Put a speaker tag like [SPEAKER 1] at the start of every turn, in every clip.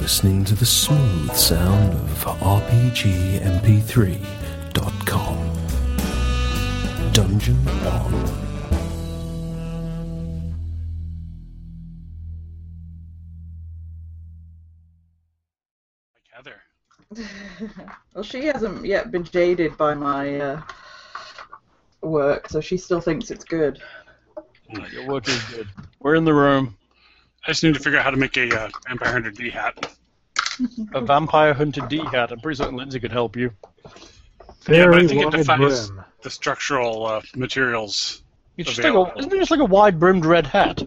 [SPEAKER 1] listening to the smooth sound of RPGMP3.com. Dungeon on.
[SPEAKER 2] like Heather.
[SPEAKER 3] well, she hasn't yet been jaded by my uh, work, so she still thinks it's good.
[SPEAKER 4] Your work is good. We're in the room.
[SPEAKER 2] I just need to figure out how to make a uh, Vampire Hunter D hat.
[SPEAKER 4] A vampire hunter D hat. I'm pretty certain Lindsay could help you.
[SPEAKER 2] Yeah, but I
[SPEAKER 5] Very
[SPEAKER 2] think it
[SPEAKER 5] wide
[SPEAKER 2] defines-
[SPEAKER 5] brim.
[SPEAKER 2] The structural uh, materials.
[SPEAKER 4] It's just like a, isn't it just like a wide brimmed red hat?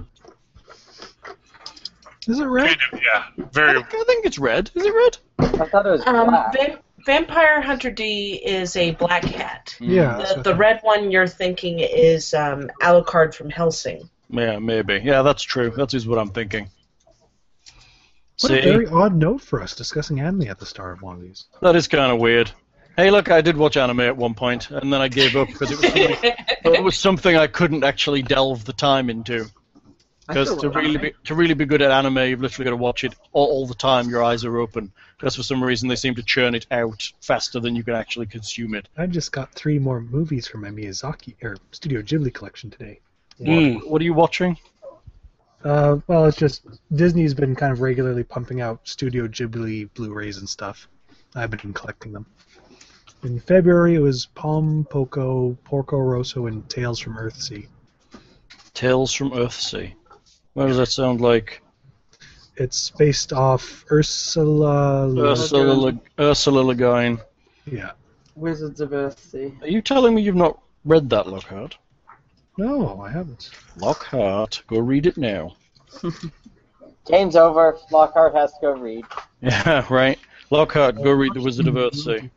[SPEAKER 5] Is it red?
[SPEAKER 2] Kind of, yeah.
[SPEAKER 4] I
[SPEAKER 2] Very.
[SPEAKER 4] think, I think it's red. Is it red?
[SPEAKER 6] I thought it was
[SPEAKER 7] Um,
[SPEAKER 6] black.
[SPEAKER 7] Vam- Vampire Hunter D is a black hat.
[SPEAKER 5] Yeah. that's
[SPEAKER 7] The,
[SPEAKER 5] what
[SPEAKER 7] the
[SPEAKER 5] I-
[SPEAKER 7] red one you're thinking is um, Alucard from Helsing.
[SPEAKER 4] Yeah, maybe. Yeah, that's true. That is what I'm thinking.
[SPEAKER 5] What
[SPEAKER 4] See,
[SPEAKER 5] a very odd note for us discussing anime at the start of one of these.
[SPEAKER 4] that is kind of weird. Hey, look, I did watch anime at one point, and then I gave up because it was something, it was something I couldn't actually delve the time into.
[SPEAKER 5] I
[SPEAKER 4] Because
[SPEAKER 5] still
[SPEAKER 4] to
[SPEAKER 5] love
[SPEAKER 4] really
[SPEAKER 5] anime.
[SPEAKER 4] be to really be good at anime, you've literally got to watch it all, all the time. Your eyes are open. Because for some reason, they seem to churn it out faster than you can actually consume it.
[SPEAKER 5] I just got three more movies from my Miyazaki or Studio Ghibli collection today.
[SPEAKER 2] Mm.
[SPEAKER 4] What are you watching?
[SPEAKER 5] Uh, well, it's just Disney's been kind of regularly pumping out Studio Ghibli Blu-rays and stuff. I've been collecting them. In February, it was Palm Poco, Porco Rosso, and Tales from Earthsea.
[SPEAKER 4] Tales from Earthsea. What does that sound like?
[SPEAKER 5] It's based off Ursula. Le-
[SPEAKER 4] Ursula Le, Ursula Le Guin.
[SPEAKER 5] Yeah.
[SPEAKER 3] Wizards of Earthsea.
[SPEAKER 4] Are you telling me you've not read that, Lockhart?
[SPEAKER 5] No, I haven't.
[SPEAKER 4] Lockhart, go read it now.
[SPEAKER 6] Game's over. Lockhart has to go read.
[SPEAKER 4] Yeah, right. Lockhart, go read The Wizard of Earthsea.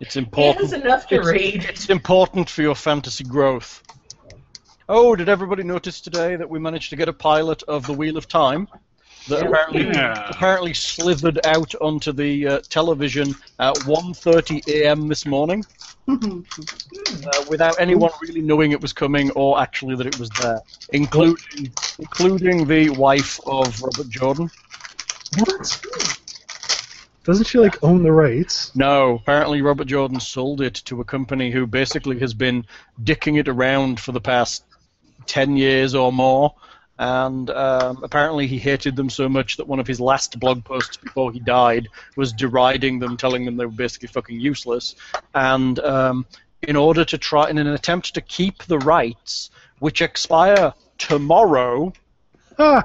[SPEAKER 4] It's
[SPEAKER 5] Oh.
[SPEAKER 7] He
[SPEAKER 4] important.
[SPEAKER 7] has enough to read.
[SPEAKER 4] It's important for your fantasy growth. Oh, did everybody notice today that we managed to get a pilot of the Wheel of Time that apparently
[SPEAKER 2] Yeah.
[SPEAKER 4] apparently slithered out onto the uh, television at 1:30 a.m. this morning uh, without anyone really knowing it was coming or actually that it was there, including including the wife of Robert Jordan.
[SPEAKER 5] What? Doesn't she like own the rights?
[SPEAKER 4] No, apparently Robert Jordan sold it to a company who basically has been dicking it around for the past 10 years or more. And um, apparently he hated them so much that one of his last blog posts before he died was deriding them, telling them they were basically fucking useless. And um, in order to try, in an attempt to keep the rights, which expire tomorrow,
[SPEAKER 5] Ah,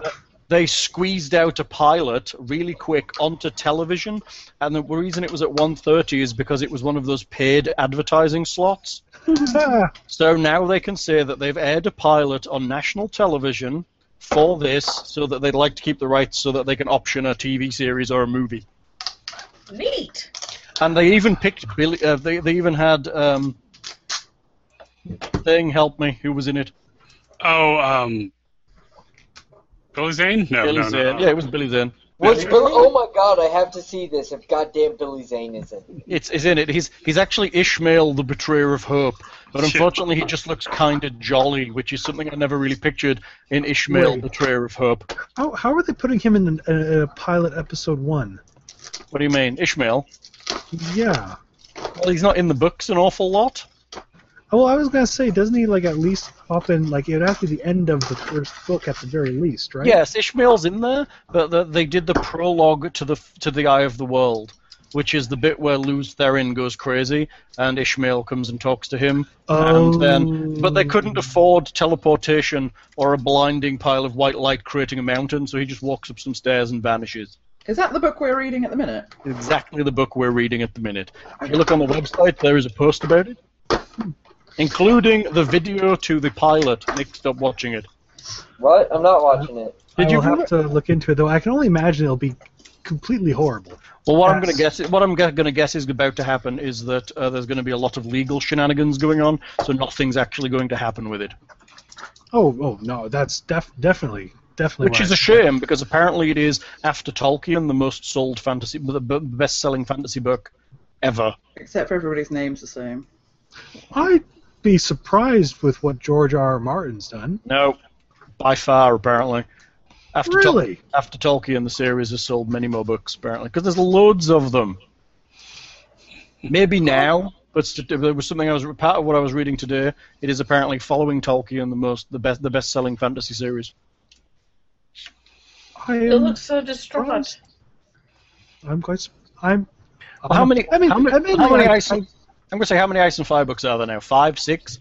[SPEAKER 4] they squeezed out a pilot really quick onto television, and the reason it was at 1.30 is because it was one of those paid advertising slots.
[SPEAKER 5] ah.
[SPEAKER 4] So now they can say that they've aired a pilot on national television for this, so that they'd like to keep the rights so that they can option a TV series or a movie.
[SPEAKER 7] Neat.
[SPEAKER 4] And they even picked Billy. Uh, they they even had um, thing help me who was in it.
[SPEAKER 2] Oh, um. Billy Zane? No,
[SPEAKER 4] Billy
[SPEAKER 2] no, no.
[SPEAKER 4] Zane. Yeah, it was Billy Zane.
[SPEAKER 2] Was-
[SPEAKER 6] oh my god, I have to see this if goddamn Billy Zane is in.
[SPEAKER 4] It's is in it. He's he's actually Ishmael, the betrayer of hope. But
[SPEAKER 2] Shit.
[SPEAKER 4] unfortunately, he just looks kind of jolly, which is something I never really pictured in Ishmael,
[SPEAKER 5] Right.
[SPEAKER 4] betrayer of hope.
[SPEAKER 5] How, how are they putting him in an, a, a pilot episode one?
[SPEAKER 4] What do you mean, Ishmael?
[SPEAKER 5] Yeah.
[SPEAKER 4] Well, he's not in the books an awful lot.
[SPEAKER 5] Oh, well, I was gonna say, doesn't he like at least pop in? Like it'd have to be the end of the first book at the very least, right?
[SPEAKER 4] Yes, Ishmael's in there, but the, they did the prologue to the to the Eye of the World, which is the bit where Luz Theron goes crazy and Ishmael comes and talks to him.
[SPEAKER 5] Oh.
[SPEAKER 4] And then, but they couldn't afford teleportation or a blinding pile of white light creating a mountain, so he just walks up some stairs and vanishes.
[SPEAKER 3] Is that the book we're reading at the minute?
[SPEAKER 4] exactly the book we're reading at the minute. If you look on the website, there is a post about it, including the video to the pilot. Nick stopped watching it.
[SPEAKER 6] What? I'm not watching it.
[SPEAKER 5] Did
[SPEAKER 4] Did
[SPEAKER 5] I
[SPEAKER 4] you
[SPEAKER 5] will have
[SPEAKER 4] remember-
[SPEAKER 5] to look into it though. I can only imagine it'll be completely horrible.
[SPEAKER 4] Well, what I'm
[SPEAKER 5] Yes.
[SPEAKER 4] going to guess, what I'm going to guess is about to happen is that uh, there's going to be a lot of legal shenanigans going on, so nothing's actually going to happen with it,
[SPEAKER 5] Oh, oh no, that's def- definitely, definitely.
[SPEAKER 4] which is a shame because apparently it is after Tolkien the most sold fantasy, the b- best-selling fantasy book ever.
[SPEAKER 3] Except for everybody's name's the same.
[SPEAKER 5] I'd be surprised with what George R. R. Martin's done.
[SPEAKER 4] No, by far apparently. After Tol-
[SPEAKER 5] Really?
[SPEAKER 4] after Tolkien, the series has sold many more books apparently because there's loads of them. Maybe now, but st- there was something I was part of what I was reading today. It is apparently following Tolkien the most the best the best selling fantasy series.
[SPEAKER 5] I
[SPEAKER 7] It
[SPEAKER 5] am,
[SPEAKER 7] looks so distraught.
[SPEAKER 5] I'm quite. s- I'm.
[SPEAKER 4] how
[SPEAKER 5] I'm-
[SPEAKER 4] many?
[SPEAKER 5] I mean,
[SPEAKER 4] how many,
[SPEAKER 5] I mean,
[SPEAKER 4] how many
[SPEAKER 5] like,
[SPEAKER 4] ice and, I'm going to say how many ice and fire books are there now? Five, six.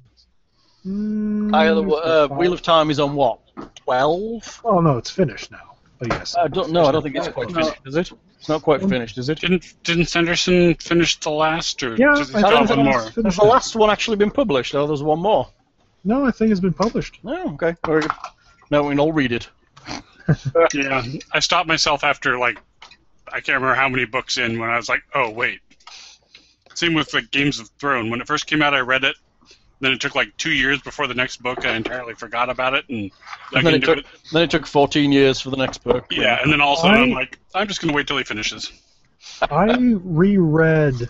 [SPEAKER 5] Mm,
[SPEAKER 4] I, uh,
[SPEAKER 5] five.
[SPEAKER 4] Wheel of Time is on what? Twelve?
[SPEAKER 5] Oh no, it's finished now. But yes,
[SPEAKER 4] I don't know. I don't think it's quite
[SPEAKER 3] No.
[SPEAKER 4] finished, is it? It's not quite finished, is it?
[SPEAKER 2] Didn't didn't Sanderson finish the last or
[SPEAKER 5] yeah, I
[SPEAKER 2] does he
[SPEAKER 5] think
[SPEAKER 2] still have
[SPEAKER 5] it's
[SPEAKER 2] one more?
[SPEAKER 5] finished
[SPEAKER 4] Has the
[SPEAKER 5] now.
[SPEAKER 4] last one actually been published? Oh, there's one more.
[SPEAKER 5] No, I think it's been published.
[SPEAKER 4] Oh, okay. Very good. No, and I'll read it.
[SPEAKER 2] Yeah, I stopped myself after like I can't remember how many books in when I was like, oh wait. Same with the Games of Throne. When it first came out, I read it. Then it took like two years before the next book. I entirely forgot about it, and dug
[SPEAKER 4] And then it
[SPEAKER 2] into
[SPEAKER 4] took
[SPEAKER 2] it.
[SPEAKER 4] then it took 14 years for the next book.
[SPEAKER 2] Yeah, and then all of a sudden I'm
[SPEAKER 5] I-
[SPEAKER 2] like, I'm just gonna wait till he finishes.
[SPEAKER 5] I reread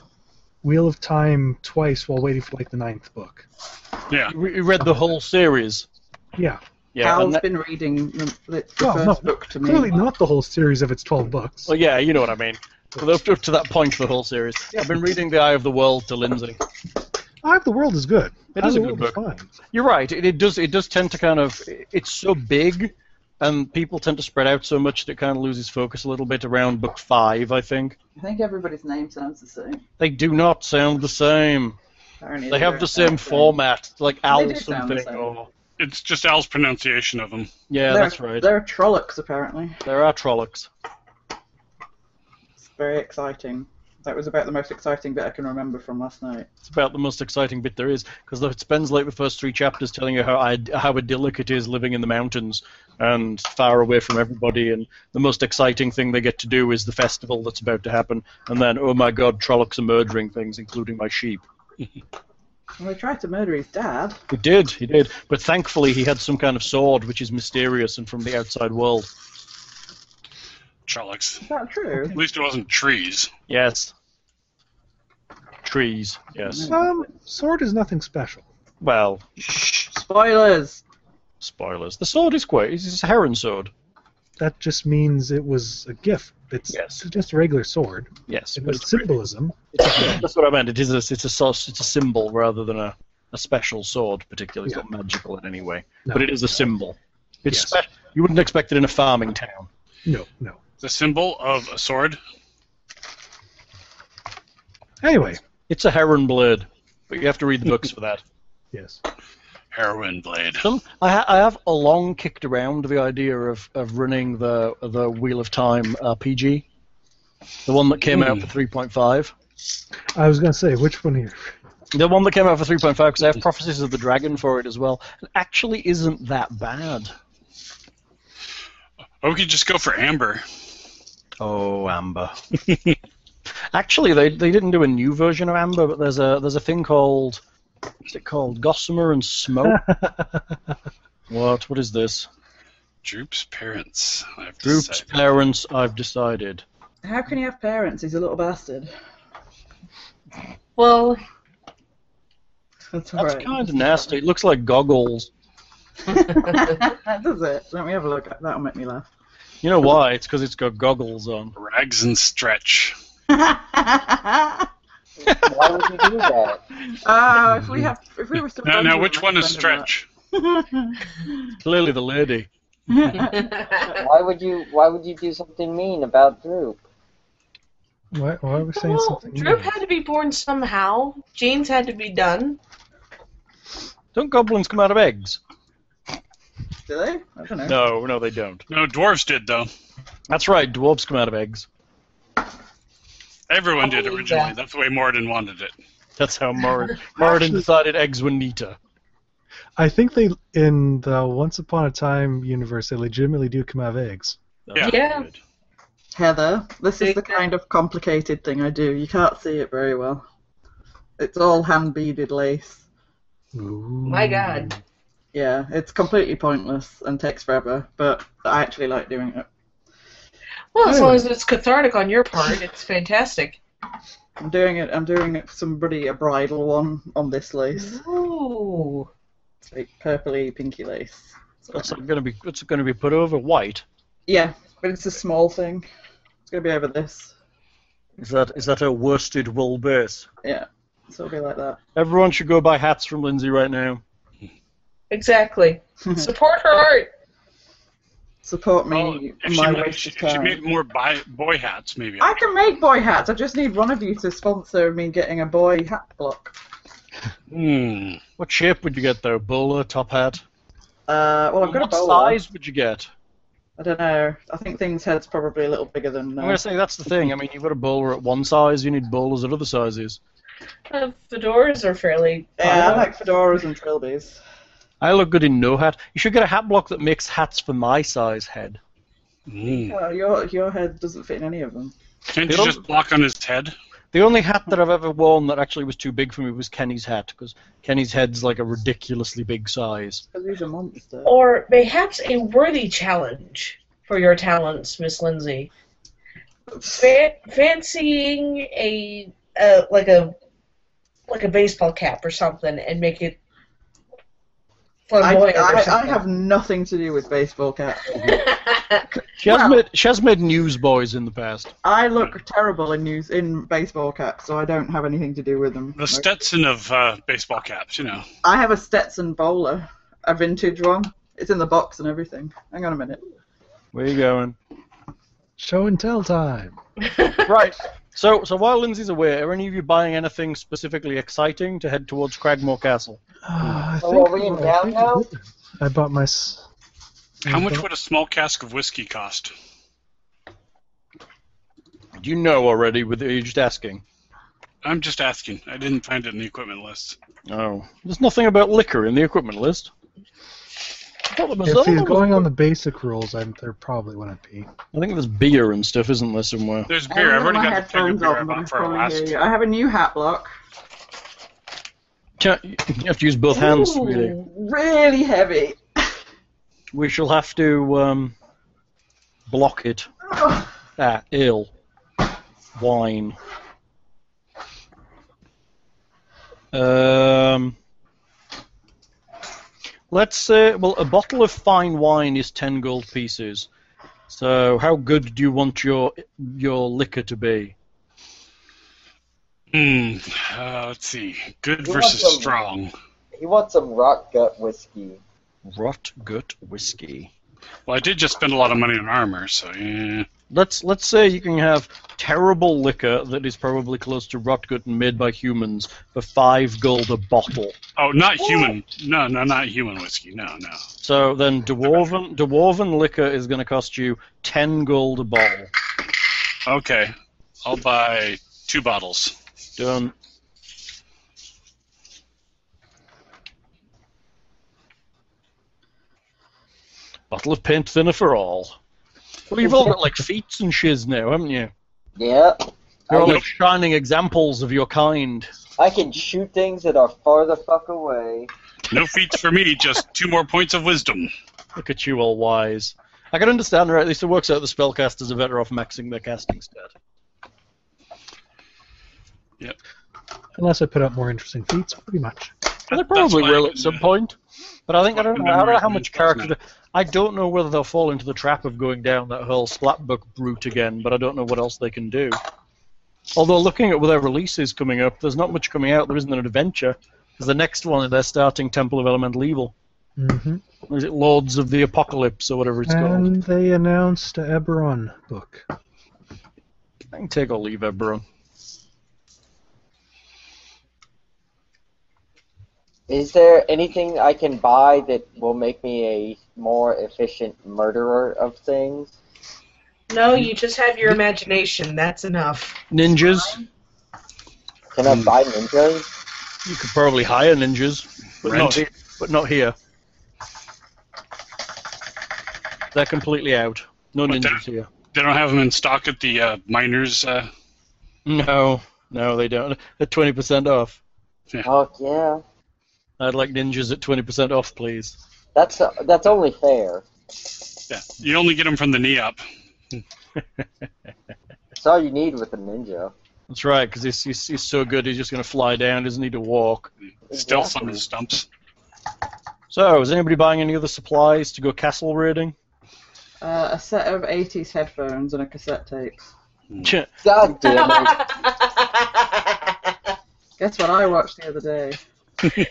[SPEAKER 5] Wheel of Time twice while waiting for like the ninth book.
[SPEAKER 2] Yeah,
[SPEAKER 4] You re- you read the whole series.
[SPEAKER 5] Yeah,
[SPEAKER 4] Yeah. and
[SPEAKER 3] Al's
[SPEAKER 4] that-
[SPEAKER 3] been reading the, the
[SPEAKER 5] Well, no,
[SPEAKER 3] first book to me.
[SPEAKER 4] uh,
[SPEAKER 5] clearly not the whole series of its twelve books.
[SPEAKER 4] well, yeah, you know what I mean. But up to, up to that point, the whole series. Yeah, I've been reading The Eye of the World to Lindsay.
[SPEAKER 5] Eye of the World is good.
[SPEAKER 4] It
[SPEAKER 5] Eye
[SPEAKER 4] is
[SPEAKER 5] of
[SPEAKER 4] a
[SPEAKER 5] the
[SPEAKER 4] good
[SPEAKER 5] World is fine.
[SPEAKER 4] You're right. It, it does it does tend to kind of it's so big, and people tend to spread out so much that it kind of loses focus a little bit around book five. I think
[SPEAKER 3] I think everybody's name sounds the same.
[SPEAKER 4] they do not sound the same.
[SPEAKER 3] Apparently
[SPEAKER 4] They have
[SPEAKER 3] don't
[SPEAKER 4] the
[SPEAKER 3] sound
[SPEAKER 4] same format, like
[SPEAKER 3] They
[SPEAKER 4] Al
[SPEAKER 3] do sound the
[SPEAKER 4] something.
[SPEAKER 3] same.
[SPEAKER 4] Or,
[SPEAKER 2] it's just Al's pronunciation of them.
[SPEAKER 4] yeah,
[SPEAKER 3] They're-
[SPEAKER 4] that's right.
[SPEAKER 3] They're Trollocs, apparently.
[SPEAKER 4] There are Trollocs.
[SPEAKER 3] It's very exciting. That was about the most exciting bit I can remember from last night.
[SPEAKER 4] It's about the most exciting bit there is because it spends like the first three chapters telling you how id- how idyllic it is living in the mountains and far away from everybody, and the most exciting thing they get to do is the festival that's about to happen, and then oh my god, Trollocs are murdering things, including my sheep.
[SPEAKER 3] And they tried to murder his dad.
[SPEAKER 4] He did, he did, but thankfully he had some kind of sword which is mysterious and from the outside world.
[SPEAKER 2] Trollocs.
[SPEAKER 3] Is that true?
[SPEAKER 2] At least it wasn't trees.
[SPEAKER 4] Yes. Trees. Yes.
[SPEAKER 5] Um, Sword is nothing special.
[SPEAKER 4] Well,
[SPEAKER 3] Spoilers!
[SPEAKER 4] spoilers. The sword is quite. It's a heron sword.
[SPEAKER 5] That just means it was a gift. It's
[SPEAKER 4] Yes.
[SPEAKER 5] just a regular sword.
[SPEAKER 4] Yes.
[SPEAKER 5] It
[SPEAKER 4] but
[SPEAKER 5] was symbolism.
[SPEAKER 4] That's what I meant. It is a, it's a source, it's a symbol rather than a, a special sword, particularly. It's
[SPEAKER 5] Yeah.
[SPEAKER 4] not magical in any way,
[SPEAKER 5] No.
[SPEAKER 4] but it is a symbol. It's
[SPEAKER 5] Yes.
[SPEAKER 4] spe- you wouldn't expect it in a farming town.
[SPEAKER 5] No, no.
[SPEAKER 2] The symbol of a sword.
[SPEAKER 5] Anyway,
[SPEAKER 4] It's a heron blade, but you have to read the books for that.
[SPEAKER 5] yes.
[SPEAKER 2] Heroin blade.
[SPEAKER 4] Some, I, ha- I have a long kicked around the idea of, of running the the Wheel of Time RPG, the one that came
[SPEAKER 5] Hmm.
[SPEAKER 4] out for 3.5.
[SPEAKER 5] I was gonna say which one here.
[SPEAKER 4] The one that came out for 3.5 because I
[SPEAKER 5] Hmm.
[SPEAKER 4] have Prophecies of the Dragon for it as well. It actually isn't that bad.
[SPEAKER 2] Or we could just go for amber.
[SPEAKER 4] Oh, Amber. Actually, they, they didn't do a new version of Amber, but there's a there's a thing called what's it called Gossamer and Smoke. what what is this?
[SPEAKER 2] Droop's parents. I've
[SPEAKER 4] Droop's
[SPEAKER 2] decided.
[SPEAKER 4] parents. I've decided.
[SPEAKER 3] How can he have parents? He's a little bastard.
[SPEAKER 7] Well,
[SPEAKER 3] That's
[SPEAKER 4] That's
[SPEAKER 3] alright.
[SPEAKER 4] kind of nasty. It looks like goggles.
[SPEAKER 3] Does it? Let me have a look. That'll make me laugh.
[SPEAKER 4] You know why? It's because it's got goggles on.
[SPEAKER 2] Rags and stretch.
[SPEAKER 3] oh,
[SPEAKER 6] Why would you do that?
[SPEAKER 3] Uh, if we have, if we were still.
[SPEAKER 2] Now,
[SPEAKER 3] friends,
[SPEAKER 2] now
[SPEAKER 3] we
[SPEAKER 2] which
[SPEAKER 3] would
[SPEAKER 2] one is
[SPEAKER 3] recommend
[SPEAKER 2] stretch?
[SPEAKER 4] Clearly, the lady.
[SPEAKER 3] that.
[SPEAKER 6] Why would you? Why would you do something mean about Droop?
[SPEAKER 5] Why, why are we saying
[SPEAKER 7] well
[SPEAKER 5] something?
[SPEAKER 7] Droop
[SPEAKER 5] new?
[SPEAKER 7] had to be born somehow. Jeans had to be done.
[SPEAKER 4] Don't goblins come out of eggs?
[SPEAKER 3] Do they? I don't know.
[SPEAKER 4] No, no, they don't.
[SPEAKER 2] No, dwarves did though.
[SPEAKER 4] That's right. Dwarves come out of eggs.
[SPEAKER 2] Everyone did
[SPEAKER 7] Oh, yeah.
[SPEAKER 2] originally. That's the way Moradin wanted it.
[SPEAKER 4] That's how Moradin, Moradin decided eggs were neater.
[SPEAKER 5] I think they in the Once Upon a Time universe they legitimately do come out of eggs.
[SPEAKER 4] That's
[SPEAKER 7] Yeah.
[SPEAKER 4] weird.
[SPEAKER 3] Heather, this is
[SPEAKER 7] Big
[SPEAKER 3] the kind of complicated thing I do. You can't see it very well. It's all hand beaded lace.
[SPEAKER 5] Ooh.
[SPEAKER 7] My God.
[SPEAKER 3] Yeah, it's completely pointless and takes forever, but I actually like doing it.
[SPEAKER 7] Well, as
[SPEAKER 5] Really?
[SPEAKER 7] long as it's cathartic on your part, it's fantastic.
[SPEAKER 3] I'm doing it. I'm doing it for somebody a bridal one on this lace.
[SPEAKER 4] Mm-hmm.
[SPEAKER 7] Ooh.
[SPEAKER 3] It's like purpley pinky lace.
[SPEAKER 4] What's that going to be? What's it going to be put over? White.
[SPEAKER 3] Yeah, but it's a small thing. It's gonna be over this.
[SPEAKER 4] Is that is that a worsted wool base?
[SPEAKER 3] Yeah, so it'll be like that.
[SPEAKER 4] Everyone should go buy hats from Lindsay right now.
[SPEAKER 7] Exactly. Support her art.
[SPEAKER 3] Support
[SPEAKER 2] Well,
[SPEAKER 3] me.
[SPEAKER 2] if she,
[SPEAKER 3] my
[SPEAKER 2] ma-
[SPEAKER 3] waste
[SPEAKER 2] she,
[SPEAKER 3] of
[SPEAKER 2] she
[SPEAKER 3] time.
[SPEAKER 2] made more bi- boy hats, maybe.
[SPEAKER 3] I can make boy hats. I just need one of you to sponsor me getting a boy hat block.
[SPEAKER 2] Hmm.
[SPEAKER 4] What shape would you get though? Bowler, top hat?
[SPEAKER 3] Uh, well, I've got a
[SPEAKER 4] what
[SPEAKER 3] bowler.
[SPEAKER 4] size would you get?
[SPEAKER 3] I don't know. I think thing's head's probably a little bigger than.
[SPEAKER 4] I'm gonna
[SPEAKER 3] Uh,
[SPEAKER 4] say that's the thing. I mean, you've got a bowler at one size. You need bowlers at other sizes.
[SPEAKER 7] Uh, fedoras are fairly.
[SPEAKER 3] yeah, I
[SPEAKER 7] common.
[SPEAKER 3] like fedoras and trilbies.
[SPEAKER 4] I look good in no hat. You should get a hat block that makes hats for my size head.
[SPEAKER 2] Mm.
[SPEAKER 3] Well, your your head doesn't fit in any of them.
[SPEAKER 2] Can't you
[SPEAKER 4] It'll-
[SPEAKER 2] just block on his head?
[SPEAKER 4] The only hat that I've ever worn that actually was too big for me was Kenny's hat because Kenny's head's like a ridiculously big size.
[SPEAKER 3] Because he's a monster.
[SPEAKER 7] Or perhaps a worthy challenge for your talents, Miss Lindsay. Fa- fancying a uh, like a like a baseball cap or something, and make it
[SPEAKER 3] I,
[SPEAKER 7] flamboyant or
[SPEAKER 3] I, I
[SPEAKER 7] something.
[SPEAKER 3] have nothing to do with baseball caps.
[SPEAKER 4] She has
[SPEAKER 3] Well-
[SPEAKER 4] made she has made newsboys in the past.
[SPEAKER 3] I look terrible in news in baseball caps, so I don't have anything to do with them.
[SPEAKER 2] The Stetson of uh, baseball caps, you know.
[SPEAKER 3] I have a Stetson bowler, a vintage one. It's in the box and everything. Hang on a minute.
[SPEAKER 4] Where you going?
[SPEAKER 5] Show and tell time.
[SPEAKER 4] right. So so while Lindsay's away, are any of you buying anything specifically exciting to head towards Cragmore Castle?
[SPEAKER 5] Uh, I
[SPEAKER 6] Oh,
[SPEAKER 5] think,
[SPEAKER 6] are we in
[SPEAKER 5] I think I
[SPEAKER 6] downtown?
[SPEAKER 5] did that. I bought my. s-
[SPEAKER 2] How
[SPEAKER 3] Mm-hmm.
[SPEAKER 5] I
[SPEAKER 2] much
[SPEAKER 5] bought-
[SPEAKER 2] would a small cask of whiskey cost?
[SPEAKER 4] Do you know already? With are you just asking?
[SPEAKER 2] I'm just asking. I didn't find it in the equipment list.
[SPEAKER 4] Oh, there's nothing about liquor in the equipment list. I thought there was-
[SPEAKER 5] If he's
[SPEAKER 4] I thought there was-
[SPEAKER 5] going on the basic rules, I'm, there probably wouldn't be.
[SPEAKER 4] I think there's beer and stuff, isn't there somewhere?
[SPEAKER 2] There's beer. I've
[SPEAKER 3] haven't
[SPEAKER 2] already
[SPEAKER 3] got Um, my
[SPEAKER 2] got the keg of
[SPEAKER 3] headphones
[SPEAKER 2] beer I
[SPEAKER 3] on, but I
[SPEAKER 2] bought for our
[SPEAKER 3] can't hear
[SPEAKER 2] last.
[SPEAKER 3] you. I have a new hat block.
[SPEAKER 4] Can't- You have to use both hands, really.
[SPEAKER 7] Ooh.
[SPEAKER 3] Really heavy.
[SPEAKER 4] We shall have to um, block it. Ah, ill. Wine. Um, let's say, well, a bottle of fine wine is ten gold pieces. So, how good do you want your your liquor to be?
[SPEAKER 2] Hmm. Uh, let's see. Good
[SPEAKER 6] We'll
[SPEAKER 2] versus
[SPEAKER 6] have some-
[SPEAKER 2] strong.
[SPEAKER 6] He wants some rock gut whiskey.
[SPEAKER 4] Rot gut whiskey.
[SPEAKER 2] Well, I did just spend a lot of money on armor, so yeah.
[SPEAKER 4] Let's let's say you can have terrible liquor that is probably close to rot gut and made by humans for five gold a bottle.
[SPEAKER 2] Oh, not human. No, no, not human whiskey. No, no.
[SPEAKER 4] So then dwarven dwarven liquor is going to cost you 10 gold a bottle.
[SPEAKER 2] Okay. I'll buy two bottles.
[SPEAKER 4] Done. Bottle of paint thinner for all. Well, you've all got like feats and shiz now, haven't you?
[SPEAKER 6] Yeah.
[SPEAKER 4] You're all
[SPEAKER 6] I,
[SPEAKER 4] like shining examples of your kind.
[SPEAKER 6] I can shoot things that are far the fuck away.
[SPEAKER 2] No feats for me. Just two more points of wisdom.
[SPEAKER 4] Look at you, all wise. I can understand, right? At least it works out the spellcasters are better off maxing their casting stat.
[SPEAKER 5] Unless I put up more interesting feats, pretty much.
[SPEAKER 4] Well,
[SPEAKER 2] That-
[SPEAKER 4] they
[SPEAKER 2] that's
[SPEAKER 4] probably
[SPEAKER 2] why I
[SPEAKER 4] will at
[SPEAKER 2] didn't,
[SPEAKER 4] some
[SPEAKER 2] uh,
[SPEAKER 4] point. But I think I
[SPEAKER 2] fucking
[SPEAKER 4] don't know. I don't know how
[SPEAKER 2] memorise
[SPEAKER 4] much
[SPEAKER 2] these
[SPEAKER 4] character.
[SPEAKER 2] spells
[SPEAKER 4] I don't know whether they'll fall into the trap of going down that whole Splatbook route again. But I don't know what else they can do. Although looking at their releases coming up, there's not much coming out. There isn't an adventure. 'Cause the next one they're starting Temple of Elemental Evil.
[SPEAKER 5] hmm
[SPEAKER 4] Or Is it Lords of the Apocalypse or whatever
[SPEAKER 2] Um,
[SPEAKER 4] it's called?
[SPEAKER 5] And they announced a Eberron book.
[SPEAKER 4] I can take or leave Eberron.
[SPEAKER 6] Is there anything I can buy that will make me a more efficient murderer of things?
[SPEAKER 7] No, you just have your imagination. That's enough.
[SPEAKER 4] Ninjas.
[SPEAKER 6] Can
[SPEAKER 2] Hmm.
[SPEAKER 6] I buy ninjas?
[SPEAKER 4] You could probably hire ninjas, but
[SPEAKER 2] Rent.
[SPEAKER 4] not here. But not here. They're completely out. No
[SPEAKER 2] But
[SPEAKER 4] ninjas here.
[SPEAKER 2] They don't have them in stock at the uh, miners. Uh,
[SPEAKER 4] No, no, they don't. They're twenty percent off.
[SPEAKER 6] Fuck yeah.
[SPEAKER 4] I'd like ninjas at twenty percent off, please.
[SPEAKER 6] That's that's only fair.
[SPEAKER 2] yeah. You only get them from the knee up.
[SPEAKER 6] That's all you need with a ninja.
[SPEAKER 4] That's right, because he's, he's, he's so good, he's just going to fly down, doesn't need to walk.
[SPEAKER 2] Stealth on the stumps.
[SPEAKER 4] So, is anybody buying any other supplies to go castle raiding?
[SPEAKER 3] uh, a set of 80s headphones and a cassette tape.
[SPEAKER 6] God damn it.
[SPEAKER 3] Guess what I watched the other day?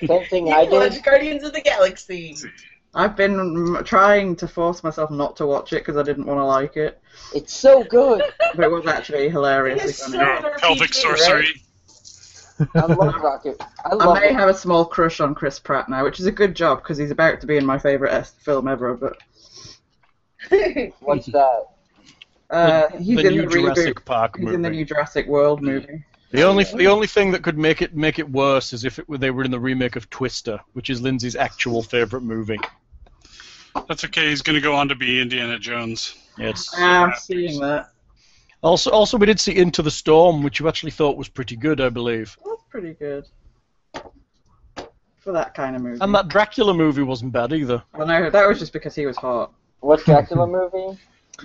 [SPEAKER 6] Same thing
[SPEAKER 7] You
[SPEAKER 6] I did.
[SPEAKER 7] watched Guardians of the Galaxy.
[SPEAKER 3] I've been mm, trying to force myself not to watch it because I didn't want to like it,
[SPEAKER 6] It's so good.
[SPEAKER 3] but it was actually hilariously
[SPEAKER 7] Yes,
[SPEAKER 3] funny.
[SPEAKER 7] sir.
[SPEAKER 2] You're a pelvic
[SPEAKER 7] RPG, right?
[SPEAKER 2] sorcery.
[SPEAKER 6] I love Rocket. I love
[SPEAKER 3] I may
[SPEAKER 6] it.
[SPEAKER 3] have a small crush on Chris Pratt now, which is a good job because he's about to be in my favorite S- film ever. But
[SPEAKER 6] What's that?
[SPEAKER 3] uh, he's
[SPEAKER 4] the
[SPEAKER 3] in
[SPEAKER 4] new
[SPEAKER 3] the reboot.
[SPEAKER 4] Jurassic Park
[SPEAKER 3] he's
[SPEAKER 4] movie.
[SPEAKER 3] in the new Jurassic World movie.
[SPEAKER 4] The only the only thing that could make it make it worse is if it were, they were in the remake of Twister, which is Lindsay's actual favorite movie.
[SPEAKER 2] That's okay. He's going to go on to be Indiana Jones.
[SPEAKER 4] Yes.
[SPEAKER 3] Ah, I'm seeing that.
[SPEAKER 4] Also, also we did see Into the Storm, which you actually thought was pretty good, I believe.
[SPEAKER 3] That's pretty good for that kind of movie.
[SPEAKER 4] And that Dracula movie wasn't bad either.
[SPEAKER 3] Well, no, that was just because he was hot.
[SPEAKER 6] What Dracula movie?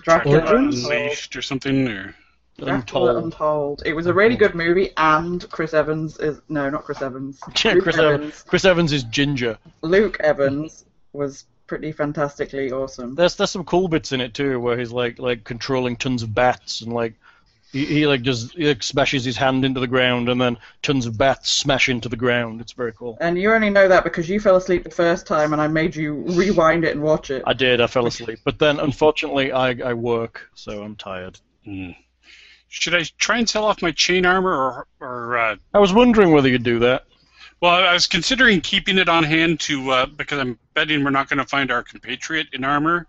[SPEAKER 3] Dracula
[SPEAKER 5] Origins?
[SPEAKER 3] Untold.
[SPEAKER 2] Unleashed or something, or
[SPEAKER 3] Dracula
[SPEAKER 4] Untold.
[SPEAKER 3] Untold. It was a really good movie, and Chris Evans is no, not Chris Evans.
[SPEAKER 4] Yeah,
[SPEAKER 3] Luke
[SPEAKER 4] Chris
[SPEAKER 3] Evans.
[SPEAKER 4] Evans. Chris Evans is ginger.
[SPEAKER 3] Luke Evans was pretty fantastically awesome.
[SPEAKER 4] There's there's some cool bits in it too, where he's like like controlling tons of bats and like he, he like just he like smashes his hand into the ground and then tons of bats smash into the ground. It's very cool.
[SPEAKER 3] And you only know that because you fell asleep the first time, and I made you rewind it and watch it.
[SPEAKER 4] I did. I fell asleep, but then unfortunately I I work, so I'm tired.
[SPEAKER 2] Hmm. should I try and sell off my chain armor, or, or uh,
[SPEAKER 4] I was wondering whether you'd do that.
[SPEAKER 2] well, I was considering keeping it on hand to uh, because I'm betting we're not going to find our compatriot in armor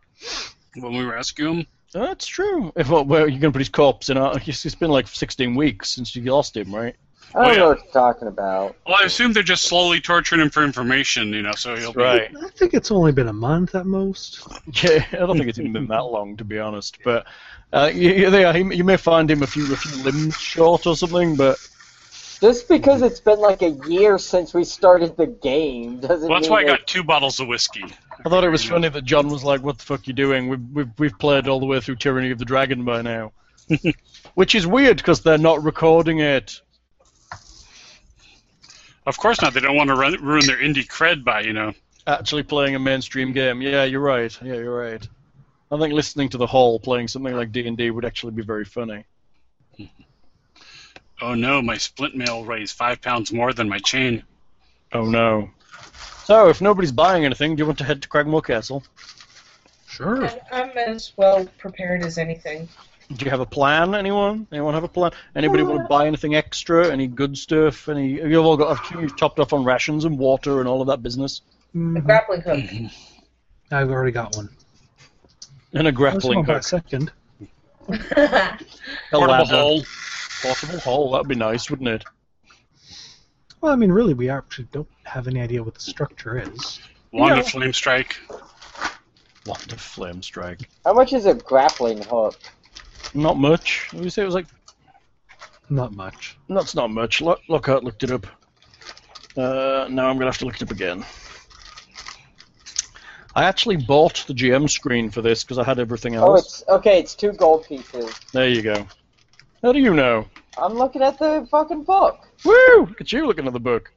[SPEAKER 2] when we rescue him.
[SPEAKER 4] That's true. If well, where are you going to put his corpse in? Our, it's it's been like 16 weeks since you lost him, right?
[SPEAKER 6] I don't
[SPEAKER 2] Oh, yeah.
[SPEAKER 6] know what you're talking about.
[SPEAKER 2] Well, I assume they're just slowly torturing him for information, you know, so he'll be.
[SPEAKER 5] I think it's only been a month at most.
[SPEAKER 4] Yeah, I don't think it's even been that long, to be honest. But uh, you, you, they are- you may find him a few, a few limbs short or something. But
[SPEAKER 6] Just because it's been like a year since we started the game doesn't
[SPEAKER 2] Well, that's
[SPEAKER 6] mean
[SPEAKER 2] why I
[SPEAKER 6] that-
[SPEAKER 2] got two bottles of whiskey.
[SPEAKER 4] I thought it was funny that John was like, "What the fuck you doing? We've we've, we've played all the way through Tyranny of the Dragon by now," which is weird because they're not recording it.
[SPEAKER 2] Of course not. They don't want to run, ruin their indie cred by, you know.
[SPEAKER 4] Actually, playing a mainstream game. Yeah, you're right. Yeah, you're right. I think listening to the hall playing something like D and D would actually be very funny.
[SPEAKER 2] Oh no, my splint mail weighs five pounds more than my chain.
[SPEAKER 4] Oh no. So, if nobody's buying anything, do you want to head to Cragmore Castle?
[SPEAKER 5] Sure.
[SPEAKER 7] I- I'm as well prepared as anything.
[SPEAKER 4] Do you have a plan, anyone? Anyone have a plan? Anybody want to buy anything extra? Any good stuff? Any? You've all got. Have you topped off on rations and water and all of that business?
[SPEAKER 7] The
[SPEAKER 6] Mm-hmm.
[SPEAKER 5] Mhm.
[SPEAKER 7] grappling hook.
[SPEAKER 5] I've already got one.
[SPEAKER 4] And a grappling
[SPEAKER 5] About a
[SPEAKER 4] hook,
[SPEAKER 5] second.
[SPEAKER 4] a
[SPEAKER 2] Portable
[SPEAKER 4] ladder,
[SPEAKER 2] hole.
[SPEAKER 4] portable hole. That'd be nice, wouldn't it?
[SPEAKER 5] Well, I mean, really, we actually don't have any idea what the structure is.
[SPEAKER 2] Wand
[SPEAKER 4] Yeah.
[SPEAKER 2] of flame strike.
[SPEAKER 4] Wand of flame strike.
[SPEAKER 6] How much is a grappling hook?
[SPEAKER 4] Not much. What did you say it was like?
[SPEAKER 5] Not much.
[SPEAKER 4] That's not much. Look, Lockhart looked it up. Uh, now I'm gonna have to look it up again. I actually bought the GM screen for this because I had everything
[SPEAKER 6] Oh,
[SPEAKER 4] else.
[SPEAKER 6] it's okay. It's two gold pieces.
[SPEAKER 4] there you go. How do you know?
[SPEAKER 6] I'm looking at the fucking book.
[SPEAKER 4] Woo! Look at you looking at the book.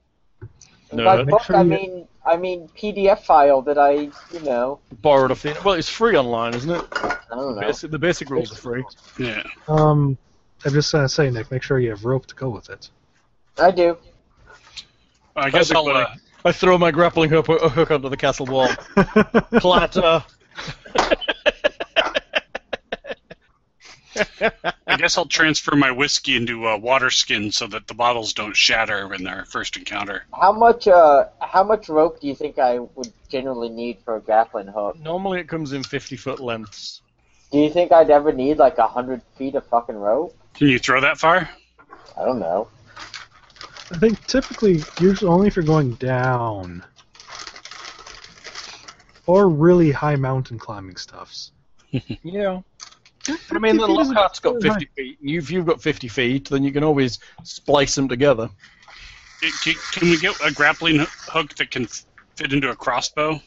[SPEAKER 6] And By
[SPEAKER 4] Nerd.
[SPEAKER 6] book,
[SPEAKER 5] Make sure
[SPEAKER 6] I
[SPEAKER 5] you-
[SPEAKER 6] mean I mean PDF file that I, you know,
[SPEAKER 4] Borrowed off the. Well, it's free online, isn't it?
[SPEAKER 6] I don't know.
[SPEAKER 4] Basic, the basic rules are free.
[SPEAKER 2] Yeah.
[SPEAKER 5] Um, I'm just gonna say, Nick, make sure you have rope to go with it.
[SPEAKER 6] I do.
[SPEAKER 2] I guess I'll. Uh,
[SPEAKER 4] I throw my grappling hook, hook onto the castle wall. Clatter.
[SPEAKER 2] I guess I'll transfer my whiskey into uh, water skin so that the bottles don't shatter in our first encounter.
[SPEAKER 6] How much uh how much rope do you think I would generally need for a grappling hook?
[SPEAKER 4] Normally it comes in 50 foot lengths.
[SPEAKER 6] Do you think I'd ever need like a hundred feet of fucking rope?
[SPEAKER 2] Can you throw that far?
[SPEAKER 6] I don't know.
[SPEAKER 5] I think typically, usually only if you're going down, or really high mountain climbing stuffs.
[SPEAKER 4] Yeah. But I mean, the
[SPEAKER 5] 50 feet is-
[SPEAKER 4] Lockhart's got
[SPEAKER 5] is
[SPEAKER 4] 50 feet. and you- If you've got 50 feet, then you can always splice them together.
[SPEAKER 2] Can, can, can we get a grappling h- hook that can f- fit into a crossbow?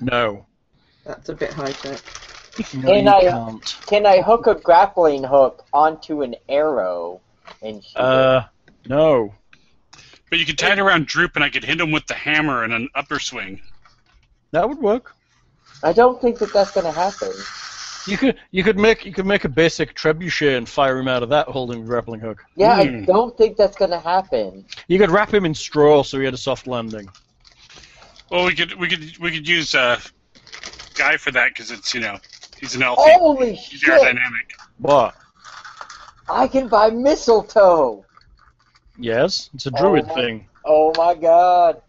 [SPEAKER 4] No.
[SPEAKER 3] That's a bit high tech.
[SPEAKER 4] No, you
[SPEAKER 6] And I-
[SPEAKER 4] can't.
[SPEAKER 6] Can I hook a grappling hook onto an arrow and shoot? it?
[SPEAKER 4] Uh, no.
[SPEAKER 2] But you could tie it around Droop, and I could hit him with the hammer in an upper swing.
[SPEAKER 4] That would work.
[SPEAKER 6] I don't think that that's going to happen.
[SPEAKER 4] You could you could make you could make a basic trebuchet and fire him out of that holding a grappling hook.
[SPEAKER 6] Yeah, I
[SPEAKER 2] Hmm.
[SPEAKER 6] don't think that's going to happen.
[SPEAKER 4] You could wrap him in straw so he had a soft landing.
[SPEAKER 2] Well, we could we could we could use uh, guy for that because it's you know he's an elf.
[SPEAKER 6] Holy
[SPEAKER 2] he's
[SPEAKER 6] Oh, shit!
[SPEAKER 2] aerodynamic.
[SPEAKER 4] What?
[SPEAKER 6] I can buy mistletoe.
[SPEAKER 4] Yes, it's a druid
[SPEAKER 6] Oh.
[SPEAKER 4] thing.
[SPEAKER 6] Oh my god!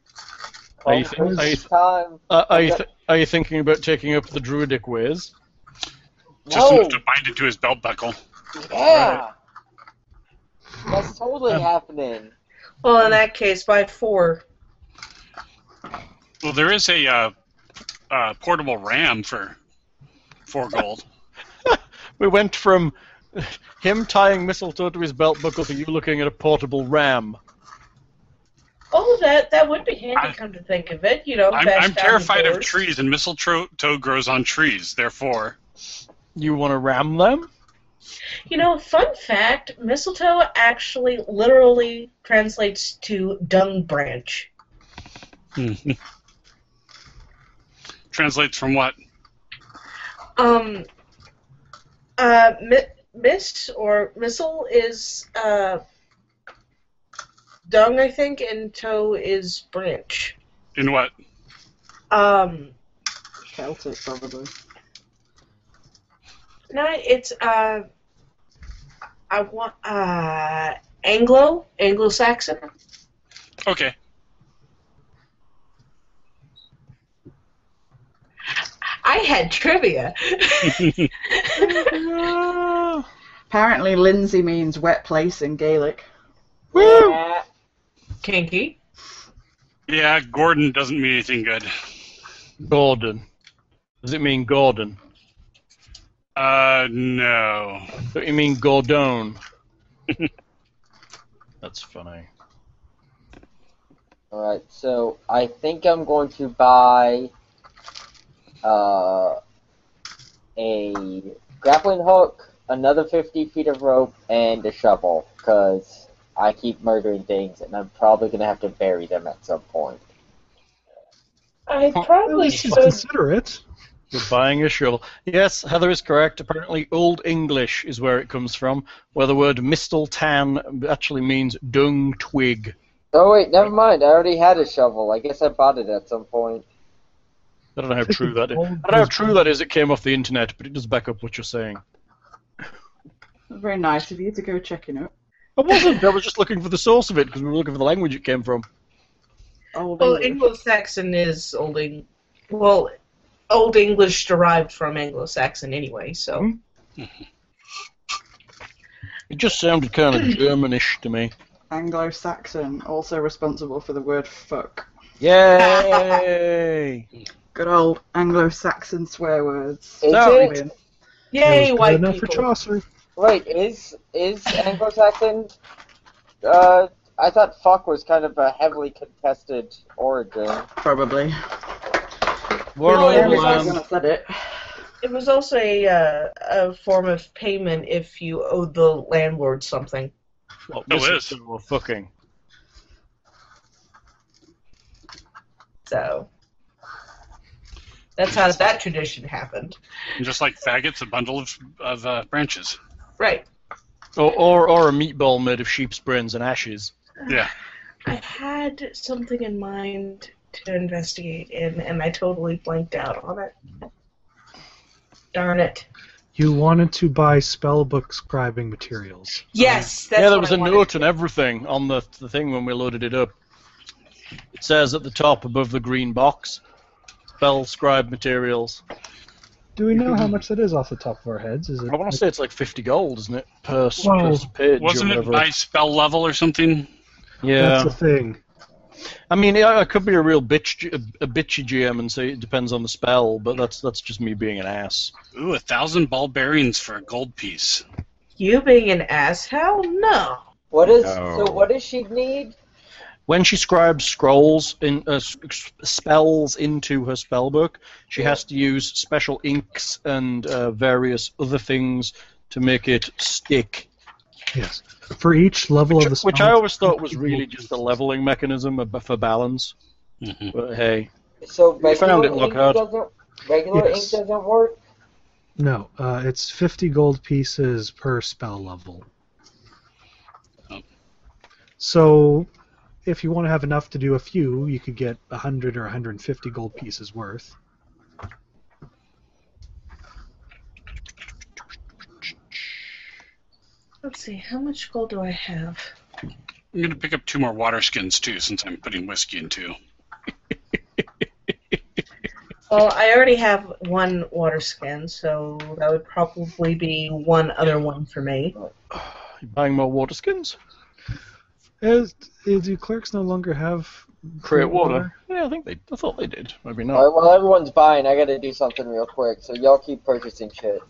[SPEAKER 4] Are you
[SPEAKER 6] Oh,
[SPEAKER 4] thinking- are you-
[SPEAKER 6] time.
[SPEAKER 4] Uh, are you th- are you thinking about taking up the druidic ways?
[SPEAKER 2] Just
[SPEAKER 6] No.
[SPEAKER 2] enough to bind it to his belt buckle.
[SPEAKER 6] Yeah. That's totally
[SPEAKER 4] Um,
[SPEAKER 6] happening.
[SPEAKER 7] Well, in that case, by four.
[SPEAKER 2] Well, there is a uh, uh, portable ram for four gold.
[SPEAKER 4] We went from him tying mistletoe to his belt buckle to you looking at a portable ram.
[SPEAKER 7] Oh, that that would be handy.
[SPEAKER 2] I-
[SPEAKER 7] come to think of it, you know.
[SPEAKER 2] I'm,
[SPEAKER 7] bash
[SPEAKER 2] I'm
[SPEAKER 7] down the
[SPEAKER 2] terrified of
[SPEAKER 7] doors.
[SPEAKER 2] trees, and mistletoe grows on trees. Therefore,
[SPEAKER 4] You want to ram them?
[SPEAKER 7] You know, fun fact: mistletoe actually literally translates to dung branch.
[SPEAKER 2] translates from what?
[SPEAKER 7] Um, uh, mi- mist or missile is uh, dung, I think, and toe is branch.
[SPEAKER 2] In what?
[SPEAKER 7] Um,
[SPEAKER 3] Celtic, probably.
[SPEAKER 7] no, it's uh, I want uh, Anglo, Anglo-Saxon.
[SPEAKER 2] Okay.
[SPEAKER 7] I had trivia.
[SPEAKER 3] Apparently, Lindsay means wet place in Gaelic.
[SPEAKER 6] Yeah.
[SPEAKER 7] Kinky.
[SPEAKER 2] Yeah, Gordon doesn't mean anything good.
[SPEAKER 4] Gordon. Does it mean Gordon?
[SPEAKER 2] Uh, no.
[SPEAKER 4] Don't you mean Gordon? That's funny.
[SPEAKER 6] All right. So I think I'm going to buy uh, a grappling hook, another 50 feet of rope, and a shovel because I keep murdering things, and I'm probably going to have to bury them at some point.
[SPEAKER 7] I probably should.
[SPEAKER 5] Consider it.
[SPEAKER 4] You're buying a shovel. Yes, Heather is correct. Apparently, Old English is where it comes from, where the word mistletoe actually means dung twig.
[SPEAKER 6] Oh wait, never mind. I already had a shovel. I guess I bought it at some point.
[SPEAKER 4] I don't know how true that is. I don't know how true that is. It came off the internet, but it does back up what you're saying.
[SPEAKER 3] Very nice of you to go checking up.
[SPEAKER 4] I wasn't. I was just looking for the source of it because we were looking for the language it came from.
[SPEAKER 3] Old
[SPEAKER 7] Well,
[SPEAKER 3] English.
[SPEAKER 7] Anglo-Saxon is old. Eng- well, Old English derived from Anglo-Saxon anyway. So.
[SPEAKER 4] Hmm. It just sounded kind of Germanish to me.
[SPEAKER 3] Anglo-Saxon, also responsible for the word fuck.
[SPEAKER 4] Yay!
[SPEAKER 3] Good old Anglo-Saxon swear words.
[SPEAKER 6] Is
[SPEAKER 4] No.
[SPEAKER 6] it?
[SPEAKER 3] Brilliant.
[SPEAKER 7] Yay,
[SPEAKER 5] It was good
[SPEAKER 7] white
[SPEAKER 5] enough
[SPEAKER 7] people.
[SPEAKER 5] for Chaucer.
[SPEAKER 6] Wait, is is Anglo-Saxon? Uh, I thought fuck was kind of a heavily contested origin.
[SPEAKER 3] Probably.
[SPEAKER 4] We're
[SPEAKER 7] Well,
[SPEAKER 3] Oh,
[SPEAKER 4] all
[SPEAKER 7] it was
[SPEAKER 4] lambs.
[SPEAKER 3] Everyone's gonna said it.
[SPEAKER 7] It was also a, uh, a form of payment if you owed the landlord something.
[SPEAKER 4] Well,
[SPEAKER 2] Still
[SPEAKER 4] Oh, this
[SPEAKER 2] is.
[SPEAKER 4] is we're fucking.
[SPEAKER 7] So that's how that tradition happened.
[SPEAKER 2] And just like faggots, a bundle of, of uh, branches.
[SPEAKER 7] Right.
[SPEAKER 4] Or, or, or a meatball made of sheep's brains and ashes.
[SPEAKER 2] Yeah.
[SPEAKER 7] I had something in mind to investigate in, and I totally blanked out on it. Darn it.
[SPEAKER 5] You wanted to buy spellbook scribing materials.
[SPEAKER 7] Yes, that's
[SPEAKER 4] yeah, there
[SPEAKER 7] what
[SPEAKER 4] was
[SPEAKER 7] I
[SPEAKER 4] a
[SPEAKER 7] wanted.
[SPEAKER 4] note and everything on the, the thing when we loaded it up. It says at the top above the green box, spell scribe materials.
[SPEAKER 5] Do we know how much that is off the top of our heads? Is it?
[SPEAKER 4] I want to say it's like 50 gold, isn't it? Per, s-
[SPEAKER 5] Wow.
[SPEAKER 4] per s- page
[SPEAKER 2] Wasn't
[SPEAKER 4] or
[SPEAKER 2] it
[SPEAKER 4] whatever.
[SPEAKER 2] by spell level or something?
[SPEAKER 5] That's
[SPEAKER 4] Yeah.
[SPEAKER 5] the thing.
[SPEAKER 4] I mean, I, I could be a real bitch, G- a, a bitchy GM and say it depends on the spell, but that's that's just me being an ass.
[SPEAKER 2] Ooh, a thousand ball bearings for a gold piece.
[SPEAKER 7] You being an ass? Hell no.
[SPEAKER 6] What is
[SPEAKER 1] No.
[SPEAKER 6] so? What does she need?
[SPEAKER 4] When she scribes scrolls in uh, s- s- spells into her spellbook, she has to use special inks and uh, various other things to make it stick.
[SPEAKER 5] Yes. For each level of the
[SPEAKER 4] Which,
[SPEAKER 5] spell,
[SPEAKER 4] which I always thought was really just a leveling mechanism ab- for balance.
[SPEAKER 2] Mhm.
[SPEAKER 4] But hey,
[SPEAKER 6] So Becky
[SPEAKER 4] found it,
[SPEAKER 6] Lindsay
[SPEAKER 4] Lockhart.
[SPEAKER 6] doesn't Regular
[SPEAKER 5] Yes.
[SPEAKER 6] ink doesn't work.
[SPEAKER 5] No, uh, it's 50 gold pieces per spell level.
[SPEAKER 2] Oh.
[SPEAKER 5] So, if you want to have enough to do a few, you could get 100 or 150 gold pieces worth.
[SPEAKER 7] Let's see, how much gold do I have?
[SPEAKER 2] I'm gonna pick up two more water skins too, since I'm putting whiskey in two.
[SPEAKER 7] Well, I already have one water skin, so that would probably be one other one for me.
[SPEAKER 4] You buying more water skins?
[SPEAKER 5] Is, is, do clerks no longer have
[SPEAKER 4] Create water? Yeah, I think they. I thought they did. Maybe not.
[SPEAKER 6] All right, while everyone's buying, I gotta do something real quick. So y'all keep purchasing shit.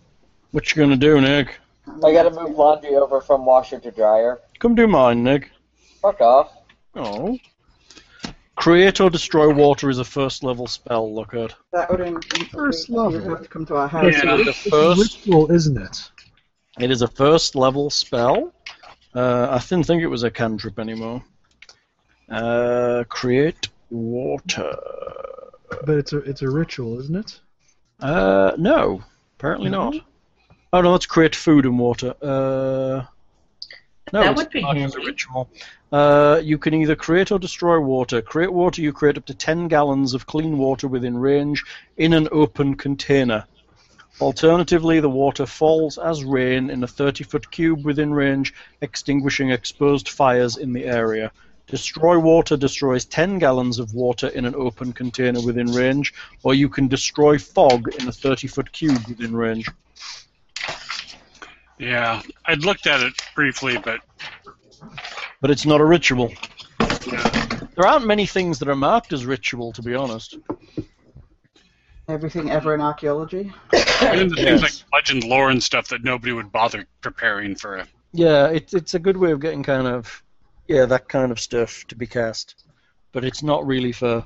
[SPEAKER 4] What you gonna do, Nick?
[SPEAKER 6] I gotta move laundry over from washer to dryer.
[SPEAKER 4] Come do mine, Nick.
[SPEAKER 6] Fuck off.
[SPEAKER 4] Oh. Create or destroy water is a first level spell, look at.
[SPEAKER 3] That would include
[SPEAKER 5] First
[SPEAKER 3] you would
[SPEAKER 5] level.
[SPEAKER 3] have to come to our house.
[SPEAKER 2] Yeah.
[SPEAKER 4] It's a first
[SPEAKER 5] Ritual, isn't it?
[SPEAKER 4] it is a first level spell. Uh, I didn't think it was a cantrip anymore. Uh, create water.
[SPEAKER 5] But it's a it's a ritual, isn't it?
[SPEAKER 4] Uh, no, apparently not. Oh no, let's create food and water. Uh, no,
[SPEAKER 7] That
[SPEAKER 4] it's
[SPEAKER 7] would be
[SPEAKER 4] not as a
[SPEAKER 7] handy.
[SPEAKER 4] ritual. Uh, you can either create or destroy water. Create water, you create up to 10 gallons of clean water within range in an open container. Alternatively, the water falls as rain in a 30 foot cube within range, extinguishing exposed fires in the area. Destroy water destroys 10 gallons of water in an open container within range, or you can destroy fog in a 30 foot cube within range.
[SPEAKER 2] Yeah, I'd looked at it briefly, but
[SPEAKER 4] But it's not a ritual.
[SPEAKER 2] yeah.
[SPEAKER 4] There aren't many things that are marked as ritual, to be honest.
[SPEAKER 3] Everything ever in archaeology.
[SPEAKER 2] even the things
[SPEAKER 4] Yes.
[SPEAKER 2] like legend lore and stuff that nobody would bother preparing for. A,
[SPEAKER 4] Yeah, it, it's a good way of getting kind of, yeah, that kind of stuff to be cast. But it's not really for.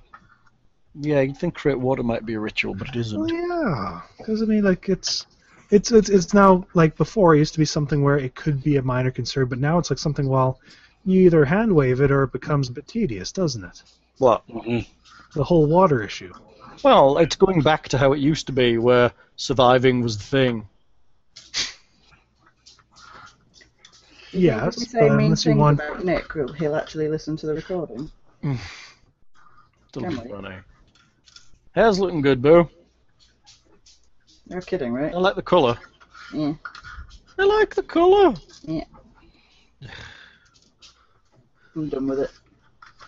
[SPEAKER 4] Yeah, you'd think create water might be a ritual, but it
[SPEAKER 5] Oh
[SPEAKER 4] isn't.
[SPEAKER 5] yeah, because I mean, like it's, it's it's it's now like before. It used to be something where it could be a minor concern, but now it's like something. Well, you either hand wave it or it becomes a bit tedious, doesn't it?
[SPEAKER 4] What?
[SPEAKER 5] The whole water issue.
[SPEAKER 4] Well, it's going back to how it used to be, where surviving was the thing.
[SPEAKER 3] If we
[SPEAKER 5] Yes,
[SPEAKER 3] say
[SPEAKER 5] but
[SPEAKER 3] mean
[SPEAKER 5] unless you
[SPEAKER 3] things
[SPEAKER 5] want,
[SPEAKER 3] about Nick, we'll- he'll actually listen to the recording.
[SPEAKER 4] It'll
[SPEAKER 3] Can
[SPEAKER 4] be
[SPEAKER 3] we?
[SPEAKER 4] funny. Hair's looking good, boo.
[SPEAKER 3] You're kidding,
[SPEAKER 4] I
[SPEAKER 3] right?
[SPEAKER 5] Oh.
[SPEAKER 4] like the colour.
[SPEAKER 3] Yeah.
[SPEAKER 4] Mm. I like the colour.
[SPEAKER 3] I'm done with it.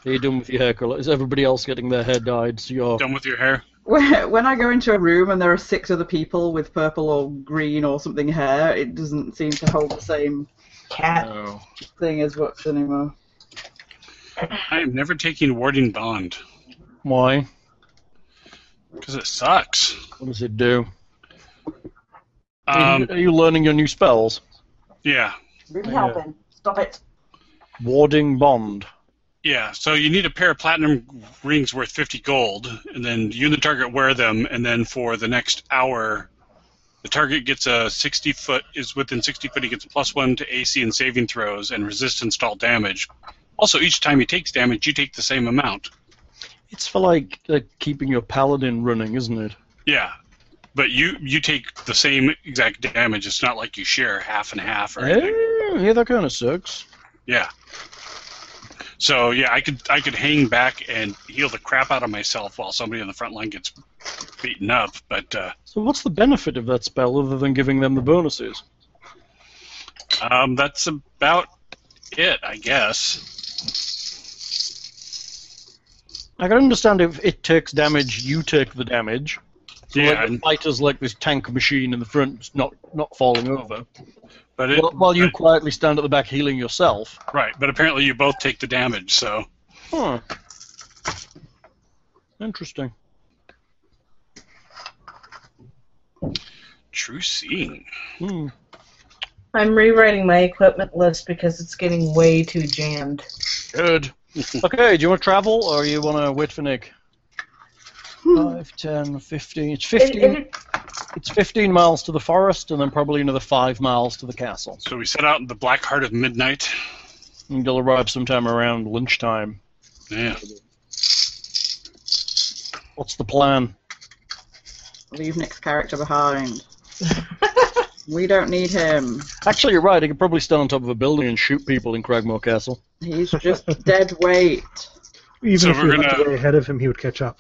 [SPEAKER 4] Are you done with your hair colour? Is everybody else getting their hair dyed? So you're
[SPEAKER 2] Done with your hair?
[SPEAKER 3] When when I go into a room and there are six other people with purple or green or something hair, it doesn't seem to hold the same
[SPEAKER 7] Cat.
[SPEAKER 4] Oh.
[SPEAKER 3] thing as what's anymore.
[SPEAKER 2] I am never taking warding bond
[SPEAKER 4] Why?
[SPEAKER 2] because it sucks.
[SPEAKER 4] What does it do? Are you-
[SPEAKER 2] Um,
[SPEAKER 4] are you learning your new spells?
[SPEAKER 2] yeah,
[SPEAKER 8] Really
[SPEAKER 4] Yeah.
[SPEAKER 8] helping. Stop it.
[SPEAKER 4] Warding bond.
[SPEAKER 2] yeah. So you need a pair of platinum rings worth fifty gold, and then you and the target wear them, and then for the next hour, the target gets a sixty foot is within sixty foot. He gets plus one to AC and saving throws and resistance to all damage. Also, each time he takes damage, you take the same amount.
[SPEAKER 4] It's for like, like keeping your paladin running, isn't it?
[SPEAKER 2] Yeah. But you you take the same exact damage. It's not like you share half and half or anything.
[SPEAKER 4] Eh, yeah, that kind of sucks.
[SPEAKER 2] Yeah. So yeah, I could I could hang back and heal the crap out of myself while somebody on the front line gets beaten up. But uh,
[SPEAKER 4] So what's the benefit of that spell other than giving them the bonuses?
[SPEAKER 2] um, that's about it, I guess.
[SPEAKER 4] I can understand if it takes damage, you take the damage. So
[SPEAKER 2] Yeah,
[SPEAKER 4] like the
[SPEAKER 2] and-
[SPEAKER 4] fighters like this tank machine in the front not not falling over.
[SPEAKER 2] But it,
[SPEAKER 4] While, while you
[SPEAKER 2] but-
[SPEAKER 4] quietly stand at the back healing yourself.
[SPEAKER 2] right, but apparently you both take the damage. So
[SPEAKER 4] Huh. Interesting.
[SPEAKER 2] true seeing.
[SPEAKER 4] Hmm.
[SPEAKER 7] I'm rewriting my equipment list because it's getting way too jammed.
[SPEAKER 4] Good. okay, do you want to travel or you want to wait for Nick? 5, 10, 15. It's
[SPEAKER 7] If,
[SPEAKER 4] 15,
[SPEAKER 7] if Hmm. it-
[SPEAKER 4] it's 15 miles to the forest and then probably another 5 miles to the castle.
[SPEAKER 2] So we set out in the black heart of midnight.
[SPEAKER 4] And you'll arrive sometime around lunchtime.
[SPEAKER 2] Yeah.
[SPEAKER 4] What's the plan?
[SPEAKER 3] Leave Nick's character behind. we don't need him.
[SPEAKER 4] Actually, you're right. He could probably stand on top of a building and shoot people in Cragmore Castle.
[SPEAKER 3] He's just dead weight.
[SPEAKER 5] Even
[SPEAKER 2] So
[SPEAKER 5] if we
[SPEAKER 2] we're
[SPEAKER 5] were
[SPEAKER 2] gonna-
[SPEAKER 5] way ahead of him, he would catch up.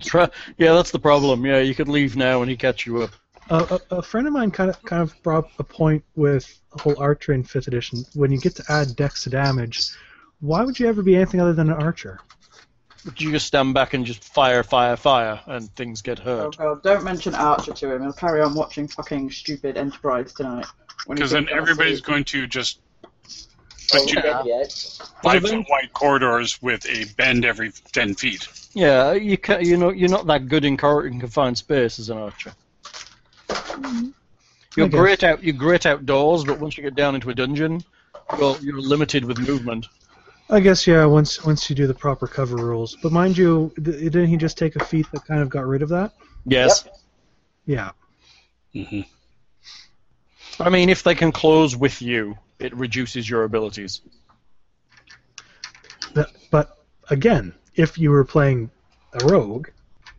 [SPEAKER 4] Tra- yeah, that's the problem. Yeah, you could leave now and he catch you up.
[SPEAKER 5] Uh, a, a friend of mine kind of kind of brought up a point with the whole archery in fifth edition. When you get to add dex to damage, why would you ever be anything other than an archer?
[SPEAKER 4] You just stand back and just fire, fire, fire, and things get
[SPEAKER 3] Oh
[SPEAKER 4] hurt.
[SPEAKER 3] god, don't mention Archer to him. He'll carry on watching fucking stupid Enterprise tonight. when he
[SPEAKER 2] Because then
[SPEAKER 3] thinks I'm
[SPEAKER 2] everybody's
[SPEAKER 3] asleep.
[SPEAKER 2] going to just
[SPEAKER 6] Are
[SPEAKER 2] put
[SPEAKER 6] we
[SPEAKER 2] you
[SPEAKER 6] dead yet?
[SPEAKER 2] five foot wide corridors with a bend every ten feet.
[SPEAKER 4] Yeah, you can, you know you're not that good in, cor- in confined space as an archer. You're
[SPEAKER 5] Mm-hmm. I guess.
[SPEAKER 4] great out you're great outdoors, but once you get down into a dungeon, well, you're limited with movement.
[SPEAKER 5] I guess yeah. Once once you do the proper cover rules, but mind you, th- didn't he just take a feat that kind of got rid of that?
[SPEAKER 4] Yes,
[SPEAKER 5] Yeah.
[SPEAKER 2] Mm-hmm.
[SPEAKER 4] I mean if they can close with you, it reduces your abilities.
[SPEAKER 5] That, but again, if you were playing a rogue,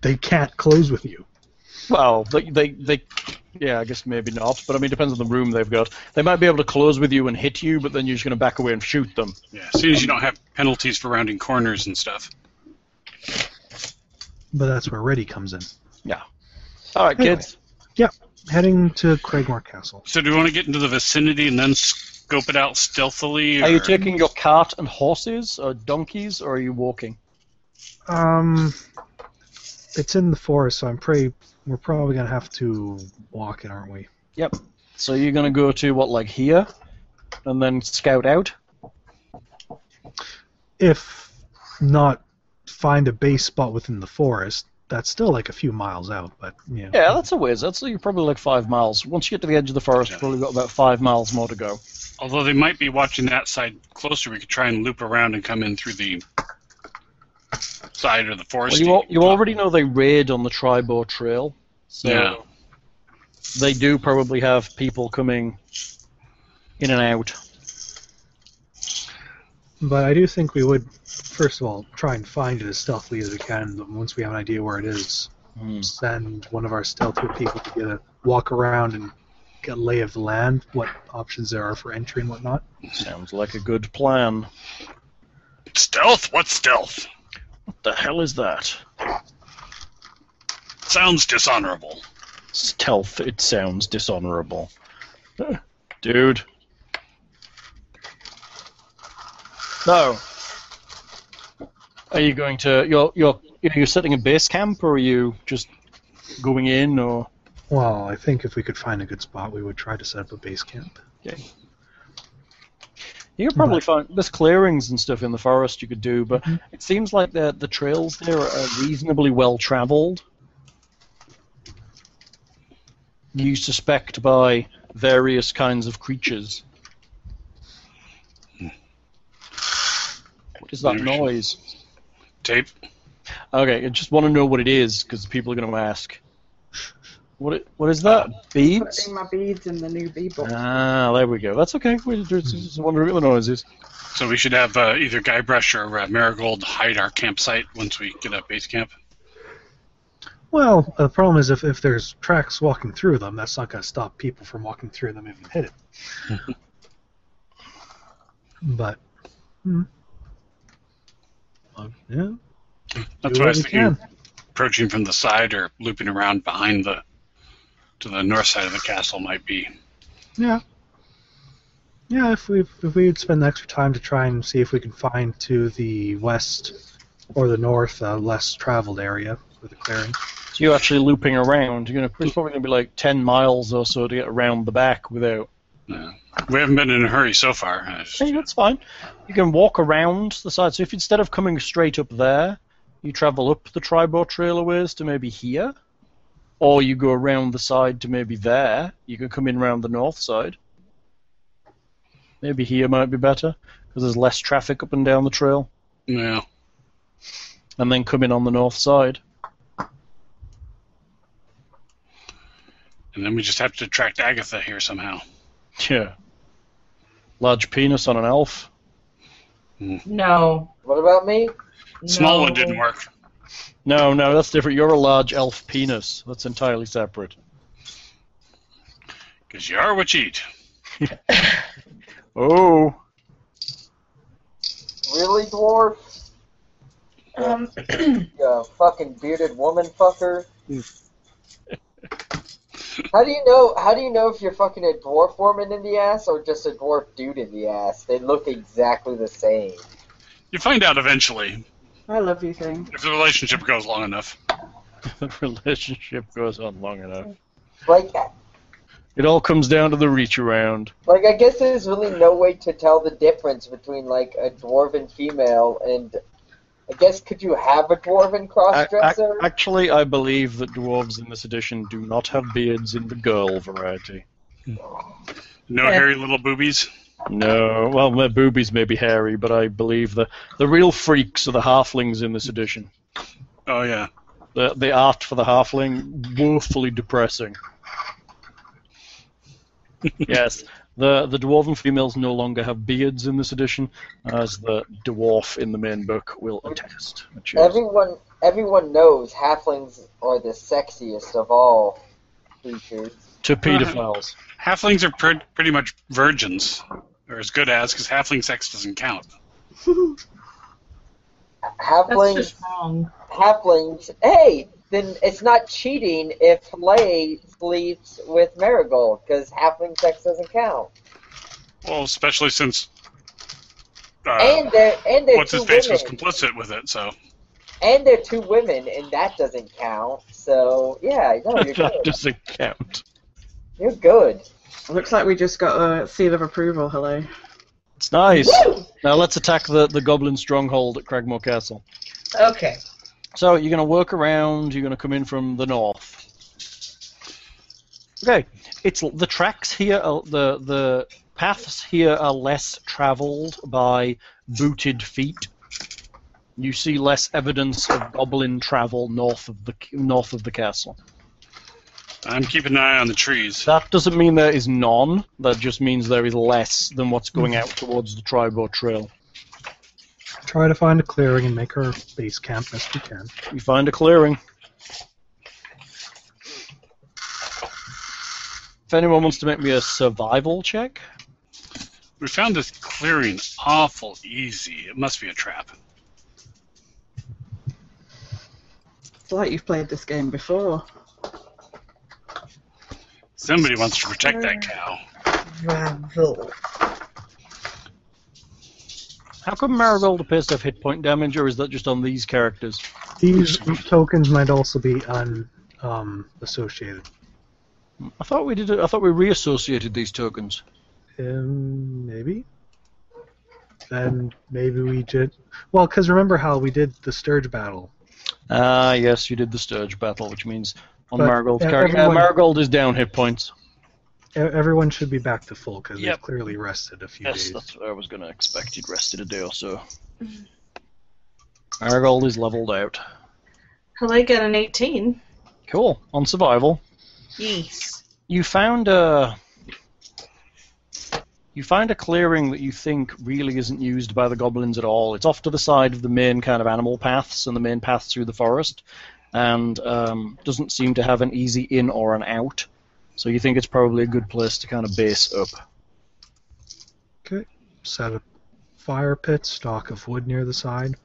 [SPEAKER 5] they can't close with you.
[SPEAKER 4] Well, they, they, they, yeah, I guess maybe not, but I mean, it depends on the room they've got. They might be able to close with you and hit you, but then you're just going to back away and shoot them.
[SPEAKER 2] Yeah, as soon as you don't have penalties for rounding corners and stuff.
[SPEAKER 5] But that's where ready comes in.
[SPEAKER 4] All right,
[SPEAKER 5] Anyway.
[SPEAKER 4] kids.
[SPEAKER 5] Heading to Craigmore Castle.
[SPEAKER 2] So do we want to get into the vicinity and then scope it out stealthily?
[SPEAKER 4] Are you
[SPEAKER 2] or-
[SPEAKER 4] taking your cart and horses or donkeys, or are you walking?
[SPEAKER 5] Um, it's in the forest, so I'm pretty. We're probably gonna have to walk it, aren't we?
[SPEAKER 4] So you're going to go to what, like here, and then scout out?
[SPEAKER 5] If not, find a base spot within the forest. That's still like a few miles out, but yeah.
[SPEAKER 4] Yeah, that's a ways. That's you're probably like five miles. Once you get to the edge of the forest, you've probably got about five miles more to go.
[SPEAKER 2] Although they might be watching that side closer, we could try and loop around and come in through the side of the forest.
[SPEAKER 4] Well, you al- you already know they raid on the Tribor Trail, so
[SPEAKER 2] Yeah.
[SPEAKER 4] they do probably have people coming in and out.
[SPEAKER 5] But I do think we would, first of all, try and find it as stealthily as we can. But once we have an idea where it is,
[SPEAKER 4] Hmm,
[SPEAKER 5] send one of our stealthy people to get a walk around and get a lay of the land, what options there are for entry and whatnot.
[SPEAKER 4] Sounds like a good plan.
[SPEAKER 2] Stealth? What stealth?
[SPEAKER 4] What the hell is that?
[SPEAKER 2] Sounds dishonorable.
[SPEAKER 4] Stealth, it sounds dishonorable. Huh, Dude. So, are you going to. You're, you're, are you setting a base camp, or are you just going in, or.
[SPEAKER 5] Well, I think if we could find a good spot, we would try to set up a base camp.
[SPEAKER 4] You could probably find there's clearings and stuff in the forest you could do, but it seems like the the trails there are reasonably well traveled. You suspect by various kinds of creatures. What is that
[SPEAKER 2] Maybe we should-
[SPEAKER 4] noise?
[SPEAKER 2] Tape?
[SPEAKER 4] Okay, I just want to know what it is because people are going to ask. What it, what is that? Beads?
[SPEAKER 3] Putting my beads in the new bee box.
[SPEAKER 4] Ah, there we go. That's okay. We just, just wondering what the noise is.
[SPEAKER 2] So we should have uh, either Guybrush or uh, Marigold hide our campsite once we get up base camp.
[SPEAKER 5] Well, the problem is if, if there's tracks walking through them, that's not going to stop people from walking through them if you hit it. but, hmm. Well, yeah, do
[SPEAKER 2] That's what I
[SPEAKER 5] what
[SPEAKER 2] was
[SPEAKER 5] we
[SPEAKER 2] thinking.
[SPEAKER 5] can.
[SPEAKER 2] Approaching from the side or looping around behind the to the north side of the castle might be.
[SPEAKER 5] Yeah. Yeah, if we if we would spend the extra time to try and see if we can find to the west or the north uh, less traveled area with a clearing.
[SPEAKER 4] So you're actually looping around. You're gonna, it's probably going to be like 10 miles or so to get around the back without.
[SPEAKER 2] We haven't been in a hurry so far. I just-
[SPEAKER 4] Hey, that's fine. You can walk around the side. So if instead of coming straight up there, you travel up the Tribor Trail a ways to maybe here, or you go around the side to maybe there, you can come in round the north side. Maybe here might be better because there's less traffic up and down the trail,
[SPEAKER 2] Yeah.
[SPEAKER 4] and then come in on the north side.
[SPEAKER 2] And then we just have to attract Agatha here somehow.
[SPEAKER 4] Yeah. Large penis on an elf.
[SPEAKER 7] No.
[SPEAKER 6] What about me?
[SPEAKER 2] Small
[SPEAKER 7] no.
[SPEAKER 2] one didn't work.
[SPEAKER 4] No, no, that's different. You're a large elf penis. That's entirely separate.
[SPEAKER 2] Because you are what you eat.
[SPEAKER 4] Oh,
[SPEAKER 6] Really, dwarf?
[SPEAKER 7] Um,
[SPEAKER 6] You fucking bearded woman fucker. how do you know? How do you know if you're fucking a dwarf woman in the ass or just a dwarf dude in the ass? They look exactly the same.
[SPEAKER 2] You find out eventually
[SPEAKER 3] I love you thing.
[SPEAKER 2] if the relationship goes long enough.
[SPEAKER 4] the relationship goes on long enough.
[SPEAKER 6] Like,
[SPEAKER 4] It all comes down to the reach around.
[SPEAKER 6] like I guess there's really no way to tell the difference between like a dwarven female and. I guess could you have a dwarven
[SPEAKER 4] I-
[SPEAKER 6] crossdresser?
[SPEAKER 4] I- actually, I believe that dwarves in this edition do not have beards in the girl variety.
[SPEAKER 2] No
[SPEAKER 7] Yeah.
[SPEAKER 2] hairy little boobies.
[SPEAKER 4] No, well, their boobies may be hairy, but I believe the the real freaks are the halflings in this edition.
[SPEAKER 2] Oh yeah.
[SPEAKER 4] The the art for the halfling woefully depressing. yes, the the dwarven females no longer have beards in this edition, as the dwarf in the main book will attest. Which is-
[SPEAKER 6] Everyone, everyone knows halflings are the sexiest of all creatures.
[SPEAKER 4] to pedophiles.
[SPEAKER 2] Halflings are pre- pretty much virgins, or as good as, because halfling sex doesn't count.
[SPEAKER 7] that's
[SPEAKER 6] Halflings,
[SPEAKER 7] just wrong.
[SPEAKER 6] halflings. Hey, then it's not cheating if Lay sleeps with Marigold because halfling sex doesn't count.
[SPEAKER 2] Well, especially since uh,
[SPEAKER 6] and they're and they're
[SPEAKER 2] what's
[SPEAKER 6] two
[SPEAKER 2] his face was
[SPEAKER 6] women,
[SPEAKER 2] complicit with it. So
[SPEAKER 6] and they're two women, and that doesn't count. So yeah, no, you're
[SPEAKER 4] that
[SPEAKER 6] good.
[SPEAKER 4] doesn't count.
[SPEAKER 6] You're good.
[SPEAKER 3] Looks like we just got a seal of approval. Hello.
[SPEAKER 4] It's nice.
[SPEAKER 6] Woo!
[SPEAKER 4] Now let's attack the, the goblin stronghold at Cragmore Castle.
[SPEAKER 7] Okay.
[SPEAKER 4] So you're going to work around. You're going to come in from the north. Okay, it's the tracks here. Are, the the paths here are less travelled by booted feet. You see less evidence of goblin travel north of the north of the castle.
[SPEAKER 2] I'm keeping an eye on the trees.
[SPEAKER 4] That doesn't mean there is none. That just means there is less than what's going out towards the Tribor Trail.
[SPEAKER 5] Try to find a clearing and make her base camp best we can.
[SPEAKER 4] You find a clearing. If anyone wants to make me a survival check,
[SPEAKER 2] We found this clearing awful easy. It must be a trap.
[SPEAKER 3] It's like you've played this game before.
[SPEAKER 2] Somebody wants to protect
[SPEAKER 6] Mm.
[SPEAKER 2] that cow.
[SPEAKER 7] Bravo.
[SPEAKER 4] how come Marigold appears to have hit point damage, or is that just on these characters?
[SPEAKER 5] These tokens might also be un um, associated.
[SPEAKER 4] I thought we did. It, I thought we reassociated these tokens.
[SPEAKER 5] Um, maybe. Then maybe we did. Well, because remember how we did the Sturge battle.
[SPEAKER 4] Ah, yes, you did the Sturge battle, which means on
[SPEAKER 5] But
[SPEAKER 4] Marigold's
[SPEAKER 5] e-
[SPEAKER 4] character, uh,
[SPEAKER 5] everyone-
[SPEAKER 4] Marigold is down hit points.
[SPEAKER 5] E- Everyone should be back to full because
[SPEAKER 4] Yep.
[SPEAKER 5] they've clearly rested a few
[SPEAKER 4] Yes,
[SPEAKER 5] days.
[SPEAKER 4] that's what I was going to expect. He'd rested a day or so. Marigold is leveled out.
[SPEAKER 8] Hello, got an 18.
[SPEAKER 4] Cool. On survival,
[SPEAKER 7] Yes.
[SPEAKER 4] you found a you find a clearing that you think really isn't used by the goblins at all. It's off to the side of the main kind of animal paths and the main path through the forest, and um, doesn't seem to have an easy in or an out. So you think it's probably a good place to kind of base up.
[SPEAKER 5] Set a fire pit, stock of wood near the side.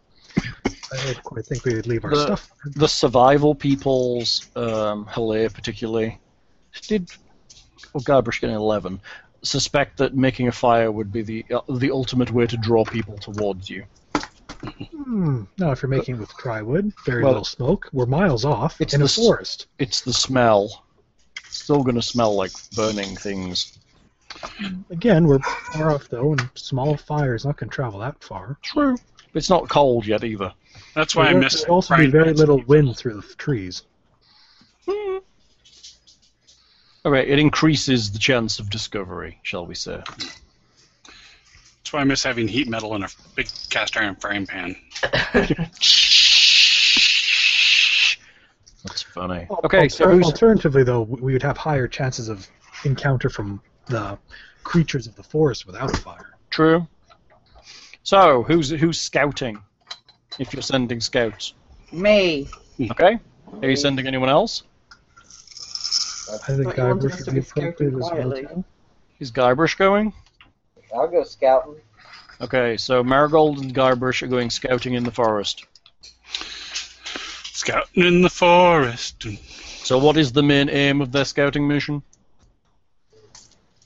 [SPEAKER 5] I don't quite think we would leave our
[SPEAKER 4] The-
[SPEAKER 5] stuff.
[SPEAKER 4] The survival peoples, um, Hale particularly, did oh god, we're getting eleven. Suspect that making a fire would be the uh, the ultimate way to draw people towards you.
[SPEAKER 5] Hmm. Now, if you're making it with dry wood, very
[SPEAKER 4] Well-
[SPEAKER 5] little smoke. We're miles off
[SPEAKER 4] It's
[SPEAKER 5] in
[SPEAKER 4] the
[SPEAKER 5] a
[SPEAKER 4] s-
[SPEAKER 5] forest.
[SPEAKER 4] It's the smell. It's still going to smell like burning things.
[SPEAKER 5] Again, we're far off though, and small fire is not going to travel that far.
[SPEAKER 4] True. It's not cold yet either.
[SPEAKER 2] That's why I
[SPEAKER 5] There'd
[SPEAKER 2] missed.
[SPEAKER 5] also be
[SPEAKER 2] Brian
[SPEAKER 5] very
[SPEAKER 2] Wilson.
[SPEAKER 5] little wind through the trees.
[SPEAKER 4] All right, it increases the chance of discovery, shall we say.
[SPEAKER 2] That's why I miss having heat metal in a big cast iron frying pan.
[SPEAKER 4] That's funny.
[SPEAKER 5] Al-
[SPEAKER 4] Okay, so
[SPEAKER 5] alter-
[SPEAKER 4] who's,
[SPEAKER 5] alternatively, though, we we would have higher chances of encounter from the creatures of the forest without fire.
[SPEAKER 4] true. So, who's who's scouting? If you're sending scouts,
[SPEAKER 3] Me.
[SPEAKER 4] Okay. Are you sending anyone else?
[SPEAKER 5] I think
[SPEAKER 3] But you wanted
[SPEAKER 5] Guybrush
[SPEAKER 3] us
[SPEAKER 5] would
[SPEAKER 3] to
[SPEAKER 5] be
[SPEAKER 3] be scouting
[SPEAKER 5] appropriate as well.
[SPEAKER 3] quietly.
[SPEAKER 5] too.
[SPEAKER 4] Is Guybrush going?
[SPEAKER 6] I'll go scouting.
[SPEAKER 4] Okay, so Marigold and Guybrush are going scouting in the forest.
[SPEAKER 2] Scouting in the forest.
[SPEAKER 4] So what is the main aim of their scouting mission?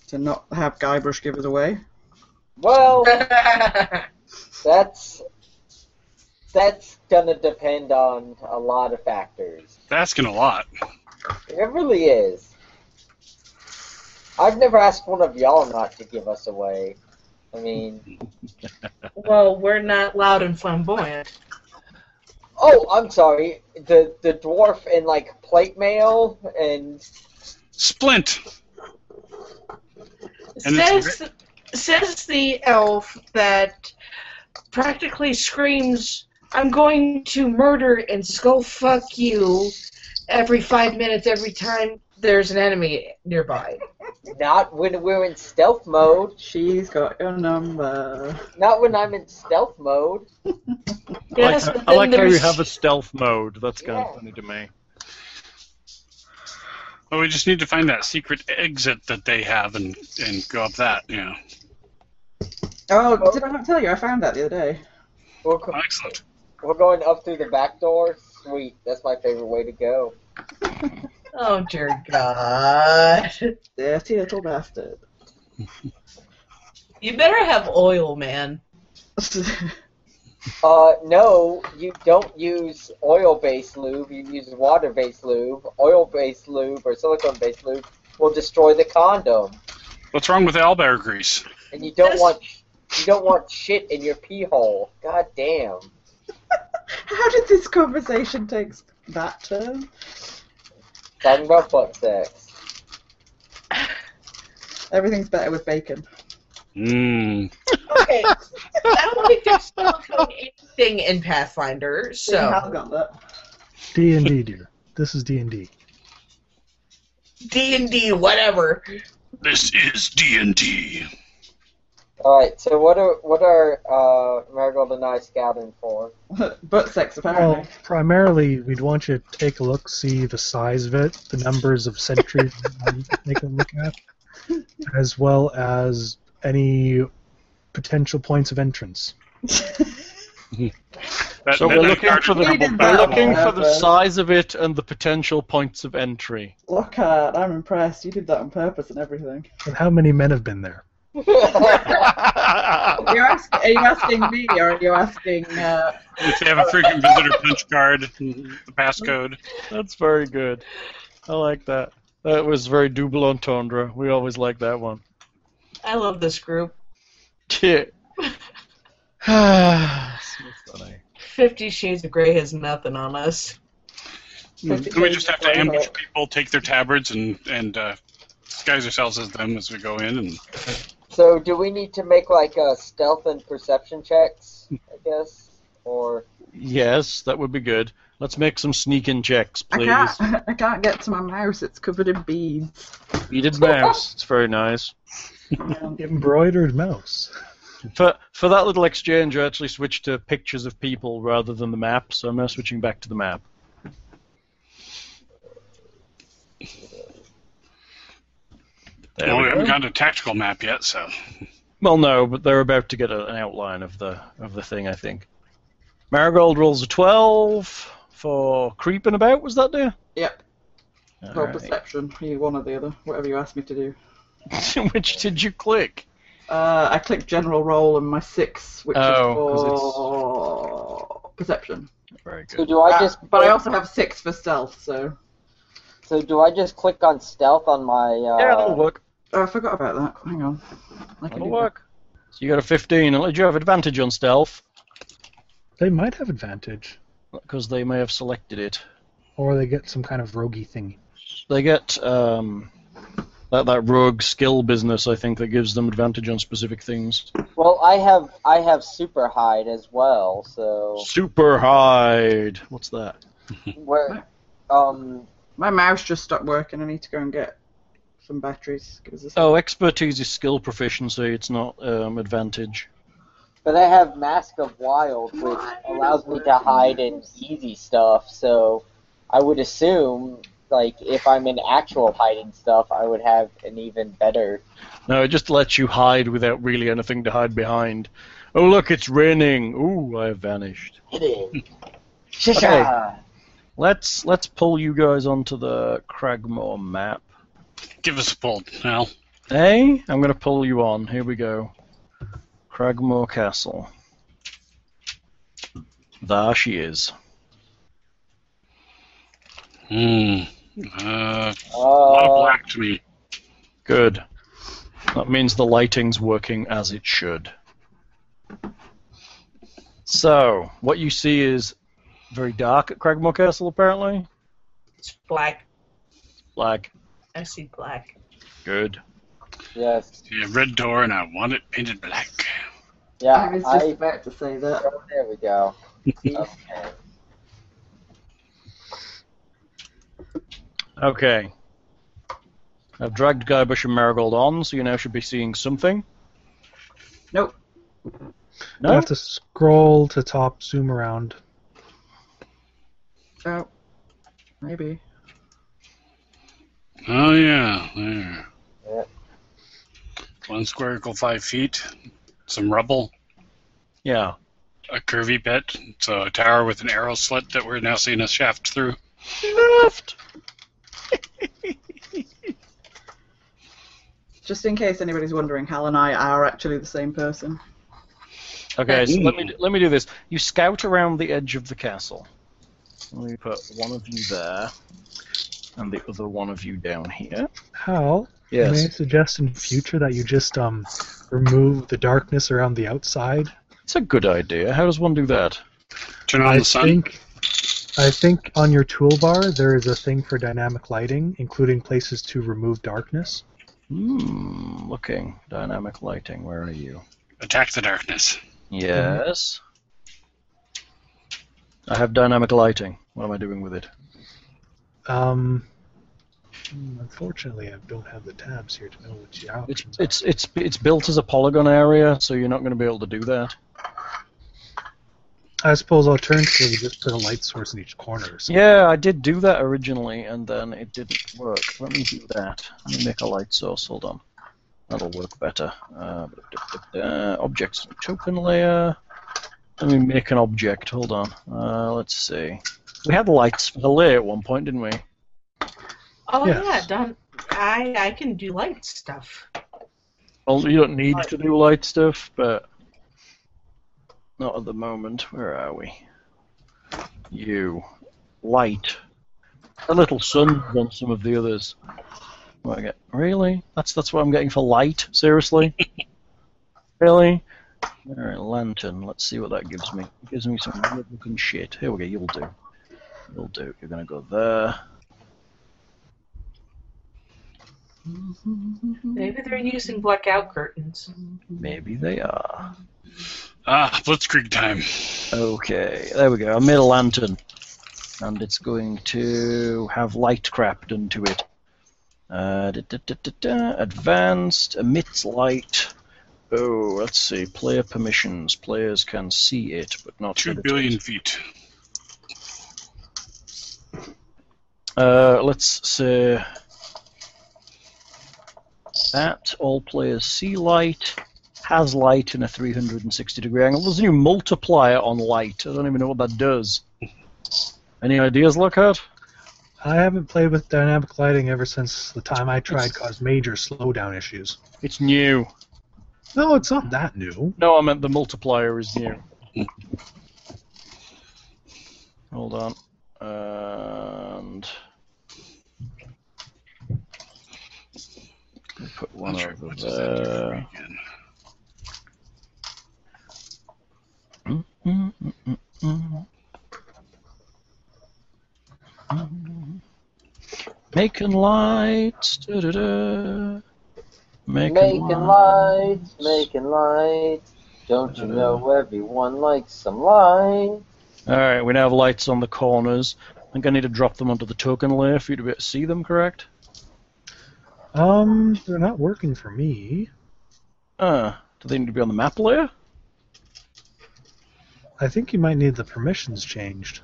[SPEAKER 3] To not have Guybrush give us away.
[SPEAKER 6] Well,
[SPEAKER 7] That's
[SPEAKER 6] that's that's gonna depend on a lot of factors.
[SPEAKER 2] They're asking a lot.
[SPEAKER 6] It really is. I've never asked one of y'all not to give us away. I mean,
[SPEAKER 7] well, we're not loud and flamboyant.
[SPEAKER 6] oh, I'm sorry. The the dwarf in like plate mail and
[SPEAKER 2] Splint. And it's
[SPEAKER 7] says says the elf that practically screams, "I'm going to murder and skull fuck you." Every five minutes, every time there's an enemy nearby.
[SPEAKER 6] not when we're in stealth mode.
[SPEAKER 3] She's got your number.
[SPEAKER 6] Not when I'm in stealth mode.
[SPEAKER 7] Yes,
[SPEAKER 4] I like, how, I
[SPEAKER 7] but then
[SPEAKER 4] like how you
[SPEAKER 7] there's-
[SPEAKER 4] have a stealth mode. That's kind
[SPEAKER 6] Yeah.
[SPEAKER 4] of funny to me.
[SPEAKER 2] But we just need to find that secret exit that they have and, and go up that, you know.
[SPEAKER 3] Oh,
[SPEAKER 6] Oh.
[SPEAKER 3] did I not tell you? I found that the other day.
[SPEAKER 6] We're,
[SPEAKER 2] Oh,
[SPEAKER 6] go-
[SPEAKER 2] excellent.
[SPEAKER 6] we're going up through the back door. Sweet, that's my favorite way to go.
[SPEAKER 7] Oh dear God!
[SPEAKER 3] Dirty little bastard.
[SPEAKER 7] You better have oil, man.
[SPEAKER 6] Uh, no, you don't use oil-based lube. You use water-based lube. Oil-based lube or silicone-based lube will destroy the condom,
[SPEAKER 2] What's wrong with owlbear grease?
[SPEAKER 6] and you don't
[SPEAKER 7] Yes.
[SPEAKER 6] want you don't want shit in your pee hole. God damn.
[SPEAKER 3] How did this conversation take that turn?
[SPEAKER 6] Talking about butt sex.
[SPEAKER 3] Everything's better with bacon.
[SPEAKER 2] Mmm.
[SPEAKER 7] Okay, I don't think there's silicone anything in Pathfinder,
[SPEAKER 3] See, I have
[SPEAKER 7] so
[SPEAKER 3] got that.
[SPEAKER 5] D and D, dear. This is D and D.
[SPEAKER 7] D and D, whatever.
[SPEAKER 2] This is D&D.
[SPEAKER 6] All right, so what are what are uh, Marigold and I scouting for?
[SPEAKER 3] Butt sex, apparently.
[SPEAKER 5] Well, primarily, we'd want you to take a look, see the size of it, the numbers of sentries you can take a look at, as well as any potential points of entrance.
[SPEAKER 2] That,
[SPEAKER 4] So
[SPEAKER 2] that
[SPEAKER 4] we're looking
[SPEAKER 2] guarded
[SPEAKER 4] for the
[SPEAKER 3] Needed
[SPEAKER 4] we're
[SPEAKER 3] that
[SPEAKER 4] looking for the
[SPEAKER 3] one.
[SPEAKER 4] size of it and the potential points of entry.
[SPEAKER 3] Lockhart, I'm impressed. You did that on purpose and everything.
[SPEAKER 5] And how many men have been there?
[SPEAKER 3] Are you, ask- are you asking me or are you asking. Uh,
[SPEAKER 2] If they have a freaking visitor punch card, the passcode.
[SPEAKER 4] That's very good. I like that. That was very double entendre. We always like that one.
[SPEAKER 7] I love this group.
[SPEAKER 4] Yeah. That's funny.
[SPEAKER 7] Fifty Shades of Grey has nothing on us.
[SPEAKER 2] Do we just have to ambush people, take their tabards, and and uh, disguise ourselves as them as we go in? And
[SPEAKER 6] So do we need to make like a stealth and perception checks? I guess or
[SPEAKER 4] Yes, that would be good. Let's make some sneaking checks,
[SPEAKER 3] I
[SPEAKER 4] please.
[SPEAKER 3] can't, I can't get to my mouse. It's covered in beads.
[SPEAKER 4] Beaded mouse. It's very nice.
[SPEAKER 3] Um,
[SPEAKER 5] Embroidered mouse.
[SPEAKER 4] For for that little exchange, I actually switched to pictures of people rather than the map, so I'm now switching back to the map. There
[SPEAKER 2] well, Oh, we
[SPEAKER 4] we
[SPEAKER 2] haven't
[SPEAKER 4] go.
[SPEAKER 2] gotten a tactical map yet, so
[SPEAKER 4] Well, no, but they're about to get a, an outline of the of the thing, I think. Marigold rolls a twelve for creeping about. Was that there?
[SPEAKER 3] Yep, or
[SPEAKER 4] Alright.
[SPEAKER 3] perception. You one or the other, whatever you asked me to do.
[SPEAKER 4] Which did you click?
[SPEAKER 3] Uh, I clicked general roll and my six, which
[SPEAKER 4] Oh,
[SPEAKER 3] is
[SPEAKER 4] 'cause it's-
[SPEAKER 3] for perception.
[SPEAKER 4] Very good.
[SPEAKER 6] so do I
[SPEAKER 3] Uh,
[SPEAKER 6] just?
[SPEAKER 3] but I also have six for stealth, so
[SPEAKER 6] So do I just click on stealth on my? Uh,
[SPEAKER 4] yeah, that'll work.
[SPEAKER 3] oh, I forgot about that. Hang on, I can
[SPEAKER 4] That'll
[SPEAKER 3] do
[SPEAKER 4] work. So you got a fifteen. And did you have advantage on stealth?
[SPEAKER 5] They might have advantage,
[SPEAKER 4] Because they may have selected it.
[SPEAKER 5] or they get some kind of roguey thing.
[SPEAKER 4] They get um, that that rogue skill business. I think that gives them advantage on specific things.
[SPEAKER 6] Well, I have I have super hide as well, so
[SPEAKER 4] Super hide. What's that?
[SPEAKER 6] where um
[SPEAKER 3] that. My mouse just stopped working. I need to go and get some batteries. Give us a sec.
[SPEAKER 4] Oh, expertise is skill proficiency. It's not um, advantage.
[SPEAKER 6] But I have Mask of Wild, which allows me to hide in easy stuff, so I would assume, like, if I'm in actual hiding stuff, I would have an even better.
[SPEAKER 4] No, it just lets you hide without really anything to hide behind. Oh, look, it's raining. Ooh, I have vanished.
[SPEAKER 6] It is. Shisha!
[SPEAKER 4] Let's let's pull you guys onto the Cragmore map.
[SPEAKER 2] Give us a pull now.
[SPEAKER 4] Hey, I'm gonna pull you on. Here we go. Cragmore Castle. There she is.
[SPEAKER 2] Hmm. Uh, a lot of
[SPEAKER 6] Uh,
[SPEAKER 2] black to me.
[SPEAKER 4] Good. That means the lighting's working as it should. So, what you see is very dark at Cragmore Castle, apparently.
[SPEAKER 7] It's black.
[SPEAKER 4] Black.
[SPEAKER 7] I see black.
[SPEAKER 4] Good.
[SPEAKER 6] yes.
[SPEAKER 2] Yeah, red door, and I want it painted black.
[SPEAKER 6] Yeah,
[SPEAKER 3] I was just
[SPEAKER 6] I,
[SPEAKER 3] about to say that.
[SPEAKER 6] oh, there we go. Okay.
[SPEAKER 4] Okay. I've dragged Guybrush and Marigold on, so you now should be seeing something.
[SPEAKER 3] Nope.
[SPEAKER 5] I
[SPEAKER 4] No?
[SPEAKER 5] have to scroll to top, zoom around.
[SPEAKER 3] Oh, maybe.
[SPEAKER 2] Oh yeah, there.
[SPEAKER 6] Yeah.
[SPEAKER 2] One square equal five feet. Some rubble.
[SPEAKER 4] Yeah.
[SPEAKER 2] A curvy bit. So a tower with an arrow slit that we're now seeing a shaft through.
[SPEAKER 4] Left!
[SPEAKER 3] Just in case anybody's wondering, Hal and I are actually the same person.
[SPEAKER 4] Okay, so let
[SPEAKER 2] Mm.
[SPEAKER 4] me do- let me do this. You scout around the edge of the castle. Let me put one of you there, and the other one of you down here.
[SPEAKER 5] Hal, may I suggest in future that you just um remove the darkness around the outside?
[SPEAKER 4] it's a good idea. How does one do that?
[SPEAKER 2] Turn on
[SPEAKER 5] I
[SPEAKER 2] the sun.
[SPEAKER 5] think I think on your toolbar there is a thing for dynamic lighting, including places to remove darkness.
[SPEAKER 4] Hmm. Looking dynamic lighting. Where are you?
[SPEAKER 2] Attack the darkness.
[SPEAKER 4] Yes. I have dynamic lighting. What am I doing with it?
[SPEAKER 5] Um, unfortunately, I don't have the tabs here to know what your
[SPEAKER 4] It's
[SPEAKER 5] options
[SPEAKER 4] it's it's it's built as a polygon area, so you're not going to be able to do that.
[SPEAKER 5] are. I suppose alternatively, just put a light source in each corner. So
[SPEAKER 4] Yeah, I did do that originally, and then it didn't work. Let me do that. Let me make a light source. Hold on. That'll work better. Uh, da- da- da- da. objects token layer. Let me make an object. Hold on. Uh, let's see. We had lights for the layer at one point, didn't we?
[SPEAKER 8] Oh
[SPEAKER 5] Yes.
[SPEAKER 8] yeah, done. I I can do light stuff.
[SPEAKER 4] Well, you don't need to do light stuff, but not at the moment. Where are we? You. Light. A little sun on some of the others. What I get? Really? That's that's what I'm getting for light? Seriously? really? Alright, lantern. Let's see what that gives me. It gives me some weird looking shit. Here we go, you'll do. You'll do. You're gonna go there.
[SPEAKER 8] Maybe they're using blackout curtains.
[SPEAKER 4] Maybe they are.
[SPEAKER 2] Ah, Blitzkrieg time.
[SPEAKER 4] Okay, there we go. I made a lantern, and it's going to have light crap done to it. Uh, da, da, da, da, da, advanced emits light. Oh, let's see. Player permissions. Players can see it, but not.
[SPEAKER 2] Two
[SPEAKER 4] edit it.
[SPEAKER 2] billion feet.
[SPEAKER 4] Uh, let's say that all players see light has light in a 360 degree angle. There's a new multiplier on light. I don't even know what that does. Any ideas, Lockhart?
[SPEAKER 5] I haven't played with dynamic lighting ever since the time I tried caused major slowdown issues.
[SPEAKER 4] It's new.
[SPEAKER 5] No, it's not that new.
[SPEAKER 4] No, I meant the multiplier is new. Hold on. And Let me put one
[SPEAKER 2] Not sure
[SPEAKER 4] over
[SPEAKER 2] what does that do for
[SPEAKER 4] there.
[SPEAKER 2] me again.
[SPEAKER 4] Mm, mm, mm, mm. Making lights. da-da-da. Making,
[SPEAKER 6] Making
[SPEAKER 4] lights. Uh-huh.
[SPEAKER 6] lights, making lights. Don't you know everyone likes some lights?
[SPEAKER 4] All right, we now have lights on the corners. I think I need to drop them onto the token layer for you to be able to see them, correct?
[SPEAKER 5] Um, they're not working for me.
[SPEAKER 4] Ah, do they need to be on the map layer?
[SPEAKER 5] I think you might need the permissions changed.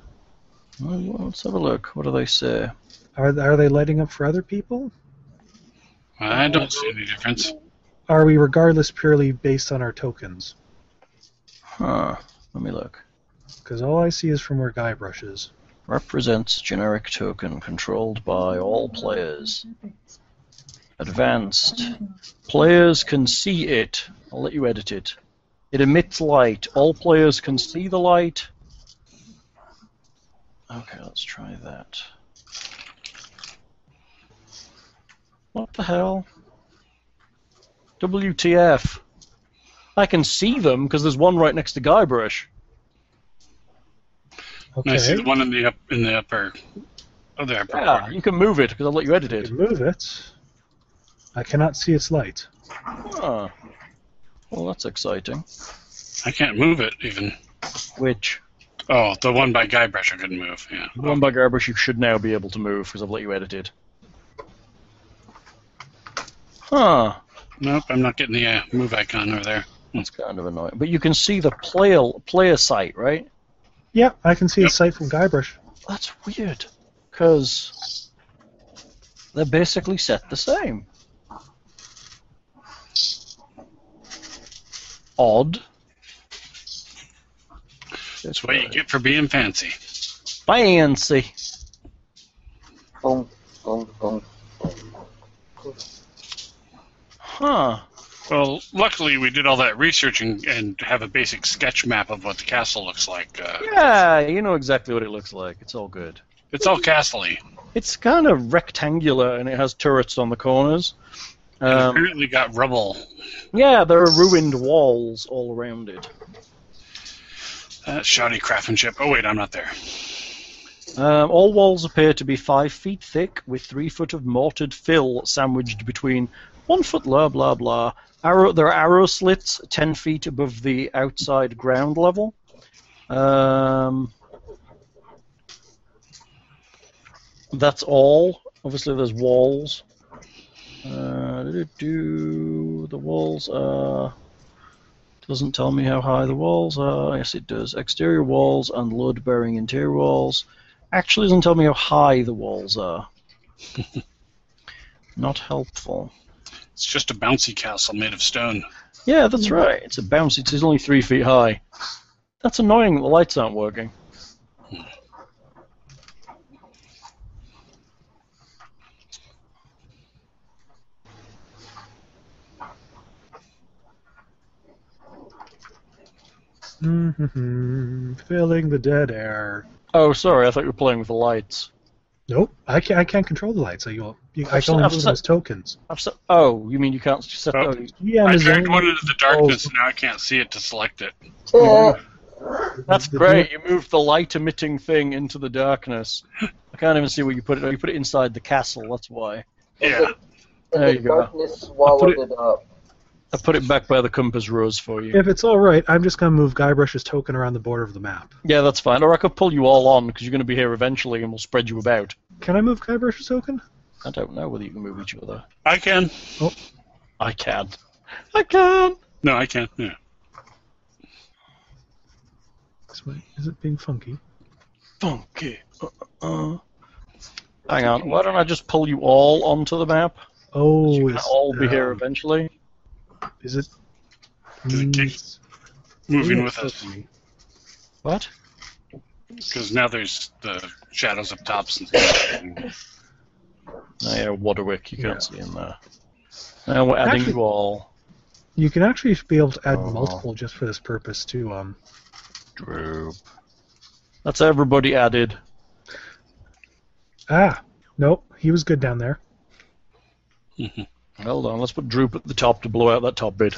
[SPEAKER 4] Well, well, let's have a look. What do they say?
[SPEAKER 5] Are are they lighting up for other people?
[SPEAKER 2] I don't see any difference.
[SPEAKER 5] Are we regardless purely based on our tokens?
[SPEAKER 4] Huh. Let me look.
[SPEAKER 5] Because all I see is from where Guybrush is.
[SPEAKER 4] Represents generic token controlled by all players. Advanced. Players can see it. I'll let you edit it. It emits light. All players can see the light. Okay, let's try that. What the hell? WTF. I can see them because there's one right next to Guybrush.
[SPEAKER 2] And I see
[SPEAKER 5] Okay.
[SPEAKER 2] the one in the up in the upper other upper
[SPEAKER 4] Yeah,
[SPEAKER 2] corner.
[SPEAKER 4] you can move it because I'll let you edit
[SPEAKER 5] You
[SPEAKER 4] it.
[SPEAKER 5] move it. I cannot see its light.
[SPEAKER 4] Ah. Well, that's exciting.
[SPEAKER 2] I can't move it even.
[SPEAKER 4] Which
[SPEAKER 2] Oh, the one by Guybrush I couldn't move. Yeah.
[SPEAKER 4] the one by Guybrush you should now be able to move because I've let you edit it. Huh.
[SPEAKER 2] Nope, I'm not getting the uh, move icon over there.
[SPEAKER 4] That's kind of annoying. But you can see the player player site, right?
[SPEAKER 5] Yeah, I can see
[SPEAKER 2] Yep.
[SPEAKER 5] its light from Guybrush.
[SPEAKER 4] That's weird, because they're basically set the same. Odd.
[SPEAKER 2] That's what you get for being fancy.
[SPEAKER 4] Fancy.
[SPEAKER 6] Boom, boom, boom.
[SPEAKER 4] Huh.
[SPEAKER 2] Well, luckily we did all that research and, and have a basic sketch map of what the castle looks like. Uh,
[SPEAKER 4] Yeah, you know exactly what it looks like. It's all good.
[SPEAKER 2] It's all castle-y.
[SPEAKER 4] It's kind of rectangular and it has turrets on the corners.
[SPEAKER 2] It
[SPEAKER 4] Um,
[SPEAKER 2] apparently got rubble.
[SPEAKER 4] yeah, there are ruined walls all around it.
[SPEAKER 2] That's uh, shoddy craftsmanship. Oh wait, I'm not there.
[SPEAKER 4] Um, all walls appear to be five feet thick, with three foot of mortared fill sandwiched between one foot. Blah blah blah. Arrow. There are arrow slits ten feet above the outside ground level. Um, that's all. Obviously, there's walls. Uh, do the walls are. Doesn't tell me how high the walls are. Yes, it does. Exterior walls and load-bearing interior walls actually doesn't tell me how high the walls are. Not helpful.
[SPEAKER 2] It's just a bouncy castle made of stone.
[SPEAKER 4] Yeah, that's right. It's a bouncy. It's only three feet high. That's annoying. that The lights aren't working.
[SPEAKER 5] Mm-hmm. Filling the dead air.
[SPEAKER 4] Oh, sorry. I thought you were playing with the lights.
[SPEAKER 5] Nope, I can't. I can't control the light. So you'll. You, I
[SPEAKER 4] I've
[SPEAKER 5] can only
[SPEAKER 4] set- I've
[SPEAKER 5] move
[SPEAKER 4] set-
[SPEAKER 5] them as tokens.
[SPEAKER 4] I've set, oh, you mean you can't set?
[SPEAKER 2] Oh.
[SPEAKER 4] Oh,
[SPEAKER 5] Yeah,
[SPEAKER 2] I
[SPEAKER 5] Ms.
[SPEAKER 2] dragged
[SPEAKER 5] Zane.
[SPEAKER 2] one into the darkness, and now I can't see it to select it.
[SPEAKER 4] that's
[SPEAKER 5] The- the-
[SPEAKER 4] great. You moved the light-emitting thing into the darkness. I can't even see where you put it. Oh, you put it inside the castle. That's why.
[SPEAKER 2] Yeah.
[SPEAKER 6] And
[SPEAKER 4] There
[SPEAKER 6] the
[SPEAKER 4] you go.
[SPEAKER 6] darkness swallowed
[SPEAKER 4] it-
[SPEAKER 6] it up.
[SPEAKER 4] I put it back by the compass rose for you.
[SPEAKER 5] If it's all right, I'm just gonna move Guybrush's token around the border of the map.
[SPEAKER 4] Yeah, that's fine. Or I could pull you all on because you're going to be here eventually, and we'll spread you about.
[SPEAKER 5] Can I move Guybrush's token?
[SPEAKER 4] I don't know whether you can move each other.
[SPEAKER 2] I can.
[SPEAKER 4] I can. I can.
[SPEAKER 2] No, I can. Yeah.
[SPEAKER 5] Is my- Is it being funky?
[SPEAKER 4] Funky. Uh-uh. Hang on. Why don't I just pull you all onto the map?
[SPEAKER 5] Oh,
[SPEAKER 4] You can
[SPEAKER 5] it's,
[SPEAKER 4] all be here
[SPEAKER 5] um,
[SPEAKER 4] eventually.
[SPEAKER 5] Is it?
[SPEAKER 2] Does it kick-
[SPEAKER 5] Mm,
[SPEAKER 2] Moving
[SPEAKER 5] yeah,
[SPEAKER 2] with us
[SPEAKER 5] certainly.
[SPEAKER 4] What?
[SPEAKER 2] because now there's the shadows up tops. And
[SPEAKER 4] Oh, yeah, Waterwick. You can't
[SPEAKER 5] Yeah.
[SPEAKER 4] see him there. Now we're adding
[SPEAKER 5] Actually-
[SPEAKER 4] you all.
[SPEAKER 5] You can actually be able to add
[SPEAKER 4] Oh.
[SPEAKER 5] multiple just for this purpose too. Um,
[SPEAKER 4] Droop. That's everybody added.
[SPEAKER 5] ah, nope, he was good down there.
[SPEAKER 4] Hold on. Let's put Droop at the top to blow out that top bit.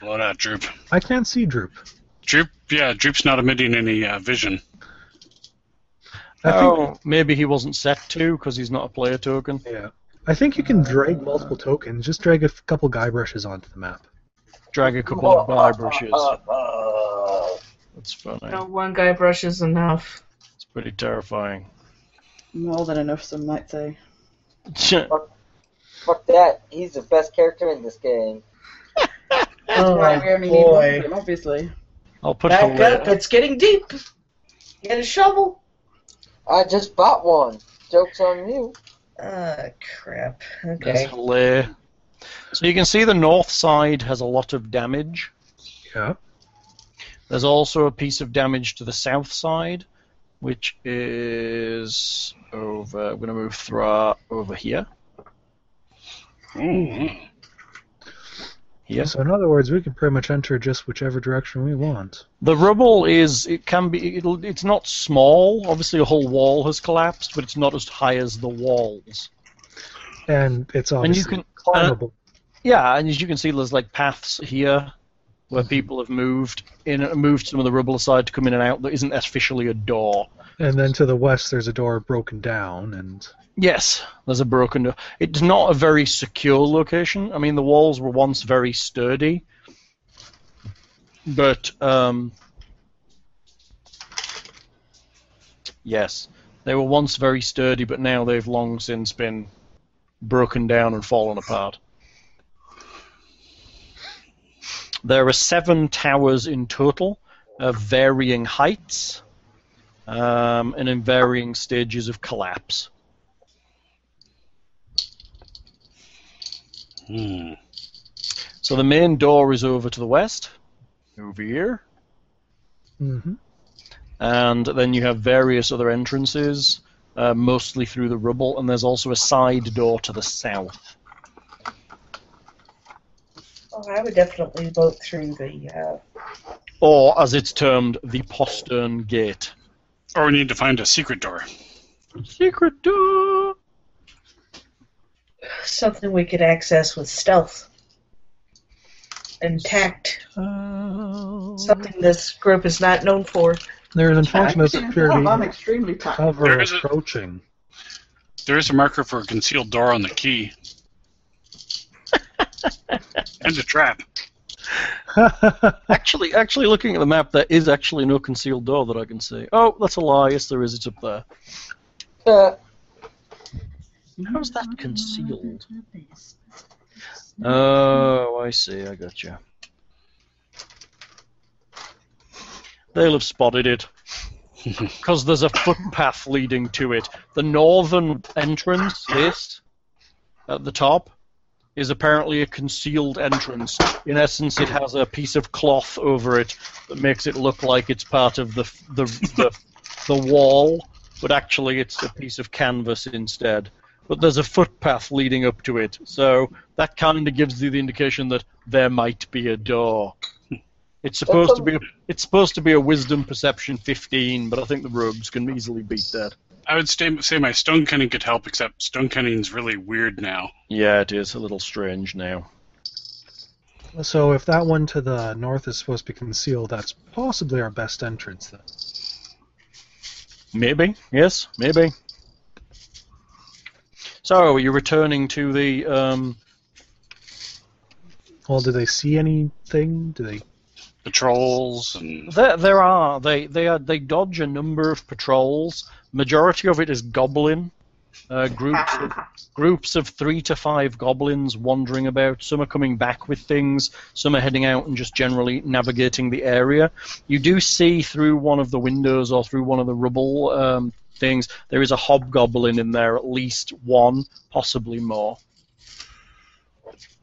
[SPEAKER 2] Blow it out, Droop.
[SPEAKER 5] I can't see Droop.
[SPEAKER 2] Droop. Yeah, Droop's not emitting any uh, vision.
[SPEAKER 5] I
[SPEAKER 4] oh, maybe he wasn't set to because he's not a player token.
[SPEAKER 5] think. Yeah. I think you can drag multiple tokens. Just drag a f- couple guy brushes onto the map.
[SPEAKER 4] Drag a couple of eye brushes. That's funny.
[SPEAKER 8] No one guy brushes enough.
[SPEAKER 4] It's pretty terrifying.
[SPEAKER 3] More than enough, some might say.
[SPEAKER 6] Fuck that. He's the best character in this game.
[SPEAKER 3] Oh, That's why we only need one
[SPEAKER 7] boy.
[SPEAKER 3] of them, obviously.
[SPEAKER 4] I'll put
[SPEAKER 7] Back up.
[SPEAKER 4] hilarious.
[SPEAKER 7] It's getting deep. Get a shovel.
[SPEAKER 6] I just bought one. Joke's on you.
[SPEAKER 7] Uh, crap.
[SPEAKER 4] That's
[SPEAKER 7] Okay.
[SPEAKER 4] hilarious. So you can see the north side has a lot of damage.
[SPEAKER 5] Yeah.
[SPEAKER 4] There's also a piece of damage to the south side, which is over. I'm going to move Thra over here.
[SPEAKER 2] Ooh. hmm.
[SPEAKER 4] Here.
[SPEAKER 5] So in other words, we can pretty much enter just whichever direction we want.
[SPEAKER 4] The rubble is it can be it'll, it's not small. Obviously, a whole wall has collapsed, but it's not as high as the walls.
[SPEAKER 5] And it's
[SPEAKER 4] and
[SPEAKER 5] obviously
[SPEAKER 4] you can uh,
[SPEAKER 5] climbable.
[SPEAKER 4] yeah, and as you can see, there's like paths here where people have moved in moved some of the rubble aside to come in and out. There isn't officially a door.
[SPEAKER 5] and then to the west, there's a door broken down, and
[SPEAKER 4] Yes, there's a broken door. It's not a very secure location. I mean, the walls were once very sturdy, but um, yes, they were once very sturdy, but now they've long since been broken down and fallen apart. There are seven towers in total of varying heights um, and in varying stages of collapse.
[SPEAKER 2] Hmm.
[SPEAKER 4] So the main door is over to the west, over here,
[SPEAKER 5] hmm
[SPEAKER 4] and then you have various other entrances, uh, mostly through the rubble, and there's also a side door to the south.
[SPEAKER 7] Oh, I would definitely vote through the. uh,
[SPEAKER 4] Or, as it's termed, the postern gate.
[SPEAKER 2] Or we need to find a secret door.
[SPEAKER 4] Secret door!
[SPEAKER 7] Uh, something we could access with stealth. And tact. Something this group is not known for.
[SPEAKER 5] there is unfortunate security
[SPEAKER 3] I'm extremely
[SPEAKER 4] Oh.
[SPEAKER 3] tactful.
[SPEAKER 5] cover
[SPEAKER 2] There is a-
[SPEAKER 5] approaching.
[SPEAKER 2] There is a marker for a concealed door on the key. and a trap.
[SPEAKER 4] Actually, actually, looking at the map, there is actually no concealed door that I can see. Oh, that's a lie. Yes, there is. It's up there.
[SPEAKER 6] Uh,
[SPEAKER 4] How's that concealed? Oh, I see. I got you. They'll have spotted it because there's a footpath leading to it. The northern entrance, this at the top, is apparently a concealed entrance. In essence, it has a piece of cloth over it that makes it look like it's part of the f- the the, the wall, but actually it's a piece of canvas instead. But there's a footpath leading up to it, so that kind of gives you the indication that there might be a door. It's supposed to be a, it's supposed to be a wisdom perception 15, but I think the rogues can easily beat that.
[SPEAKER 2] I would stay, say my stone cutting could help, except stone cutting's really weird now.
[SPEAKER 4] Yeah, it is a little strange now.
[SPEAKER 5] So if that one to the north is supposed to be concealed, that's possibly our best entrance then.
[SPEAKER 4] Maybe. Yes, maybe. So, are you returning to the um,
[SPEAKER 5] Well, do they see anything? Do they?
[SPEAKER 2] The trolls and
[SPEAKER 4] There, there are. They, they are. They dodge a number of patrols. Majority of it is goblin uh, groups. Of, groups of three to five goblins wandering about. Some are coming back with things. Some are heading out and just generally navigating the area. You do see through one of the windows or through one of the rubble um, things. There is a hobgoblin in there, at least one, possibly more.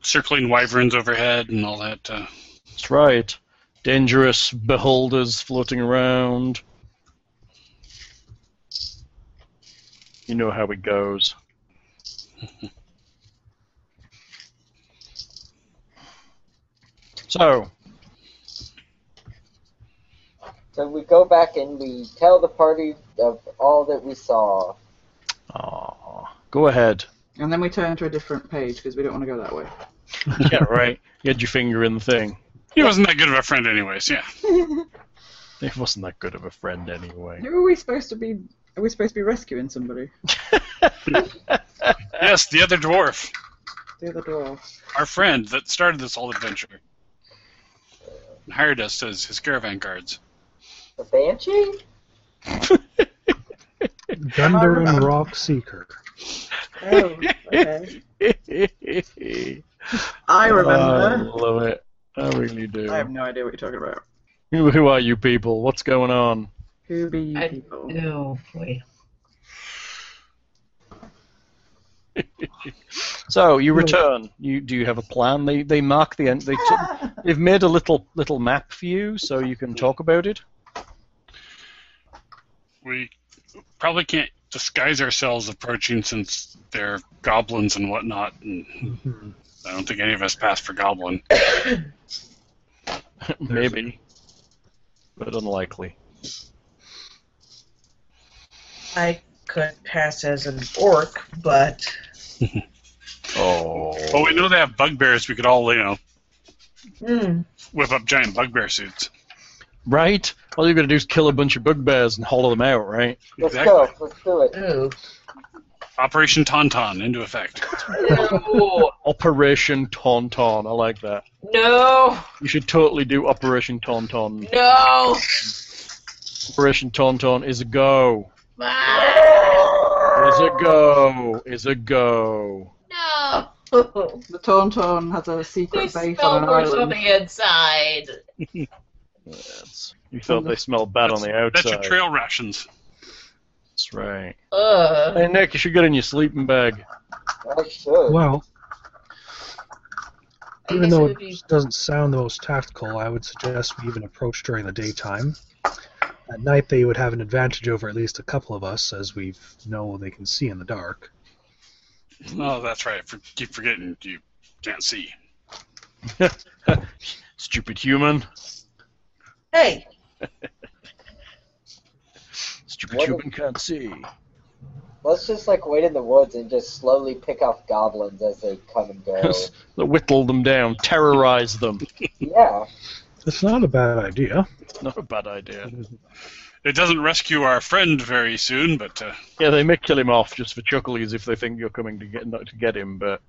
[SPEAKER 2] circling wyverns overhead and all that. Uh,
[SPEAKER 4] That's right. Dangerous beholders floating around. You know how it goes. so,
[SPEAKER 6] so we go back and we tell the party of all that we saw.
[SPEAKER 4] aw, go ahead.
[SPEAKER 3] And then we turn to a different page because we don't want to go that way.
[SPEAKER 4] Yeah, right. You had your finger in the thing.
[SPEAKER 2] he wasn't that good of a friend, anyways. Yeah.
[SPEAKER 4] It wasn't that good of a friend anyway.
[SPEAKER 3] Who are we supposed to be? Are we supposed to be rescuing somebody?
[SPEAKER 2] Yes, the other dwarf,
[SPEAKER 3] The other dwarf.
[SPEAKER 2] our friend that started this whole adventure, hired us as his caravan guards.
[SPEAKER 6] The banshee?
[SPEAKER 5] Dunder and Rock Seeker.
[SPEAKER 3] Oh, okay. I
[SPEAKER 4] I
[SPEAKER 3] remember.
[SPEAKER 4] love it. I really do. Uh,
[SPEAKER 3] I have no idea what you're talking about.
[SPEAKER 4] Who who are you people? What's going on?
[SPEAKER 3] Who be you
[SPEAKER 8] I-
[SPEAKER 3] people?
[SPEAKER 8] Oh boy.
[SPEAKER 4] So you return. You do you have a plan? They they mark the end. They
[SPEAKER 2] Ah.
[SPEAKER 4] t- they've made a little little map for you, so you can talk about it.
[SPEAKER 2] We probably can't disguise ourselves approaching since they're goblins and whatnot, and I don't think any of us pass for goblin.
[SPEAKER 4] Maybe, but unlikely.
[SPEAKER 7] I could pass as an orc, but
[SPEAKER 4] Oh.
[SPEAKER 2] Well, we know they have bugbears. We could all, you know,
[SPEAKER 7] hmm,
[SPEAKER 2] whip up giant bugbear suits.
[SPEAKER 4] Right. All you got to do is kill a bunch of bugbears and hollow them out, right?
[SPEAKER 6] Let's
[SPEAKER 2] Exactly.
[SPEAKER 6] go. Let's do it.
[SPEAKER 7] ooh.
[SPEAKER 2] Operation Tauntaun into effect.
[SPEAKER 8] No.
[SPEAKER 4] Operation Tauntaun. I like that.
[SPEAKER 8] No.
[SPEAKER 4] You should totally do Operation Tauntaun.
[SPEAKER 8] No.
[SPEAKER 4] Operation Tauntaun is a go.
[SPEAKER 8] Ah,
[SPEAKER 4] Is a go. Is a go.
[SPEAKER 8] No.
[SPEAKER 3] The Tauntaun has a secret
[SPEAKER 8] There's
[SPEAKER 3] base
[SPEAKER 8] spell
[SPEAKER 3] on an
[SPEAKER 8] words on
[SPEAKER 3] island.
[SPEAKER 8] the inside.
[SPEAKER 4] That's- you thought they smelled bad on the outside.
[SPEAKER 2] That's your trail rations.
[SPEAKER 4] That's right.
[SPEAKER 8] Ugh.
[SPEAKER 4] Hey Nick, you should get in your sleeping bag.
[SPEAKER 6] I should.
[SPEAKER 5] Well,
[SPEAKER 8] I
[SPEAKER 5] even
[SPEAKER 8] guess
[SPEAKER 5] though
[SPEAKER 8] it would
[SPEAKER 5] it
[SPEAKER 8] be-
[SPEAKER 5] doesn't sound the most tactical, I would suggest we even approach during the daytime. At night, they would have an advantage over at least a couple of us, as we know they can see in the dark.
[SPEAKER 2] Oh, that's right. For, keep forgetting you can't see.
[SPEAKER 4] Stupid human.
[SPEAKER 7] Hey,
[SPEAKER 4] Stupid
[SPEAKER 6] What
[SPEAKER 4] human can't see.
[SPEAKER 6] Let's just like wait in the woods and just slowly pick off goblins as they come and go.
[SPEAKER 4] They whittle them down, terrorize them.
[SPEAKER 6] yeah.
[SPEAKER 5] It's not a bad idea.
[SPEAKER 4] It's not a bad idea.
[SPEAKER 2] It doesn't rescue our friend very soon, but uh,
[SPEAKER 4] Yeah, they may kill him off just for chuckles if they think you're coming to get not to get him, but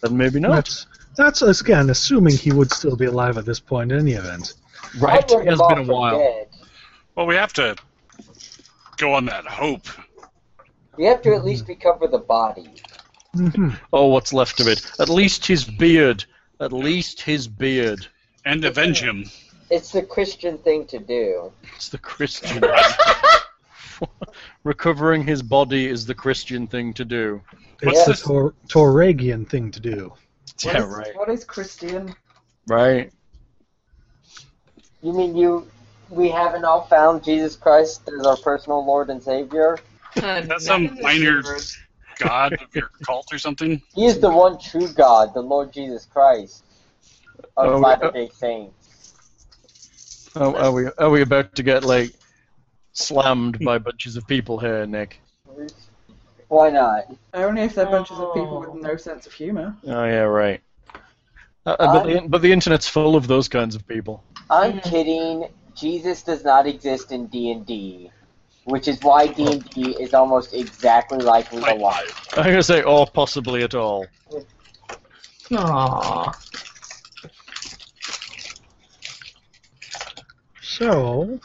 [SPEAKER 4] then maybe not.
[SPEAKER 5] That's, that's us again assuming he would still be alive at this point. In any event,
[SPEAKER 4] Right?
[SPEAKER 6] I'd run
[SPEAKER 4] It has
[SPEAKER 6] them
[SPEAKER 4] been a
[SPEAKER 6] off for
[SPEAKER 4] while.
[SPEAKER 6] dead.
[SPEAKER 2] well, we have to go on that hope.
[SPEAKER 6] We have
[SPEAKER 4] Mm-hmm.
[SPEAKER 6] to at least recover the body.
[SPEAKER 5] hmm
[SPEAKER 4] Oh, what's left of it? At least his beard. At least his beard.
[SPEAKER 2] and avenge him.
[SPEAKER 6] It's the Christian thing to do.
[SPEAKER 4] It's the Christian. Recovering his body is the Christian thing to do.
[SPEAKER 5] it's the
[SPEAKER 2] this?
[SPEAKER 5] Tor- Toragian thing to do.
[SPEAKER 3] What
[SPEAKER 4] Yeah,
[SPEAKER 3] is-
[SPEAKER 4] right.
[SPEAKER 3] What is Christian?
[SPEAKER 4] Right.
[SPEAKER 6] You mean you? We haven't all found Jesus Christ as our personal Lord and Savior.
[SPEAKER 8] Uh,
[SPEAKER 2] That's some
[SPEAKER 8] not in this
[SPEAKER 2] minor-
[SPEAKER 8] universe.
[SPEAKER 2] God of your cult or something.
[SPEAKER 6] He is the one true God, the Lord Jesus Christ,
[SPEAKER 4] Oh,
[SPEAKER 6] of
[SPEAKER 4] we-
[SPEAKER 6] Latter Day Saints.
[SPEAKER 4] Oh, are we are we about to get like slammed by bunches of people here, Nick?
[SPEAKER 6] Why not?
[SPEAKER 3] Only if they're bunches of people
[SPEAKER 7] Oh.
[SPEAKER 3] with no sense of humour.
[SPEAKER 4] Oh yeah, right. Uh, uh, but, the, but the internet's full of those kinds of people.
[SPEAKER 6] I'm
[SPEAKER 8] Mhm.
[SPEAKER 6] kidding. Jesus does not exist in D and D, which is why D and D is almost exactly like real life.
[SPEAKER 4] I'm gonna say, or possibly at all.
[SPEAKER 8] Aw.
[SPEAKER 5] So,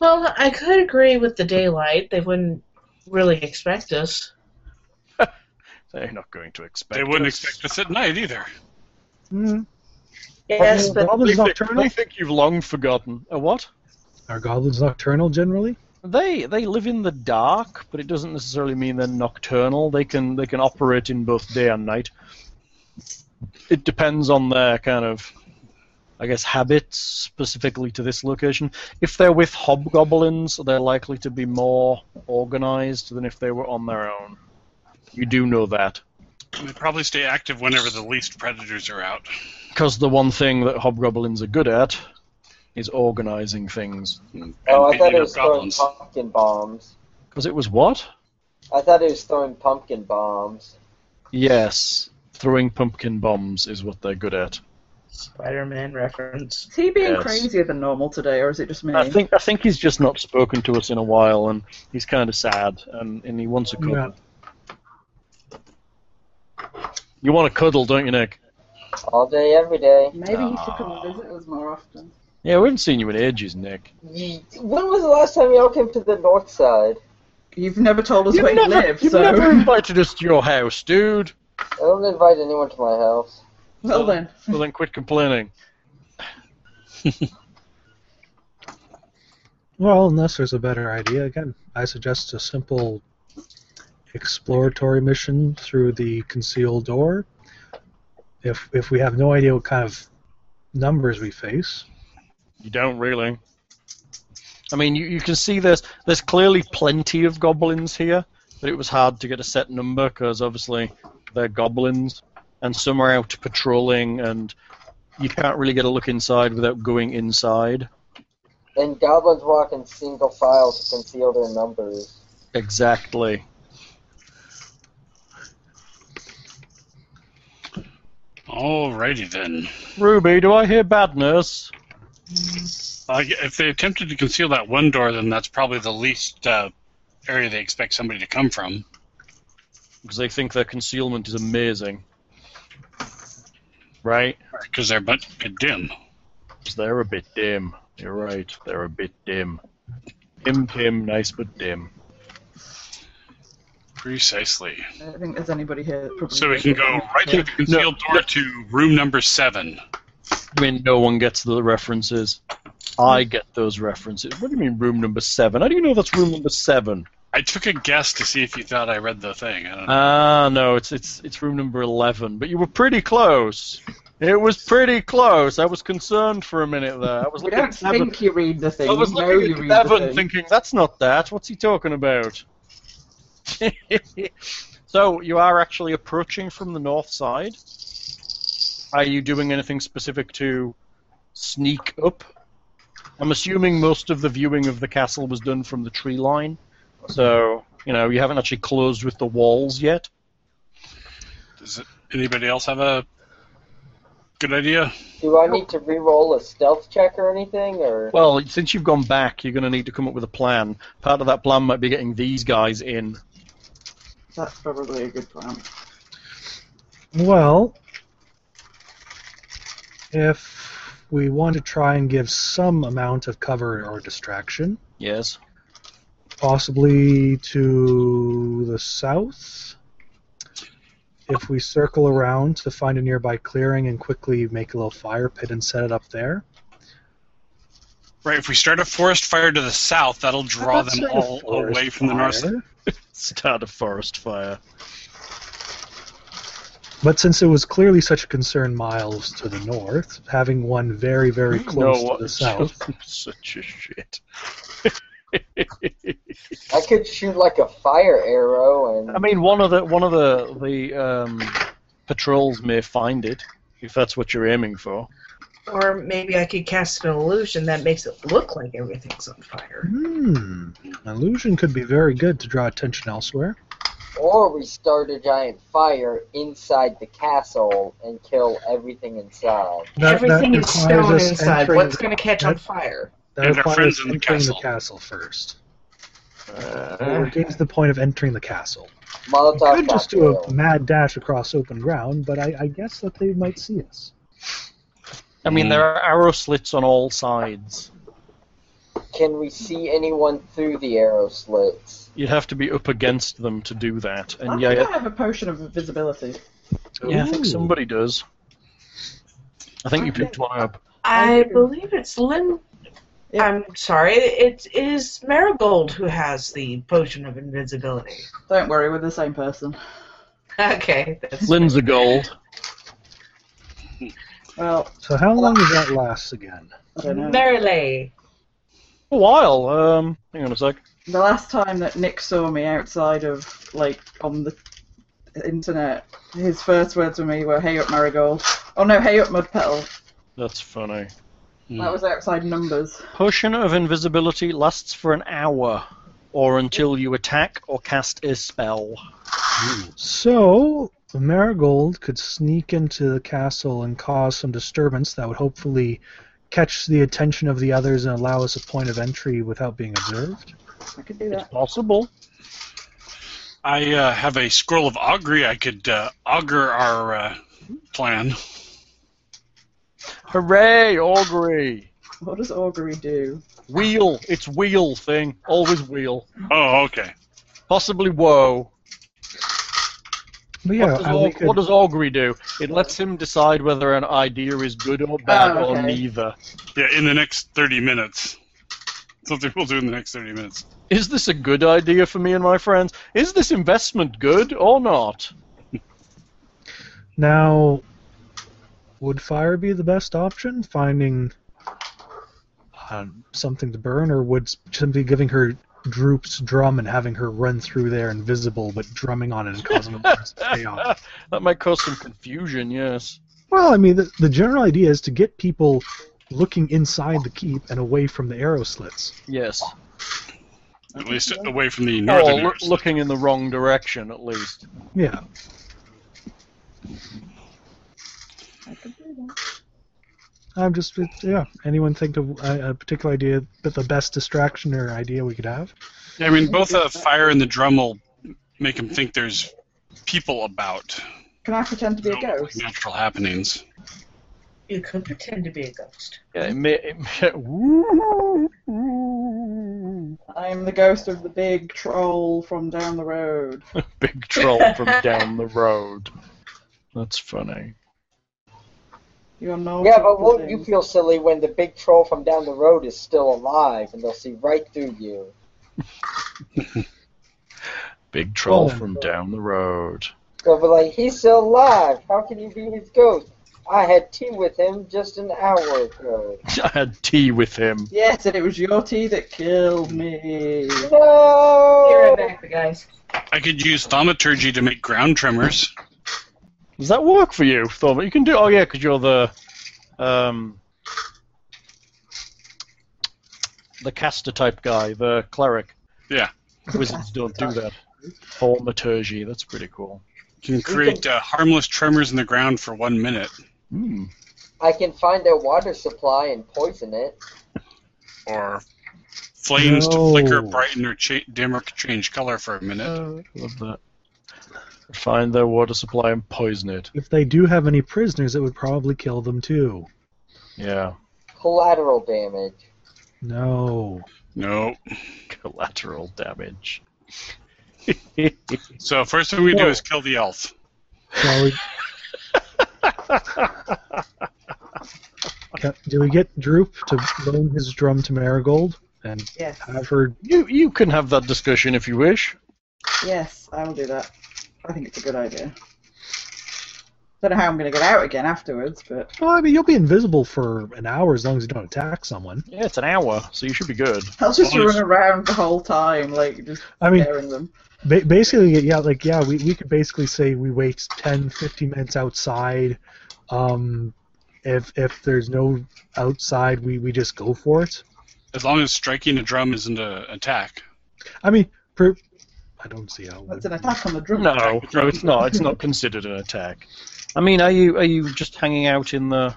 [SPEAKER 7] Well, I could agree with the daylight. They wouldn't really expect us.
[SPEAKER 4] They're not going to expect.
[SPEAKER 2] They wouldn't
[SPEAKER 4] us.
[SPEAKER 2] expect us at night either.
[SPEAKER 5] mm,
[SPEAKER 7] Yes,
[SPEAKER 5] are
[SPEAKER 7] but
[SPEAKER 4] They
[SPEAKER 5] goblins
[SPEAKER 4] think,
[SPEAKER 5] nocturnal?
[SPEAKER 4] they think you've long forgotten. A what?
[SPEAKER 5] Are goblins nocturnal generally?
[SPEAKER 4] They they live in the dark, but it doesn't necessarily mean they're nocturnal. They can they can operate in both day and night. It depends on their kind of, I guess, habits specifically to this location. If they're with hobgoblins, they're likely to be more organized than if they were on their own. You do know that.
[SPEAKER 2] They probably stay active whenever the least predators are out.
[SPEAKER 4] Because the one thing that hobgoblins are good at is organizing things.
[SPEAKER 6] Oh, I
[SPEAKER 2] And
[SPEAKER 6] thought
[SPEAKER 2] beating
[SPEAKER 6] it
[SPEAKER 2] up
[SPEAKER 6] was throwing pumpkin bombs.
[SPEAKER 4] Because it was what?
[SPEAKER 6] I thought it was throwing pumpkin bombs.
[SPEAKER 4] Yes, throwing pumpkin bombs is what they're good at.
[SPEAKER 7] Spider-Man reference.
[SPEAKER 3] Is he being
[SPEAKER 4] Yes.
[SPEAKER 3] crazier than normal today, or is it just me?
[SPEAKER 4] I think I think he's just not spoken to us in a while, and he's kind of sad, and, and he wants a cuddle.
[SPEAKER 5] Yeah.
[SPEAKER 4] You want a cuddle, don't you, Nick?
[SPEAKER 6] All day, every day.
[SPEAKER 3] Maybe you should come and visit us more often.
[SPEAKER 4] Yeah, we haven't seen you in ages, Nick.
[SPEAKER 6] Ye- When was the last time y'all came to the north side?
[SPEAKER 3] You've never told us
[SPEAKER 4] You've
[SPEAKER 3] where
[SPEAKER 4] never,
[SPEAKER 3] you live,
[SPEAKER 4] you've
[SPEAKER 3] so.
[SPEAKER 4] never invited us to your house, dude.
[SPEAKER 6] I don't invite anyone to my house.
[SPEAKER 3] well then.
[SPEAKER 4] Well, then quit complaining.
[SPEAKER 5] Well, unless there's a better idea, again, I suggest a simple exploratory mission through the concealed door. If if we have no idea what kind of numbers we face,
[SPEAKER 4] You don't really. I mean, you, you can see there's there's clearly plenty of goblins here, but it was hard to get a set number because obviously they're goblins, and some are out patrolling, and you can't really get a look inside without going inside.
[SPEAKER 6] And goblins walk in single file to conceal their numbers.
[SPEAKER 4] Exactly.
[SPEAKER 2] Alrighty then.
[SPEAKER 4] Ruby, do I hear bad news?
[SPEAKER 2] Uh, if they attempted to conceal that one door, then that's probably the least uh, area they expect somebody to come from.
[SPEAKER 4] Because they think their concealment is amazing. Right?
[SPEAKER 2] Because they're but dim.
[SPEAKER 4] They're a bit dim. You're right. They're a bit dim. Dim, dim, nice but dim.
[SPEAKER 2] Precisely.
[SPEAKER 3] I don't think there's anybody here. that Probably
[SPEAKER 2] So we can go right through the concealed door to room number seven.
[SPEAKER 4] I mean, no one gets the references. I get those references. What do you mean, room number seven? How do you know that's room number seven?
[SPEAKER 2] I took a guess to see if you thought I read the thing. I don't know.
[SPEAKER 4] Ah, no, it's it's it's room number eleven. But you were pretty close. It was pretty close. I was concerned for a minute there. I was
[SPEAKER 3] We
[SPEAKER 4] looking
[SPEAKER 3] don't
[SPEAKER 4] at seven.
[SPEAKER 3] think you read the thing.
[SPEAKER 4] I was
[SPEAKER 3] you know you
[SPEAKER 4] looking
[SPEAKER 3] read
[SPEAKER 4] at seven,
[SPEAKER 3] the thing.
[SPEAKER 4] thinking that's not that. What's he talking about? so you are actually approaching from the north side. Are you doing anything specific to sneak up? I'm assuming most of the viewing of the castle was done from the tree line, so you know you haven't actually closed with the walls yet.
[SPEAKER 2] Does it, anybody else have a good idea?
[SPEAKER 6] Do I need to re-roll a stealth check or anything, or
[SPEAKER 4] Well, since you've gone back, you're going to need to come up with a plan. Part of that plan might be getting these guys in.
[SPEAKER 3] That's probably a good plan.
[SPEAKER 5] well, if we want to try and give some amount of cover or distraction,
[SPEAKER 4] Yes.
[SPEAKER 5] possibly to the south. If we circle around to find a nearby clearing and quickly make a little fire pit and set it up there.
[SPEAKER 2] Right, if we start a forest fire to the south, that'll draw them all away from the north.
[SPEAKER 5] Fire.
[SPEAKER 4] Start a forest fire.
[SPEAKER 5] But since it was clearly such a concern miles to the north, having one very, very
[SPEAKER 2] Hmm.
[SPEAKER 5] close to the south.
[SPEAKER 4] Such a shit.
[SPEAKER 6] I could shoot like a fire arrow and
[SPEAKER 4] I mean, one of the one of the the um, patrols may find it if that's what you're aiming for.
[SPEAKER 7] Or maybe I could cast an illusion that makes it look like everything's on fire.
[SPEAKER 5] Hmm. Illusion could be very good to draw attention elsewhere.
[SPEAKER 6] or we start a giant fire inside the castle and kill everything inside.
[SPEAKER 5] That- that
[SPEAKER 7] Everything is
[SPEAKER 5] requires
[SPEAKER 7] stone
[SPEAKER 5] us
[SPEAKER 7] inside.
[SPEAKER 5] entering-
[SPEAKER 7] What's going to catch on
[SPEAKER 5] that-
[SPEAKER 7] fire?
[SPEAKER 5] That
[SPEAKER 2] And our
[SPEAKER 5] requires
[SPEAKER 2] friends in the
[SPEAKER 5] entering
[SPEAKER 2] castle.
[SPEAKER 5] the castle first. We're getting to the point of entering the castle.
[SPEAKER 6] Molotov
[SPEAKER 5] could just do
[SPEAKER 6] cocktail.
[SPEAKER 5] a mad dash across open ground, but I, I guess that they might see us.
[SPEAKER 4] I mean, there are arrow slits on all sides.
[SPEAKER 6] Can we see anyone through the arrow slits?
[SPEAKER 4] You'd have to be up against them to do that, and
[SPEAKER 3] I
[SPEAKER 4] yeah,
[SPEAKER 3] think I have a potion of invisibility.
[SPEAKER 4] yeah, I think
[SPEAKER 5] Ooh.
[SPEAKER 4] somebody does. I think you picked one up.
[SPEAKER 7] I believe it's Lynn.
[SPEAKER 3] Yeah.
[SPEAKER 7] I'm sorry. It is Marigold who has the potion of invisibility.
[SPEAKER 3] Don't worry, we're the same person.
[SPEAKER 7] Okay, that's
[SPEAKER 4] Lindsay Gold.
[SPEAKER 3] Well,
[SPEAKER 5] So how long does that last again?
[SPEAKER 3] I don't know.
[SPEAKER 7] Merrily.
[SPEAKER 4] A while. Um, hang on a sec.
[SPEAKER 3] The last time that Nick saw me outside of, like, on the internet, his first words to me were, hey up, Marigold. Oh no, hey up, Mud Petal.
[SPEAKER 4] That's funny. Hmm.
[SPEAKER 3] That was outside numbers.
[SPEAKER 4] Potion of invisibility lasts for an hour, or until you attack or cast a spell.
[SPEAKER 5] So Marigold could sneak into the castle and cause some disturbance that would hopefully catch the attention of the others and allow us a point of entry without being observed.
[SPEAKER 3] I could do
[SPEAKER 4] It's
[SPEAKER 3] that.
[SPEAKER 4] possible.
[SPEAKER 2] I uh, have a scroll of augury. I could uh, augur our uh, plan.
[SPEAKER 4] Hooray, augury!
[SPEAKER 3] What does augury do?
[SPEAKER 4] Wheel. It's wheel thing. Always wheel.
[SPEAKER 2] Oh, okay.
[SPEAKER 4] Possibly woe.
[SPEAKER 5] But yeah,
[SPEAKER 4] what, does
[SPEAKER 5] I- we
[SPEAKER 4] aug-
[SPEAKER 5] could-
[SPEAKER 4] what does augury do? It lets him decide whether an idea is good or bad
[SPEAKER 3] Oh,
[SPEAKER 4] or
[SPEAKER 3] okay.
[SPEAKER 4] neither.
[SPEAKER 2] Yeah, in the next 30 minutes. something we'll do in the next 30 minutes.
[SPEAKER 4] Is this a good idea for me and my friends? Is this investment good or not?
[SPEAKER 5] Now, would fire be the best option? Finding uh, something to burn, or would simply giving her Droop's drum and having her run through there invisible, but drumming on it and causing a lot of chaos?
[SPEAKER 4] that might cause some confusion, yes.
[SPEAKER 5] Well, I mean, the, the general idea is to get people looking inside the keep and away from the arrow slits.
[SPEAKER 4] Yes.
[SPEAKER 2] At least away from the
[SPEAKER 4] Or
[SPEAKER 2] northern
[SPEAKER 4] loo-
[SPEAKER 2] areas.
[SPEAKER 4] looking in the wrong direction, at least.
[SPEAKER 5] Yeah. I'm just it's- yeah. Anyone think of a, a particular idea, but the best distraction or idea we could have?
[SPEAKER 2] Yeah, I mean, both the fire and the drum will make them think there's people about.
[SPEAKER 3] Can I pretend to be a
[SPEAKER 2] you know, like
[SPEAKER 3] ghost?
[SPEAKER 2] Natural happenings.
[SPEAKER 7] You could pretend to be a ghost.
[SPEAKER 4] Yeah, it may, it may- Woo! Woo!
[SPEAKER 3] I'm the ghost of the big troll from down the road.
[SPEAKER 4] Big troll from down the road. That's funny.
[SPEAKER 3] You are no.
[SPEAKER 6] Yeah, but won't you feel silly when the big troll from down the road is still alive and they'll see right through you?
[SPEAKER 4] Big troll
[SPEAKER 5] Oh.
[SPEAKER 4] from down the road.
[SPEAKER 6] They'll be like, he's still alive. How can you be his ghost? I had tea with him just an hour ago.
[SPEAKER 4] I had tea with him.
[SPEAKER 3] Yes, and it was your tea that killed me.
[SPEAKER 8] Be
[SPEAKER 6] No!
[SPEAKER 7] Oh.
[SPEAKER 8] right back, you guys.
[SPEAKER 2] I could use thaumaturgy to make ground tremors.
[SPEAKER 4] Does that work for you, Thorvald? You can do. Oh yeah, because you're the, um, the caster type guy, the cleric.
[SPEAKER 2] Yeah.
[SPEAKER 4] Wizards don't do that. Thaumaturgy. That's pretty cool.
[SPEAKER 2] Can create uh, harmless tremors in the ground for one minute,
[SPEAKER 4] Hmm.
[SPEAKER 6] I can find their water supply and poison it.
[SPEAKER 2] or flames
[SPEAKER 5] No.
[SPEAKER 2] to flicker, brighten, or cha- dim or change color for a minute.
[SPEAKER 4] Love that. Find their water supply and poison it.
[SPEAKER 5] If they do have any prisoners, it would probably kill them too.
[SPEAKER 4] Yeah.
[SPEAKER 6] Collateral damage.
[SPEAKER 5] No.
[SPEAKER 2] No.
[SPEAKER 4] Collateral damage.
[SPEAKER 2] So first thing we do
[SPEAKER 4] Whoa.
[SPEAKER 2] is kill the elf.
[SPEAKER 5] Well, we, Ca- do we get Droop to loan his drum to Marigold and
[SPEAKER 3] Yes,
[SPEAKER 2] Uh,
[SPEAKER 5] have her?
[SPEAKER 4] you you can have that discussion if you wish.
[SPEAKER 3] yes, I will do that. I think it's a good idea. Don't know how I'm going to get out again afterwards, but
[SPEAKER 5] Well, I mean, you'll be invisible for an hour as long as you don't attack someone.
[SPEAKER 4] Yeah, it's an hour, so you should be good.
[SPEAKER 3] I'll just
[SPEAKER 2] Well, it's-
[SPEAKER 3] run around the whole time, like just
[SPEAKER 5] I mean,
[SPEAKER 3] scaring them.
[SPEAKER 5] Ba- basically, yeah, like, yeah, we, we could basically say we wait 10, 15 minutes outside. Um, if if there's no outside, we, we just go for it.
[SPEAKER 2] As long as striking a drum isn't an attack.
[SPEAKER 5] I mean, per- I don't see how. it would-
[SPEAKER 3] That's an attack on the drum.
[SPEAKER 4] No, no, it's not. It's not considered an attack. I mean, are you are you just hanging out in the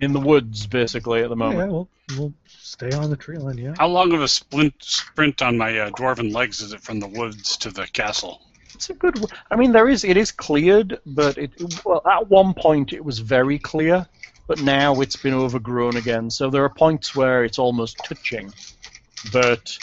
[SPEAKER 4] in the woods basically at the
[SPEAKER 5] Yeah,
[SPEAKER 4] moment?
[SPEAKER 5] we'll, we'll stay on the tree line, yeah.
[SPEAKER 2] How long of a splint, sprint on my uh, dwarven legs is it from the woods to the castle?
[SPEAKER 4] It's a good. w- I mean, there is. It is cleared, but it well at one point it was very clear, but now it's been overgrown again. So there are points where it's almost touching, but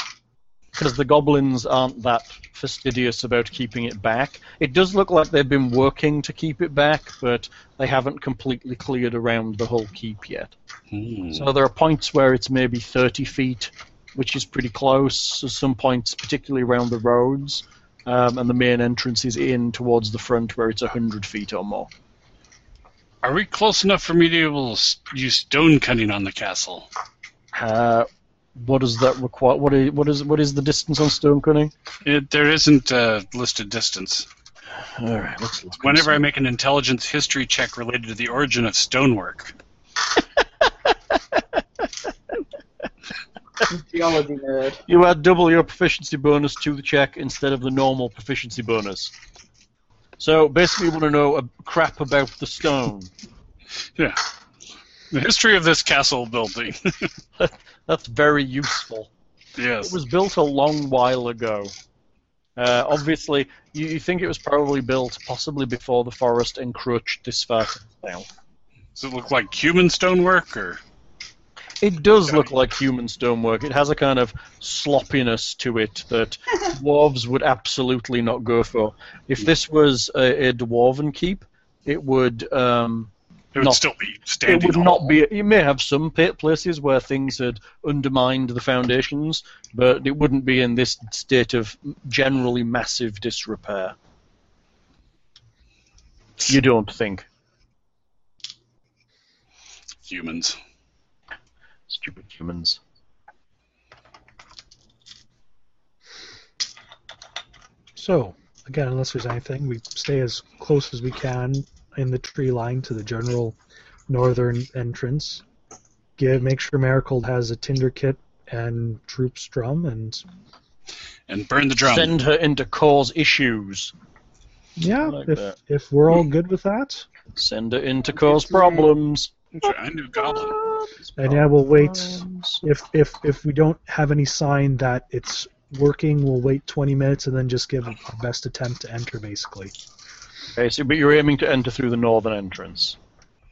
[SPEAKER 4] because the goblins aren't that fastidious about keeping it back, it does look like they've been working to keep it back, but they haven't completely cleared around the whole keep yet.
[SPEAKER 2] Hmm.
[SPEAKER 4] So there are points where it's maybe 30 feet, which is pretty close. There's some points, particularly around the roads, um, and the main entrance is in towards the front where it's 100 feet or more.
[SPEAKER 2] Are we close enough for me to be able to s- use stone cutting on the castle?
[SPEAKER 4] Uh, what does that require? What is, what is what is the distance on stone cutting?
[SPEAKER 2] It, there isn't a listed distance.
[SPEAKER 4] All right, let's look.
[SPEAKER 2] Whenever I make an intelligence history check related to the origin of stonework,
[SPEAKER 3] Geology nerd.
[SPEAKER 4] you add double your proficiency bonus to the check instead of the normal proficiency bonus. So basically, you want to know a crap about the stone.
[SPEAKER 2] the history of this castle building.
[SPEAKER 4] That's very useful. It
[SPEAKER 2] yes.
[SPEAKER 4] was built a long while ago. Uh, obviously, you, you think it was probably built possibly before the forest encroached this far to the south.
[SPEAKER 2] Does it look like human stonework, or
[SPEAKER 4] It does look like human stonework. It has a kind of sloppiness to it that dwarves would absolutely not go for. If this was a, a dwarven keep, it would um,
[SPEAKER 2] It would
[SPEAKER 4] No.
[SPEAKER 2] still be standing.
[SPEAKER 4] It would
[SPEAKER 2] on
[SPEAKER 4] not be. You may have some pa- places where things had undermined the foundations, but it wouldn't be in this state of generally massive disrepair. You don't think,
[SPEAKER 2] humans.
[SPEAKER 4] stupid humans.
[SPEAKER 5] So, again, unless there's anything, we stay as close as we can in the tree line to the general northern entrance. Give, make sure Marigold has a tinder kit and troops drum, and
[SPEAKER 2] And burn the drum.
[SPEAKER 4] Send her in to cause issues.
[SPEAKER 5] yeah,
[SPEAKER 4] like
[SPEAKER 5] if
[SPEAKER 4] that.
[SPEAKER 5] if we're all good with that,
[SPEAKER 4] Send her in to cause problems.
[SPEAKER 2] I knew Goblin.
[SPEAKER 5] and yeah, we'll wait.
[SPEAKER 4] Problems.
[SPEAKER 5] If if if we don't have any sign that it's working, we'll wait 20 minutes and then just give our best attempt to enter, basically.
[SPEAKER 4] Okay, so, but you're aiming to enter through the northern entrance.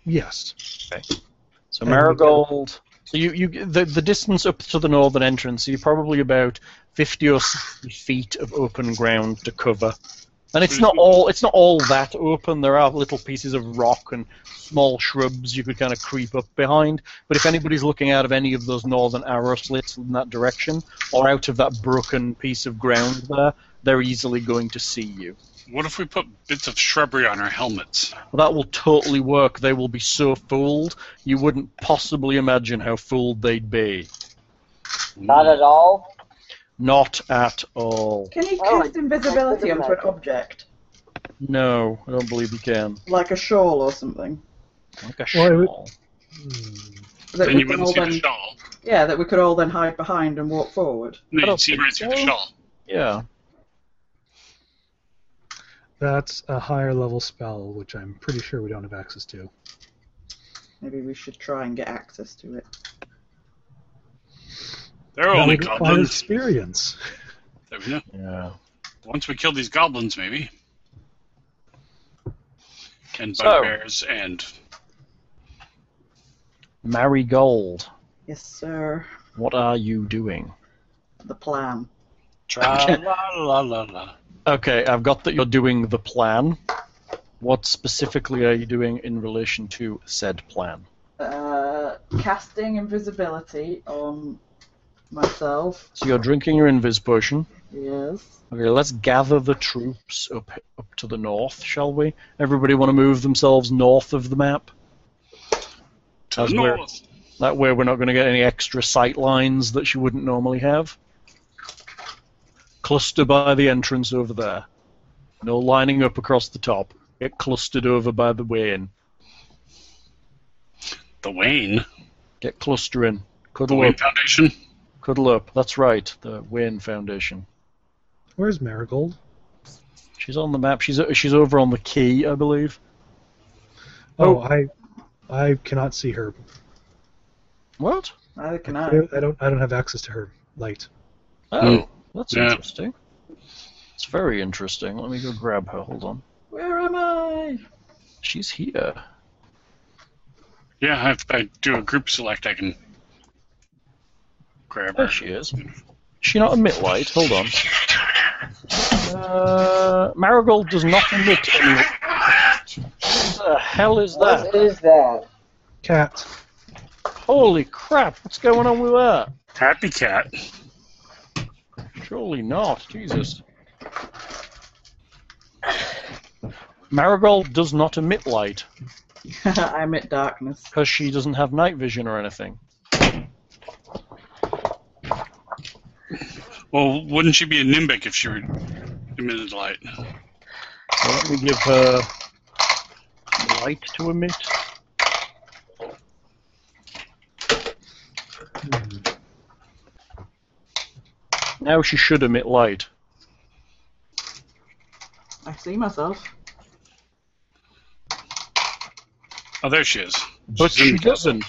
[SPEAKER 5] Yes.
[SPEAKER 4] So
[SPEAKER 5] And we
[SPEAKER 4] Marigold. So you, you the, the distance up to the northern entrance, you're probably about 50 or 60 feet of open ground to cover. And it's not all it's not all that open. There are little pieces of rock and small shrubs you could kind of creep up behind. But if anybody's looking out of any of those northern arrow slits in that direction, or out of that broken piece of ground there, they're easily going to see you.
[SPEAKER 2] What if we put bits of shrubbery on our helmets?
[SPEAKER 4] That will totally work. They will be so fooled, you wouldn't possibly imagine how fooled they'd be.
[SPEAKER 6] Not at all.
[SPEAKER 4] Not at all.
[SPEAKER 3] Can you
[SPEAKER 6] Oh,
[SPEAKER 3] cast invisibility onto an object?
[SPEAKER 4] No, I don't believe you can.
[SPEAKER 3] Like a shawl or something?
[SPEAKER 4] Like a
[SPEAKER 5] Why would-
[SPEAKER 4] shawl.
[SPEAKER 5] Hmm.
[SPEAKER 3] That
[SPEAKER 2] then
[SPEAKER 3] we
[SPEAKER 2] you
[SPEAKER 3] can
[SPEAKER 2] wouldn't
[SPEAKER 3] all
[SPEAKER 2] see the
[SPEAKER 3] then,
[SPEAKER 2] shawl.
[SPEAKER 3] yeah, that we could all then hide behind and walk forward.
[SPEAKER 2] No,
[SPEAKER 4] I
[SPEAKER 2] you'd
[SPEAKER 4] don't
[SPEAKER 2] see
[SPEAKER 4] think
[SPEAKER 2] right through the
[SPEAKER 4] so.
[SPEAKER 2] shawl.
[SPEAKER 4] Yeah.
[SPEAKER 5] That's a higher level spell, which I'm pretty sure we don't have access to.
[SPEAKER 3] Maybe we should try and get access to it.
[SPEAKER 2] They're
[SPEAKER 5] That
[SPEAKER 2] only
[SPEAKER 5] would require
[SPEAKER 2] goblins.
[SPEAKER 5] experience.
[SPEAKER 2] There we go.
[SPEAKER 4] Yeah.
[SPEAKER 2] Once we kill these goblins, maybe. And
[SPEAKER 4] So-
[SPEAKER 2] bugbears and
[SPEAKER 4] Marigold,
[SPEAKER 3] Yes, sir.
[SPEAKER 4] what are you doing?
[SPEAKER 3] The plan.
[SPEAKER 2] tra Uh, la la la la.
[SPEAKER 4] Okay, I've got that you're doing the plan. What specifically are you doing in relation to said plan?
[SPEAKER 3] Uh, casting invisibility on myself.
[SPEAKER 4] So you're drinking your invis potion.
[SPEAKER 3] Yes.
[SPEAKER 4] Okay, let's gather the troops up up to the north, shall we? Everybody want to move themselves north of the map?
[SPEAKER 2] To
[SPEAKER 4] As
[SPEAKER 2] the
[SPEAKER 4] we're-
[SPEAKER 2] north.
[SPEAKER 4] That way we're not going to get any extra sight lines that you wouldn't normally have. Cluster by the entrance over there. No lining up across the top. Get clustered over by the way in.
[SPEAKER 2] The Wayne.
[SPEAKER 4] Get clustering.
[SPEAKER 2] The
[SPEAKER 4] Cuddle
[SPEAKER 2] Wayne
[SPEAKER 4] up.
[SPEAKER 2] Foundation.
[SPEAKER 4] Cuddle up. That's right. The Wayne Foundation.
[SPEAKER 5] Where's Marigold?
[SPEAKER 4] She's on the map. She's she's over on the key, I believe.
[SPEAKER 5] Oh,
[SPEAKER 4] Oh.
[SPEAKER 5] I, I cannot see her.
[SPEAKER 4] What?
[SPEAKER 3] Neither can
[SPEAKER 5] I
[SPEAKER 3] I.
[SPEAKER 5] don't, I don't, I don't have access to her light.
[SPEAKER 4] Oh,
[SPEAKER 2] Mm.
[SPEAKER 4] that's
[SPEAKER 2] Yeah.
[SPEAKER 4] interesting. It's very interesting. Let me go grab her. Hold on.
[SPEAKER 3] Where am I?
[SPEAKER 4] She's here.
[SPEAKER 2] Yeah, if I do a group select, I can grab
[SPEAKER 4] There
[SPEAKER 2] her.
[SPEAKER 4] she is. Is She not emit light. Hold on. Uh, Marigold does not emit any. What the hell is
[SPEAKER 6] What
[SPEAKER 4] that?
[SPEAKER 6] is that?
[SPEAKER 5] Cat.
[SPEAKER 4] Holy crap! What's going on with that?
[SPEAKER 2] Happy Cat.
[SPEAKER 4] Surely not. Jesus. Marigold does not emit light
[SPEAKER 3] I'm at darkness.
[SPEAKER 4] because she doesn't have night vision or anything.
[SPEAKER 2] Well, wouldn't she be a Nimbic if she were emitted light?
[SPEAKER 4] So let me give her light to emit. Now she should emit light.
[SPEAKER 3] I see myself.
[SPEAKER 2] Oh, there she is.
[SPEAKER 4] But
[SPEAKER 2] She's in
[SPEAKER 4] she
[SPEAKER 2] the closet.
[SPEAKER 4] doesn't.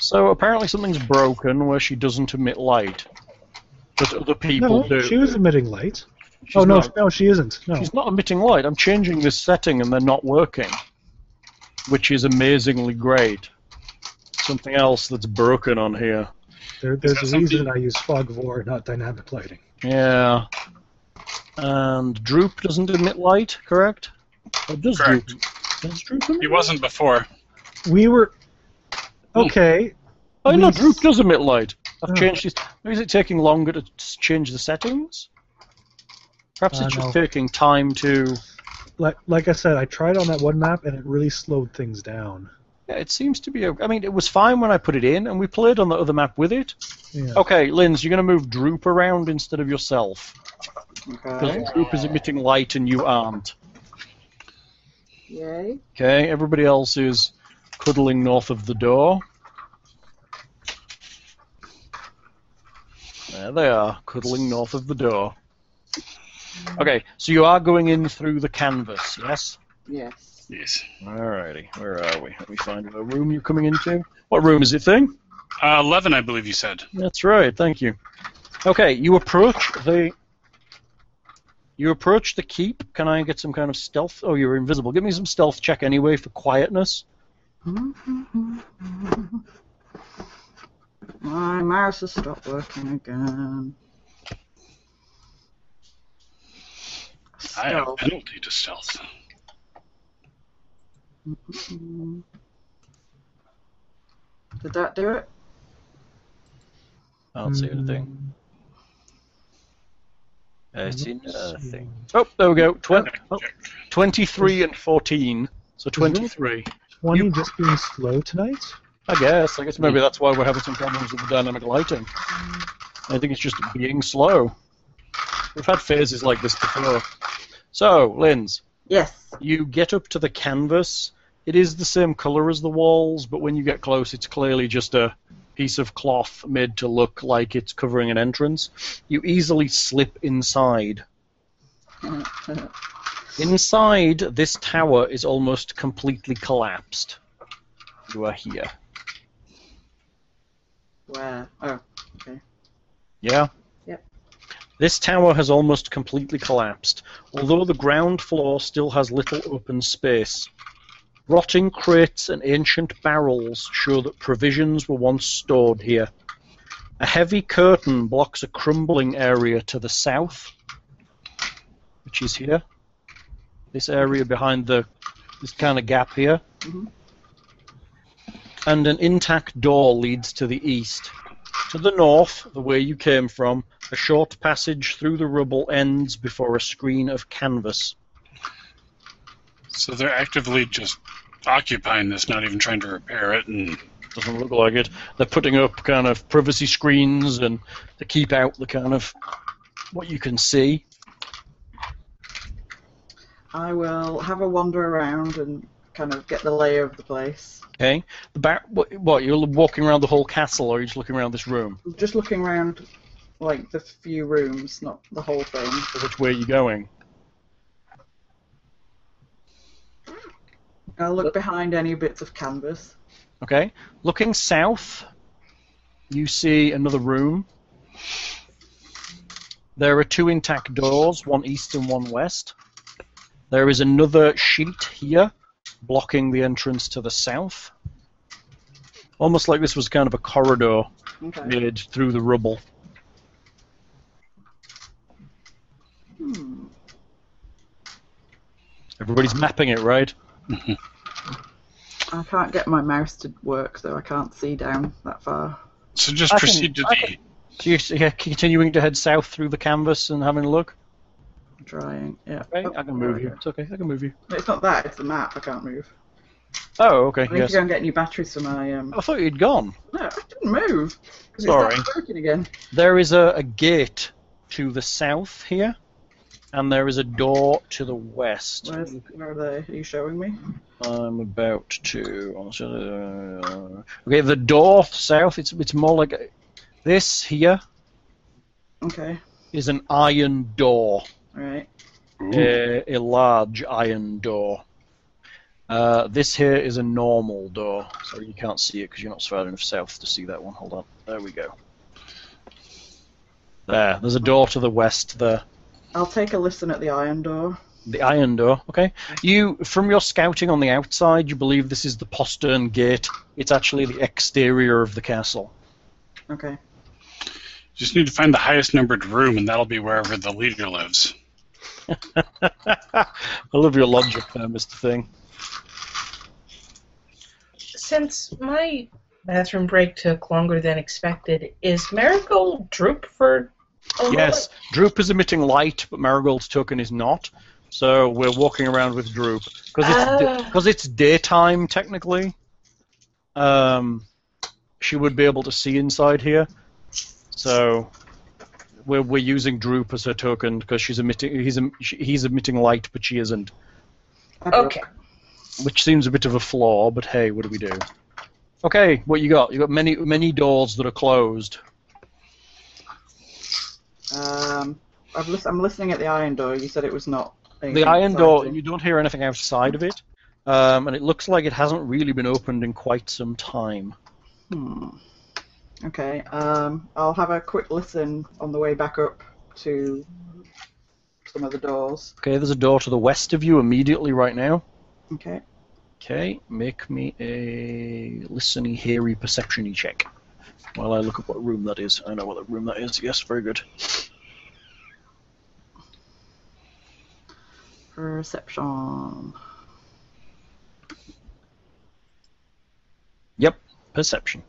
[SPEAKER 4] So apparently something's broken where she doesn't emit light. But other people
[SPEAKER 5] No,
[SPEAKER 4] do.
[SPEAKER 5] she was emitting light.
[SPEAKER 4] She's
[SPEAKER 5] oh no,
[SPEAKER 4] not,
[SPEAKER 5] no, she isn't. No.
[SPEAKER 4] she's not emitting light. I'm changing this setting and they're not working. Which is amazingly great. Something else that's broken on here.
[SPEAKER 5] There,
[SPEAKER 2] that
[SPEAKER 5] there's a
[SPEAKER 2] something-
[SPEAKER 5] reason I use fog of war, not dynamic lighting.
[SPEAKER 4] Yeah. And Droop doesn't emit light, correct? Or does
[SPEAKER 2] Correct.
[SPEAKER 4] Droop? Does Droop emit
[SPEAKER 2] He wasn't before.
[SPEAKER 5] we were
[SPEAKER 4] Hmm.
[SPEAKER 5] okay.
[SPEAKER 4] I know
[SPEAKER 5] Yes.
[SPEAKER 4] Oh, Droop does emit light. I've
[SPEAKER 5] Oh.
[SPEAKER 4] changed these. Is it taking longer to s- change the settings? Perhaps
[SPEAKER 5] Uh,
[SPEAKER 4] it's just
[SPEAKER 5] no.
[SPEAKER 4] taking time to.
[SPEAKER 5] Like like I said, I tried on that one map and it really slowed things down.
[SPEAKER 4] Yeah, it seems to be. o- I mean, it was fine when I put it in, and we played on the other map with it.
[SPEAKER 5] Yeah.
[SPEAKER 4] Okay, Linz, you're going to move Droop around instead of yourself because
[SPEAKER 3] Okay.
[SPEAKER 4] Droop is emitting light and you aren't.
[SPEAKER 3] Yay.
[SPEAKER 4] Okay, everybody else is cuddling north of the door. There they are, cuddling north of the door. Okay, so you are going in through the canvas, yes?
[SPEAKER 3] Yes.
[SPEAKER 2] Yes.
[SPEAKER 4] Alrighty, where are we? Let me find the room you're coming into. What room is it, Thing?
[SPEAKER 2] Uh, Eleven, I believe you said.
[SPEAKER 4] That's right, thank you. Okay, you approach the. You approach the keep. Can I get some kind of stealth? Oh, you're invisible. Give me some stealth check anyway for quietness.
[SPEAKER 3] My mouse has stopped working again.
[SPEAKER 2] I have a
[SPEAKER 3] Stealth.
[SPEAKER 2] penalty to stealth.
[SPEAKER 3] Mm. Did that do it?
[SPEAKER 4] I don't see anything.
[SPEAKER 5] Mm,
[SPEAKER 4] I see nothing. Oh, there we go. Twen- oh, 23 and 14. So 23.
[SPEAKER 5] Twenty
[SPEAKER 4] You-
[SPEAKER 5] just being slow tonight.
[SPEAKER 4] I guess. I guess maybe that's why we're having some problems with the dynamic lighting. I think it's just being slow. We've had phases like this before. So, Linz,
[SPEAKER 3] Yes.
[SPEAKER 4] you get up to the canvas. It is the same color as the walls, but when you get close, it's clearly just a piece of cloth made to look like it's covering an entrance. You easily slip inside. Inside, this tower is almost completely collapsed. You are here.
[SPEAKER 3] Where? Oh.
[SPEAKER 4] Yeah?
[SPEAKER 3] Yep.
[SPEAKER 4] This tower has almost completely collapsed, although the ground floor still has little open space. Rotting crates and ancient barrels show that provisions were once stored here. A heavy curtain blocks a crumbling area to the south, which is here. This area behind the this kind of gap here.
[SPEAKER 3] Mhm.
[SPEAKER 4] And an intact door leads to the east. To the north, the way you came from, a short passage through the rubble ends before a screen of canvas.
[SPEAKER 2] So they're actively just occupying this, not even trying to repair it, and
[SPEAKER 4] Doesn't look like it. They're putting up kind of privacy screens and to keep out the kind of what you can see.
[SPEAKER 3] I will have a wander around and kind of get the lay of the place.
[SPEAKER 4] Okay, the back. What, what you're walking around the whole castle, or you're just looking around this room?
[SPEAKER 3] Just looking around, like the few rooms, not the whole thing.
[SPEAKER 4] Which way are you going?
[SPEAKER 3] I'll look behind any bits of canvas.
[SPEAKER 4] Okay, looking south, you see another room. There are two intact doors, one east and one west. There is another sheet here blocking the entrance to the south. Almost like this was kind of a corridor
[SPEAKER 3] Okay.
[SPEAKER 4] made through the rubble.
[SPEAKER 3] Hmm.
[SPEAKER 4] Everybody's mapping it, right?
[SPEAKER 3] I can't get my mouse to work, so I can't see down that far.
[SPEAKER 2] so just
[SPEAKER 4] I can-
[SPEAKER 2] proceed to
[SPEAKER 4] I
[SPEAKER 2] the.
[SPEAKER 4] can- So you're s- yeah, continuing to head south through the canvas and having a look.
[SPEAKER 3] I'm trying. Yeah.
[SPEAKER 4] Right,
[SPEAKER 3] Oh,
[SPEAKER 4] I can
[SPEAKER 3] there
[SPEAKER 4] move
[SPEAKER 3] we
[SPEAKER 4] you.
[SPEAKER 3] go.
[SPEAKER 4] It's okay. I can move you.
[SPEAKER 3] It's not that. It's the map. I can't move.
[SPEAKER 4] Oh, okay.
[SPEAKER 3] I need
[SPEAKER 4] Yes.
[SPEAKER 3] to go and get new batteries for my. Um...
[SPEAKER 4] I thought you'd gone.
[SPEAKER 3] No, I didn't move. 'cause
[SPEAKER 4] Sorry.
[SPEAKER 3] It starts working again.
[SPEAKER 4] There is a, a gate to the south here, and there is a door to the west.
[SPEAKER 3] Where's, where are they? Are you showing me?
[SPEAKER 4] I'm about to. Okay, the door south. It's it's more like a, this here
[SPEAKER 3] Okay.
[SPEAKER 4] is an iron door,
[SPEAKER 3] All right.
[SPEAKER 4] a, a large iron door. Uh, this here is a normal door. Sorry, you can't see it because you're not far enough south to see that one. Hold on. There we go. There. There's a door to the west there.
[SPEAKER 3] I'll take a listen at the iron door.
[SPEAKER 4] The iron door, okay. You, from your scouting on the outside, you believe this is the postern gate. It's actually the exterior of the castle.
[SPEAKER 3] Okay.
[SPEAKER 2] Just need to find the highest numbered room, and that'll be wherever the leader lives.
[SPEAKER 4] I love your logic there, Mr. Thing.
[SPEAKER 7] since my bathroom break took longer than expected, is Marigold droop for? a
[SPEAKER 4] Yes, Droop is emitting light, but Marigold's token is not. So we're walking around with Droop because it's
[SPEAKER 7] Ah.
[SPEAKER 4] because it's daytime technically. Um, she would be able to see inside here, so we're we're using Droop as her token because she's emitting he's em- she- he's emitting light, but she isn't,
[SPEAKER 7] little- Okay.
[SPEAKER 4] which seems a bit of a flaw. But hey, what do we do? Okay, what you got? You got many many doors that are closed.
[SPEAKER 3] Um, I've lis- I'm listening at the iron door. You said it was not.
[SPEAKER 4] The iron door, you don't hear anything outside of it, um, and it looks like it hasn't really been opened in quite some time.
[SPEAKER 3] Hmm. Okay. Um, I'll have a quick listen on the way back up to some of the doors.
[SPEAKER 4] Okay, there's a door to the west of you immediately right now.
[SPEAKER 3] Okay.
[SPEAKER 4] Okay, make me a listeny, heary, perceptiony check. While I look up what room that is. I know what room that is. Yes, very good.
[SPEAKER 3] Perception.
[SPEAKER 4] Yep, perception.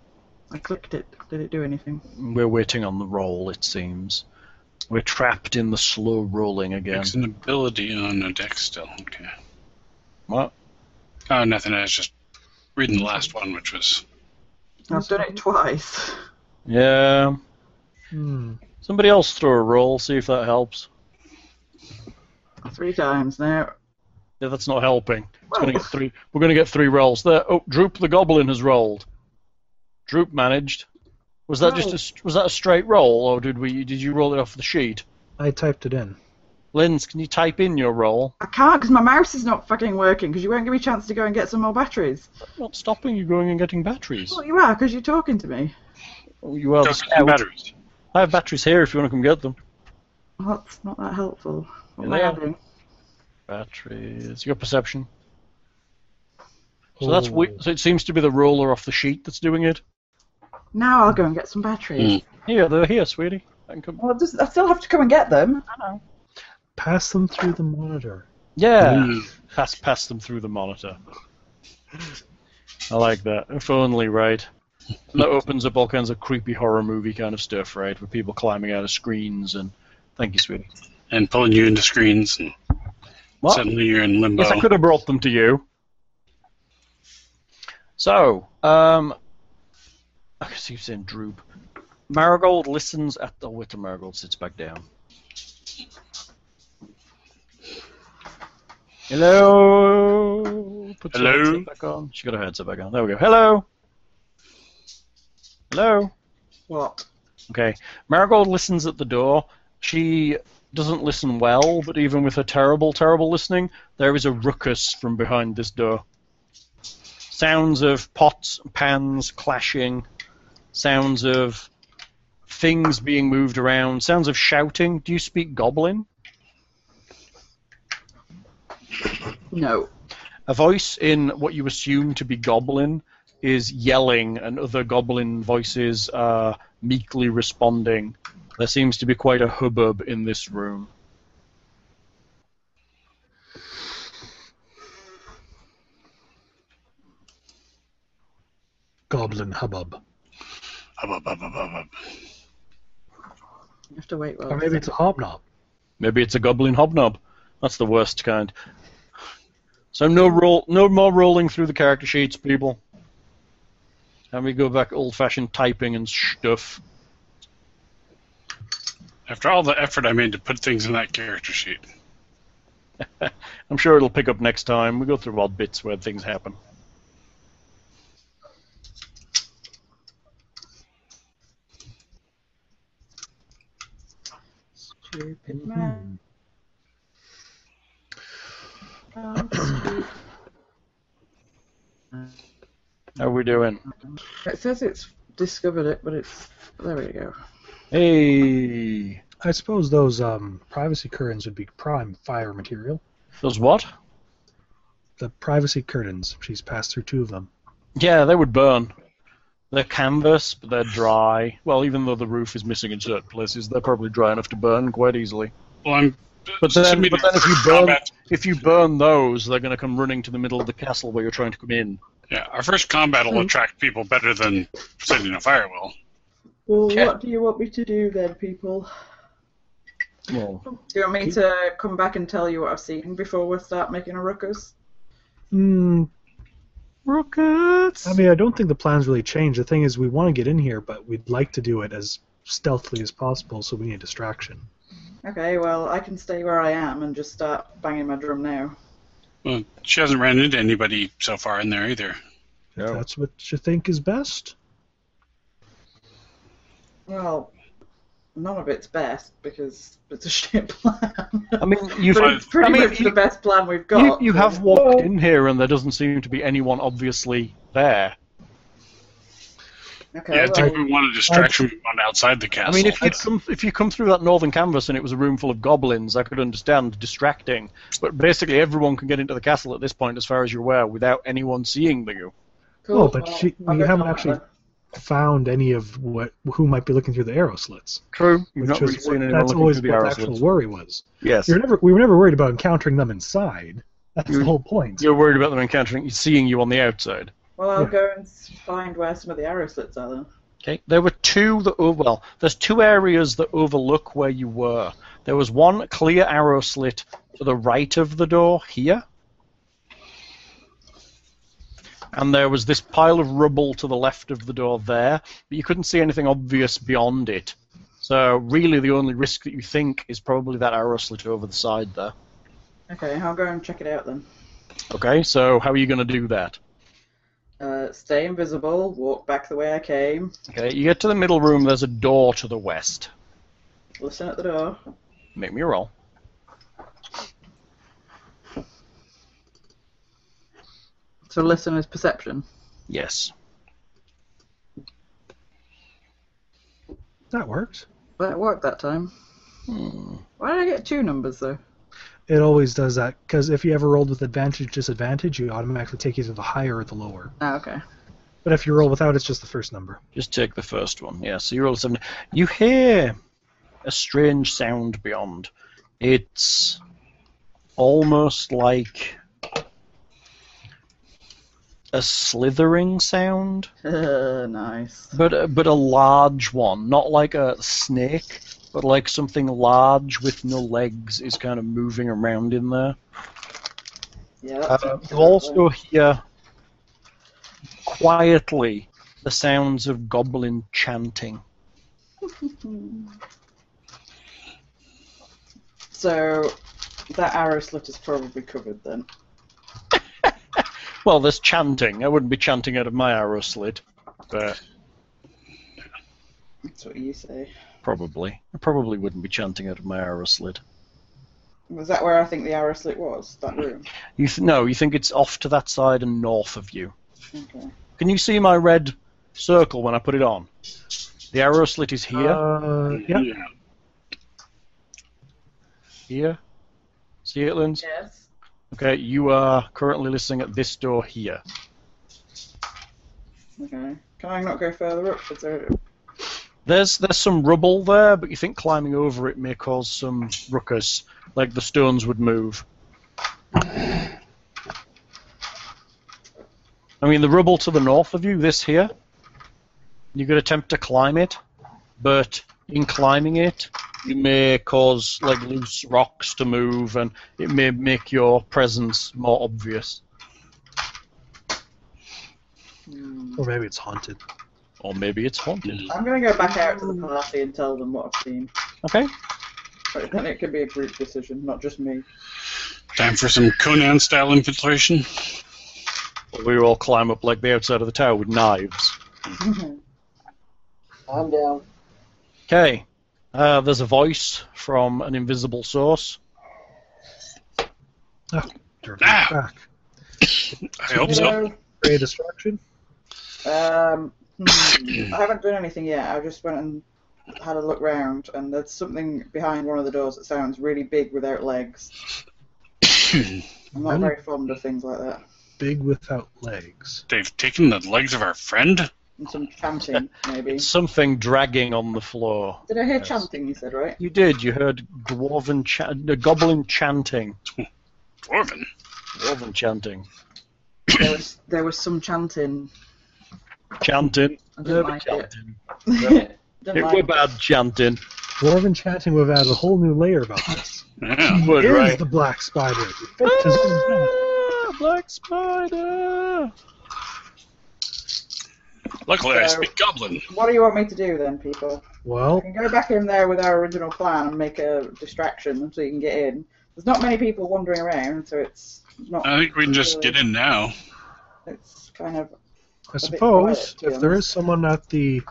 [SPEAKER 3] I clicked it. Did it do anything?
[SPEAKER 4] We're waiting on the roll, it seems. We're trapped in the slow rolling again.
[SPEAKER 2] It's an ability on a deck still. Okay.
[SPEAKER 4] What?
[SPEAKER 2] Oh, nothing. I was just reading the last one, which was
[SPEAKER 3] I've done it twice.
[SPEAKER 4] Yeah.
[SPEAKER 5] Hmm.
[SPEAKER 4] Somebody else throw a roll, see if that helps.
[SPEAKER 3] Three times now.
[SPEAKER 4] Yeah, that's not helping. It's
[SPEAKER 3] Well,
[SPEAKER 4] gonna get three. We're going to get three rolls there. Oh, Droop the Goblin has rolled. Droop managed. Was that just a, s- was that a straight roll, or did we did you roll it off the sheet?
[SPEAKER 5] I typed it in.
[SPEAKER 4] Linz, can you type in your roll?
[SPEAKER 3] I can't because my mouse is not fucking working because you won't give me a chance to go and get some more batteries.
[SPEAKER 4] I'm not stopping you going and getting batteries.
[SPEAKER 3] Well, you are because you're talking to me.
[SPEAKER 4] Oh, You are the
[SPEAKER 2] Just two
[SPEAKER 4] scout.
[SPEAKER 2] batteries.
[SPEAKER 4] I have batteries here if you want to come get them.
[SPEAKER 3] Well, that's not that helpful. What am
[SPEAKER 4] Yeah.
[SPEAKER 3] I adding?
[SPEAKER 4] Batteries. Your perception. So that's
[SPEAKER 5] Oh.
[SPEAKER 4] we- so it seems to be the roller off the sheet that's doing it.
[SPEAKER 3] Now I'll go and get some batteries.
[SPEAKER 4] Here, they're here, sweetie. I can come.
[SPEAKER 3] Well, I, just, I still have to come and get them.
[SPEAKER 5] Pass them through the monitor.
[SPEAKER 4] Yeah.
[SPEAKER 2] Mm.
[SPEAKER 4] pass pass them through the monitor. I like that. If only, right? And that opens up all kinds of creepy horror movie kind of stuff, right? With people climbing out of screens and thank you, sweetie.
[SPEAKER 2] And pulling you into screens, and
[SPEAKER 4] What?
[SPEAKER 2] suddenly you're in limbo.
[SPEAKER 4] Yes, I could have brought them to you. So, um, I guess you've seen Droop. Marigold listens at the. Wait till Marigold sits back down. Hello. Puts her
[SPEAKER 2] Hello?
[SPEAKER 4] headset Back on. She got her headset back on. There we go. Hello. Hello.
[SPEAKER 3] What?
[SPEAKER 4] Okay. Marigold listens at the door. She doesn't listen well, but even with her terrible, terrible listening, there is a ruckus from behind this door. Sounds of pots, pans clashing, sounds of things being moved around, sounds of shouting. Do you speak goblin?
[SPEAKER 3] No.
[SPEAKER 4] A voice in what you assume to be goblin is yelling, and other goblin voices are meekly responding. There seems to be quite a hubbub in this room.
[SPEAKER 5] Goblin hubbub.
[SPEAKER 2] Hub, hub, hub, hub, hub, hub.
[SPEAKER 3] You have to
[SPEAKER 4] Oh,
[SPEAKER 3] wait. Well,
[SPEAKER 5] Or maybe it's a hobnob.
[SPEAKER 4] Maybe it's a goblin hobnob. That's the worst kind. So no roll, no more rolling through the character sheets, people. And we go back old-fashioned typing and stuff.
[SPEAKER 2] After all the effort I made to put things in that character sheet,
[SPEAKER 4] I'm sure it'll pick up next time. We go through odd bits where things happen.
[SPEAKER 3] Stupid man. Um,
[SPEAKER 4] How we doing?
[SPEAKER 3] it says it's discovered it, but it's there. We go.
[SPEAKER 4] Hey,
[SPEAKER 5] I suppose those um, privacy curtains would be prime fire material.
[SPEAKER 4] those what?
[SPEAKER 5] The privacy curtains. She's passed through two of them.
[SPEAKER 4] Yeah, they would burn. They're canvas, but they're dry. Well, even though the roof is missing in certain places, they're probably dry enough to burn quite easily.
[SPEAKER 2] well, I'm.
[SPEAKER 4] But then,
[SPEAKER 2] send me
[SPEAKER 4] but
[SPEAKER 2] the
[SPEAKER 4] then if you burn,
[SPEAKER 2] combat-
[SPEAKER 4] if you burn those, they're going to come running to the middle of the castle where you're trying to come in.
[SPEAKER 2] Yeah, our first combat will
[SPEAKER 3] Hmm.
[SPEAKER 2] attract people better than setting a fire will.
[SPEAKER 3] Well,
[SPEAKER 6] Okay.
[SPEAKER 3] what do you want me to do then, people?
[SPEAKER 4] Well,
[SPEAKER 3] Do you want me to come back and tell you what I've seen before we start making a ruckus?
[SPEAKER 5] Mm,
[SPEAKER 4] rockets.
[SPEAKER 5] I mean, I don't think the plans really change. The thing is, we want to get in here, but we'd like to do it as stealthily as possible, so we need distraction.
[SPEAKER 3] Okay, well, I can stay where I am and just start banging my drum now.
[SPEAKER 2] Well, she hasn't ran into anybody so far in there either.
[SPEAKER 5] If
[SPEAKER 4] No.
[SPEAKER 5] that's what you think is best.
[SPEAKER 3] Well, none of it's best because it's a shit plan.
[SPEAKER 4] I mean, you've,
[SPEAKER 2] But
[SPEAKER 3] it's pretty
[SPEAKER 4] I mean,
[SPEAKER 3] much
[SPEAKER 4] you-
[SPEAKER 3] the best plan we've
[SPEAKER 4] you,
[SPEAKER 3] got.
[SPEAKER 4] you
[SPEAKER 3] so-
[SPEAKER 4] have walked in here and there doesn't seem to be anyone obviously there.
[SPEAKER 3] Okay,
[SPEAKER 2] Yeah, I
[SPEAKER 3] well,
[SPEAKER 2] think we want a distraction we want outside the
[SPEAKER 4] I
[SPEAKER 2] castle.
[SPEAKER 4] mean, if you come if you come through that northern canvas and it was a room full of goblins, I could understand distracting. But basically, everyone can get into the castle at this point, as far as you're aware, without anyone seeing you.
[SPEAKER 3] cool.
[SPEAKER 5] Oh, but she-
[SPEAKER 3] I'll
[SPEAKER 5] you
[SPEAKER 3] go
[SPEAKER 5] haven't
[SPEAKER 3] down
[SPEAKER 5] actually-
[SPEAKER 3] there.
[SPEAKER 5] Found any of what who might be looking through the arrow slits?
[SPEAKER 4] True. You've
[SPEAKER 5] Which
[SPEAKER 4] not
[SPEAKER 5] was
[SPEAKER 4] really seen
[SPEAKER 5] what-
[SPEAKER 4] anyone
[SPEAKER 5] that's
[SPEAKER 4] looking
[SPEAKER 5] always
[SPEAKER 4] through the
[SPEAKER 5] what the
[SPEAKER 4] arrow
[SPEAKER 5] actual
[SPEAKER 4] slits.
[SPEAKER 5] worry was.
[SPEAKER 4] Yes.
[SPEAKER 5] You're never, we were never worried about encountering them inside. That's
[SPEAKER 4] You-
[SPEAKER 5] the whole point.
[SPEAKER 4] You're worried about them encountering, seeing you on the outside.
[SPEAKER 3] Well, I'll
[SPEAKER 5] Yeah.
[SPEAKER 3] go and s- find where some of the arrow slits are then.
[SPEAKER 4] Okay. There were two that oh well, there's two areas that overlook where you were. There was one clear arrow slit to the right of the door here. And there was this pile of rubble to the left of the door there, but you couldn't see anything obvious beyond it. So really the only risk that you think is probably that arrow slit over the side there.
[SPEAKER 3] Okay, I'll go and check it out then.
[SPEAKER 4] Okay, so how are you gonna do that?
[SPEAKER 3] Uh, stay invisible, walk back the way I came,
[SPEAKER 4] Okay, you get to the middle room, there's a door to the west.
[SPEAKER 3] listen at the door.
[SPEAKER 4] Make me a roll.
[SPEAKER 3] So listen is perception.
[SPEAKER 4] Yes.
[SPEAKER 5] That works.
[SPEAKER 3] But it worked that time.
[SPEAKER 4] Hmm.
[SPEAKER 3] Why did I get two numbers though?
[SPEAKER 5] It always does that because if you ever rolled with advantage, disadvantage, you automatically take either the higher or the lower.
[SPEAKER 3] Ah, okay.
[SPEAKER 5] But if you roll without, it's just the first number.
[SPEAKER 4] Just take the first one. Yeah, so you roll a seven. You hear a strange sound beyond. It's almost like a slithering sound,
[SPEAKER 3] Uh, nice.
[SPEAKER 4] but a, but a large one, not like a snake, but like something large with no legs is kind of moving around in there.
[SPEAKER 3] Yeah. that
[SPEAKER 4] Uh,
[SPEAKER 3] sounds
[SPEAKER 4] you also hear quietly the sounds of goblin chanting.
[SPEAKER 3] So that arrow slit is probably covered then.
[SPEAKER 4] Well, there's chanting. I wouldn't be chanting out of my arrow slit, but
[SPEAKER 3] That's what you say.
[SPEAKER 4] probably. I probably wouldn't be chanting out of my arrow slit.
[SPEAKER 3] Was that where I think the arrow slit was? That room.
[SPEAKER 4] You th- no, you think it's off to that side and north of you.
[SPEAKER 3] Okay.
[SPEAKER 4] Can you see my red circle when I put it on? The arrow slit is here,
[SPEAKER 5] Uh,
[SPEAKER 2] Mm-hmm.
[SPEAKER 5] yeah.
[SPEAKER 4] here. See it, Linz?
[SPEAKER 3] Yes.
[SPEAKER 4] Okay, you are currently listening at this door here.
[SPEAKER 3] Okay. Can I not go further up? Is there...
[SPEAKER 4] There's there's some rubble there, but you think climbing over it may cause some ruckus, like the stones would move. I mean, the rubble to the north of you, this here, you could attempt to climb it, but in climbing it, you may cause like loose rocks to move, and it may make your presence more obvious,
[SPEAKER 3] Hmm.
[SPEAKER 5] Or maybe it's haunted.
[SPEAKER 4] or maybe it's haunted.
[SPEAKER 3] I'm gonna go back out to the party and tell them what I've seen.
[SPEAKER 4] Okay,
[SPEAKER 3] But then it can be a group decision, not just me.
[SPEAKER 2] Time for some Conan style infiltration.
[SPEAKER 4] we all climb up like the outside of the tower with knives.
[SPEAKER 6] I'm down.
[SPEAKER 4] Okay. Uh, there's a voice from an invisible source.
[SPEAKER 5] Turn
[SPEAKER 2] Ah!
[SPEAKER 5] back.
[SPEAKER 2] I hope so.
[SPEAKER 5] Create distraction.
[SPEAKER 3] Um, hmm, I haven't done anything yet. I just went and had a look round, and there's something behind one of the doors that sounds really big without legs. I'm not very fond of things like that.
[SPEAKER 5] Big without legs.
[SPEAKER 2] They've taken the legs of our friend.
[SPEAKER 3] And some chanting, maybe.
[SPEAKER 4] It's something dragging on the floor.
[SPEAKER 3] Did I hear
[SPEAKER 4] Yes.
[SPEAKER 3] chanting? You said right.
[SPEAKER 4] You did. You heard dwarven cha- uh, goblin chanting.
[SPEAKER 2] Dwarven.
[SPEAKER 4] Dwarven chanting.
[SPEAKER 3] there was there was some chanting.
[SPEAKER 4] Chanting.
[SPEAKER 3] I didn't
[SPEAKER 4] Urban
[SPEAKER 3] like it.
[SPEAKER 4] chanting.
[SPEAKER 6] Brilliant.
[SPEAKER 3] Didn't
[SPEAKER 4] It
[SPEAKER 3] like
[SPEAKER 4] were
[SPEAKER 3] it.
[SPEAKER 4] bad chanting.
[SPEAKER 5] Dwarven chanting would have added a whole new layer about this.
[SPEAKER 2] Yeah.
[SPEAKER 4] Would,
[SPEAKER 5] Here's
[SPEAKER 4] right?
[SPEAKER 5] the black spider.
[SPEAKER 4] Ah, Black Spider!
[SPEAKER 2] Luckily, I speak Goblin.
[SPEAKER 3] What do you want me to do then, people?
[SPEAKER 5] Well,
[SPEAKER 3] We can go back in there with our original plan and make a distraction so you can get in. There's not many people wandering around, so it's not.
[SPEAKER 2] I think we can just get in now.
[SPEAKER 3] It's kind of
[SPEAKER 5] I
[SPEAKER 3] bit quiet,
[SPEAKER 5] suppose
[SPEAKER 3] to be
[SPEAKER 5] if there
[SPEAKER 3] honest.
[SPEAKER 5] is someone at the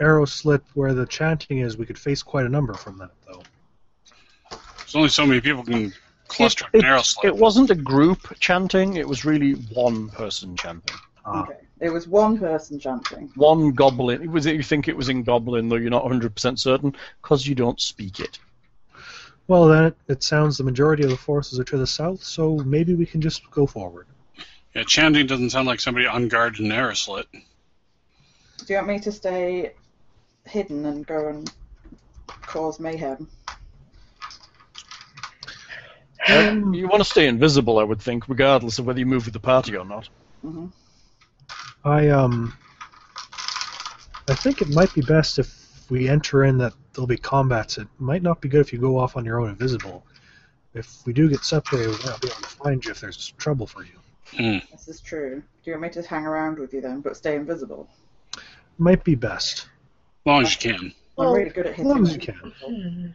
[SPEAKER 5] arrow slit where the chanting is, we could face quite a number from that, though.
[SPEAKER 2] There's only so many people can cluster
[SPEAKER 4] It-
[SPEAKER 2] an arrow
[SPEAKER 4] It
[SPEAKER 2] slit.
[SPEAKER 4] wasn't a group chanting, it was really one person chanting.
[SPEAKER 5] Ah,
[SPEAKER 3] okay. It was one person chanting.
[SPEAKER 4] One goblin. It was, you think it was in goblin, though you're not 100% certain, because you don't speak it.
[SPEAKER 5] Well, then it, it sounds the majority of the forces are to the south, so maybe we can just go forward.
[SPEAKER 2] Yeah, chanting doesn't sound like somebody on guard in an arrow slit.
[SPEAKER 3] Do you want me to stay hidden and go and cause mayhem?
[SPEAKER 4] Uh, you want to stay invisible, I would think, regardless of whether you move with the party or not.
[SPEAKER 3] hmm
[SPEAKER 5] I um, I think it might be best if we enter in that there'll be combats. It might not be good if you go off on your own invisible. If we do get separated, we will not be able to find you if there's trouble for you.
[SPEAKER 3] This is true. Do you want me to hang around with you then, but stay invisible?
[SPEAKER 5] Might be best
[SPEAKER 2] As long as you can.
[SPEAKER 3] I'm really good at
[SPEAKER 5] as
[SPEAKER 3] hitting.
[SPEAKER 5] long as you
[SPEAKER 3] them.
[SPEAKER 5] can.
[SPEAKER 7] Hmm.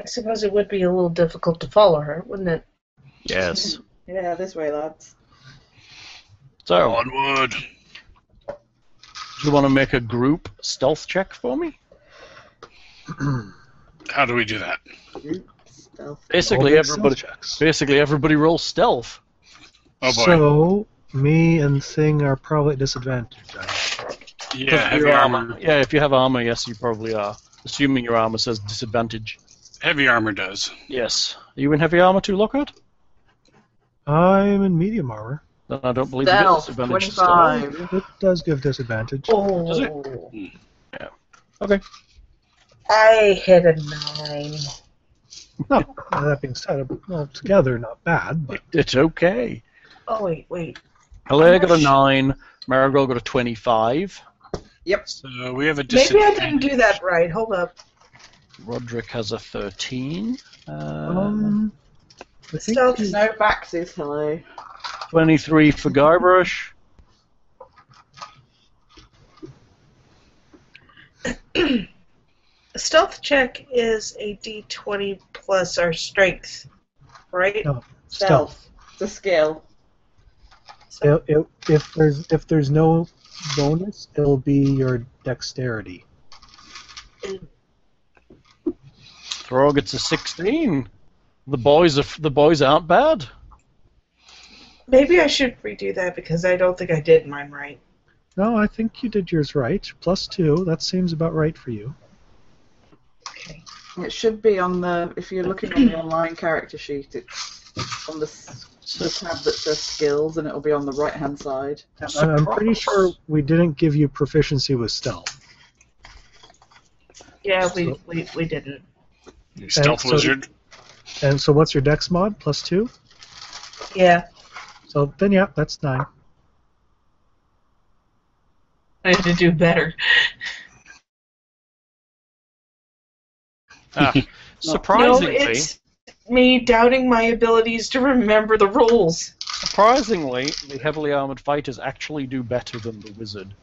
[SPEAKER 7] I suppose it would be a little difficult to follow her, wouldn't it?
[SPEAKER 4] Yes.
[SPEAKER 3] Yeah, this way, lads.
[SPEAKER 4] So,
[SPEAKER 2] Onward.
[SPEAKER 4] do you want to make a group stealth check for me?
[SPEAKER 2] How do we do that?
[SPEAKER 3] Stealth.
[SPEAKER 5] All
[SPEAKER 4] Basically,
[SPEAKER 5] make stealth
[SPEAKER 4] everybody.
[SPEAKER 5] checks.
[SPEAKER 4] Basically, everybody rolls stealth.
[SPEAKER 2] Oh boy.
[SPEAKER 5] So me and Thing are probably at disadvantage. I-
[SPEAKER 2] yeah, heavy
[SPEAKER 4] Your
[SPEAKER 2] armor.
[SPEAKER 4] Yeah, if you have armor, yes, you probably are. Assuming your armor says disadvantage.
[SPEAKER 2] Heavy armor does.
[SPEAKER 4] Yes. Are you in heavy armor too, Lockhart?
[SPEAKER 5] I'm in medium armor.
[SPEAKER 4] Then I don't believe you get
[SPEAKER 8] Stealth,
[SPEAKER 4] disadvantage. to stealth.
[SPEAKER 8] 25.
[SPEAKER 5] It does give disadvantage.
[SPEAKER 4] Does it?
[SPEAKER 7] Oh,
[SPEAKER 4] Okay.
[SPEAKER 7] I hit a nine.
[SPEAKER 5] No, that being said, well, together not bad, but
[SPEAKER 4] It's okay.
[SPEAKER 7] Oh wait, wait.
[SPEAKER 4] Hilaire got a nine. Marigold got a twenty-five.
[SPEAKER 2] So we have a
[SPEAKER 7] Maybe I
[SPEAKER 2] disadvantage.
[SPEAKER 7] didn't do that right. Hold up.
[SPEAKER 4] Roderick has a thirteen. Uh,
[SPEAKER 5] um, I think
[SPEAKER 7] Stealth.
[SPEAKER 3] No backsies, hello.
[SPEAKER 4] Twenty-three for Guybrush.
[SPEAKER 7] Stealth check is a d20 plus our strength, right?
[SPEAKER 5] No.
[SPEAKER 3] Stealth.
[SPEAKER 5] stealth.
[SPEAKER 3] It's a skill.
[SPEAKER 5] If, if, if there's if there's no bonus, it'll be your dexterity.
[SPEAKER 4] Throg gets a sixteen. The boys are f- the boys aren't bad.
[SPEAKER 7] Maybe I should redo that because I don't think I did mine right.
[SPEAKER 5] No, I think you did yours right. Plus two. That seems about right for you.
[SPEAKER 7] Okay.
[SPEAKER 3] It should be on the. If you're looking on the online character sheet, it's on the, s- the tab that says skills, and it'll be on the right hand side.
[SPEAKER 5] I- I'm pretty sure we didn't give you proficiency with stealth.
[SPEAKER 7] Yeah, we, we, we didn't.
[SPEAKER 2] You stealth
[SPEAKER 5] so-
[SPEAKER 2] wizard.
[SPEAKER 5] And so, what's your dex mod? Plus two.
[SPEAKER 7] Yeah,
[SPEAKER 5] So then, yeah, that's nine.
[SPEAKER 7] I had to do better.
[SPEAKER 4] Ah,
[SPEAKER 7] No,
[SPEAKER 4] surprisingly,
[SPEAKER 7] it's me doubting my abilities to remember the rules.
[SPEAKER 4] surprisingly, the heavily armored fighters actually do better than the wizard,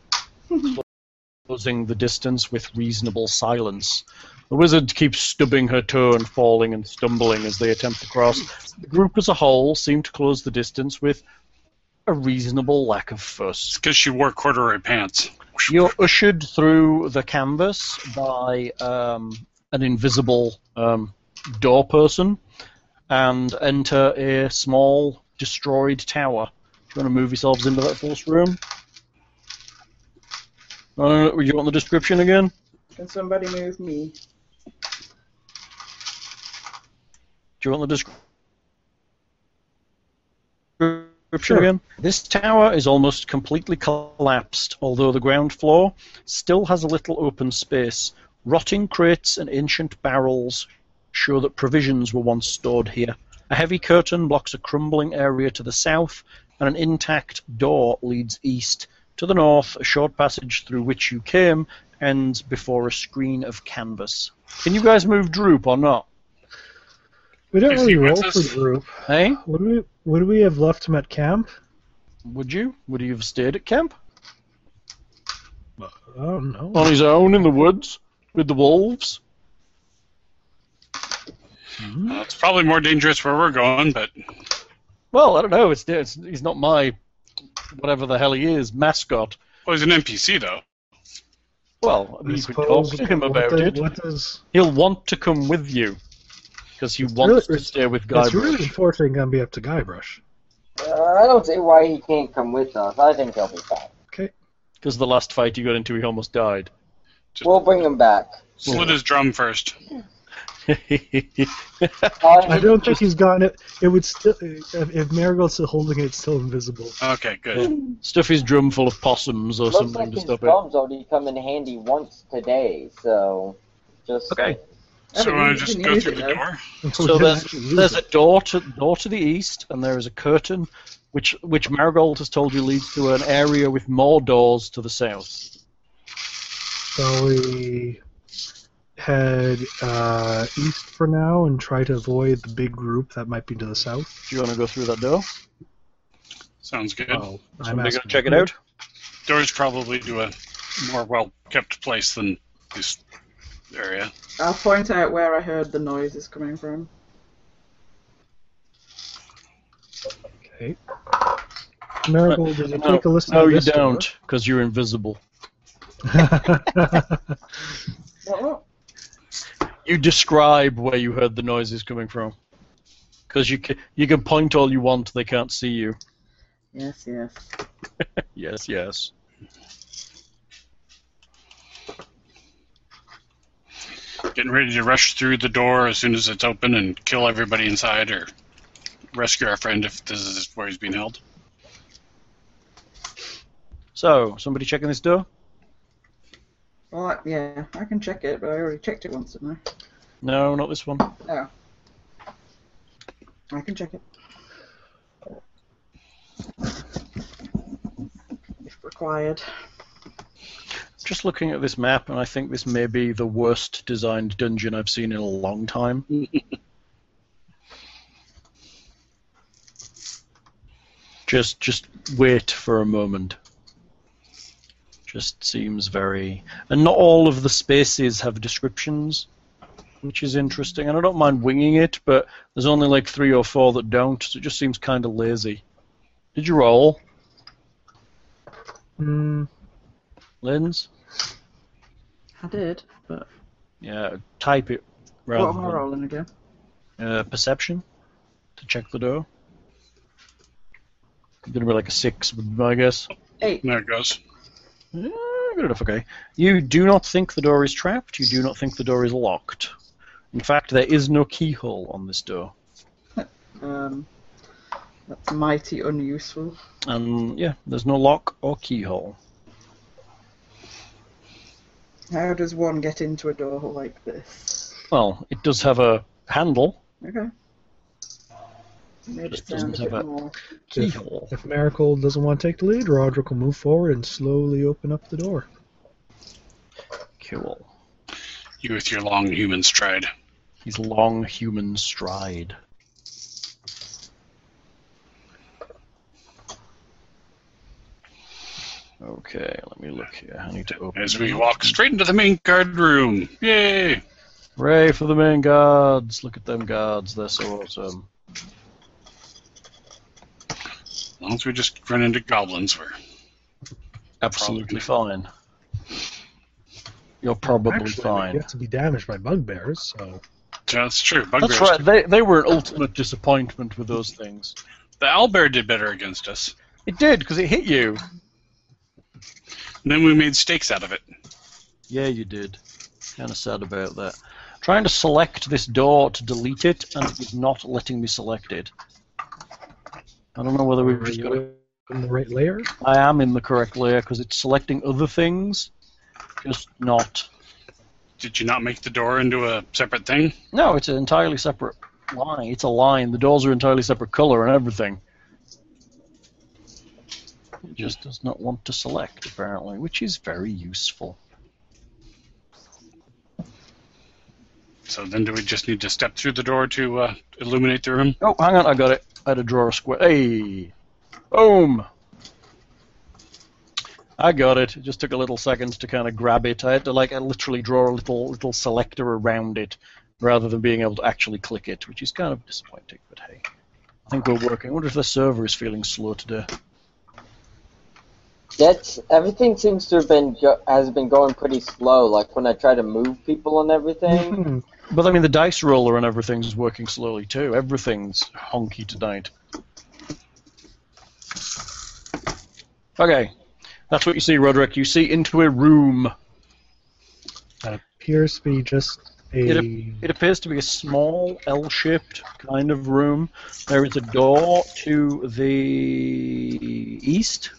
[SPEAKER 4] closing the distance with reasonable silence. The wizard keeps stubbing her toe and falling and stumbling as they attempt to cross. The group as a whole seem to close the distance with a reasonable lack of fuss.
[SPEAKER 2] It's because she wore corduroy pants.
[SPEAKER 4] You're ushered through the canvas by um, an invisible um, door person and enter a small destroyed tower. Do you want to move yourselves into that first room? Uh, you want the description again?
[SPEAKER 3] Can somebody move me?
[SPEAKER 4] Do you want the description
[SPEAKER 5] Sure.
[SPEAKER 4] again? This tower is almost completely collapsed, although the ground floor still has a little open space. Rotting crates and ancient barrels show that provisions were once stored here. A heavy curtain blocks a crumbling area to the south, and an intact door leads east. To the north, a short passage through which you came ends before a screen of canvas. Can you guys move droop or not?
[SPEAKER 5] We don't
[SPEAKER 2] Is
[SPEAKER 5] really
[SPEAKER 2] he with
[SPEAKER 5] roll
[SPEAKER 2] us?
[SPEAKER 5] for group.
[SPEAKER 4] Hey,
[SPEAKER 5] Would we, would we have left him at camp?
[SPEAKER 4] would you? Would you have stayed at camp
[SPEAKER 5] I don't know.
[SPEAKER 4] on his own in the woods with the wolves?
[SPEAKER 5] Hmm?
[SPEAKER 2] Uh, it's probably more dangerous where we're going, but
[SPEAKER 4] Well, I don't know. It's, it's he's not my whatever the hell he is mascot.
[SPEAKER 2] well, he's an NPC though.
[SPEAKER 4] Well, I mean,
[SPEAKER 5] I
[SPEAKER 4] you could talk
[SPEAKER 5] suppose-
[SPEAKER 4] to him
[SPEAKER 5] what
[SPEAKER 4] about
[SPEAKER 5] does-
[SPEAKER 4] it.
[SPEAKER 5] What does,
[SPEAKER 4] He'll want to come with you because he
[SPEAKER 5] really-
[SPEAKER 4] wants to
[SPEAKER 5] it's-
[SPEAKER 4] stay with
[SPEAKER 5] it's really
[SPEAKER 4] Guybrush.
[SPEAKER 5] unfortunately going to be up to Guybrush.
[SPEAKER 6] Uh, I don't see why he can't come with us. I think he'll be fine.
[SPEAKER 5] Okay.
[SPEAKER 4] Because the last fight he got into, he almost died.
[SPEAKER 6] We'll bring him back.
[SPEAKER 2] Slit his drum first.
[SPEAKER 5] I
[SPEAKER 6] Uh,
[SPEAKER 5] don't think he's gotten it. It would still, if, if Marigold's still holding it, it's still invisible.
[SPEAKER 2] Okay, good.
[SPEAKER 4] Stuff his drum full of possums or
[SPEAKER 6] looks
[SPEAKER 4] something
[SPEAKER 6] like
[SPEAKER 4] to
[SPEAKER 6] his
[SPEAKER 4] stop it.
[SPEAKER 6] drums already come in handy once today, so just
[SPEAKER 4] Okay.
[SPEAKER 2] So
[SPEAKER 3] Oh,
[SPEAKER 2] when I
[SPEAKER 3] you
[SPEAKER 2] just
[SPEAKER 3] can
[SPEAKER 2] go
[SPEAKER 3] use
[SPEAKER 2] through
[SPEAKER 3] it,
[SPEAKER 2] the
[SPEAKER 3] though.
[SPEAKER 2] door.
[SPEAKER 4] So there's, there's a door to door to the east, and there is a curtain, which which Marigold has told you leads to an area with more doors to the south.
[SPEAKER 5] So we head uh, east for now and try to avoid the big group that might be to the south.
[SPEAKER 4] Do you want to go through that door?
[SPEAKER 2] Sounds good.
[SPEAKER 5] Oh,
[SPEAKER 4] Somebody
[SPEAKER 5] I'm
[SPEAKER 4] gonna
[SPEAKER 5] asking.
[SPEAKER 4] check it out.
[SPEAKER 2] Doors probably do a more well kept place than this area.
[SPEAKER 3] I'll point out where I heard the noise is coming from.
[SPEAKER 5] Okay. Marigold, did you take a listen
[SPEAKER 4] No,
[SPEAKER 5] to
[SPEAKER 4] you
[SPEAKER 5] this door?
[SPEAKER 4] don't, because you're invisible.
[SPEAKER 3] What?
[SPEAKER 4] You describe where you heard the noises coming from, because you can, you can point all you want, they can't see you.
[SPEAKER 3] Yes, yes.
[SPEAKER 4] Yes, yes.
[SPEAKER 2] Getting ready to rush through the door as soon as it's open and kill everybody inside or rescue our friend if this is where he's being held.
[SPEAKER 4] So, somebody checking this door?
[SPEAKER 3] Well, I- yeah, I can check it, but I already checked it once, didn't
[SPEAKER 4] No, not this one.
[SPEAKER 3] I? I can check it. If required.
[SPEAKER 4] Just looking at this map, and I think this may be the worst designed dungeon I've seen in a long time. just, just wait for a moment. Just seems very, and not all of the spaces have descriptions, which is interesting. And I don't mind winging it, but there's only like three or four that don't, so it just seems kind of lazy. Did you roll,
[SPEAKER 5] Mm,
[SPEAKER 4] Linz?
[SPEAKER 3] I did, but
[SPEAKER 4] Yeah, type it rather
[SPEAKER 3] what am I
[SPEAKER 4] than-
[SPEAKER 3] rolling again?
[SPEAKER 4] uh, perception to check the door. Gonna be like a six, would be my guess.
[SPEAKER 3] Eight.
[SPEAKER 2] There it goes.
[SPEAKER 4] Eh, good enough. Okay. You do not think the door is trapped. You do not think the door is locked. In fact, there is no keyhole on this door.
[SPEAKER 3] Um, that's mighty unuseful.
[SPEAKER 4] And yeah, there's no lock or keyhole.
[SPEAKER 3] How does one get into a door like this?
[SPEAKER 4] Well, it does have a handle.
[SPEAKER 3] Okay. Made it
[SPEAKER 4] Just
[SPEAKER 3] sound
[SPEAKER 4] doesn't
[SPEAKER 3] a
[SPEAKER 4] have
[SPEAKER 3] bit
[SPEAKER 4] a-
[SPEAKER 3] more.
[SPEAKER 4] Keyhole.
[SPEAKER 5] if Marigold doesn't want to take the lead, Roderick will move forward and slowly open up the door.
[SPEAKER 4] Cool.
[SPEAKER 2] You with your long human stride.
[SPEAKER 4] His long human stride. Okay, let me look here. I need to open.
[SPEAKER 2] As we walk straight into the main guard room. Yay!
[SPEAKER 4] Hooray for the main guards! Look at them guards, they're so awesome.
[SPEAKER 2] As long as we just run into goblins, we're
[SPEAKER 4] Absolutely fine. You're probably
[SPEAKER 5] Actually,
[SPEAKER 4] fine.
[SPEAKER 5] You have to be damaged by bugbears, so
[SPEAKER 2] that's true. Bugbears.
[SPEAKER 4] That's right. They, they were an ultimate disappointment with those things.
[SPEAKER 2] The owlbear did better against us.
[SPEAKER 4] It did because it hit you.
[SPEAKER 2] And then we made steaks out of it.
[SPEAKER 4] Yeah, you did. Kind of sad about that. Trying to select this door to delete it, and it is not letting me select it. I don't know whether we've
[SPEAKER 5] are
[SPEAKER 4] just
[SPEAKER 5] you
[SPEAKER 4] got. it.
[SPEAKER 5] in the right layer.
[SPEAKER 4] I am in the correct layer because it's selecting other things, just not.
[SPEAKER 2] Did you not make the door into a separate thing?
[SPEAKER 4] No, it's an entirely separate line. It's a line. The doors are entirely separate color and everything. It just does not want to select, apparently, which is very useful.
[SPEAKER 2] So then, do we just need to step through the door to uh, illuminate the room?
[SPEAKER 4] Oh, hang on, I got it. I had to draw a square. Hey! Boom! I got it. It just took a little seconds to kind of grab it. I had to like I literally draw a little little selector around it rather than being able to actually click it, which is kind of disappointing, but hey. I think we're working. I wonder if the server is feeling slow today.
[SPEAKER 6] That's everything seems to have been go- has been going pretty slow. Like when I try to move people and everything.
[SPEAKER 5] Hmm.
[SPEAKER 4] But I mean the dice roller and everything's working slowly too. Everything's honky tonight. Okay. That's what you see, Roderick. You see into a room.
[SPEAKER 5] Appears to be just a.
[SPEAKER 4] It appears to be a small L-shaped kind of room. There is a door to the east,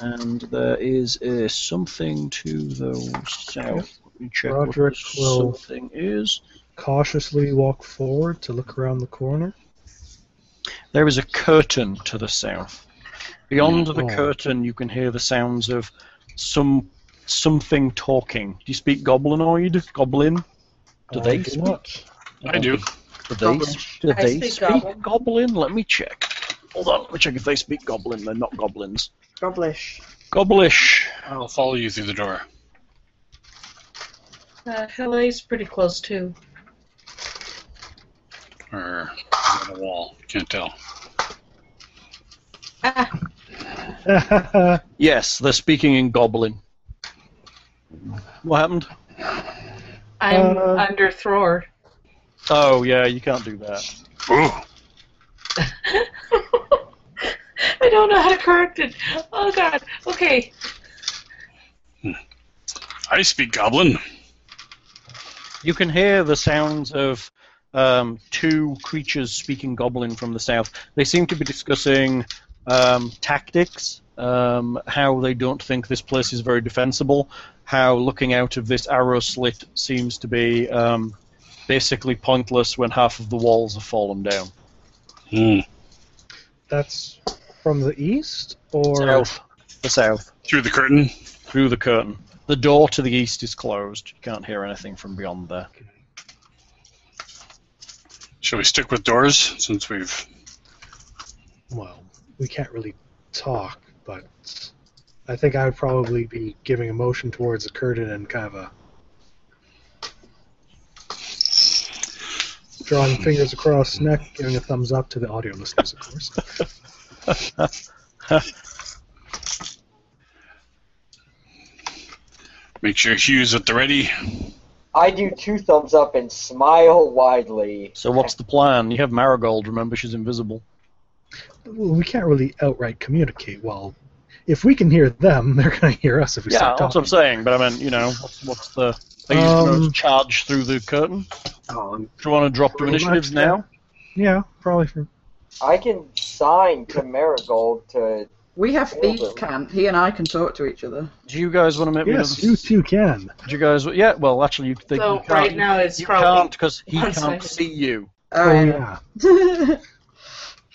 [SPEAKER 4] and there is uh, something to the south. Let me check
[SPEAKER 5] Roderick
[SPEAKER 4] what the
[SPEAKER 5] will-
[SPEAKER 4] something is.
[SPEAKER 5] cautiously walk forward to look around the corner.
[SPEAKER 4] There is a curtain to the south. Beyond the
[SPEAKER 5] Oh.
[SPEAKER 4] curtain, you can hear the sounds of some something talking. Do you speak goblinoid? Goblin? Do
[SPEAKER 5] I
[SPEAKER 4] they
[SPEAKER 5] do
[SPEAKER 4] speak?
[SPEAKER 5] not.
[SPEAKER 2] I do.
[SPEAKER 4] Do they,
[SPEAKER 2] Goblin.
[SPEAKER 4] do
[SPEAKER 7] I
[SPEAKER 4] they
[SPEAKER 7] speak
[SPEAKER 4] speak
[SPEAKER 7] goblin.
[SPEAKER 4] goblin? Let me check. Hold on, let me check if they speak goblin. They're not goblins.
[SPEAKER 3] Goblish.
[SPEAKER 4] Goblish.
[SPEAKER 2] I'll follow you through the door.
[SPEAKER 7] Uh, Helene's pretty close too.
[SPEAKER 2] Or is that a wall? Can't tell.
[SPEAKER 7] Ah,
[SPEAKER 4] Yes, they're speaking in goblin. What happened?
[SPEAKER 7] I'm
[SPEAKER 5] Uh,
[SPEAKER 7] under Thror.
[SPEAKER 4] Oh, yeah, you can't do that.
[SPEAKER 2] Ooh,
[SPEAKER 7] I don't know how to correct it. Oh god. Okay.
[SPEAKER 2] I speak goblin.
[SPEAKER 4] You can hear the sounds of um, two creatures speaking goblin from the south. They seem to be discussing um, tactics, um, how they don't think this place is very defensible, how looking out of this arrow slit seems to be um, basically pointless when half of the walls have fallen down.
[SPEAKER 2] Hmm.
[SPEAKER 5] That's from the east, or
[SPEAKER 4] South. The south.
[SPEAKER 2] Through the curtain.
[SPEAKER 4] Through the curtain. The door to the east is closed. You can't hear anything from beyond there.
[SPEAKER 2] Shall we stick with doors since we've?
[SPEAKER 5] well, we can't really talk, but I think I would probably be giving a motion towards the curtain and kind of a drawing fingers across neck, giving a thumbs up to the audio listeners, of course.
[SPEAKER 2] Make sure Hugh's at the ready.
[SPEAKER 6] I do two thumbs up and smile widely.
[SPEAKER 4] So what's the plan? You have Marigold, remember she's invisible.
[SPEAKER 5] Well, we can't really outright communicate. Well, if we can hear them, they're going to hear us if we
[SPEAKER 4] Yeah,
[SPEAKER 5] start
[SPEAKER 4] that's what
[SPEAKER 5] talking.
[SPEAKER 4] I'm saying. But I mean, you know, what's, what's the? Are you just gonna
[SPEAKER 5] Um,
[SPEAKER 4] charge through the curtain?
[SPEAKER 5] Um,
[SPEAKER 4] Do you want to drop to
[SPEAKER 5] pretty much,
[SPEAKER 4] initiatives
[SPEAKER 5] yeah.
[SPEAKER 4] now?
[SPEAKER 5] yeah, probably for
[SPEAKER 6] I can sign to Marigold to.
[SPEAKER 3] We have
[SPEAKER 6] Well,
[SPEAKER 3] he
[SPEAKER 6] then.
[SPEAKER 3] can he and I can talk to each other.
[SPEAKER 4] Do you guys want to make
[SPEAKER 5] yes,
[SPEAKER 4] me?
[SPEAKER 5] you too can.
[SPEAKER 4] Do you guys? Yeah. Well, actually, you, think you
[SPEAKER 7] So
[SPEAKER 4] can't.
[SPEAKER 7] right now it's
[SPEAKER 4] you
[SPEAKER 7] probably
[SPEAKER 4] can't because he
[SPEAKER 7] one
[SPEAKER 4] can't
[SPEAKER 7] sided.
[SPEAKER 4] see you.
[SPEAKER 3] Oh,
[SPEAKER 5] Oh
[SPEAKER 3] yeah.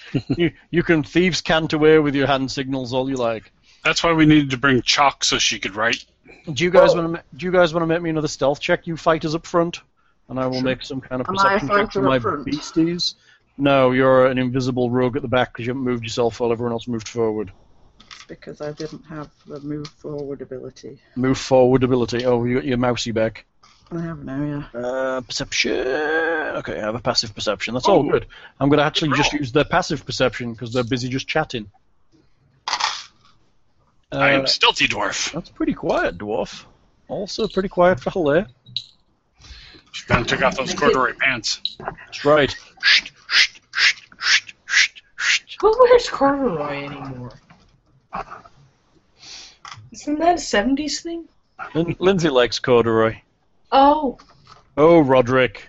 [SPEAKER 5] yeah,
[SPEAKER 4] you. You can thieves cant away with your hand signals all you like.
[SPEAKER 2] That's why we needed to bring chalk so she could write.
[SPEAKER 4] Do you guys
[SPEAKER 6] Oh.
[SPEAKER 4] want to? Do you guys want to make me another stealth check? You fighters up front, and I will make some kind of
[SPEAKER 3] Am I a
[SPEAKER 4] perception
[SPEAKER 3] fighter
[SPEAKER 4] check for
[SPEAKER 3] up
[SPEAKER 4] my
[SPEAKER 3] front?
[SPEAKER 4] beasties. No, you're an invisible rogue at the back because you haven't moved yourself while everyone else moved forward.
[SPEAKER 3] because I didn't have the move forward ability.
[SPEAKER 4] Move forward ability. Oh, you got your mousey back.
[SPEAKER 3] I have now, yeah.
[SPEAKER 4] Uh, perception. Okay, I have a passive perception. That's all
[SPEAKER 2] Oh.
[SPEAKER 4] good. I'm going to actually just
[SPEAKER 2] Roll.
[SPEAKER 4] use their passive perception because they're busy just chatting.
[SPEAKER 2] I
[SPEAKER 4] Uh,
[SPEAKER 2] am stealthy dwarf.
[SPEAKER 4] that's pretty quiet, dwarf. Also pretty quiet for Hilaire.
[SPEAKER 2] She kind of took off those corduroy pants.
[SPEAKER 4] That's right.
[SPEAKER 7] Who wears corduroy anymore? Isn't that a 70s thing?
[SPEAKER 4] Lin- Lindsay likes corduroy.
[SPEAKER 7] Oh,
[SPEAKER 4] Oh, Roderick.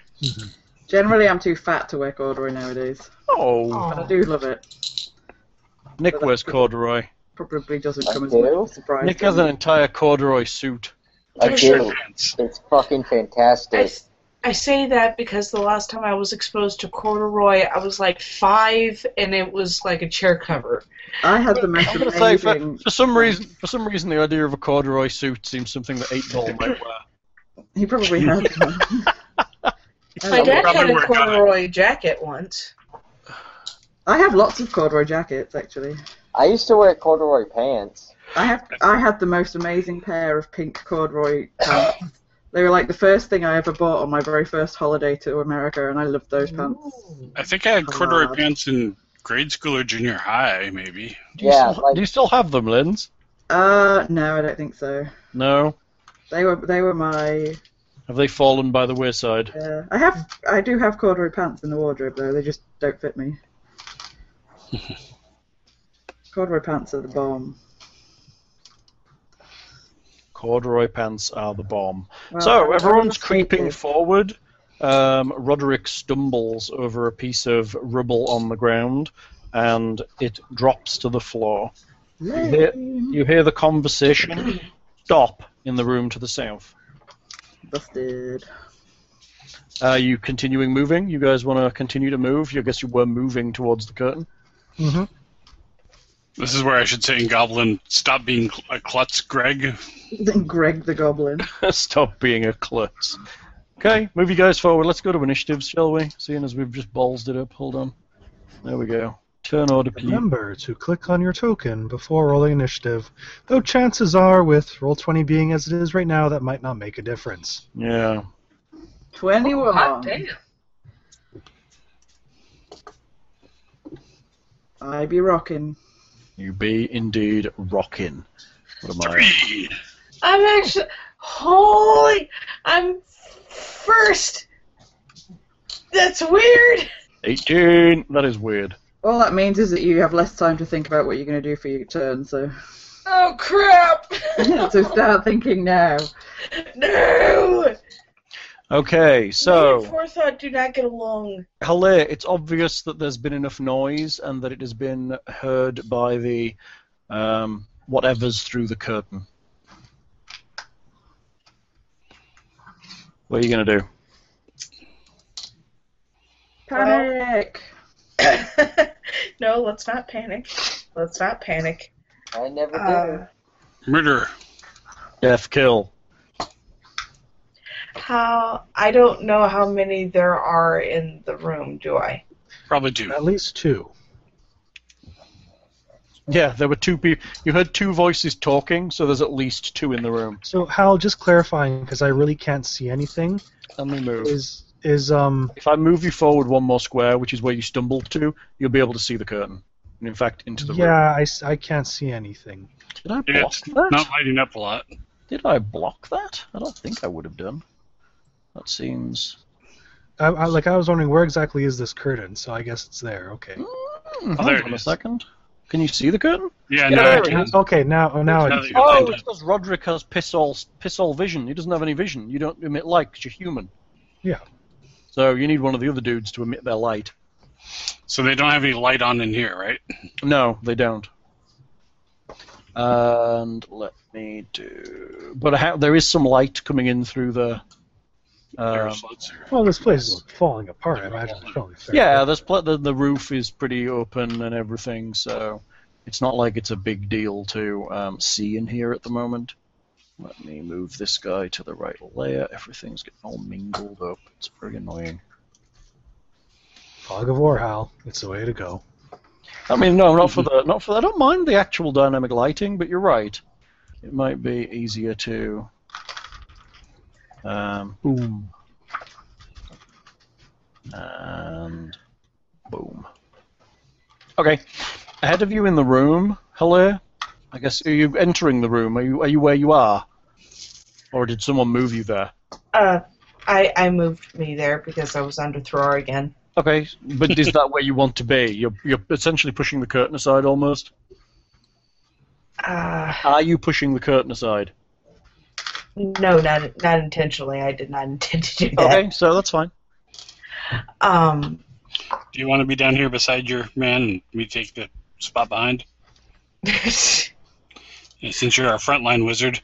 [SPEAKER 3] Generally, I'm too fat to wear corduroy nowadays,
[SPEAKER 4] Oh,
[SPEAKER 3] but I
[SPEAKER 7] oh.
[SPEAKER 3] do love it.
[SPEAKER 4] Nick wears corduroy.
[SPEAKER 3] Probably doesn't
[SPEAKER 6] I
[SPEAKER 3] come as
[SPEAKER 6] do?
[SPEAKER 3] much of a surprise.
[SPEAKER 4] Nick
[SPEAKER 3] to
[SPEAKER 4] has
[SPEAKER 3] me.
[SPEAKER 4] an entire corduroy suit.
[SPEAKER 6] I
[SPEAKER 2] Shirt
[SPEAKER 6] do.
[SPEAKER 2] pants.
[SPEAKER 6] It's fucking
[SPEAKER 7] I,
[SPEAKER 6] fantastic.
[SPEAKER 7] s- I say that because the last time I was exposed to corduroy, I was like five, and it was like a chair cover.
[SPEAKER 3] I had the most
[SPEAKER 4] I'm gonna say for,
[SPEAKER 3] amazing.
[SPEAKER 4] for some reason, for some reason, the idea of a corduroy suit seems something that Eight Ball might wear.
[SPEAKER 3] He probably had one.
[SPEAKER 7] My
[SPEAKER 3] I,
[SPEAKER 7] dad
[SPEAKER 2] probably
[SPEAKER 7] had a
[SPEAKER 2] wear a gun.
[SPEAKER 7] corduroy jacket once.
[SPEAKER 3] I have lots of corduroy jackets actually.
[SPEAKER 6] I used to wear corduroy pants.
[SPEAKER 3] I have I had the most amazing pair of pink corduroy pants. They were like the first thing I ever bought on my very first holiday to America, and I loved those pants.
[SPEAKER 2] I think I had corduroy
[SPEAKER 3] God.
[SPEAKER 2] pants in grade school or junior high, maybe.
[SPEAKER 4] Do you,
[SPEAKER 6] Yeah,
[SPEAKER 4] still,
[SPEAKER 6] like-
[SPEAKER 4] do you still have them, Linz?
[SPEAKER 3] Uh, no, I don't think so.
[SPEAKER 4] No.
[SPEAKER 3] They were they were my.
[SPEAKER 4] Have they fallen by the wayside?
[SPEAKER 3] Uh, I have I do have corduroy pants in the wardrobe though. They just don't fit me. corduroy pants are the bomb.
[SPEAKER 4] Corduroy pants are the bomb.
[SPEAKER 3] Well,
[SPEAKER 4] so
[SPEAKER 3] I'm-
[SPEAKER 4] everyone's
[SPEAKER 3] I'm
[SPEAKER 4] creeping
[SPEAKER 3] mistaken.
[SPEAKER 4] forward. Um, Roderick stumbles over a piece of rubble on the ground, and it drops to the floor. You hear, you hear the conversation stop in the room to the south.
[SPEAKER 3] Busted.
[SPEAKER 4] Are you continuing moving? You guys want to continue to move? You guess you were moving towards the curtain.
[SPEAKER 2] This is where I should say in Goblin, stop being cl- a klutz, Greg.
[SPEAKER 3] Then Greg the Goblin.
[SPEAKER 4] Stop being a klutz. Okay, move you guys forward. Let's go to initiatives, shall we? Seeing as we've just ballsed it up. Hold on. There we go. Turn order, please.
[SPEAKER 5] Remember to click on your token before rolling initiative, though chances are, with Roll20 being as it is right now, that might not make a difference.
[SPEAKER 4] Yeah.
[SPEAKER 3] Twenty-one.
[SPEAKER 4] Um,
[SPEAKER 7] Hot damn.
[SPEAKER 3] I be rocking.
[SPEAKER 4] You be indeed rocking. What am I?
[SPEAKER 2] Three.
[SPEAKER 7] I'm actually holy. I'm first. That's weird.
[SPEAKER 4] 18. That is weird.
[SPEAKER 3] All that means is that you have less time to think about what you're going to do for your turn, so
[SPEAKER 7] Oh crap!
[SPEAKER 3] so start thinking now.
[SPEAKER 7] no.
[SPEAKER 4] Okay,
[SPEAKER 7] Me and
[SPEAKER 4] so
[SPEAKER 7] forethought do not get along.
[SPEAKER 4] Halle, it's obvious that there's been enough noise and that it has been heard by the um, whatever's through the curtain. What are you gonna do?
[SPEAKER 3] Panic!
[SPEAKER 7] no, let's not panic. Let's not panic.
[SPEAKER 6] I never
[SPEAKER 7] Uh,
[SPEAKER 2] Murder.
[SPEAKER 4] Death kill.
[SPEAKER 7] how I don't know how many there are in the room. Do I?
[SPEAKER 2] Probably two.
[SPEAKER 5] At least two.
[SPEAKER 4] Yeah, there were two people. You heard two voices talking, so there's at least two in the room.
[SPEAKER 5] So Hal, just clarifying because I really can't see anything.
[SPEAKER 4] Let me move.
[SPEAKER 5] Is is um
[SPEAKER 4] If I move you forward one more square, which is where you stumbled to, you'll be able to see the curtain. And in fact, into the room.
[SPEAKER 5] yeah I, s- I can't see anything.
[SPEAKER 4] Did I
[SPEAKER 2] Yeah,
[SPEAKER 4] block
[SPEAKER 2] it's
[SPEAKER 4] that?
[SPEAKER 2] Not lighting up a lot.
[SPEAKER 4] Did I block that? I don't think I would have done. That seems.
[SPEAKER 5] I, I like I was wondering where exactly is this curtain? So I guess it's there. Okay.
[SPEAKER 4] Mm,
[SPEAKER 2] Oh, there
[SPEAKER 4] hold
[SPEAKER 2] it
[SPEAKER 4] on a
[SPEAKER 2] is.
[SPEAKER 4] second. Can you see the curtain?
[SPEAKER 2] Yeah,
[SPEAKER 4] Yeah,
[SPEAKER 2] no,
[SPEAKER 4] there
[SPEAKER 2] I
[SPEAKER 4] it
[SPEAKER 2] can't.
[SPEAKER 4] is.
[SPEAKER 5] Okay now uh,
[SPEAKER 2] Now
[SPEAKER 5] now I
[SPEAKER 2] that you
[SPEAKER 4] Oh,
[SPEAKER 2] find it.
[SPEAKER 4] it's because Roderick has piss all, piss all vision. He doesn't have any vision. You don't emit light 'cause you're human.
[SPEAKER 5] Yeah.
[SPEAKER 4] So you need one of the other dudes to emit their light.
[SPEAKER 2] So they don't have any light on in here, right?
[SPEAKER 4] No, they don't. And let me do. But I ha- there is some light coming in through the.
[SPEAKER 2] There are
[SPEAKER 4] Um,
[SPEAKER 2] slits here.
[SPEAKER 5] well this place is falling apart. I imagine it's probably fair.
[SPEAKER 4] yeah, there's pl- the, the roof is pretty open and everything, so it's not like it's a big deal to um, see in here at the moment. Let me move this guy to the right layer. Everything's getting all mingled up. It's very annoying.
[SPEAKER 5] Fog of War, Hal. It's the way to go.
[SPEAKER 4] I mean, no, not for the not for. I don't mind the actual dynamic lighting, but you're right. It might be easier to. Um, boom. And boom. Okay, ahead of you in the room. Hello. I guess are you entering the room? Are you are you where you are, or did someone move you there?
[SPEAKER 7] Uh, I I moved me there because I was under thrower again.
[SPEAKER 4] Okay, but is that where you want to be? You're you're essentially pushing the curtain aside almost.
[SPEAKER 7] Uh,
[SPEAKER 4] Are you pushing the curtain aside?
[SPEAKER 7] no, not not intentionally. I did not intend to do that.
[SPEAKER 4] Okay, so that's fine.
[SPEAKER 7] Um.
[SPEAKER 2] Do you want to be down here beside your man and me take the spot behind? And since you're our frontline wizard,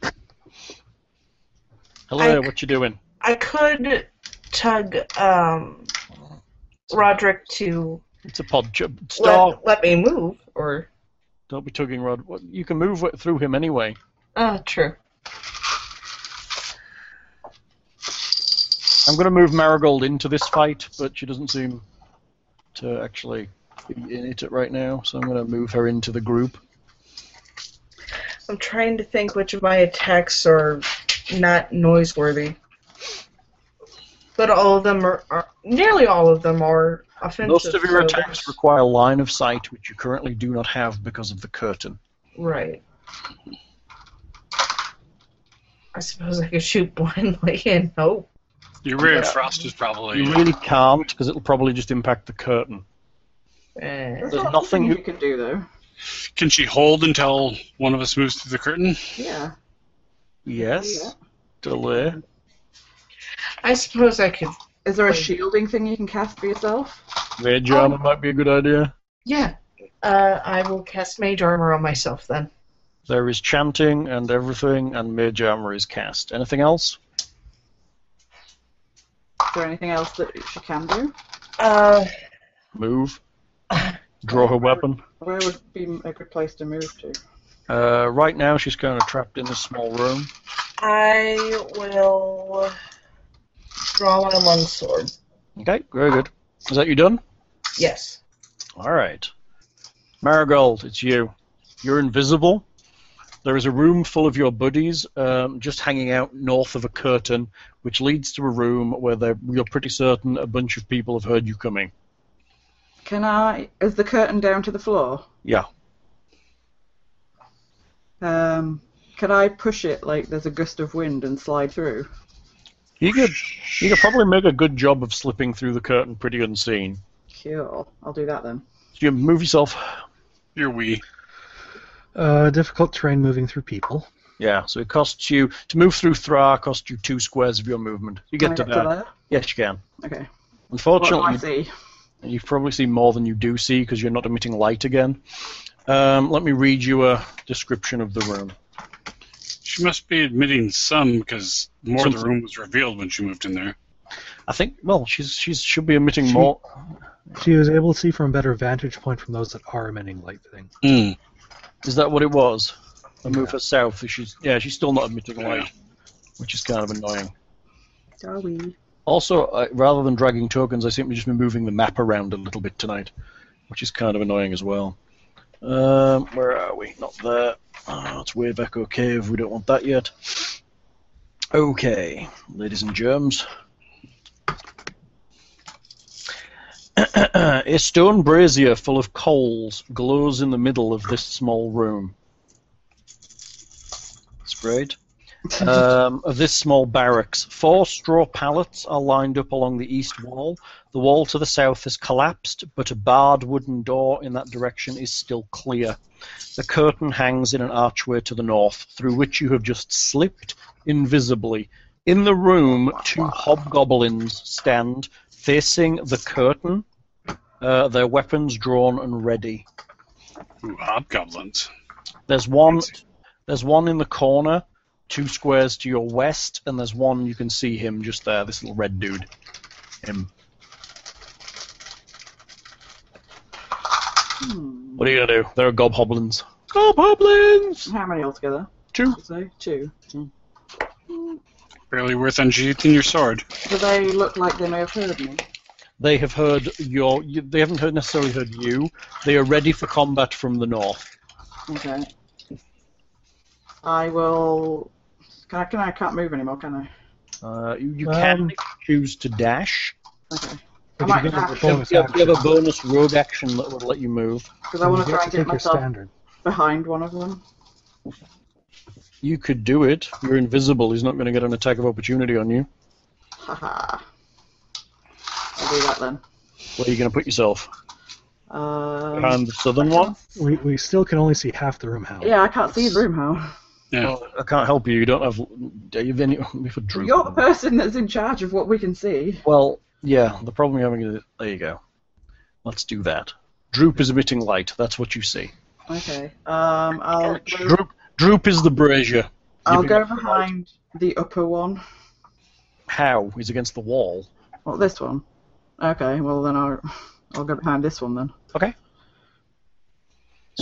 [SPEAKER 4] Hello,
[SPEAKER 7] I-
[SPEAKER 4] what you doing?
[SPEAKER 7] I could tug um, Roderick to
[SPEAKER 4] It's a pod job. Stop!
[SPEAKER 7] let, let me move, or
[SPEAKER 4] Don't be tugging, Rod. What- You can move it through him anyway.
[SPEAKER 7] oh, true.
[SPEAKER 4] I'm going to move Marigold into this fight, but she doesn't seem to actually be in it right now, so I'm going to move her into the group.
[SPEAKER 7] I'm trying to think which of my attacks are not noiseworthy, but all of them are, are nearly all of them are offensive.
[SPEAKER 4] Most of your
[SPEAKER 7] so
[SPEAKER 4] attacks
[SPEAKER 7] that's-
[SPEAKER 4] require line of sight, which you currently do not have because of the curtain.
[SPEAKER 7] Right. I suppose I could shoot blindly and hope.
[SPEAKER 2] Your ray of
[SPEAKER 4] Yeah.
[SPEAKER 2] frost is probably.
[SPEAKER 4] You really can't, because it'll probably just impact the curtain.
[SPEAKER 7] Eh.
[SPEAKER 3] There's
[SPEAKER 4] There's
[SPEAKER 3] lots of
[SPEAKER 4] nothing
[SPEAKER 3] things
[SPEAKER 4] you-
[SPEAKER 3] you can do though.
[SPEAKER 2] Can she hold until one of us moves through the curtain?
[SPEAKER 3] Yeah.
[SPEAKER 4] Yes. Delay.
[SPEAKER 7] I suppose I could.
[SPEAKER 3] Is there a shielding thing you can cast for yourself?
[SPEAKER 4] Mage armor might be a good idea.
[SPEAKER 7] Yeah. Uh, I will cast mage armor on myself then.
[SPEAKER 4] There is chanting and everything, and mage armor is cast. Anything else?
[SPEAKER 3] Is there anything else that she can do?
[SPEAKER 7] Uh,
[SPEAKER 4] Move. Draw her weapon.
[SPEAKER 3] Where would be a good place to move to?
[SPEAKER 4] Uh, right now, she's kind of trapped in this small room.
[SPEAKER 7] I will draw my longsword.
[SPEAKER 4] Okay, very good. Is that you done?
[SPEAKER 7] Yes.
[SPEAKER 4] All right. Marigold, it's you. You're invisible. There is a room full of your buddies um, just hanging out north of a curtain, which leads to a room where they're- you're pretty certain a bunch of people have heard you coming.
[SPEAKER 3] Can I? Is the curtain down to the floor?
[SPEAKER 4] Yeah.
[SPEAKER 3] Um, can I push it like there's a gust of wind and slide through?
[SPEAKER 4] You could, you could probably make a good job of slipping through the curtain pretty unseen.
[SPEAKER 3] Cool. I'll do that then.
[SPEAKER 4] So you move yourself.
[SPEAKER 2] You're we.
[SPEAKER 5] Uh, difficult terrain moving through people.
[SPEAKER 4] Yeah, so it costs you to move through Thra. Costs you two squares of your movement. You
[SPEAKER 3] Can
[SPEAKER 4] get, to,
[SPEAKER 3] I
[SPEAKER 4] that. Yes, you can.
[SPEAKER 3] there? Okay. What do I
[SPEAKER 4] Unfortunately,
[SPEAKER 3] see?
[SPEAKER 4] you probably see more than you do see because you're not emitting light again. Um, let me read you a description of the room.
[SPEAKER 2] She must be admitting some because more of the
[SPEAKER 4] Something.
[SPEAKER 2] room was revealed when she moved in there.
[SPEAKER 4] I think well, she's she's should be emitting
[SPEAKER 5] She-
[SPEAKER 4] more.
[SPEAKER 5] She was able to see from a better vantage point from those that are emitting light thing.
[SPEAKER 2] Hmm.
[SPEAKER 4] Is that what it was? I move her south. is She's yeah, she's still not emitting light, which is kind of annoying.
[SPEAKER 3] Are we?
[SPEAKER 4] Also, uh, rather than dragging tokens, I simply just been moving the map around a little bit tonight, which is kind of annoying as well. Um, where are we? Not there. Oh, it's way back. Okay, if we don't want that yet. Okay, ladies and germs. a stone brazier full of coals glows in the middle of this small room. That's great um, of this small barracks. Four straw pallets are lined up along the east wall. The wall to the south has collapsed, but a barred wooden door in that direction is still clear. The curtain hangs in an archway to the north, through which you have just slipped invisibly. In the room, two hobgoblins stand facing the curtain, uh, their weapons drawn and ready.
[SPEAKER 2] Ooh, hobgoblins.
[SPEAKER 4] There's one. There's one in the corner, two squares to your west, and there's one you can see him just there. This little red dude. Him.
[SPEAKER 3] Hmm.
[SPEAKER 4] What are you gonna do? There are gobhoblins. Gobhoblins.
[SPEAKER 3] How many altogether?
[SPEAKER 4] Two.
[SPEAKER 3] So two.
[SPEAKER 2] Barely worth unsheathing your sword.
[SPEAKER 3] Do they look like they may have heard me?
[SPEAKER 4] They have heard your. You, they haven't heard necessarily heard you. They are ready for combat from the north.
[SPEAKER 3] Okay. I will. Can I? Can I? I can't move anymore, can I?
[SPEAKER 4] Uh, you you
[SPEAKER 5] Um,
[SPEAKER 4] can choose to dash.
[SPEAKER 3] Okay. I
[SPEAKER 5] But
[SPEAKER 3] might
[SPEAKER 5] you get
[SPEAKER 3] have
[SPEAKER 5] a
[SPEAKER 3] to-
[SPEAKER 5] bonus
[SPEAKER 4] You have, you
[SPEAKER 5] action.
[SPEAKER 4] have a bonus rogue action that would let you move.
[SPEAKER 3] Because I want to
[SPEAKER 5] You
[SPEAKER 3] try and
[SPEAKER 5] have to
[SPEAKER 3] get
[SPEAKER 5] take your
[SPEAKER 3] myself
[SPEAKER 5] standard.
[SPEAKER 3] behind one of them.
[SPEAKER 4] You could do it. You're invisible. He's not going to get an attack of opportunity on you.
[SPEAKER 3] Haha. I'll do that then.
[SPEAKER 4] Where are you going to put yourself?
[SPEAKER 3] Um,
[SPEAKER 4] Behind the southern one.
[SPEAKER 5] We, we still can only see half the room, Hal.
[SPEAKER 3] Yeah, I can't see the room, Hal.
[SPEAKER 2] Yeah.
[SPEAKER 4] Well, I can't help you. You don't have. Do you have any? We've had Drew.
[SPEAKER 3] You're the person that's in charge of what we can see.
[SPEAKER 4] Well, yeah. The problem you're having is there. You go. Let's do that. Droop is emitting light. That's what you see.
[SPEAKER 3] Okay. Um, I'll go,
[SPEAKER 4] Droop. Droop is the brazier.
[SPEAKER 3] I'll
[SPEAKER 4] You've
[SPEAKER 3] go
[SPEAKER 4] been-
[SPEAKER 3] behind the upper one.
[SPEAKER 4] How? He's against the wall.
[SPEAKER 3] What this one? Okay, well then I'll I'll go behind this one then.
[SPEAKER 4] So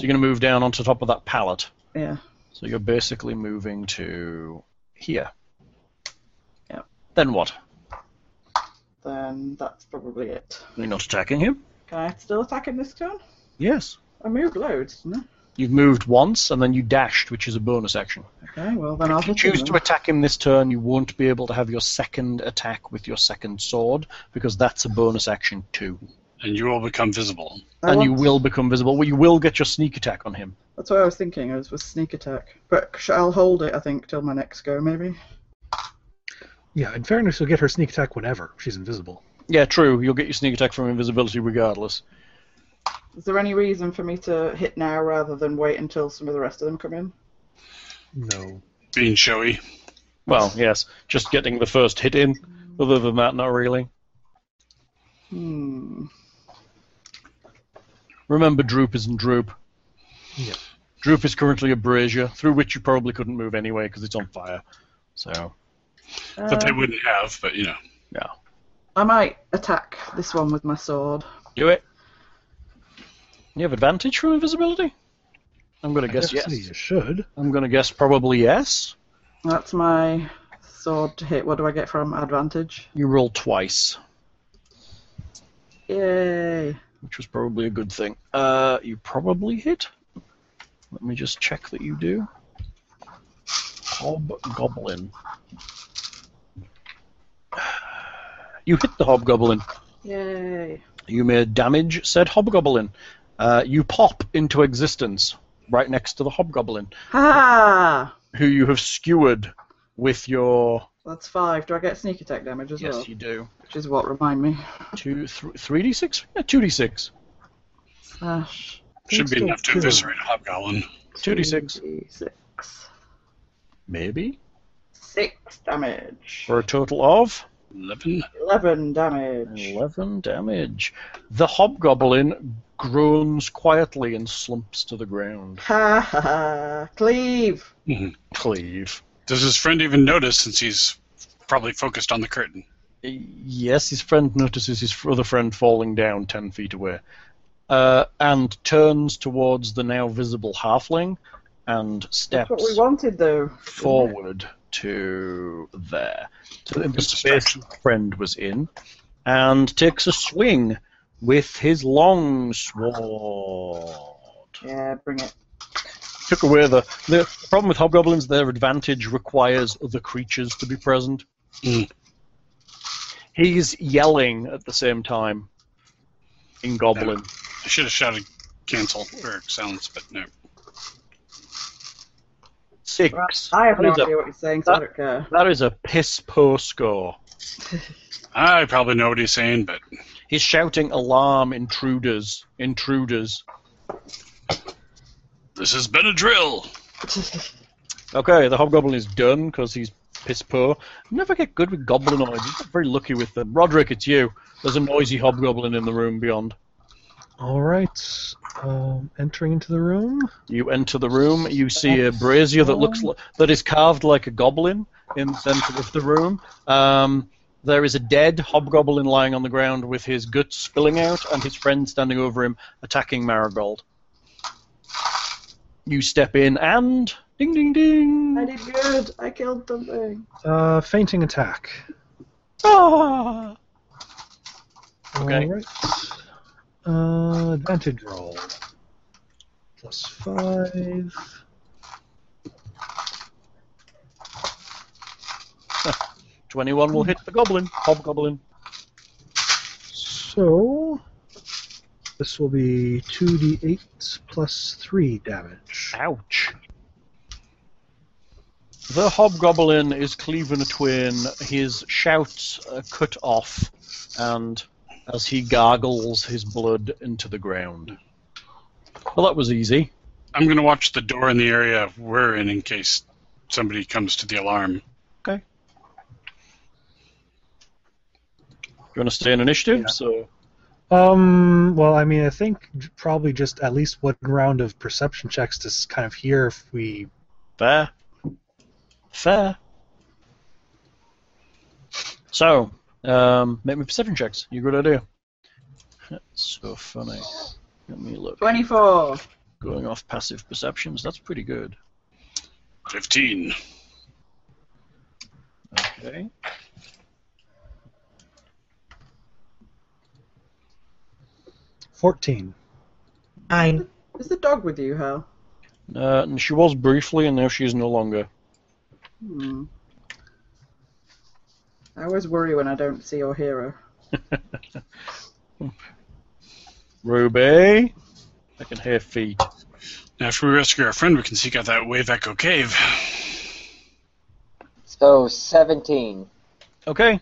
[SPEAKER 4] you're going to move down onto top of that pallet.
[SPEAKER 3] Yeah.
[SPEAKER 4] So you're basically moving to here.
[SPEAKER 3] Yeah.
[SPEAKER 4] Then what?
[SPEAKER 3] Then that's probably it.
[SPEAKER 4] You're not attacking him?
[SPEAKER 3] Can I still attack him this turn?
[SPEAKER 4] Yes.
[SPEAKER 3] I moved loads, didn't
[SPEAKER 4] You've moved once and then you dashed, which is a bonus action.
[SPEAKER 3] I? Okay, well then I'll
[SPEAKER 4] If you
[SPEAKER 3] hit him
[SPEAKER 4] choose
[SPEAKER 3] then.
[SPEAKER 4] to attack him this turn, you won't be able to have your second attack with your second sword because that's a bonus action too,
[SPEAKER 2] and you will become visible.
[SPEAKER 3] I
[SPEAKER 4] and you
[SPEAKER 3] want-
[SPEAKER 4] will become visible. Well, you will get your sneak attack on him.
[SPEAKER 3] That's what I was thinking. It was with sneak attack, but sh- I'll hold it. I think till my next go, maybe.
[SPEAKER 5] Yeah, in fairness, she'll get her sneak attack whenever she's invisible.
[SPEAKER 4] Yeah, true. You'll get your sneak attack from invisibility regardless.
[SPEAKER 3] Is there any reason for me to hit now rather than wait until some of the rest of them come in?
[SPEAKER 5] No.
[SPEAKER 2] Being showy.
[SPEAKER 4] Well, yes, just getting the first hit in. Other than that, not really.
[SPEAKER 3] Hmm.
[SPEAKER 4] Remember, Droop isn't Droop.
[SPEAKER 5] Yeah.
[SPEAKER 4] Droop is currently a brazier, through which you probably couldn't move anyway because it's on fire. So,
[SPEAKER 2] That they
[SPEAKER 3] Um,
[SPEAKER 2] wouldn't have, but you know.
[SPEAKER 4] yeah.
[SPEAKER 3] I might attack this one with my sword.
[SPEAKER 4] Do it. You have advantage from invisibility? I'm going to guess yes.
[SPEAKER 5] Actually, You should.
[SPEAKER 4] I'm going to guess probably yes.
[SPEAKER 3] That's my sword to hit. What do I get from advantage?
[SPEAKER 4] You roll twice,
[SPEAKER 3] Yay!
[SPEAKER 4] which was probably a good thing. Uh, you probably hit. Let me just check that you do. Hobgoblin. You hit the hobgoblin.
[SPEAKER 3] Yay!
[SPEAKER 4] You may damage said hobgoblin. Uh, you pop into existence right next to the hobgoblin,
[SPEAKER 3] Ha!
[SPEAKER 4] who you have skewered with your.
[SPEAKER 3] That's five. Do I get sneak attack damage as well?
[SPEAKER 4] Yes, you do.
[SPEAKER 3] Which is what remind me.
[SPEAKER 4] Two, three d six, yeah, two d six,
[SPEAKER 3] Slash
[SPEAKER 2] Should be
[SPEAKER 5] Still
[SPEAKER 2] enough to
[SPEAKER 5] kill.
[SPEAKER 2] eviscerate a hobgoblin.
[SPEAKER 4] two d six,
[SPEAKER 3] six.
[SPEAKER 4] maybe
[SPEAKER 3] Six damage.
[SPEAKER 4] for a total of
[SPEAKER 2] Eleven.
[SPEAKER 3] Eleven damage.
[SPEAKER 4] eleven damage. The hobgoblin groans quietly and slumps to the ground.
[SPEAKER 3] Ha ha ha! Cleave!
[SPEAKER 4] Cleave.
[SPEAKER 2] Does his friend even notice since he's probably focused on the curtain?
[SPEAKER 4] Yes, his friend notices his other friend falling down ten feet away, uh, and turns towards the now visible halfling, and
[SPEAKER 3] That's what we
[SPEAKER 4] steps
[SPEAKER 3] wanted though.
[SPEAKER 4] forward to there, to the space
[SPEAKER 2] distraction.
[SPEAKER 4] the friend was in, and takes a swing with his long sword.
[SPEAKER 3] Yeah, bring it.
[SPEAKER 4] Took away the the problem with hobgoblins. Their advantage requires other creatures to be present.
[SPEAKER 2] Mm.
[SPEAKER 4] He's yelling at the same time. In goblin.
[SPEAKER 2] I should have shouted cancel or silence, but no.
[SPEAKER 4] Six.
[SPEAKER 3] I have no
[SPEAKER 4] That is a-
[SPEAKER 3] idea what you're saying, so I don't care.
[SPEAKER 4] that is a piss poor score.
[SPEAKER 2] I probably know what he's saying, but
[SPEAKER 4] He's shouting alarm, intruders, intruders.
[SPEAKER 2] this has been a drill.
[SPEAKER 4] Okay, the hobgoblin is done because he's piss poor. Never get good with goblinoids. He's not very lucky with them. Roderick, it's you. There's a noisy hobgoblin in the room beyond.
[SPEAKER 5] All right. Um, entering into the room.
[SPEAKER 4] You enter the room. You see a brazier that looks li- that is carved like a goblin in the centre of the room. Um, there is a dead hobgoblin lying on the ground with his guts spilling out, and his friend standing over him attacking Marigold. You step in and ding ding
[SPEAKER 3] I
[SPEAKER 4] ding.
[SPEAKER 3] did good. I killed something.
[SPEAKER 5] Uh, fainting attack.
[SPEAKER 4] Ah! Okay.
[SPEAKER 5] All right. Uh, advantage roll. Plus five.
[SPEAKER 4] Twenty-one will hit the goblin, hobgoblin.
[SPEAKER 5] So this will be two d eight plus three damage.
[SPEAKER 4] Ouch. The hobgoblin is cleaving a twin. His shouts are cut off, and as he gargles his blood into the ground. Well, that was easy.
[SPEAKER 2] I'm going to watch the door in the area we're in in case somebody comes to the alarm.
[SPEAKER 4] You want to stay in initiative?
[SPEAKER 5] Yeah.
[SPEAKER 4] So
[SPEAKER 5] Um. Well, I mean, I think j- probably just at least one round of perception checks to s- kind of hear if we.
[SPEAKER 4] fair, fair. So Um, make me perception checks. You good idea. That's so funny. Let me look.
[SPEAKER 3] 24.
[SPEAKER 4] Going off passive perceptions, that's pretty good.
[SPEAKER 2] 15.
[SPEAKER 4] Okay.
[SPEAKER 5] Fourteen.
[SPEAKER 7] Nine.
[SPEAKER 3] Is the dog with you, Hal?
[SPEAKER 4] Uh, and she was briefly, and now she is no longer.
[SPEAKER 3] Hmm. I always worry when I don't see or hear her.
[SPEAKER 4] Ruby. I can hear feet.
[SPEAKER 2] Now, if we rescue our friend, we can seek out that Wave Echo Cave.
[SPEAKER 6] So seventeen.
[SPEAKER 4] Okay.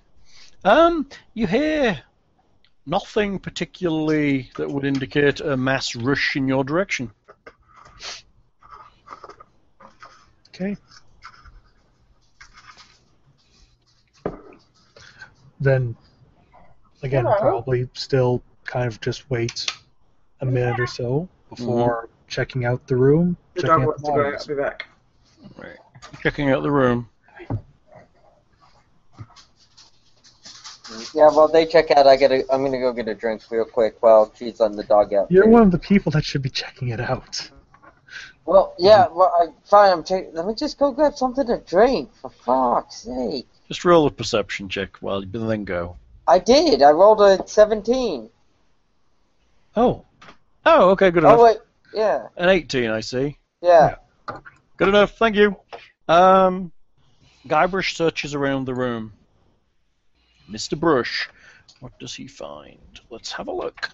[SPEAKER 4] Um, you hear nothing particularly that would indicate a mass rush in your direction.
[SPEAKER 5] Okay. Then, again,
[SPEAKER 8] Hello.
[SPEAKER 5] probably still kind of just wait a minute or so before checking out the room.
[SPEAKER 3] The
[SPEAKER 5] checking
[SPEAKER 3] dog
[SPEAKER 5] out
[SPEAKER 3] wants to go.
[SPEAKER 5] models.
[SPEAKER 3] I'll be back.
[SPEAKER 4] Checking out the room.
[SPEAKER 6] Yeah, while they check out, I gotta. I'm gonna go get a drink real quick while she's on the dog out.
[SPEAKER 5] You're
[SPEAKER 6] too.
[SPEAKER 5] one of the people that should be checking it out.
[SPEAKER 6] Well, yeah. Well, I, fine. I'm ta- Let me just go grab something to drink. For fuck's sake!
[SPEAKER 4] Just roll a perception check while you then go.
[SPEAKER 6] I did. I rolled a seventeen.
[SPEAKER 5] Oh,
[SPEAKER 4] Oh, okay, good enough.
[SPEAKER 6] Oh wait. Yeah.
[SPEAKER 4] An 18, I see.
[SPEAKER 6] Yeah.
[SPEAKER 4] Good enough, thank you. Um, Guybrush searches around the room. Mr. Brush, what does he find? Let's have a look.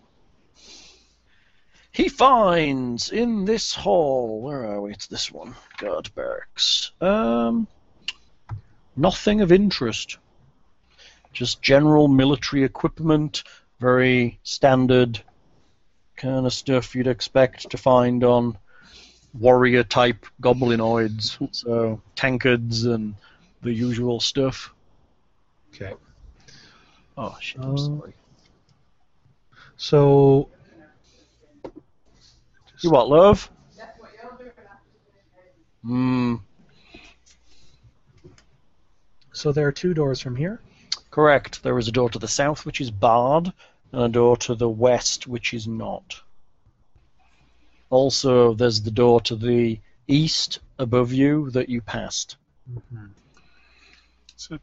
[SPEAKER 4] He finds in this hall. Where are we? It's this one. Guard barracks. Um, nothing of interest. Just general military equipment, very standard kind of stuff you'd expect to find on warrior type goblinoids, so tankards and the usual stuff.
[SPEAKER 5] okay.
[SPEAKER 4] Oh shit!
[SPEAKER 5] Oh.
[SPEAKER 4] I'm sorry.
[SPEAKER 5] So,
[SPEAKER 4] You what, love? Hmm.
[SPEAKER 5] so there are two doors from here.
[SPEAKER 4] Correct. There is a door to the south which is barred, and a door to the west which is not. Also, there's the door to the east above you that you passed.
[SPEAKER 2] So,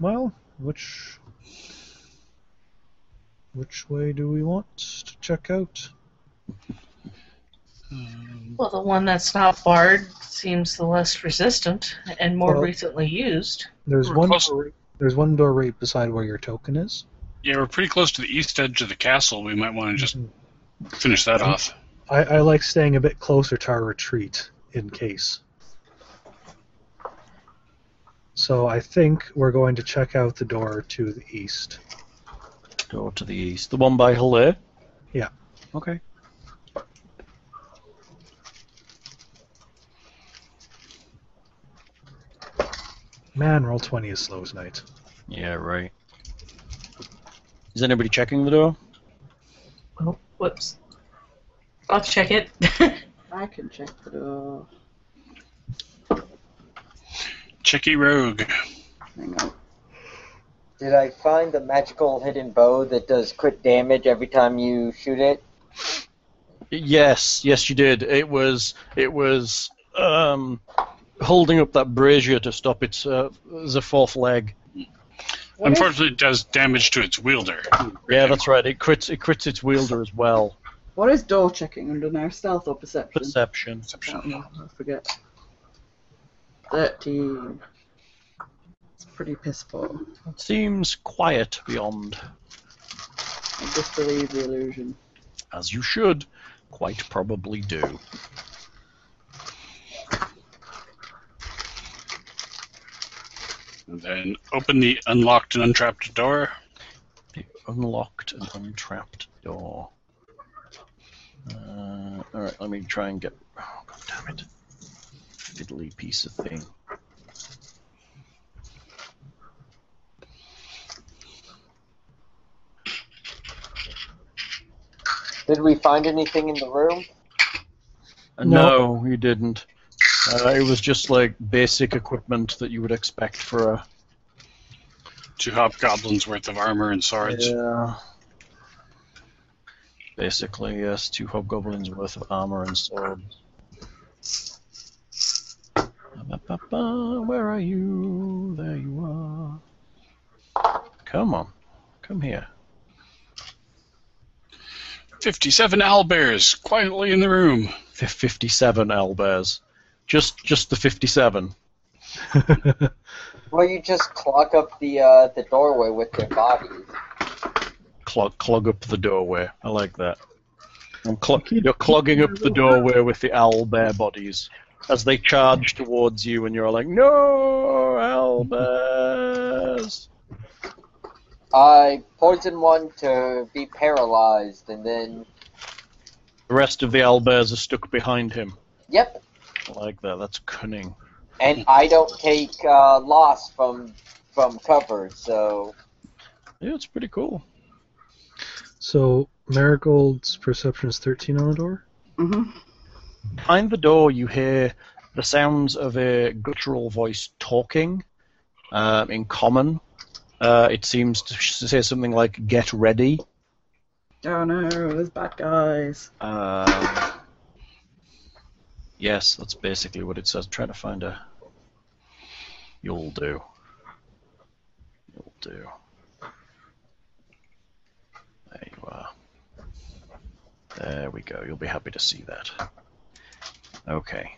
[SPEAKER 5] Well, which which way do we want to check out?
[SPEAKER 7] Well, the one that's not barred seems the less resistant and more
[SPEAKER 5] Well-
[SPEAKER 7] recently used.
[SPEAKER 5] There's
[SPEAKER 2] We're
[SPEAKER 5] one.
[SPEAKER 2] close-
[SPEAKER 5] Door, right- there's one door right beside where your token is.
[SPEAKER 2] yeah, we're pretty close to the east edge of the castle. We might want to just finish that off.
[SPEAKER 5] I, I like staying a bit closer to our retreat in case. So I think we're going to check out the door to the east.
[SPEAKER 4] Door to the east. The one by Hilaire?
[SPEAKER 5] Yeah.
[SPEAKER 4] Okay.
[SPEAKER 5] Man, roll twenty is slow as night.
[SPEAKER 4] Yeah, right. Is anybody checking the door?
[SPEAKER 7] Oh, whoops. I'll check it.
[SPEAKER 3] I can check the door.
[SPEAKER 2] Chicky Rogue.
[SPEAKER 3] Hang on.
[SPEAKER 6] Did I find the magical hidden bow that does crit damage every time you shoot it?
[SPEAKER 4] Yes, yes, you did. It was it was um, holding up that brazier to stop its uh, the fourth leg.
[SPEAKER 7] What if,
[SPEAKER 2] Unfortunately, it does damage to its wielder.
[SPEAKER 4] Yeah, that's right. It crits it crits its wielder as well.
[SPEAKER 3] What is door checking under now? Stealth or perception?
[SPEAKER 4] Perception.
[SPEAKER 3] I don't know. I forget. 13. It's pretty piss poor.
[SPEAKER 4] Seems quiet beyond,
[SPEAKER 3] I disbelieve the illusion.
[SPEAKER 4] as you should. Quite probably do.
[SPEAKER 2] And then open the unlocked and untrapped door.
[SPEAKER 4] The unlocked and untrapped door. Uh, all right, let me try and get. Oh god damn it! Fiddly piece of thing.
[SPEAKER 6] Did we find anything in the room?
[SPEAKER 4] Uh,
[SPEAKER 5] No.
[SPEAKER 4] No, you didn't. Uh, it was just like basic equipment that you would expect for a
[SPEAKER 2] two hobgoblins worth of armor and swords.
[SPEAKER 4] Yeah. Basically, yes, two hobgoblins worth of armor and sword. Ba-ba-ba, Where are you? There you are. Come on. Come here.
[SPEAKER 2] 57 owlbears quietly in the room.
[SPEAKER 4] Fif- 57 owlbears. Just just the 57.
[SPEAKER 6] Well, you just clog up the uh, the doorway with their bodies.
[SPEAKER 4] Clog, clog up the doorway. I like that. And clog, you're clogging up the doorway with the owlbear bodies as they charge towards you, and you're like, no, owlbears.
[SPEAKER 6] I poison one to be paralyzed, and then
[SPEAKER 4] The rest of the owlbears are stuck behind him.
[SPEAKER 6] yep,
[SPEAKER 4] I like that. That's cunning.
[SPEAKER 6] and I don't take uh, loss from from cover. So
[SPEAKER 4] Yeah, it's pretty cool.
[SPEAKER 5] so Marigold's perception is 13 on the door.
[SPEAKER 7] Mm-hmm.
[SPEAKER 3] hmm
[SPEAKER 4] Behind the door, you hear the sounds of a guttural voice talking um, in common. Uh, it seems to sh- say something like "Get ready."
[SPEAKER 3] Oh no, there's bad guys.
[SPEAKER 4] Um, yes, that's basically what it says. Try to find a. You'll do. You'll do. There you are. There we go. You'll be happy to see that. Okay.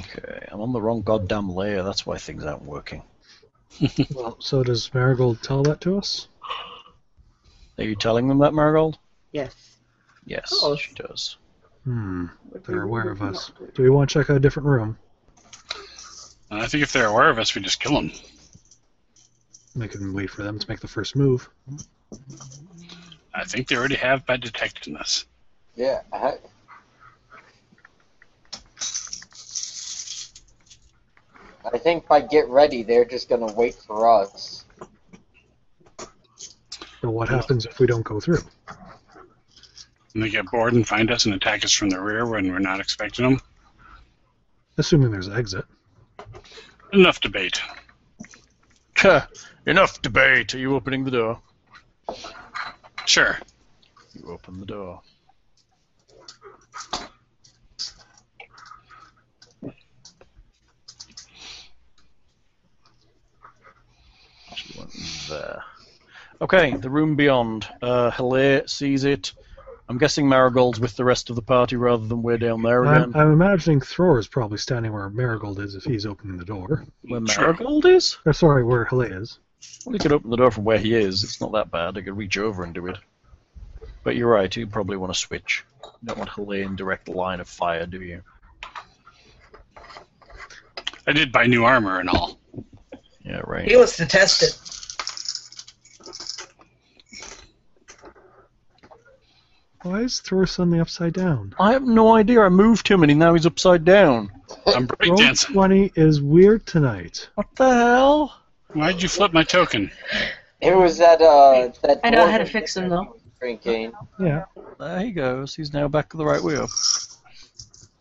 [SPEAKER 4] Okay. I'm on the wrong goddamn layer. That's why things aren't working.
[SPEAKER 5] Well, so does Marigold tell that to us?
[SPEAKER 4] Are you telling them that, Marigold?
[SPEAKER 3] Yes.
[SPEAKER 4] Yes,
[SPEAKER 3] Oh.
[SPEAKER 4] she does.
[SPEAKER 5] Hmm. They're aware of us.
[SPEAKER 3] Not
[SPEAKER 5] Do we want to check out a different room?
[SPEAKER 2] And I think if they're aware of us, we just kill them.
[SPEAKER 5] We can wait for them to make the first move.
[SPEAKER 2] I think they already have by detecting us.
[SPEAKER 6] yeah, I- I think by get ready, they're just gonna wait for us.
[SPEAKER 5] So what happens if we don't go through?
[SPEAKER 2] And they get bored and find us and attack us from the rear when we're not expecting them.
[SPEAKER 5] Assuming there's an exit.
[SPEAKER 2] Enough debate.
[SPEAKER 4] Enough debate. Are you opening the door?
[SPEAKER 2] Sure.
[SPEAKER 4] You open the door. She went there. Okay, the room beyond. Uh, Hilaire sees it. I'm guessing Marigold's with the rest of the party rather than we're down there again.
[SPEAKER 5] I'm, I'm imagining Thror is probably standing where Marigold is if he's opening the door.
[SPEAKER 4] Where
[SPEAKER 2] Sure.
[SPEAKER 4] Marigold is?
[SPEAKER 5] Or sorry, where Hele is.
[SPEAKER 4] Well, he could open the door from where he is. It's not that bad. I could reach over and do it. But you're right. You probably want to switch. You don't want to lay in direct line of fire, do you?
[SPEAKER 2] I did buy new armor and all.
[SPEAKER 4] Yeah, right.
[SPEAKER 7] He wants to test it.
[SPEAKER 5] Why is Thror suddenly upside down?
[SPEAKER 4] I have no idea. I moved him, and he, now he's upside down.
[SPEAKER 2] I'm
[SPEAKER 5] Roll
[SPEAKER 2] breakdancing.
[SPEAKER 5] 20 is weird tonight.
[SPEAKER 4] What the hell?
[SPEAKER 2] Why'd you flip my token?
[SPEAKER 6] It was that uh that.
[SPEAKER 7] I know how
[SPEAKER 6] dwarven
[SPEAKER 7] to fix them, though.
[SPEAKER 6] Drinking.
[SPEAKER 5] Yeah.
[SPEAKER 4] There he goes. He's now back the right way up.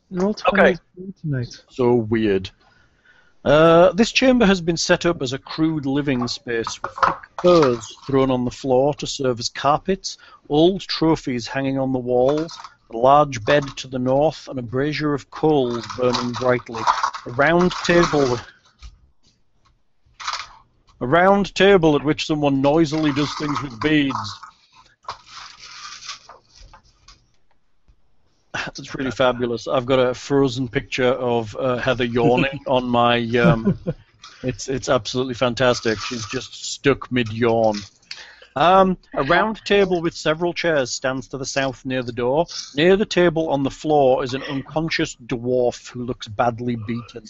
[SPEAKER 5] Roll 20
[SPEAKER 4] Okay.
[SPEAKER 5] is weird tonight.
[SPEAKER 4] So weird. Uh, this chamber has been set up as a crude living space with thick furs thrown on the floor to serve as carpets, old trophies hanging on the walls, a large bed to the north, and a brazier of coals burning brightly. A round table. A round table at which someone noisily does things with beads. That's pretty fabulous. I've got a frozen picture of uh, Heather yawning on my. Um, it's it's absolutely fantastic. She's just stuck mid yawn. Um, a round table with several chairs stands to the south near the door. Near the table on the floor is an unconscious dwarf who looks badly beaten.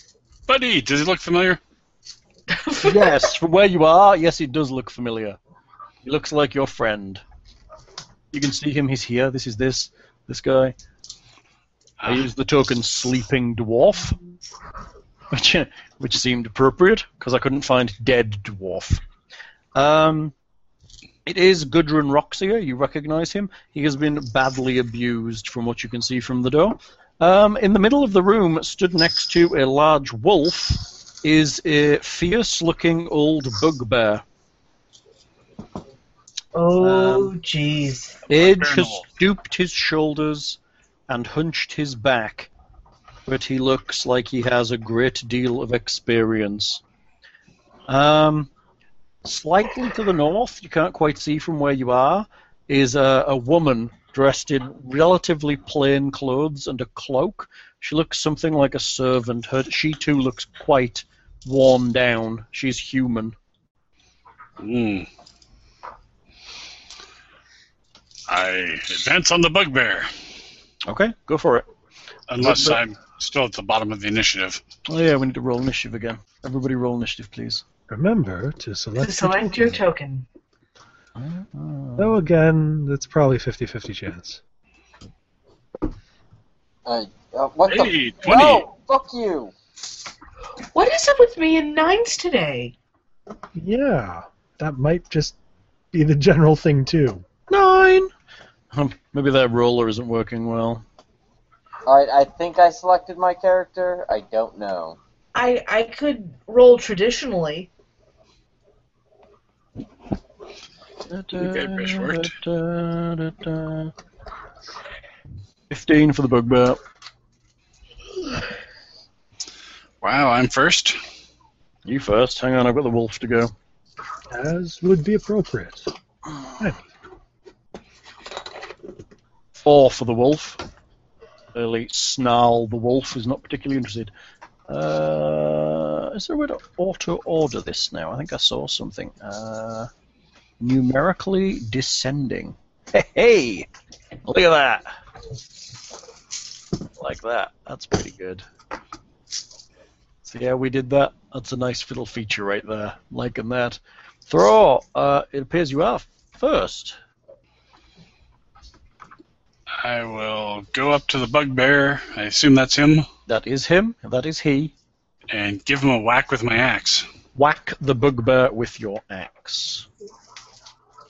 [SPEAKER 2] Buddy, does it look familiar?
[SPEAKER 4] yes, from where you are, yes, it does look familiar. He looks like your friend. You can see him. He's here. This is this this guy. I used the token sleeping dwarf, which which seemed appropriate because I couldn't find dead dwarf. Um, it is Gudrun Roxier. You recognise him. He has been badly abused, from what you can see from the door. Um, in the middle of the room, stood next to a large wolf, is a fierce-looking old bugbear.
[SPEAKER 7] Oh, jeez.
[SPEAKER 2] Bugbear
[SPEAKER 4] Edge
[SPEAKER 2] and
[SPEAKER 4] has
[SPEAKER 2] the wolf.
[SPEAKER 4] stooped his shoulders and hunched his back, but he looks like he has a great deal of experience. Um, slightly to the north, you can't quite see from where you are, is a, a woman dressed in relatively plain clothes and a cloak. She looks something like a servant. Her, she too looks quite worn down. She's human.
[SPEAKER 2] Mm. I advance on the bugbear,
[SPEAKER 4] Okay, go for it.
[SPEAKER 2] unless
[SPEAKER 4] Bugbear.
[SPEAKER 2] I'm still at the bottom of the initiative.
[SPEAKER 4] Oh yeah, we need to roll initiative again. Everybody roll initiative, please.
[SPEAKER 5] Remember to select.
[SPEAKER 7] To select your token.
[SPEAKER 4] Ah.
[SPEAKER 5] Though again, that's probably 50-50 chance.
[SPEAKER 6] Uh, uh, what the?
[SPEAKER 2] Hey, 20.
[SPEAKER 6] No, fuck you.
[SPEAKER 7] What is up with me and nines today?
[SPEAKER 5] Yeah, that might just be the general thing too.
[SPEAKER 4] Nine. Hmm, Maybe that roller isn't working well.
[SPEAKER 6] All right, I think I selected my character. I don't know.
[SPEAKER 7] I I could roll traditionally.
[SPEAKER 2] Okay, press worked.
[SPEAKER 4] Fifteen for the bugbear.
[SPEAKER 2] Wow, I'm first.
[SPEAKER 4] You first. Hang on, I've got the wolf to go.
[SPEAKER 5] As would be appropriate.
[SPEAKER 4] Four for the wolf. Early snarl. The wolf is not particularly interested. Uh, is there a way to auto order this now? I think I saw something. Uh, numerically descending. Hey, hey! Look at that. Like that. That's pretty good. So yeah, we did that. That's a nice little feature right there. Liking that. Throw. Uh, it appears you are first.
[SPEAKER 2] I will go up to the bugbear, I assume that's him,
[SPEAKER 4] That is him. That is he.
[SPEAKER 2] and give him a whack with my axe.
[SPEAKER 4] Whack the bugbear with your axe.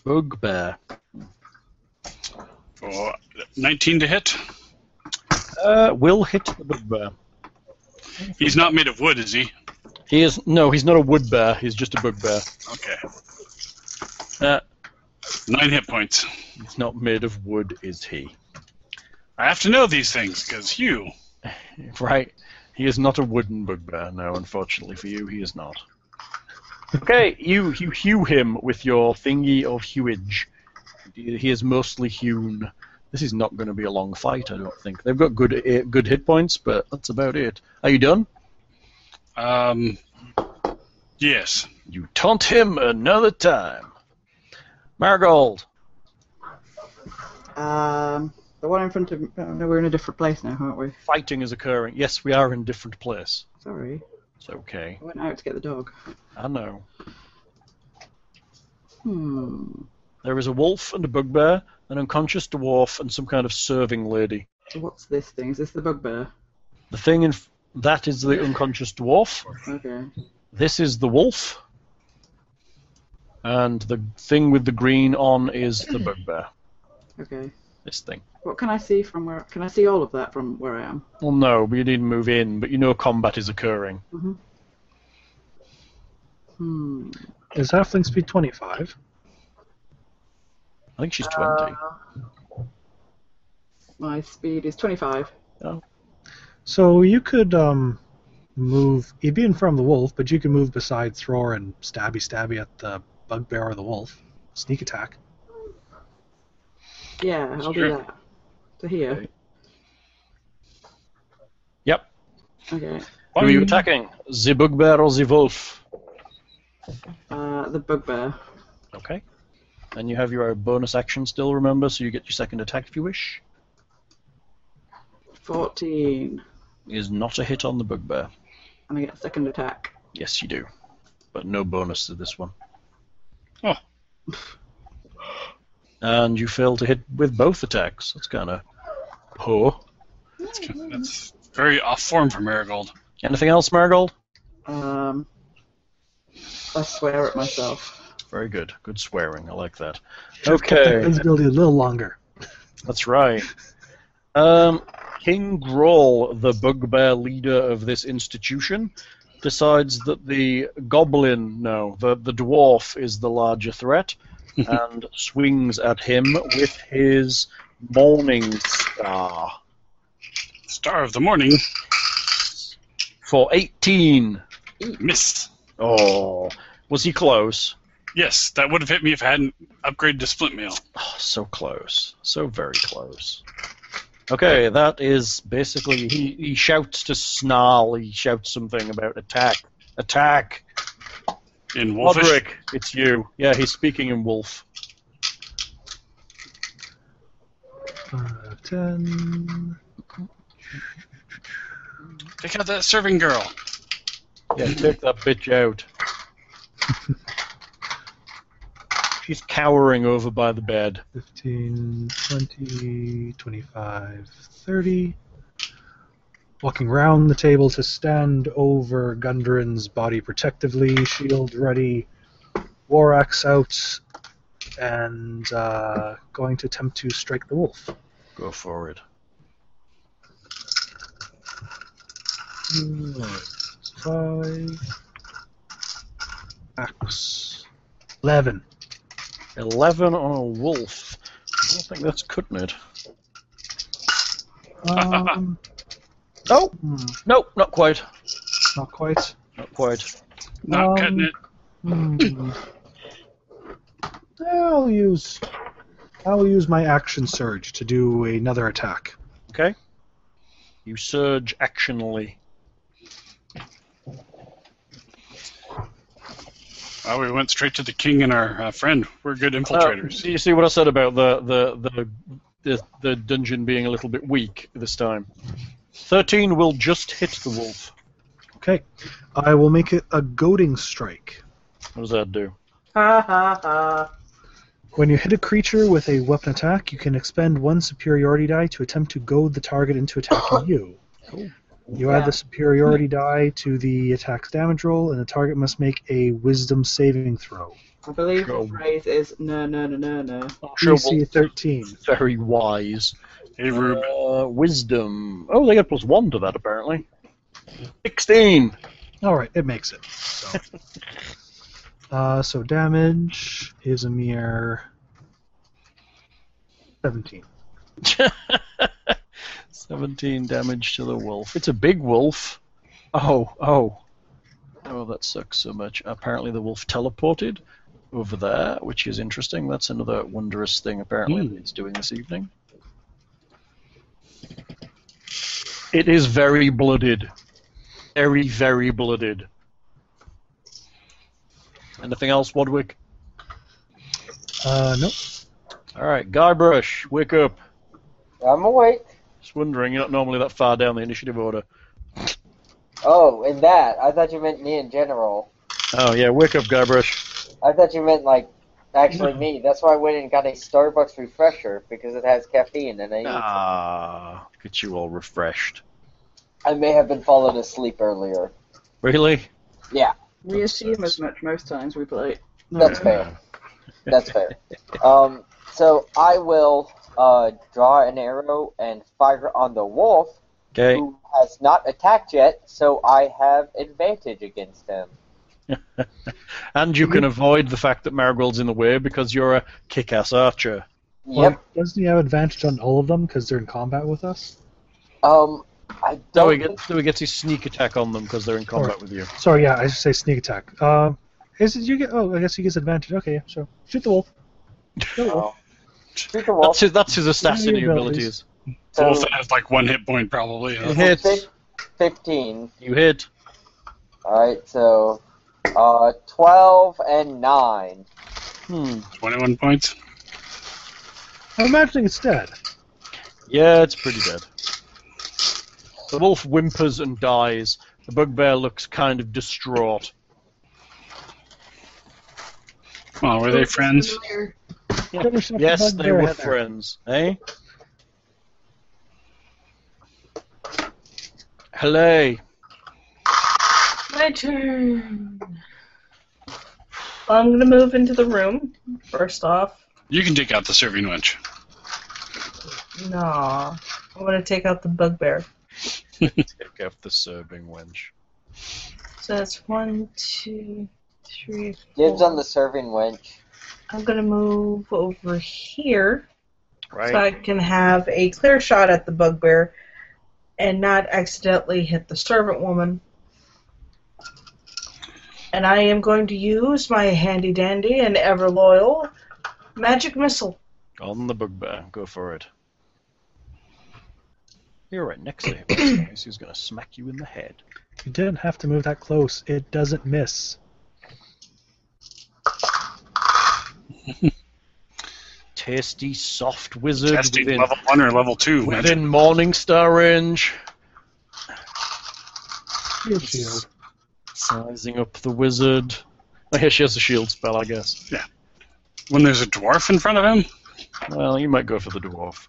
[SPEAKER 4] Bugbear.
[SPEAKER 2] For 19 to hit.
[SPEAKER 4] Uh, will hit the bugbear.
[SPEAKER 2] He's not made of wood, is he?
[SPEAKER 4] He is no, he's not a wood bear. He's just a bugbear.
[SPEAKER 2] Okay.
[SPEAKER 4] Uh,
[SPEAKER 2] Nine hit points.
[SPEAKER 4] he's not made of wood, is he?
[SPEAKER 2] I have to know these things, because you.
[SPEAKER 4] Right. He is not a wooden bugbear. No, unfortunately for you, he is not. Okay, you you hew him with your thingy of hewage. He is mostly hewn. This is not going to be a long fight, I don't think. They've got good eh, good hit points, but that's about it. Are you done?
[SPEAKER 2] Um, yes.
[SPEAKER 4] You taunt him another time. Marigold.
[SPEAKER 3] Um, the one in front of. Oh, no, we're in a different place now, aren't we?
[SPEAKER 4] Fighting is occurring. Yes, we are in a different place.
[SPEAKER 3] Sorry,
[SPEAKER 4] It's okay.
[SPEAKER 3] I went out to get the dog.
[SPEAKER 4] I know.
[SPEAKER 3] Hmm.
[SPEAKER 4] There is a wolf and a bugbear, an unconscious dwarf, and some kind of serving lady.
[SPEAKER 3] So what's this thing? Is this the bugbear?
[SPEAKER 4] The thing in f- that is the unconscious dwarf.
[SPEAKER 3] Okay.
[SPEAKER 4] This is the wolf. And the thing with the green on is the bugbear.
[SPEAKER 3] Okay.
[SPEAKER 4] This thing.
[SPEAKER 3] What can I see from where? Can I see all of that from where I am?
[SPEAKER 4] Well, no, we didn't move in, but you know combat is occurring.
[SPEAKER 3] Hmm.
[SPEAKER 5] Is halfling speed 25?
[SPEAKER 4] I think she's 20.
[SPEAKER 3] My speed is 25.
[SPEAKER 5] So you could um, move. You'd be in front of the wolf, but you can move beside Thror and stabby stabby at the bugbear or the wolf. Sneak attack.
[SPEAKER 3] Yeah, I'll do
[SPEAKER 2] Sure.
[SPEAKER 3] that. To here.
[SPEAKER 4] Yep.
[SPEAKER 3] Okay.
[SPEAKER 4] Who are you attacking? The bugbear or the wolf?
[SPEAKER 3] Uh, the bugbear.
[SPEAKER 4] Okay. And you have your bonus action still, remember, so you get your second attack if you wish.
[SPEAKER 3] 14.
[SPEAKER 4] Is not a hit on the bugbear.
[SPEAKER 3] And I get a second attack.
[SPEAKER 4] Yes, you do. But no bonus to this one.
[SPEAKER 2] Oh.
[SPEAKER 4] And you fail to hit with both attacks. That's kind of poor.
[SPEAKER 2] That's, that's very off form for Marigold.
[SPEAKER 4] Anything else, Marigold?
[SPEAKER 3] Um, I swear at myself.
[SPEAKER 4] Very good. Good swearing. I like that.
[SPEAKER 5] That
[SPEAKER 4] Okay.
[SPEAKER 5] visibility a little longer.
[SPEAKER 4] That's right. Um, King Grawl, the bugbear leader of this institution, decides that the goblin, no, the, the dwarf is the larger threat, and swings at him with his morning star
[SPEAKER 2] Star of the morning.
[SPEAKER 4] for 18.
[SPEAKER 2] Missed.
[SPEAKER 4] Oh, was he close?
[SPEAKER 2] Yes, that would have hit me if I hadn't upgraded to split mail.
[SPEAKER 4] Oh, so close. So very close. Okay, that is basically he, he shouts to snarl, he shouts something about attack. Attack!
[SPEAKER 2] In Wolfish.
[SPEAKER 4] Roderick, it's you. Yeah, he's speaking in wolf.
[SPEAKER 5] Uh, 10.
[SPEAKER 2] Take out that serving girl.
[SPEAKER 4] Yeah, take that bitch out. She's cowering over by the bed.
[SPEAKER 5] 15, 20, 25, 30. Walking round the table to stand over Gundren's body protectively, shield ready, war axe out, and uh, going to attempt to strike the wolf.
[SPEAKER 4] Go for it.
[SPEAKER 5] Five. Axe. 11.
[SPEAKER 4] 11 on a wolf. I don't think that's cutting it.
[SPEAKER 5] Um,
[SPEAKER 4] Oh,
[SPEAKER 5] hmm,
[SPEAKER 4] no, not quite.
[SPEAKER 5] not quite.
[SPEAKER 4] Not quite.
[SPEAKER 2] Not
[SPEAKER 5] Um,
[SPEAKER 2] cutting it.
[SPEAKER 5] Hmm. I'll use I'll use my action surge to do another attack.
[SPEAKER 4] Okay. You surge actionally.
[SPEAKER 2] Oh, we went straight to the king and our uh, friend. We're good infiltrators.
[SPEAKER 4] Uh, you see what I said about the the, the the the dungeon being a little bit weak this time. Thirteen will just hit the wolf.
[SPEAKER 5] Okay. I will make it a goading strike.
[SPEAKER 4] What does that do?
[SPEAKER 3] Ha ha ha.
[SPEAKER 5] When you hit a creature with a weapon attack, you can expend one superiority die to attempt to goad the target into attacking you. You add
[SPEAKER 3] Yeah.
[SPEAKER 5] the superiority die to the attack's damage roll, and the target must make a wisdom saving throw.
[SPEAKER 3] I believe
[SPEAKER 4] Go.
[SPEAKER 3] the phrase is no, no, no, no, no.
[SPEAKER 4] Sure,
[SPEAKER 5] DC 13.
[SPEAKER 4] Very wise.
[SPEAKER 2] hey, Rube.
[SPEAKER 4] Uh, wisdom. Oh, they get plus one to that apparently. Sixteen.
[SPEAKER 5] All right, it makes it. So, uh, so damage is a mere seventeen.
[SPEAKER 4] Seventeen damage to the wolf. It's a big wolf. Oh, oh. Oh, that sucks so much. Apparently the wolf teleported over there, which is interesting. That's another wondrous thing apparently that it's doing this evening. It is very blooded. Very, very blooded. Anything else, Wadwick?
[SPEAKER 5] Uh, nope.
[SPEAKER 4] Alright, Guybrush, wake up.
[SPEAKER 6] I'm awake.
[SPEAKER 4] Just wondering, you're not normally that far down the initiative order.
[SPEAKER 6] Oh, and that. I thought you meant me in general.
[SPEAKER 4] Oh yeah, wake up, Guybrush.
[SPEAKER 6] I thought you meant like actually me. That's why I went and got a Starbucks refresher because it has caffeine, and I
[SPEAKER 4] Ah, look at you all refreshed.
[SPEAKER 6] I may have been falling asleep earlier.
[SPEAKER 4] Really?
[SPEAKER 3] We assume as much most times we play.
[SPEAKER 6] That's fair. That's fair. Um, so I will uh, draw an arrow and fire on the wolf,
[SPEAKER 4] Okay.
[SPEAKER 6] who has not attacked yet, so I have advantage against him.
[SPEAKER 4] And you can avoid the fact that Marigold's in the way because you're a kick-ass archer.
[SPEAKER 6] Yep.
[SPEAKER 5] Well, doesn't he have advantage on all of them because they're in combat with us?
[SPEAKER 6] Um, I
[SPEAKER 4] So he
[SPEAKER 6] don't. think-
[SPEAKER 4] gets so he gets his sneak attack on them because they're in combat with you.
[SPEAKER 5] Sorry, yeah, I should say sneak attack. Um, is it you get? Oh, I guess he gets advantage. Okay, yeah, sure. Shoot the wolf. Shoot the wolf.
[SPEAKER 6] Oh. Shoot the wolf.
[SPEAKER 4] That's his, that's his assassin
[SPEAKER 5] Your
[SPEAKER 4] abilities.
[SPEAKER 5] abilities.
[SPEAKER 6] So,
[SPEAKER 2] Wolf has like one hit point probably.
[SPEAKER 4] You
[SPEAKER 2] huh?
[SPEAKER 4] hit.
[SPEAKER 6] Fifteen.
[SPEAKER 4] You hit.
[SPEAKER 6] All right. So, uh, twelve and nine.
[SPEAKER 4] Hmm.
[SPEAKER 2] 21 points.
[SPEAKER 5] I'm imagining it's dead.
[SPEAKER 4] Yeah, it's pretty dead. The wolf whimpers and dies. The bugbear looks kind of distraught.
[SPEAKER 2] Oh, were they friends?
[SPEAKER 3] Familiar.
[SPEAKER 5] Finish up the
[SPEAKER 4] Yes, they
[SPEAKER 5] bugbear,
[SPEAKER 4] were
[SPEAKER 5] Heather.
[SPEAKER 4] friends, eh? Hello.
[SPEAKER 7] My turn. I'm gonna move into the room. First off,
[SPEAKER 2] You can take out the serving wench.
[SPEAKER 7] no.
[SPEAKER 8] I'm gonna take out the bugbear.
[SPEAKER 4] Take out the serving wench.
[SPEAKER 8] So that's one, two, three,
[SPEAKER 6] Dibs on
[SPEAKER 8] four.
[SPEAKER 6] the serving wench.
[SPEAKER 8] I'm gonna move over here
[SPEAKER 4] Right?
[SPEAKER 8] so I can have a clear shot at the bugbear and not accidentally hit the servant woman. And I am going to use my handy dandy and ever loyal magic missile.
[SPEAKER 4] On the bugbear. Go for it. You're right next to him. That's nice. He's going to smack you in the head.
[SPEAKER 5] You didn't have to move that close. It doesn't miss.
[SPEAKER 4] 'Kay. Tasty, soft wizard
[SPEAKER 2] Testing
[SPEAKER 4] within,
[SPEAKER 2] level one or level two.
[SPEAKER 4] within Morningstar range.
[SPEAKER 5] Shield, shield.
[SPEAKER 4] Sizing up the wizard. I guess she has a shield spell, I guess.
[SPEAKER 2] When there's a dwarf in front of him,
[SPEAKER 4] Well, you might go for the dwarf.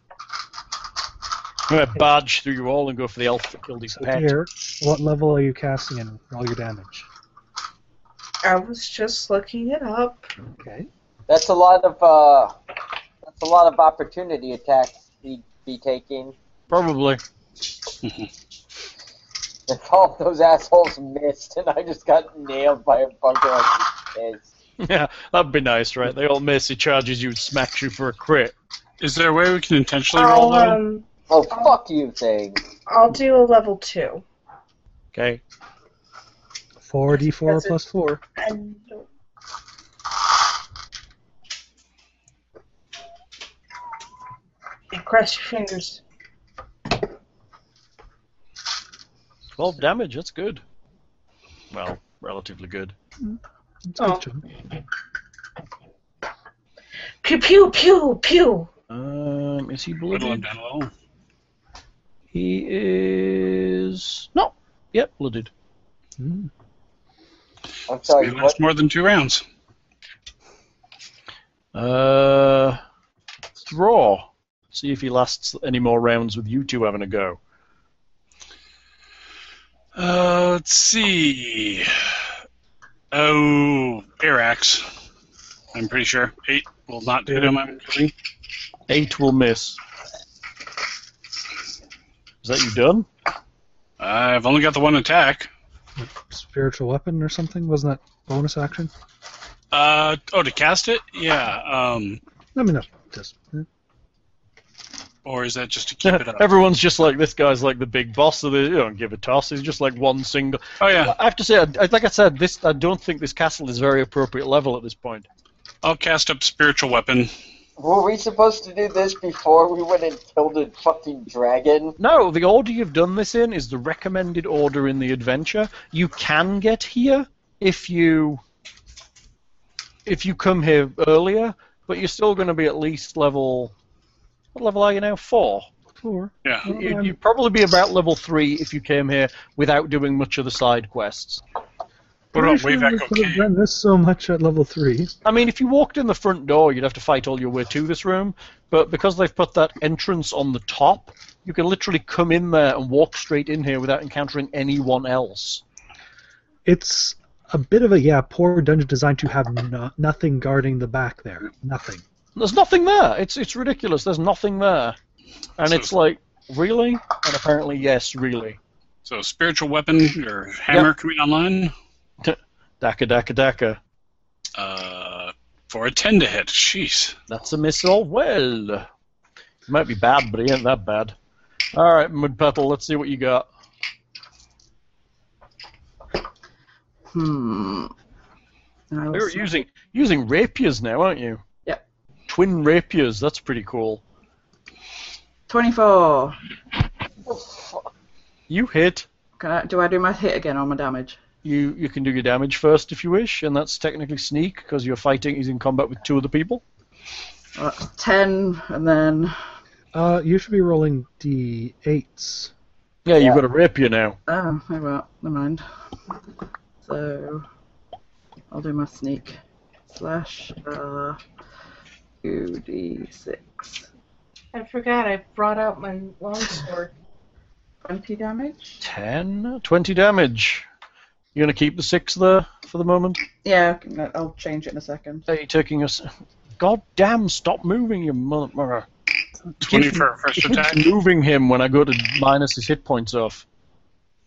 [SPEAKER 4] I'm going to barge through you all and go for the elf that killed his
[SPEAKER 5] So
[SPEAKER 4] pet.
[SPEAKER 5] here, what level are you casting in all your damage?
[SPEAKER 8] I was just looking it up.
[SPEAKER 5] Okay.
[SPEAKER 6] That's a lot of uh, that's a lot of opportunity attacks he'd be taking.
[SPEAKER 4] Probably.
[SPEAKER 6] If all those assholes missed, and I just got nailed by a bunker of kids.
[SPEAKER 4] Yeah, that'd be nice, right? They all miss, he charges you, smacks you for a crit.
[SPEAKER 2] is there a way we can intentionally roll
[SPEAKER 8] I'll,
[SPEAKER 2] low?
[SPEAKER 8] um,
[SPEAKER 6] Oh fuck you, thing!
[SPEAKER 8] I'll do a level two.
[SPEAKER 4] Okay.
[SPEAKER 5] 4d4
[SPEAKER 8] That's it.
[SPEAKER 5] plus 4.
[SPEAKER 7] And
[SPEAKER 8] Cross your fingers.
[SPEAKER 4] 12 damage, that's good. Well, relatively good.
[SPEAKER 5] That's
[SPEAKER 8] Oh.
[SPEAKER 5] good, Jim.
[SPEAKER 7] pew pew pew pew.
[SPEAKER 4] Um, is he
[SPEAKER 2] Whittle him
[SPEAKER 4] blooded?
[SPEAKER 2] down a little.
[SPEAKER 4] He is. No! Yep, blooded.
[SPEAKER 5] Mm.
[SPEAKER 6] I'm
[SPEAKER 2] We
[SPEAKER 6] sorry. What?
[SPEAKER 2] lost more than two rounds.
[SPEAKER 4] Uh. Draw. See if he lasts any more rounds with you two having a go.
[SPEAKER 2] Uh, let's see. Oh, air axe. I'm pretty sure eight will not hit him. I'm guessing.
[SPEAKER 4] Eight will miss. Is that you done?
[SPEAKER 2] I've only got the one attack.
[SPEAKER 5] Spiritual weapon or something? Wasn't that bonus action?
[SPEAKER 2] Uh, oh, to cast it? Yeah. Um,
[SPEAKER 5] I mean, no, just eh,
[SPEAKER 2] or is that just to keep it up?
[SPEAKER 4] Everyone's just like, this guy's like the big boss, so they don't give a toss. He's just like one single.
[SPEAKER 2] Oh yeah,
[SPEAKER 4] I have to say, I, I- like I said, this I don't think this castle is very appropriate level at this point.
[SPEAKER 2] I'll cast up spiritual weapon.
[SPEAKER 6] Were we supposed to do this before we went and killed a fucking dragon?
[SPEAKER 4] No, the order you've done this in is the recommended order in the adventure. You can get here if you if you come here earlier, but you're still going to be at least level. What level are you now? Four.
[SPEAKER 5] 4.
[SPEAKER 2] Yeah.
[SPEAKER 4] You, you'd probably be about level three if you came here without doing much of the side quests.
[SPEAKER 2] What
[SPEAKER 5] Pretty
[SPEAKER 2] about
[SPEAKER 5] sure
[SPEAKER 2] wave
[SPEAKER 5] we
[SPEAKER 2] echo
[SPEAKER 5] could have
[SPEAKER 2] cave?
[SPEAKER 5] done this so much at level 3.
[SPEAKER 4] I mean, if you walked in the front door, you'd have to fight all your way to this room. But because they've put that entrance on the top, you can literally come in there and walk straight in here without encountering anyone else.
[SPEAKER 5] It's a bit of a, yeah, poor dungeon design to have no, nothing guarding the back there. Nothing.
[SPEAKER 4] There's nothing there. It's it's ridiculous. There's nothing there, and
[SPEAKER 2] So-
[SPEAKER 4] it's like really, and apparently yes, really.
[SPEAKER 2] So spiritual weapon or hammer coming online
[SPEAKER 4] Daka daka daka.
[SPEAKER 2] uh, for a ten to hit. Jeez.
[SPEAKER 4] That's a miss all well. It might be bad, but it ain't that bad. All right, Mudpetal, let's see what you got.
[SPEAKER 3] Hmm. I
[SPEAKER 4] You're
[SPEAKER 3] was,
[SPEAKER 4] using using rapiers now, aren't you?
[SPEAKER 3] Yep.
[SPEAKER 4] Twin rapiers. That's pretty cool.
[SPEAKER 3] 24.
[SPEAKER 4] You hit.
[SPEAKER 3] Can I, do I do my hit again or my damage?
[SPEAKER 4] You you can do your damage first if you wish, and that's technically sneak because you're fighting. He's in combat with two other people.
[SPEAKER 3] Well, that's 10, Uh, and then.
[SPEAKER 5] Uh, you should be rolling d8s.
[SPEAKER 4] Yeah,
[SPEAKER 6] Yeah.
[SPEAKER 4] you've got a rapier now.
[SPEAKER 3] Oh, oh well, never mind. So, I'll do my sneak. Slash, uh, 2d6.
[SPEAKER 8] I forgot I brought out my longsword.
[SPEAKER 3] 20 damage?
[SPEAKER 4] 10, 20 damage. You're gonna keep the six there for the moment.
[SPEAKER 3] Yeah, I can- I'll change it in a second.
[SPEAKER 4] Are you taking us? God damn! Stop moving, you mother.
[SPEAKER 2] Twenty for a first
[SPEAKER 4] Keep
[SPEAKER 2] attack.
[SPEAKER 4] moving him when I go to minus his hit points off.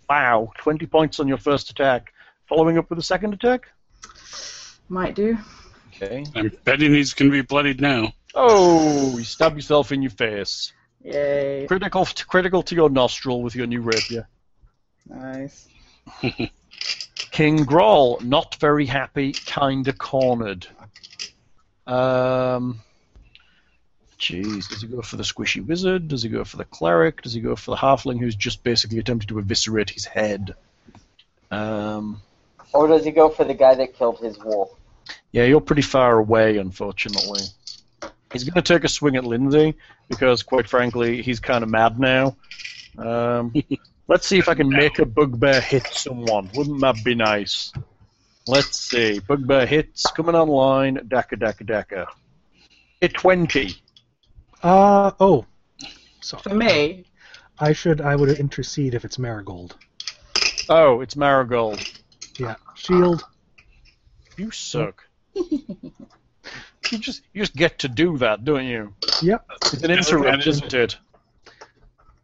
[SPEAKER 4] Wow, 20 points on your first attack. Following up with a second attack?
[SPEAKER 3] Might do.
[SPEAKER 4] Okay.
[SPEAKER 2] I'm betting he's going to be bloodied now.
[SPEAKER 4] Oh, you stab yourself in your face.
[SPEAKER 3] Yay.
[SPEAKER 4] Critical to, critical to your nostril with your new rapier.
[SPEAKER 3] Nice.
[SPEAKER 4] King Groll, not very happy, kinda cornered. Um, jeez, does he go for the squishy wizard? Does he go for the cleric? Does he go for the halfling who's just basically attempted to eviscerate his head? Um,
[SPEAKER 6] Or does he go for the guy that killed his wolf?
[SPEAKER 4] yeah, you're pretty far away, unfortunately. He's going to take a swing at Lindsay because, quite frankly, he's kind of mad now. Um, let's see if I can make a bugbear hit someone. Wouldn't that be nice? Let's see. Bugbear hits coming online. Daka daka daka. Hit 20.
[SPEAKER 5] Uh oh. So
[SPEAKER 3] For me,
[SPEAKER 5] I should I would intercede if it's Marigold.
[SPEAKER 4] Oh, it's Marigold.
[SPEAKER 5] Yeah. Shield.
[SPEAKER 4] You suck. you just you just get to do that, don't you?
[SPEAKER 5] Yep.
[SPEAKER 4] It's an interrupt, isn't it?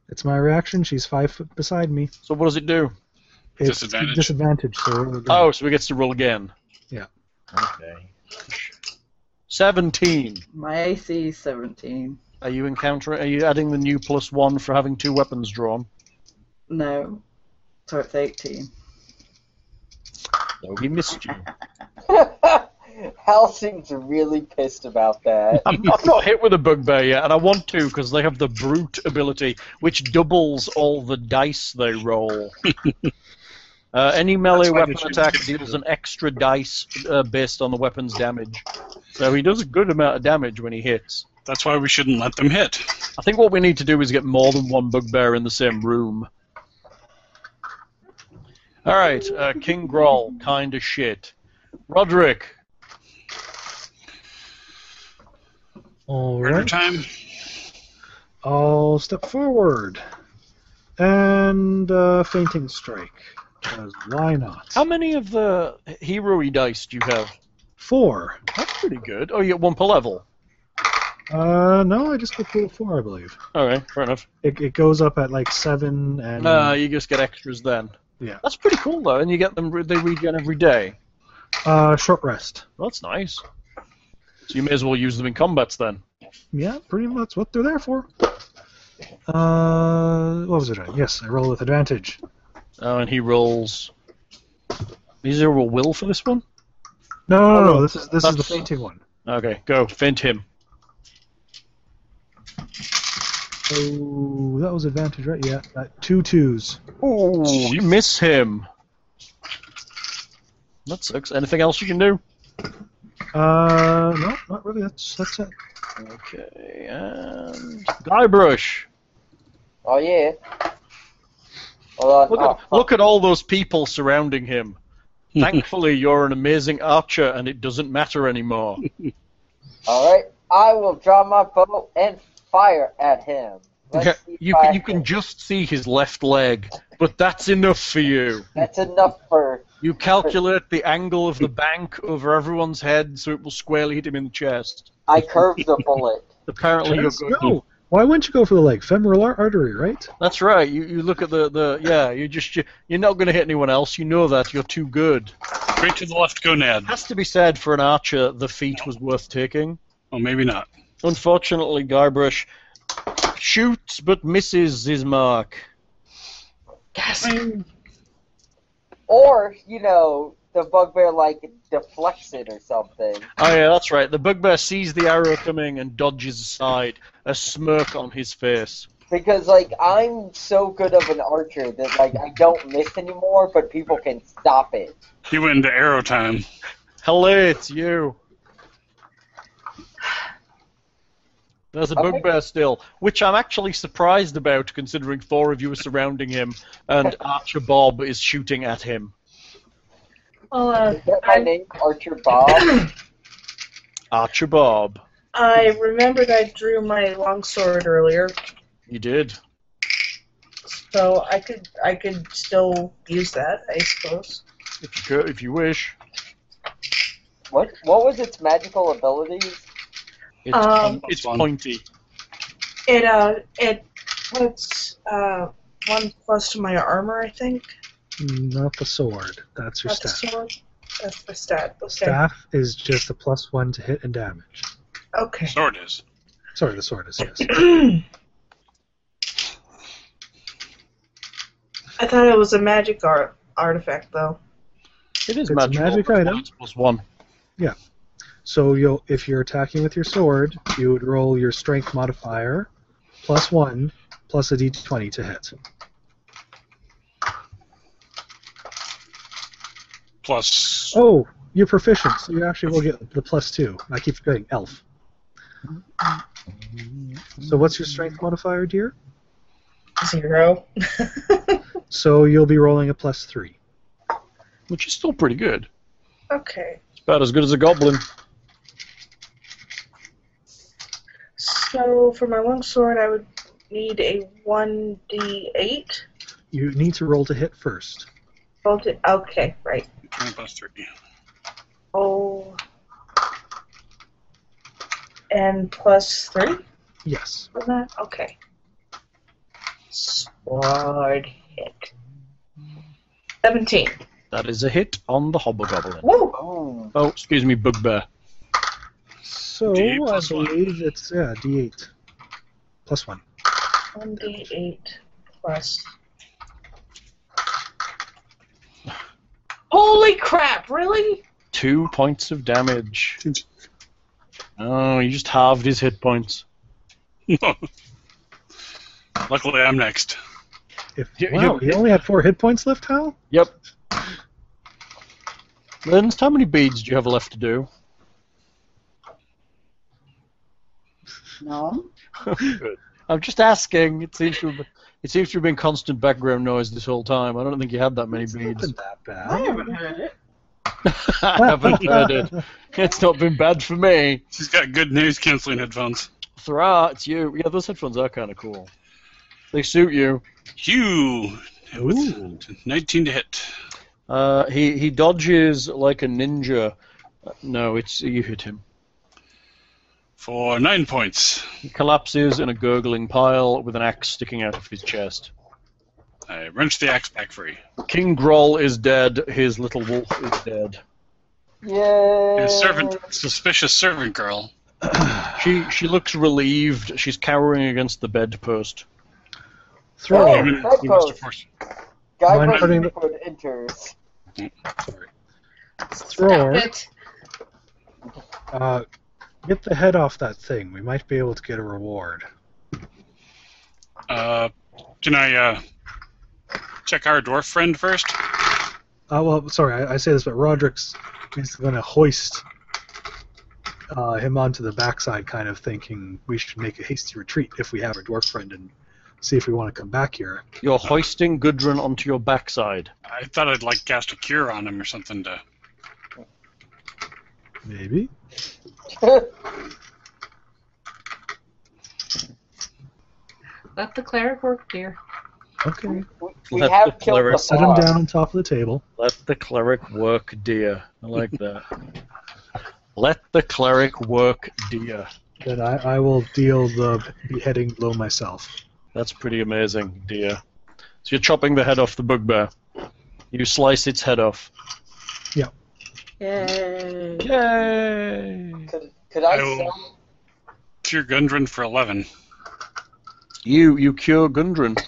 [SPEAKER 5] It's my reaction. She's five foot beside me.
[SPEAKER 4] So what does it do?
[SPEAKER 5] It's
[SPEAKER 2] Disadvantage.
[SPEAKER 5] Disadvantage. So roll again.
[SPEAKER 4] Oh, so he gets to roll again.
[SPEAKER 5] Yeah.
[SPEAKER 4] Okay. 17.
[SPEAKER 3] my AC is 17.
[SPEAKER 4] Are you encountering? Are you adding the new plus one for having two weapons drawn?
[SPEAKER 3] No. So it's 18.
[SPEAKER 4] No, he missed you.
[SPEAKER 6] Hal seems really pissed about that.
[SPEAKER 4] I'm, I'm not hit with a bugbear yet, and I want to because they have the brute ability, which doubles all the dice they roll. uh, any melee
[SPEAKER 2] That's why they
[SPEAKER 4] weapon
[SPEAKER 2] choose
[SPEAKER 4] attack
[SPEAKER 2] different-
[SPEAKER 4] deals an extra dice uh, based on the weapon's damage. So he does a good amount of damage when he hits.
[SPEAKER 2] That's why we shouldn't let them hit.
[SPEAKER 4] I think what we need to do is get more than one bugbear in the same room. All right, uh, King Groll, kind of shit. Roderick,
[SPEAKER 5] All
[SPEAKER 2] Murder
[SPEAKER 5] right.
[SPEAKER 2] time.
[SPEAKER 5] I'll step forward. And uh, fainting strike. 'Cause why not?
[SPEAKER 4] how many of the hero dice do you have?
[SPEAKER 5] Four.
[SPEAKER 4] That's pretty good. Oh, you get one per level.
[SPEAKER 5] Uh, no, I just put pool four, I believe.
[SPEAKER 4] All right, fair enough.
[SPEAKER 5] It, it goes up at like seven and
[SPEAKER 4] Uh, you just get extras then.
[SPEAKER 5] Yeah.
[SPEAKER 4] That's pretty cool though, and you get them. re- They regen every day.
[SPEAKER 5] uh, short rest.
[SPEAKER 4] Well, that's nice. So you may as well use them in combats then.
[SPEAKER 5] Yeah, pretty much what they're there for. Uh, what was it? Yes, I roll with advantage.
[SPEAKER 4] Oh, and he rolls. Is there a will for this one?
[SPEAKER 5] No, no, no, no, This is this is the
[SPEAKER 4] That's-
[SPEAKER 5] fainting one.
[SPEAKER 4] Okay, go faint him.
[SPEAKER 5] Oh, that was advantage, right? Yeah, that, two twos.
[SPEAKER 4] Ooh, you miss him. That sucks. Anything else you can do?
[SPEAKER 5] Uh, no, not really. That's that's it.
[SPEAKER 4] Okay, and Guybrush.
[SPEAKER 6] Oh yeah. Hold on.
[SPEAKER 4] Look at,
[SPEAKER 6] oh,
[SPEAKER 4] look at all those people surrounding him. Thankfully, you're an amazing archer, and it doesn't matter anymore.
[SPEAKER 6] Oh, All right. I will draw my bow and fire at him. Let's
[SPEAKER 4] Okay,
[SPEAKER 6] see if
[SPEAKER 4] you
[SPEAKER 6] I
[SPEAKER 4] can, you can just see his left leg, but that's enough for you.
[SPEAKER 6] That's enough for.
[SPEAKER 4] You calculate the angle of the bank over everyone's head, so it will squarely hit him in the chest.
[SPEAKER 6] I curved the bullet.
[SPEAKER 4] Apparently, you're
[SPEAKER 5] Yes,
[SPEAKER 4] good.
[SPEAKER 5] no. Why wouldn't you go for the leg? Femoral ar- artery, right?
[SPEAKER 4] That's right. You, you look at the, the yeah. You just you, you're not going to hit anyone else. You know that. You're too good.
[SPEAKER 2] Straight to the left gonad.
[SPEAKER 4] Has to be said for an archer, the feat was worth taking.
[SPEAKER 2] Well, maybe not.
[SPEAKER 4] Unfortunately, Guybrush shoots but misses his mark.
[SPEAKER 7] Yes.
[SPEAKER 6] Or you know, the bugbear like deflects it or something.
[SPEAKER 4] Oh yeah, that's right. The bugbear sees the arrow coming and dodges aside, a smirk on his face.
[SPEAKER 6] Because like I'm so good of an archer that like I don't miss anymore, but people can stop it.
[SPEAKER 2] He went into arrow time.
[SPEAKER 4] Hello, it's you. There's a
[SPEAKER 6] Okay.
[SPEAKER 4] bugbear still, which I'm actually surprised about, considering four of you are surrounding him, and Archer Bob is shooting at him.
[SPEAKER 7] Well, uh,
[SPEAKER 6] Is that my
[SPEAKER 7] I'm-
[SPEAKER 6] name, Archer Bob?
[SPEAKER 4] Archer Bob,
[SPEAKER 7] I remembered I drew my longsword earlier,
[SPEAKER 4] you did.
[SPEAKER 7] so I could I could still use that, I suppose.
[SPEAKER 4] If you could, if you wish.
[SPEAKER 6] what what was its magical abilities?
[SPEAKER 4] It's,
[SPEAKER 7] Um,
[SPEAKER 4] it's
[SPEAKER 2] Plus one.
[SPEAKER 4] pointy.
[SPEAKER 8] It uh, it puts uh, one plus to my armor, I think.
[SPEAKER 5] Not the sword. That's your
[SPEAKER 8] Not the
[SPEAKER 5] staff.
[SPEAKER 8] sword. That's the stat. Okay.
[SPEAKER 5] Staff is just a plus one to hit and damage.
[SPEAKER 8] Okay.
[SPEAKER 2] Sword is.
[SPEAKER 5] Sorry, the sword is yes.
[SPEAKER 8] I thought it was a magic art artifact, though.
[SPEAKER 4] It is
[SPEAKER 5] It's a
[SPEAKER 4] magical.
[SPEAKER 5] magic
[SPEAKER 4] but
[SPEAKER 5] item.
[SPEAKER 4] it's plus one.
[SPEAKER 5] So you'll if you're attacking with your sword, you would roll your strength modifier plus one plus a d20 to hit.
[SPEAKER 2] Plus,
[SPEAKER 5] Oh, you're proficient, so you actually will get the plus two. I keep forgetting elf. So what's your strength modifier, dear?
[SPEAKER 7] Zero.
[SPEAKER 5] So you'll be rolling a plus three.
[SPEAKER 4] Which is still pretty good.
[SPEAKER 8] Okay.
[SPEAKER 4] It's about as good as a goblin.
[SPEAKER 8] So for my longsword, I would need a one d eight.
[SPEAKER 5] You need to roll to hit first.
[SPEAKER 8] Okay, right.
[SPEAKER 2] plus three.
[SPEAKER 8] Oh. And plus three
[SPEAKER 5] Yes.
[SPEAKER 8] from that? Okay. Sword hit. 17.
[SPEAKER 4] That is a hit on the hobgoblin.
[SPEAKER 8] Woo!
[SPEAKER 6] Oh,
[SPEAKER 4] Oh, excuse me, bugbear.
[SPEAKER 5] So
[SPEAKER 2] D8
[SPEAKER 5] I
[SPEAKER 2] plus one.
[SPEAKER 5] believe it's yeah, d8 plus one.
[SPEAKER 8] 1d8 plus. Holy crap, really?
[SPEAKER 4] Two points of damage. Oh, you just halved his hit points.
[SPEAKER 2] Luckily, I'm next.
[SPEAKER 5] If,
[SPEAKER 4] You-
[SPEAKER 5] wow,
[SPEAKER 4] you-
[SPEAKER 5] you only had four hit points left, Hal?
[SPEAKER 4] Yep. Linz, how many beads do you have left to do?
[SPEAKER 3] No.
[SPEAKER 4] I'm just asking. It seems to have, it seems to have been constant background noise this whole time. I don't think you had that many beads.
[SPEAKER 5] Wasn't that
[SPEAKER 3] I
[SPEAKER 5] bad.
[SPEAKER 3] haven't heard it.
[SPEAKER 4] I haven't heard it. It's not been bad for me.
[SPEAKER 2] She's got good noise canceling headphones.
[SPEAKER 4] Thra, it's you. Yeah, those headphones are kind of cool. They suit you.
[SPEAKER 2] Hugh,
[SPEAKER 5] Ooh.
[SPEAKER 2] 19 to hit.
[SPEAKER 4] Uh, he he dodges like a ninja. Uh, No, it's you hit him.
[SPEAKER 2] For nine points.
[SPEAKER 4] He collapses in a gurgling pile with an axe sticking out of his chest.
[SPEAKER 2] I wrench the axe back free.
[SPEAKER 4] King Groll is dead. His little wolf is dead.
[SPEAKER 6] yay!
[SPEAKER 2] And servant, suspicious servant girl.
[SPEAKER 4] She she looks relieved. She's cowering against the bedpost.
[SPEAKER 5] Throw
[SPEAKER 6] Oh,
[SPEAKER 5] it.
[SPEAKER 2] Even-
[SPEAKER 6] bedpost.
[SPEAKER 2] you must have forced-
[SPEAKER 6] Guy
[SPEAKER 5] Mind
[SPEAKER 6] from
[SPEAKER 5] putting the-
[SPEAKER 6] Newport enters.
[SPEAKER 5] Thrower.
[SPEAKER 7] Stop it.
[SPEAKER 5] Uh, get the head off that thing. We might be able to get a reward.
[SPEAKER 2] Uh, can I uh, check our dwarf friend first?
[SPEAKER 5] Uh, well, sorry, I, I say this, but Roderick's is going to hoist uh, him onto the backside, kind of thinking we should make a hasty retreat if we have our dwarf friend and see if we want to come back here.
[SPEAKER 4] You're hoisting Gudrun onto your backside.
[SPEAKER 2] I thought I'd like cast a cure on him or something to.
[SPEAKER 5] Maybe.
[SPEAKER 9] Let the cleric work, dear.
[SPEAKER 5] Okay.
[SPEAKER 6] We- we
[SPEAKER 4] Let
[SPEAKER 6] have
[SPEAKER 4] the
[SPEAKER 6] killed
[SPEAKER 4] cleric-
[SPEAKER 6] the
[SPEAKER 5] Set him
[SPEAKER 6] boss.
[SPEAKER 5] down on top of the table.
[SPEAKER 4] Let the cleric work, dear. I like that. Let the cleric work, dear.
[SPEAKER 5] Then I, I will deal the beheading blow myself.
[SPEAKER 4] That's pretty amazing, dear. So you're chopping the head off the bugbear. You slice its head off.
[SPEAKER 3] Yay.
[SPEAKER 4] Yay!
[SPEAKER 6] Could, could I
[SPEAKER 2] Oh.
[SPEAKER 6] sell?
[SPEAKER 2] Cure Gundren for 11.
[SPEAKER 4] You you cure Gundren.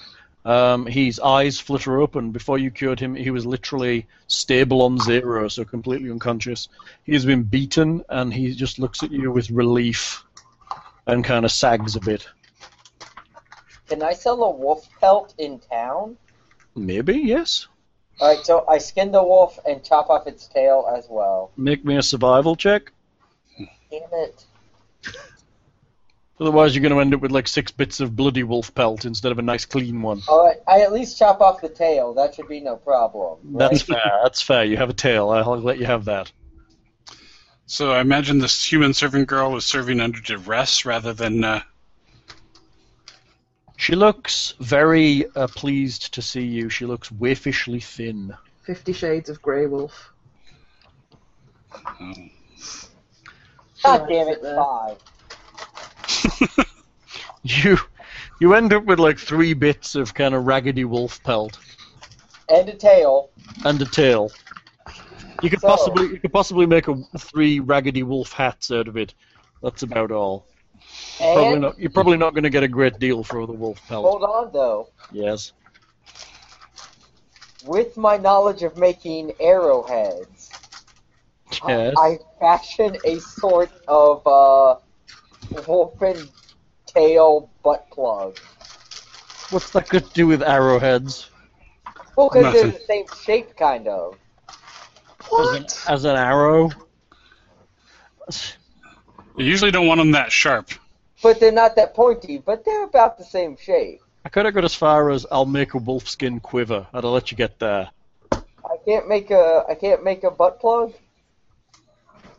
[SPEAKER 4] Um, his eyes flutter open. Before you cured him, he was literally stable on zero, so completely unconscious. He has been beaten, and he just looks at you with relief, and kind of sags a bit.
[SPEAKER 6] Can I sell a wolf pelt in town?
[SPEAKER 4] Maybe yes.
[SPEAKER 6] All right, so I skin the wolf and chop off its tail as well.
[SPEAKER 4] Make me a survival check.
[SPEAKER 6] Damn it!
[SPEAKER 4] Otherwise, you're going to end up with like six bits of bloody wolf pelt instead of a nice clean one.
[SPEAKER 6] All right, I at least chop off the tail. That should be no problem. right?
[SPEAKER 4] That's fair. That's fair. You have a tail. I'll let you have that.
[SPEAKER 2] So I imagine this human servant girl is serving under duress rather than. Uh,
[SPEAKER 4] She looks very uh, pleased to see you. She looks waifishly thin.
[SPEAKER 3] Fifty Shades of Grey Wolf.
[SPEAKER 2] um,
[SPEAKER 6] God damn it!
[SPEAKER 3] There.
[SPEAKER 6] Five.
[SPEAKER 4] you you end up with like three bits of kind of raggedy wolf pelt
[SPEAKER 6] And a tail.
[SPEAKER 4] and a tail. You could
[SPEAKER 6] So-
[SPEAKER 4] possibly you could possibly make a, three raggedy wolf hats out of it. That's about all. Probably
[SPEAKER 6] And
[SPEAKER 4] not, you're probably not going to get a great deal for the wolf pelt.
[SPEAKER 6] hold on though.
[SPEAKER 4] Yes.
[SPEAKER 6] With my knowledge of making arrowheads, I-
[SPEAKER 4] Yes.
[SPEAKER 6] I, fashion a sort of uh, wolfen tail butt plug.
[SPEAKER 4] What's that got to do with arrowheads?
[SPEAKER 6] Well, because they're
[SPEAKER 2] Nothing.
[SPEAKER 6] the same shape, kind of.
[SPEAKER 4] As an, as an arrow?
[SPEAKER 2] You usually don't want them that sharp.
[SPEAKER 6] But they're not that pointy, but they're about the same shape.
[SPEAKER 4] I could have got as far as I'll make a wolfskin quiver. I'd have let you get there.
[SPEAKER 6] I can't make a I can't make a butt plug.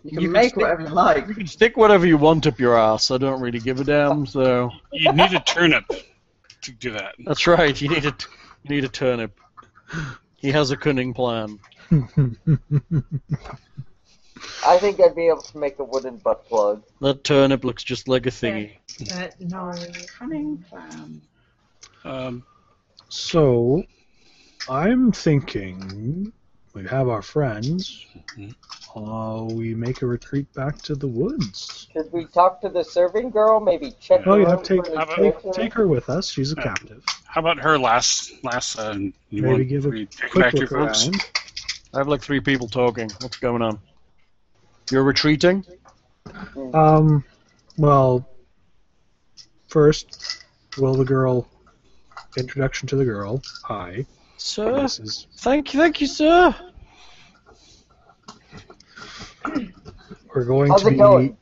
[SPEAKER 3] You can
[SPEAKER 4] You can
[SPEAKER 3] make
[SPEAKER 4] stick-
[SPEAKER 3] whatever you like.
[SPEAKER 4] You can stick whatever you want up your ass. I don't really give a damn. So
[SPEAKER 2] You need a turnip to do that.
[SPEAKER 4] that's right. You need a you need a turnip. He has a cunning plan.
[SPEAKER 6] I think I'd be able to make a wooden butt plug.
[SPEAKER 4] That turnip looks just like a thingy.
[SPEAKER 8] That, no.
[SPEAKER 3] Cunning plan.
[SPEAKER 2] Um,
[SPEAKER 5] So, I'm thinking we have our friends.
[SPEAKER 2] Mhm.
[SPEAKER 5] Uh, we make a retreat back to the woods.
[SPEAKER 6] Should we talk to the serving girl? Maybe check.
[SPEAKER 5] Oh
[SPEAKER 6] her
[SPEAKER 5] yeah,
[SPEAKER 6] out
[SPEAKER 5] take
[SPEAKER 6] for the
[SPEAKER 2] How about-
[SPEAKER 5] take,
[SPEAKER 6] treasure?
[SPEAKER 5] take her with us. She's a
[SPEAKER 2] Yeah.
[SPEAKER 5] captive.
[SPEAKER 2] how about her last last? Uh, you
[SPEAKER 5] Maybe
[SPEAKER 2] want
[SPEAKER 5] give a
[SPEAKER 2] me to take
[SPEAKER 5] quick
[SPEAKER 2] back to
[SPEAKER 5] look
[SPEAKER 2] your folks?
[SPEAKER 5] around.
[SPEAKER 4] I have like three people talking. What's going on? You're retreating?
[SPEAKER 5] Um, well, first, will the girl introduction to the girl? Hi,
[SPEAKER 6] Uh,
[SPEAKER 4] Sir?
[SPEAKER 5] this is
[SPEAKER 4] Thank you, thank you, sir.
[SPEAKER 5] we're going
[SPEAKER 6] How's
[SPEAKER 5] to
[SPEAKER 6] it
[SPEAKER 5] be
[SPEAKER 6] going?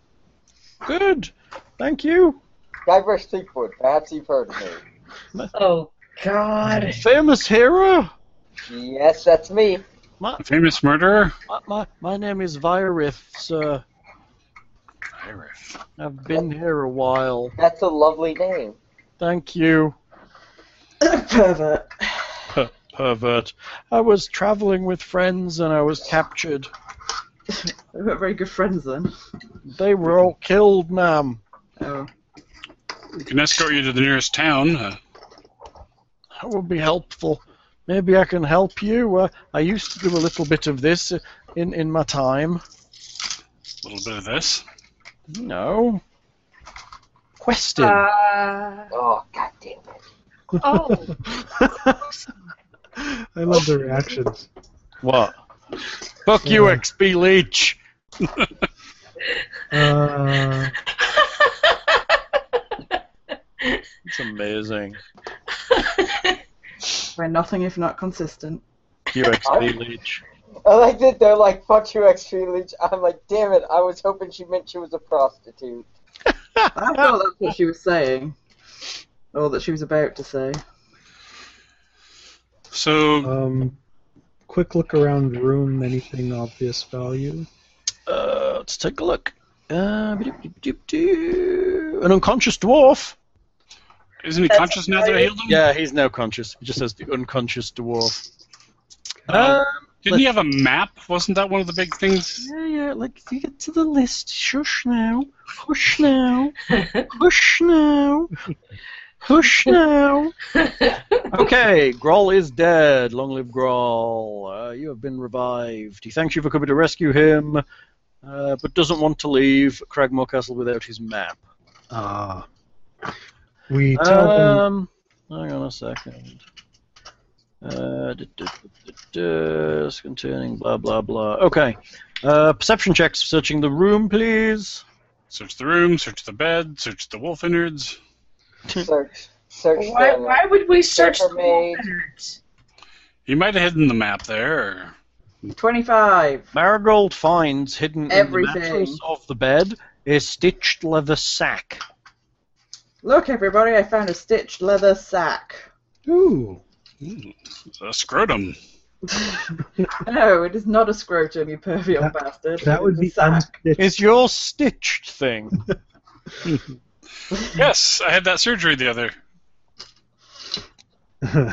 [SPEAKER 4] Good. Thank you.
[SPEAKER 6] Diverse Threepwood. Perhaps you've heard of me.
[SPEAKER 7] Oh God.
[SPEAKER 4] Famous hero.
[SPEAKER 6] Yes, that's me.
[SPEAKER 4] My,
[SPEAKER 2] A famous murderer?
[SPEAKER 4] my, my, my name is Virith, sir.
[SPEAKER 2] Irish.
[SPEAKER 4] I've been here a while.
[SPEAKER 6] That's a lovely name.
[SPEAKER 4] Thank you,
[SPEAKER 3] Pervert.
[SPEAKER 4] per-
[SPEAKER 2] Uh,
[SPEAKER 4] pervert. I was traveling with friends and I was captured.
[SPEAKER 3] They weren't very good friends then.
[SPEAKER 4] They were all killed, ma'am.
[SPEAKER 3] Oh.
[SPEAKER 2] We can escort you to the nearest town. Uh,
[SPEAKER 4] That would be helpful. Maybe I can help you. Uh, I used to do a little bit of this uh, in, in my time.
[SPEAKER 2] a little bit of this.
[SPEAKER 4] No. Questing.
[SPEAKER 9] Uh,
[SPEAKER 6] Oh, god damn it.
[SPEAKER 9] oh,
[SPEAKER 5] I love the reactions.
[SPEAKER 4] What? Fuck you,
[SPEAKER 5] Yeah.
[SPEAKER 4] XP Leech.
[SPEAKER 5] Uh,
[SPEAKER 4] It's amazing.
[SPEAKER 3] We're nothing if not consistent.
[SPEAKER 4] You XP Leech.
[SPEAKER 6] I like that they're like, fuck you, XP Leech. I'm like, damn it, I was hoping she meant she was a prostitute.
[SPEAKER 3] I thought that's what she was saying. Or that she was about to say.
[SPEAKER 2] So,
[SPEAKER 5] um, quick look around the room. Anything obvious value?
[SPEAKER 4] Uh, let's take a look. Uh, ba-doop-doop-doop-doo. an unconscious dwarf.
[SPEAKER 2] isn't he
[SPEAKER 7] That's
[SPEAKER 2] conscious now that I healed him?
[SPEAKER 4] Yeah, he's now conscious. He just says the unconscious dwarf.
[SPEAKER 2] Uh,
[SPEAKER 4] Uh,
[SPEAKER 2] Didn't he have a map? Wasn't that one of the big things?
[SPEAKER 4] yeah, yeah. Like you get to the list. Shush now. Hush now. Hush now. Hush now. okay, Groll is dead. Long live Groll. Uh, you have been revived. He thanks you for coming to rescue him, uh, but doesn't want to leave Cragmore Castle without his map.
[SPEAKER 5] Ah, we tell them
[SPEAKER 4] Um, hang on a second. Uh, duh, duh, duh, duh, duh, containing blah blah blah. Okay. Uh, perception checks searching the room, please.
[SPEAKER 2] Search the room, search the bed, search the wolf innards.
[SPEAKER 6] Search. Search
[SPEAKER 7] Why,
[SPEAKER 6] the-
[SPEAKER 7] why would we search the
[SPEAKER 6] Pepper maid.
[SPEAKER 7] wolfers?
[SPEAKER 2] He might have hidden the map there. Or...
[SPEAKER 3] 25.
[SPEAKER 4] Marigold finds hidden
[SPEAKER 3] Everything.
[SPEAKER 4] in the mattress of the bed a stitched leather sack.
[SPEAKER 3] Look, everybody, I found a stitched leather sack.
[SPEAKER 5] Ooh,
[SPEAKER 2] Ooh, a scrotum.
[SPEAKER 3] No, it is not a scrotum, you pervy old
[SPEAKER 5] That-
[SPEAKER 3] bastard.
[SPEAKER 5] that would
[SPEAKER 3] It's a
[SPEAKER 5] be
[SPEAKER 3] sack.
[SPEAKER 5] unstitched.
[SPEAKER 4] Is your stitched thing?
[SPEAKER 2] Yes, I had that surgery the other.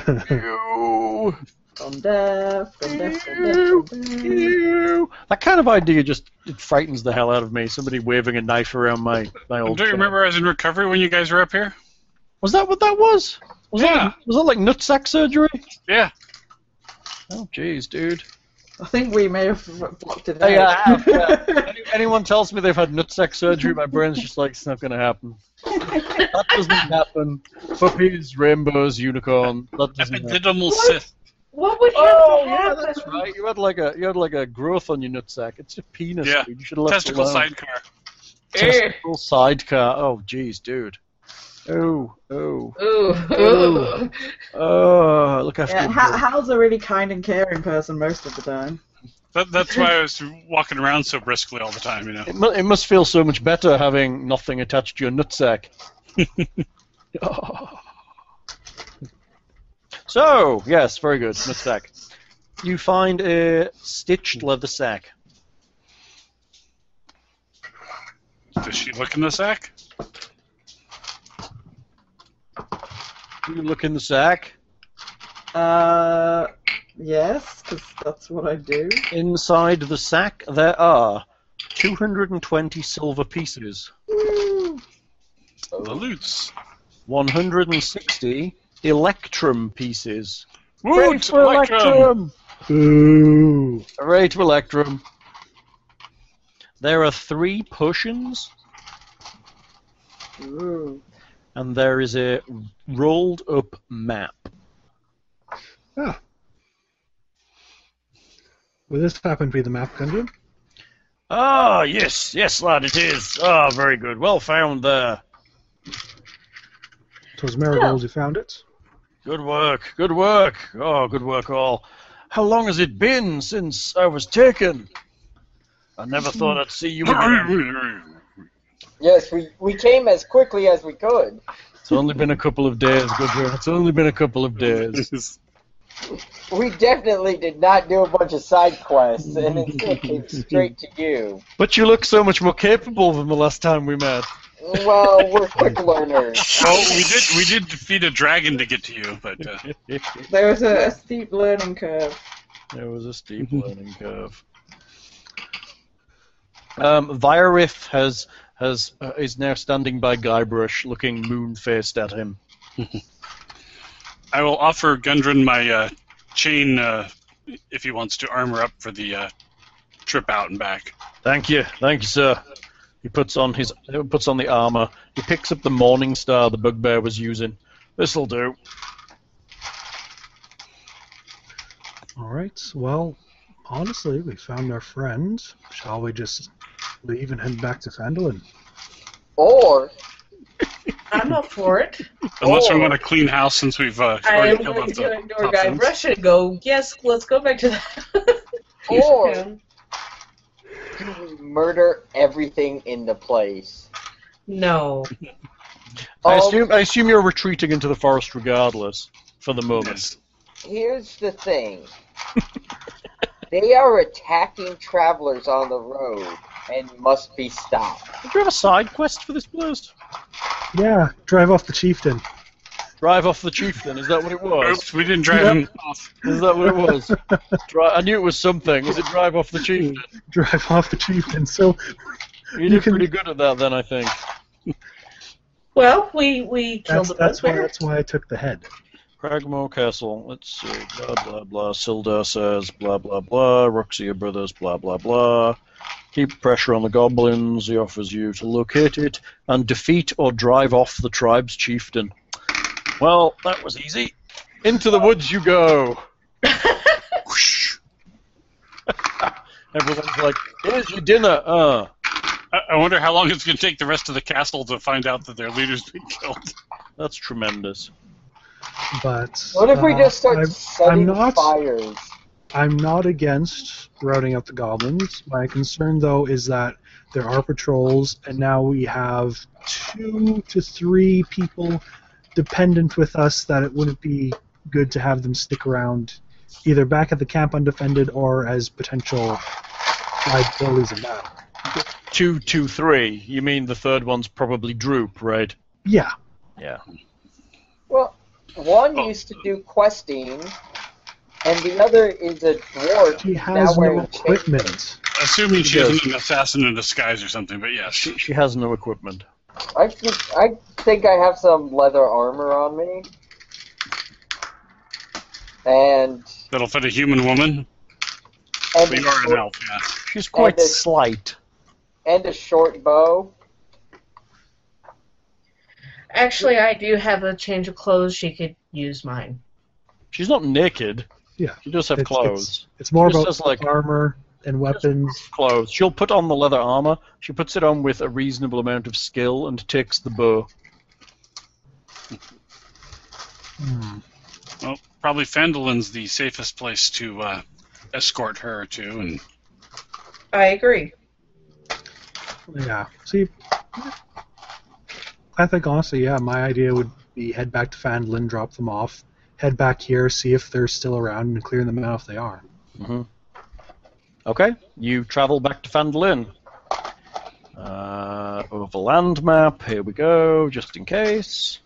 [SPEAKER 4] you,
[SPEAKER 3] From death, from death, from death, from death.
[SPEAKER 4] you. That kind of idea just it frightens the hell out of me. Somebody waving a knife around my my old.
[SPEAKER 2] Don't you
[SPEAKER 4] chair.
[SPEAKER 2] remember I was in recovery when you guys were up here?
[SPEAKER 4] Was that what that was? Was
[SPEAKER 2] Yeah.
[SPEAKER 4] that was that like nutsack surgery?
[SPEAKER 2] Yeah.
[SPEAKER 4] Oh jeez, dude.
[SPEAKER 3] I think we may have blocked it out.
[SPEAKER 4] Hey, Oh, I have, yeah. Any- anyone tells me they've had nutsack surgery, my brain's just like it's not gonna happen. That doesn't happen. Puppies, rainbows, unicorn. That doesn't happen.
[SPEAKER 2] Epididymal cyst.
[SPEAKER 7] What would have
[SPEAKER 4] Oh
[SPEAKER 7] to
[SPEAKER 4] yeah,
[SPEAKER 7] happen?
[SPEAKER 4] that's right. You had like a you had like a growth on your nutsack. It's a penis.
[SPEAKER 2] Yeah.
[SPEAKER 4] dude. You should have left it
[SPEAKER 2] Testicle
[SPEAKER 4] alone.
[SPEAKER 2] sidecar.
[SPEAKER 4] Testicle sidecar. Oh jeez, dude. Oh oh
[SPEAKER 7] Ooh.
[SPEAKER 4] oh! Look after.
[SPEAKER 3] Yeah,
[SPEAKER 4] your
[SPEAKER 3] Hal,
[SPEAKER 4] brain.
[SPEAKER 3] Hal's a really kind and caring person most of the time.
[SPEAKER 2] That, that's why I was walking around so briskly all the time, you know.
[SPEAKER 4] It, mu- it must feel so much better having nothing attached to your nutsack. so, yes, very good. Nutsack. You find a stitched leather sack.
[SPEAKER 2] Does she look in the sack?
[SPEAKER 4] You look in the sack.
[SPEAKER 3] Uh, yes, because that's what I do.
[SPEAKER 4] Inside the sack, there are 220 silver pieces, Oh.
[SPEAKER 2] The loots.
[SPEAKER 4] 160 electrum pieces.
[SPEAKER 2] Woot! Electrum!
[SPEAKER 5] Ooh.
[SPEAKER 4] Hooray to electrum. There are three potions.
[SPEAKER 3] Ooh.
[SPEAKER 4] and there is a rolled up map.
[SPEAKER 5] Will this happen to be the map dungeon?
[SPEAKER 4] Ah, yes, yes, lad, it is. Ah, very good. Well found there.
[SPEAKER 5] It was Marigold who found it.
[SPEAKER 4] Good work, good work. Oh, good work, all. How long has it been since I was taken? I never thought I'd see you again.
[SPEAKER 6] Yes, we, we came as quickly as we could.
[SPEAKER 4] it's only been a couple of days, good work. It's only been a couple of days.
[SPEAKER 6] We definitely did not do a bunch of side quests, and instead came straight to you.
[SPEAKER 4] But you look so much more capable than the last time we met.
[SPEAKER 6] Well, we're quick learners.
[SPEAKER 2] well, we did we did defeat a dragon to get to you, but uh,
[SPEAKER 3] There was a, a steep learning curve.
[SPEAKER 4] There was a steep learning curve. Um, Virith has has uh, is now standing by Guybrush, looking moon-faced at him.
[SPEAKER 2] I will offer Gundren my uh, chain uh, if he wants to armor up for the uh, trip out and back.
[SPEAKER 4] Thank you, thank you, sir. He puts on his he puts on the armor. He picks up the Morning Star the Bugbear was using. This'll do.
[SPEAKER 5] All right. Well, honestly, we found our friend. Shall we just leave and head back to Fandolin?
[SPEAKER 6] Or
[SPEAKER 7] I'm up for it.
[SPEAKER 2] Unless
[SPEAKER 4] Oh.
[SPEAKER 2] we
[SPEAKER 6] Or-
[SPEAKER 2] want to clean house since we've uh,
[SPEAKER 7] I
[SPEAKER 2] already
[SPEAKER 7] am
[SPEAKER 2] killed off
[SPEAKER 7] going to
[SPEAKER 2] the
[SPEAKER 7] ignore
[SPEAKER 2] top
[SPEAKER 7] Guy
[SPEAKER 2] things.
[SPEAKER 7] Russia and go, yes, let's go back to the
[SPEAKER 6] or
[SPEAKER 7] town.
[SPEAKER 6] do we murder everything in the place?
[SPEAKER 7] No.
[SPEAKER 4] I
[SPEAKER 6] Um,
[SPEAKER 4] assume I assume you're retreating into the forest regardless for the moment.
[SPEAKER 2] Yes.
[SPEAKER 6] Here's the thing. they are attacking travelers on the road and must be stopped.
[SPEAKER 4] Did you have a side quest for this place?
[SPEAKER 5] Yeah, drive off the chieftain.
[SPEAKER 4] Drive off the chieftain. Is that what it was?
[SPEAKER 2] Oops, we didn't drive him off.
[SPEAKER 4] Is that what it was? Dri- I knew it was something. Was it drive off the chieftain?
[SPEAKER 5] Drive off the chieftain. So
[SPEAKER 4] You
[SPEAKER 5] You
[SPEAKER 4] did
[SPEAKER 5] can-
[SPEAKER 4] pretty good at that then, I think.
[SPEAKER 7] Well, we, we killed
[SPEAKER 5] that's,
[SPEAKER 7] the
[SPEAKER 5] that's why
[SPEAKER 7] bugbear.
[SPEAKER 5] that's why I took the head.
[SPEAKER 4] Cragmore Castle. Let's see. Blah blah blah. Sildar says blah blah blah. Roxia Brothers. Blah blah blah. Keep pressure on the goblins. He offers you to locate it and defeat or drive off the tribe's chieftain. Well, that was easy. Into the woods you go. Whoosh. Everyone's like, "Here's your dinner." Uh.
[SPEAKER 2] I, I wonder how long it's going to take the rest of the castle to find out that their leader's been killed.
[SPEAKER 4] That's tremendous.
[SPEAKER 5] But
[SPEAKER 6] What if we
[SPEAKER 5] uh,
[SPEAKER 6] just start
[SPEAKER 5] I'm-
[SPEAKER 6] setting
[SPEAKER 5] I'm not-
[SPEAKER 6] fires?
[SPEAKER 5] I'm not against routing out the goblins. My concern, though, is that there are patrols, and now we have two to three people dependent with us that it wouldn't be good to have them stick around either back at the camp undefended or as potential liabilities in battle.
[SPEAKER 4] Two, two, three. You mean the third one's probably Droop, right?
[SPEAKER 5] Yeah.
[SPEAKER 4] Yeah.
[SPEAKER 6] Well, one
[SPEAKER 2] Oh.
[SPEAKER 6] used to do questing, and the other is a dwarf.
[SPEAKER 5] She
[SPEAKER 6] who's
[SPEAKER 5] has
[SPEAKER 6] now wearing
[SPEAKER 5] no
[SPEAKER 6] chains.
[SPEAKER 5] equipment.
[SPEAKER 2] Assuming
[SPEAKER 4] She
[SPEAKER 2] she's
[SPEAKER 4] does.
[SPEAKER 2] an assassin in disguise or something, but yes.
[SPEAKER 4] She, she has no equipment.
[SPEAKER 6] I think, I think I have some leather armor on me. And
[SPEAKER 2] That'll fit a human woman.
[SPEAKER 6] and,
[SPEAKER 2] But
[SPEAKER 6] a
[SPEAKER 2] you are an
[SPEAKER 6] short-
[SPEAKER 2] elf, yeah.
[SPEAKER 4] She's quite
[SPEAKER 6] there's-
[SPEAKER 4] slight.
[SPEAKER 6] and a short bow.
[SPEAKER 7] Actually, I do have a change of clothes. She could use mine.
[SPEAKER 4] She's not naked.
[SPEAKER 5] Yeah.
[SPEAKER 4] She does have
[SPEAKER 5] It's-
[SPEAKER 4] clothes.
[SPEAKER 5] It's more
[SPEAKER 4] Just
[SPEAKER 5] about
[SPEAKER 4] as, like-
[SPEAKER 5] armor and weapons.
[SPEAKER 4] Clothes. She'll put on the leather armor. She puts it on with a reasonable amount of skill and takes the bow.
[SPEAKER 5] Hmm.
[SPEAKER 2] Well, probably Fendelin's the safest place to uh, escort her to, and
[SPEAKER 8] I agree.
[SPEAKER 5] Yeah. See, I think honestly, yeah, my idea would be head back to Fandlin, drop them off, head back here, see if they're still around, and clear them out if they are.
[SPEAKER 4] Okay, you travel back to Fandolin. Uh, over land map, here we go, just in case.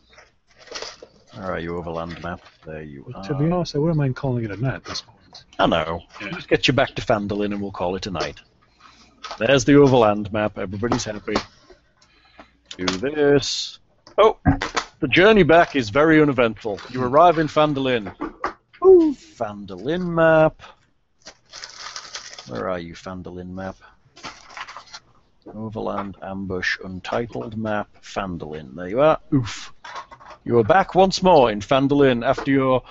[SPEAKER 4] Where are you over land map? There you
[SPEAKER 5] But
[SPEAKER 4] are.
[SPEAKER 5] to be honest, I wouldn't mind calling it a night at this point.
[SPEAKER 4] I know.
[SPEAKER 2] Yeah.
[SPEAKER 4] Just get you back to Fandolin and we'll call it a night. There's the overland map. Everybody's happy. Do this. Oh, the journey back is very uneventful. You arrive in Fandolin. Ooh, Fandolin map. Where are you, Fandolin map? Overland ambush untitled map Fandolin. There you are. Oof. You are back once more in Fandolin after your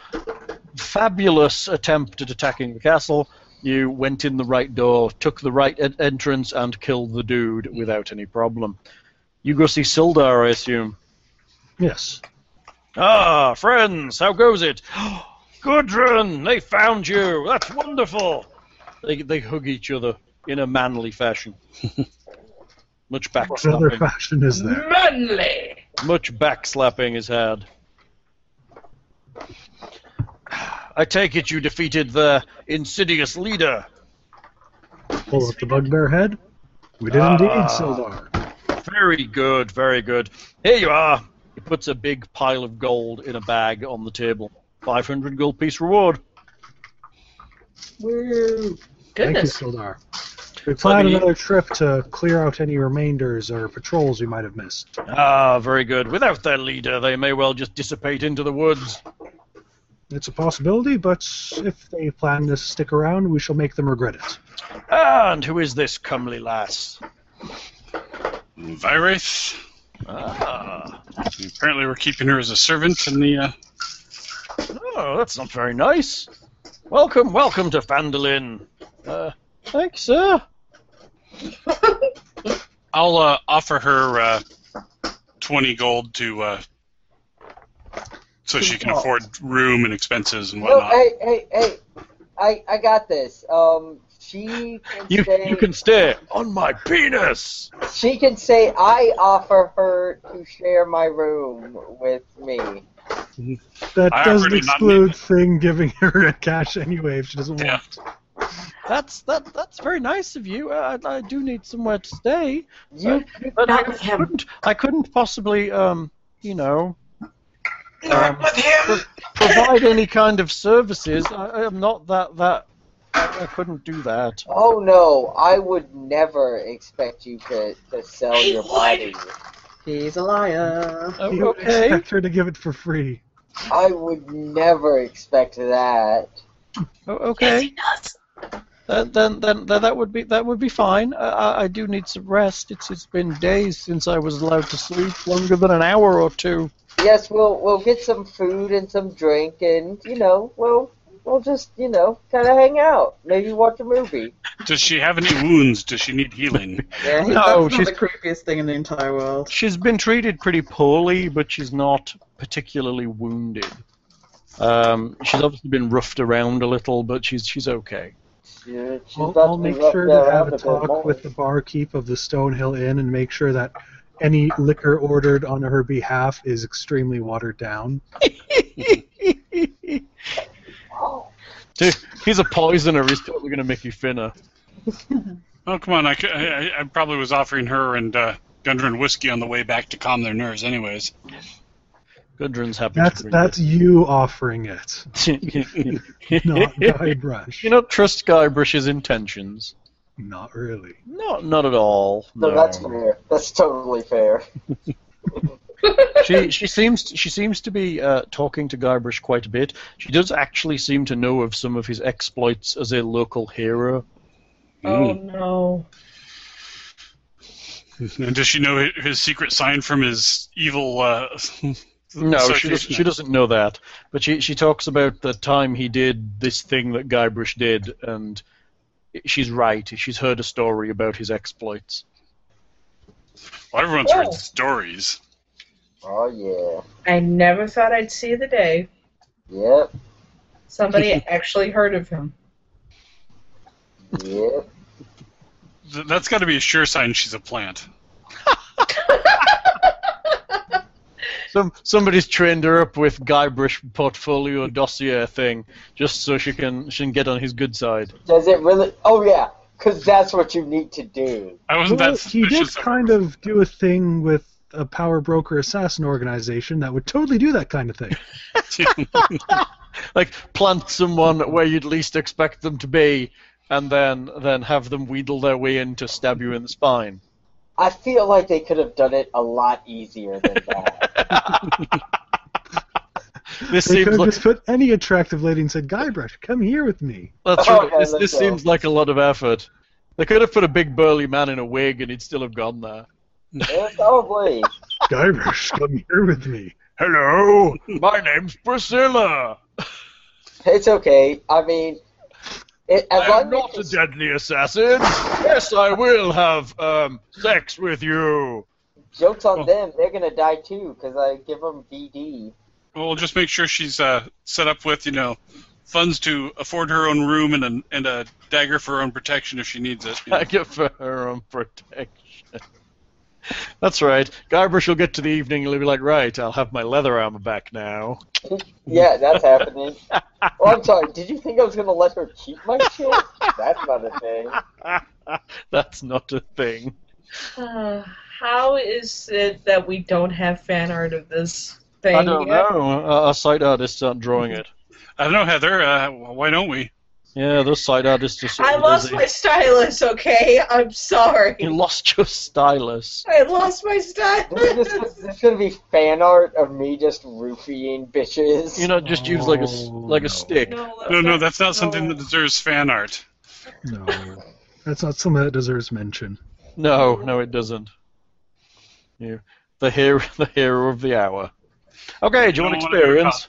[SPEAKER 4] fabulous attempt at attacking the castle. You went in the right door, took the right en- entrance, and killed the dude without any problem. You go see Sildar, I assume.
[SPEAKER 5] Yes.
[SPEAKER 4] Ah, friends, how goes it? Gudrun, they found you. That's wonderful. They, they hug each other in a manly fashion. Much
[SPEAKER 5] What other
[SPEAKER 4] backslapping.
[SPEAKER 5] fashion is there?
[SPEAKER 7] Manly.
[SPEAKER 4] Much backslapping is had. I take it you defeated the insidious leader.
[SPEAKER 5] Pull up the bugbear head? We did
[SPEAKER 4] Ah.
[SPEAKER 5] indeed, Sildar.
[SPEAKER 4] Very good, very good. Here you are. He puts a big pile of gold in a bag on the table. 500 gold piece reward.
[SPEAKER 3] Woo!
[SPEAKER 5] Thank you,
[SPEAKER 7] Goodness.
[SPEAKER 5] Sildar. We plan
[SPEAKER 4] Funny.
[SPEAKER 5] another trip to clear out any remainders or patrols we might have missed.
[SPEAKER 4] Ah, very good. Without their leader, they may well just dissipate into the woods.
[SPEAKER 5] It's a possibility, but if they plan to stick around, we shall make them regret it.
[SPEAKER 4] Ah, and who is this comely lass?
[SPEAKER 2] Virith.
[SPEAKER 4] Ah,
[SPEAKER 2] Apparently, we're keeping her as a servant in the. Uh,
[SPEAKER 4] oh, that's not very nice. Welcome, welcome to Fandolin. Uh, thanks, sir.
[SPEAKER 2] I'll uh, offer her uh, twenty gold to. Uh, so she can afford room and expenses and
[SPEAKER 6] No,
[SPEAKER 2] whatnot.
[SPEAKER 6] hey, hey, hey! I, I got this. Um, she can
[SPEAKER 4] You,
[SPEAKER 6] say
[SPEAKER 4] you can stare on my penis.
[SPEAKER 6] she can say I offer her to share my room with me.
[SPEAKER 5] That
[SPEAKER 2] I
[SPEAKER 5] doesn't
[SPEAKER 2] already not
[SPEAKER 5] exclude Thing giving her a cash anyway if she doesn't
[SPEAKER 2] Yeah.
[SPEAKER 5] want it.
[SPEAKER 4] That's that. That's very nice of you. Uh, I, I do need somewhere to stay.
[SPEAKER 6] You
[SPEAKER 4] But I
[SPEAKER 7] Not with him.
[SPEAKER 4] couldn't, I couldn't possibly, um, you know, um,
[SPEAKER 7] Not with him.
[SPEAKER 4] provide any kind of services. I, I'm not that that. I, I couldn't do that.
[SPEAKER 6] Oh no, I would never expect you to, to sell your body.
[SPEAKER 3] He's a liar.
[SPEAKER 5] You
[SPEAKER 4] Oh,
[SPEAKER 5] would
[SPEAKER 4] okay.
[SPEAKER 5] expect her to give it for free.
[SPEAKER 6] I would never expect that.
[SPEAKER 4] Oh, okay. Uh, then, then, then that would be that would be fine. I- I, I do need some rest. It's it's been days since I was allowed to sleep longer than an hour or two.
[SPEAKER 6] Yes, we'll we'll get some food and some drink and you know, we'll we'll just, you know, kinda hang out. Maybe watch a movie.
[SPEAKER 2] Does she have any wounds? Does she need healing?
[SPEAKER 3] Yeah, he-
[SPEAKER 4] No,
[SPEAKER 3] that's
[SPEAKER 4] she's-
[SPEAKER 3] not the creepiest thing in the entire world.
[SPEAKER 4] She's been treated pretty poorly, but she's not particularly wounded. Um, she's obviously been roughed around a little, but she's she's okay.
[SPEAKER 6] She's
[SPEAKER 5] I'll,
[SPEAKER 6] about
[SPEAKER 5] I'll
[SPEAKER 6] to
[SPEAKER 5] make
[SPEAKER 6] rough
[SPEAKER 5] sure
[SPEAKER 6] that
[SPEAKER 5] to
[SPEAKER 6] up
[SPEAKER 5] have
[SPEAKER 6] a
[SPEAKER 5] a
[SPEAKER 6] bit
[SPEAKER 5] talk
[SPEAKER 6] more.
[SPEAKER 5] with the barkeep of the Stonehill Inn and make sure that any liquor ordered on her behalf is extremely watered down.
[SPEAKER 4] Dude, he's a poisoner. He's totally going to make you thinner.
[SPEAKER 2] Oh, come on! I, c- I- I- I probably was offering her and uh, Gundren whiskey on the way back to calm their nerves, anyways.
[SPEAKER 4] Gudrun's happy
[SPEAKER 5] That's
[SPEAKER 4] to
[SPEAKER 5] that's you offering it,
[SPEAKER 4] drink it.
[SPEAKER 5] not Guybrush.
[SPEAKER 4] you not trust Guybrush's intentions.
[SPEAKER 5] Not really.
[SPEAKER 4] No, not at all.
[SPEAKER 6] No, that's fair. That's totally fair.
[SPEAKER 4] she she seems she seems to be uh, talking to Guybrush quite a bit. She does actually seem to know of some of his exploits as a local hero.
[SPEAKER 7] Oh no.
[SPEAKER 2] And does she know hi- his secret sign from his evil? Uh,
[SPEAKER 4] No, she
[SPEAKER 2] association?
[SPEAKER 4] doesn't, she doesn't know that. But she she talks about the time he did this thing that Guybrush did, and she's right. She's heard a story about his exploits.
[SPEAKER 2] Well, everyone's
[SPEAKER 7] Oh.
[SPEAKER 2] heard stories.
[SPEAKER 6] Oh yeah.
[SPEAKER 7] I never thought I'd see the day
[SPEAKER 6] Yep.
[SPEAKER 7] somebody actually heard of him.
[SPEAKER 6] Yep.
[SPEAKER 2] Th- that's got to be a sure sign she's a plant.
[SPEAKER 4] Some somebody's trained her up with Guybrush portfolio dossier thing, just so she can she can get on his good side.
[SPEAKER 6] Does it really? Oh yeah. Cause that's what you need to do.
[SPEAKER 2] I wasn't
[SPEAKER 5] Well,
[SPEAKER 2] that
[SPEAKER 5] he
[SPEAKER 2] suspicious.
[SPEAKER 5] did
[SPEAKER 2] at
[SPEAKER 5] kind
[SPEAKER 2] first.
[SPEAKER 5] of do a thing with a power broker assassin organization that would totally do that kind of thing.
[SPEAKER 4] Like plant someone where you'd least expect them to be, and then then have them wheedle their way in to stab you in the spine.
[SPEAKER 6] I feel like they could have done it a lot easier than that.
[SPEAKER 4] This
[SPEAKER 5] They could
[SPEAKER 4] seems
[SPEAKER 5] have
[SPEAKER 4] like
[SPEAKER 5] just put any attractive lady and said, Guybrush, come here with me.
[SPEAKER 4] That's
[SPEAKER 6] Oh,
[SPEAKER 4] right.
[SPEAKER 6] okay,
[SPEAKER 4] This,
[SPEAKER 6] let's
[SPEAKER 4] this
[SPEAKER 6] go.
[SPEAKER 4] seems like a lot of effort. They could have put a big burly man in a wig and he'd still have gone there.
[SPEAKER 6] Yeah, probably.
[SPEAKER 5] Guybrush, come here with me.
[SPEAKER 4] Hello, my name's Priscilla.
[SPEAKER 6] It's okay. I mean, it, as
[SPEAKER 4] I
[SPEAKER 6] long
[SPEAKER 4] am
[SPEAKER 6] as
[SPEAKER 4] not a
[SPEAKER 6] it's-
[SPEAKER 4] deadly assassin. Yes, I will have um, sex with you.
[SPEAKER 6] jokes on
[SPEAKER 2] Oh.
[SPEAKER 6] them, they're gonna die too. Cause I give them VD.
[SPEAKER 2] Well, we'll just make sure she's uh, set up with you know funds to afford her own room and a, and a dagger for her own protection if she needs it. you know.
[SPEAKER 4] I get for her own protection. That's right. Guybrush will get to the evening and he'll be like, right, I'll have my leather armor back now.
[SPEAKER 6] Yeah, that's happening. Oh, I'm sorry. Did you think I was gonna let her keep my shit? That's not a thing.
[SPEAKER 4] That's not a thing.
[SPEAKER 7] Uh, how is it that we don't have fan art of this thing?
[SPEAKER 4] I don't
[SPEAKER 7] yet?
[SPEAKER 4] know. Our our site artists aren't drawing it.
[SPEAKER 2] I don't know, Heather. Uh, why don't we?
[SPEAKER 4] Yeah, those site artists are sort
[SPEAKER 7] I
[SPEAKER 4] of
[SPEAKER 7] lost
[SPEAKER 4] busy.
[SPEAKER 7] my stylus, okay? I'm
[SPEAKER 4] You
[SPEAKER 7] sorry.
[SPEAKER 4] lost your stylus.
[SPEAKER 7] I lost my
[SPEAKER 6] This is,
[SPEAKER 7] stylus.
[SPEAKER 6] this is gonna be fan art of me just roofying bitches.
[SPEAKER 4] You know, just use like a s-
[SPEAKER 5] Oh,
[SPEAKER 4] like
[SPEAKER 5] no.
[SPEAKER 4] a stick.
[SPEAKER 7] that's
[SPEAKER 2] No, no, that's not something
[SPEAKER 7] no.
[SPEAKER 2] that deserves fan art.
[SPEAKER 5] No, that's not something that deserves mention.
[SPEAKER 4] No, no, it doesn't. You, the hero, the hero of the hour. Okay, do you
[SPEAKER 2] I
[SPEAKER 4] want
[SPEAKER 2] don't wanna hear it.
[SPEAKER 4] experience?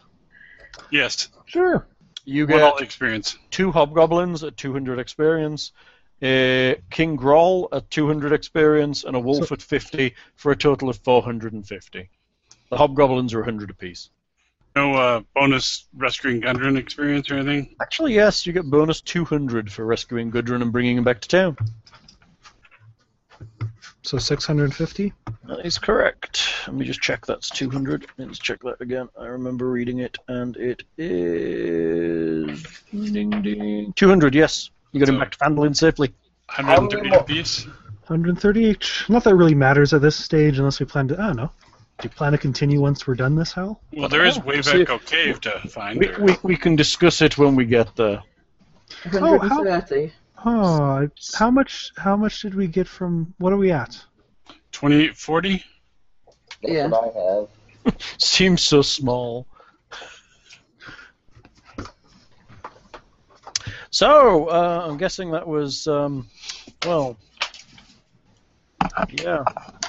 [SPEAKER 2] Yes,
[SPEAKER 5] Sure.
[SPEAKER 4] You
[SPEAKER 2] one all
[SPEAKER 4] get
[SPEAKER 2] experience.
[SPEAKER 4] two hobgoblins at 200 experience, a king groll at 200 experience, and a wolf at 50 for a total of 450. The hobgoblins are 100 apiece.
[SPEAKER 2] No uh, bonus rescuing Gundren experience or anything.
[SPEAKER 4] Actually, yes, you get bonus 200 for rescuing Gudrun and bringing him back to town.
[SPEAKER 5] So 650?
[SPEAKER 4] That is correct. Let me just check that's 200. Let's check that again. I remember reading it, and it is. Ding, ding. 200, yes. You got him
[SPEAKER 2] So-
[SPEAKER 4] back to Fandolin safely.
[SPEAKER 6] How many
[SPEAKER 2] 130
[SPEAKER 6] more-
[SPEAKER 2] apiece.
[SPEAKER 5] 130 each. Not that it really matters at this stage unless we plan to. I don't know. Do you plan to continue once we're done this, Hal?
[SPEAKER 2] Well, there is
[SPEAKER 4] Oh,
[SPEAKER 2] Wayback Cave to find.
[SPEAKER 4] We, we, we can discuss it when we get there.
[SPEAKER 3] 130.
[SPEAKER 5] Oh, I- how much? How much did we get from? What are we at?
[SPEAKER 2] 2840?
[SPEAKER 6] That's
[SPEAKER 3] Yeah.
[SPEAKER 6] what I have.
[SPEAKER 4] Seems so small. So, uh, I'm guessing that was, um, well, yeah.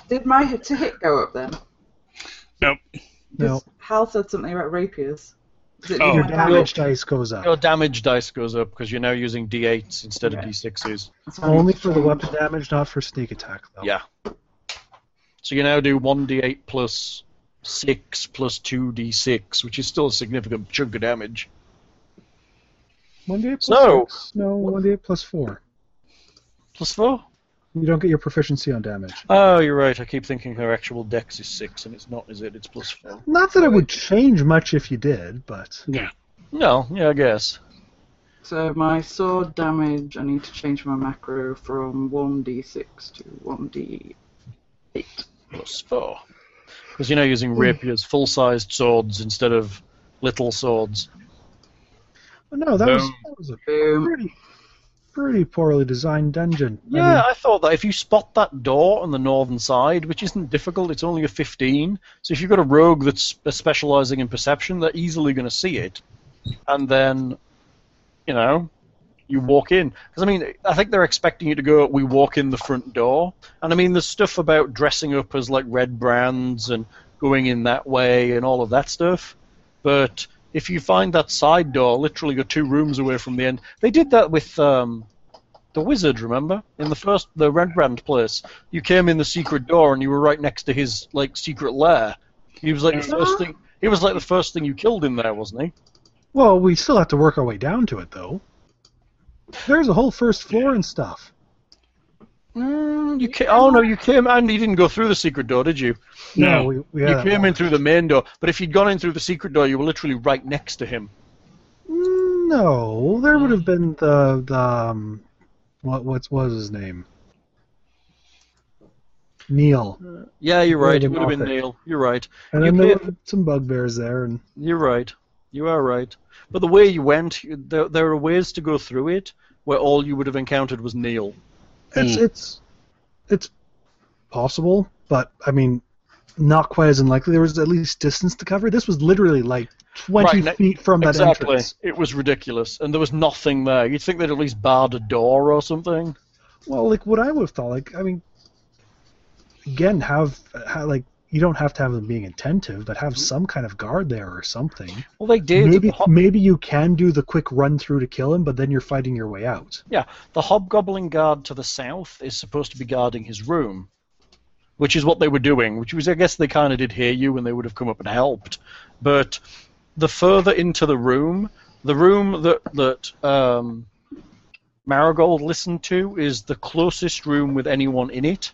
[SPEAKER 3] Did my hit to hit go up then?
[SPEAKER 5] No,
[SPEAKER 3] Hal said something about rapiers. Does it
[SPEAKER 2] Oh.
[SPEAKER 3] mean
[SPEAKER 5] your
[SPEAKER 3] my
[SPEAKER 5] damage dice goes up.
[SPEAKER 4] Your damage dice goes up because you're now using d8s instead of
[SPEAKER 3] Okay.
[SPEAKER 4] d6s.
[SPEAKER 3] That's what I
[SPEAKER 5] Only
[SPEAKER 3] mean.
[SPEAKER 5] for the weapon damage, not for sneak attack, though.
[SPEAKER 4] Yeah. So you now do 1d8 plus 6 plus 2d6, which is still a significant chunk of damage.
[SPEAKER 5] One d8 plus
[SPEAKER 4] So-
[SPEAKER 5] six. No, one d8 plus four.
[SPEAKER 4] Plus 4?
[SPEAKER 5] You don't get your proficiency on damage.
[SPEAKER 4] Oh, you're right. I keep thinking her actual dex is 6, and it's not, is it? It's plus 4.
[SPEAKER 5] Not that it would change much if you did, but
[SPEAKER 4] No, yeah, I guess.
[SPEAKER 3] So my sword damage, I need to change my macro from 1d6 to 1d.
[SPEAKER 4] Plus 4. Because you're now using rapiers, full sized swords instead of little swords.
[SPEAKER 5] but no, that was
[SPEAKER 4] No.
[SPEAKER 5] that was a
[SPEAKER 3] Boom.
[SPEAKER 5] pretty pretty poorly designed dungeon. I mean,
[SPEAKER 4] Yeah, I thought that if you spot that door on the northern side, which isn't difficult, it's only a 15. So if you've got a rogue that's uh, specializing in perception, they're easily going to see it. And then, you know, you walk in. Because, I mean, I think they're expecting you to go, we walk in the front door. And, I mean, there's stuff about dressing up as, like, red brands and going in that way and all of that stuff. But if you find that side door, literally you're two rooms away from the end. They did that with. Um, the wizard, remember? In the first, the Red Brand place, you came in the secret door and you were right next to his like secret lair. He was like the first thing. He was like the first thing you killed in there, wasn't he?
[SPEAKER 5] well, we still have to work our way down to it, though. There's a whole first floor and stuff.
[SPEAKER 4] Mm, you ca- Oh no, you came and you didn't go through the secret door, did you?
[SPEAKER 2] No.
[SPEAKER 5] we, we had that
[SPEAKER 4] you came
[SPEAKER 5] one.
[SPEAKER 4] in through the main door. But if you'd gone in through the secret door, you were literally right next to him.
[SPEAKER 5] Mm, No, there would have been the the um, what what's what was his name? Neil.
[SPEAKER 4] Yeah, you're right. It
[SPEAKER 5] Well,
[SPEAKER 4] would have been
[SPEAKER 5] then
[SPEAKER 4] Neil. You're right.
[SPEAKER 5] And
[SPEAKER 4] You
[SPEAKER 5] then there
[SPEAKER 4] came-
[SPEAKER 5] were some bugbears there, and
[SPEAKER 4] You're right. You are right. But the way you went, you- there, there are ways to go through it where all you would have encountered was Neil.
[SPEAKER 5] it's
[SPEAKER 4] Hmm.
[SPEAKER 5] it's it's possible, but I mean, not quite as unlikely. There was at least distance to cover. This was literally like twenty
[SPEAKER 4] Right, ne-
[SPEAKER 5] feet from that
[SPEAKER 4] exactly.
[SPEAKER 5] entrance.
[SPEAKER 4] It was ridiculous, and there was nothing there. You'd think they'd at least barred a door or something.
[SPEAKER 5] Well, like what I would have thought. Like I mean, again, have, ha like you don't have to have them being attentive, but have some kind of guard there or something.
[SPEAKER 4] Well, they did.
[SPEAKER 5] Maybe
[SPEAKER 4] the, hob-
[SPEAKER 5] maybe you can do the quick run through to kill him, but then you're fighting your way out.
[SPEAKER 4] yeah, the hobgoblin guard to the south is supposed to be guarding his room, which is what they were doing. Which was, I guess, they kind of did hear you, and they would have come up and helped. But the further into the room, the room that that um, Marigold listened to is the closest room with anyone in it.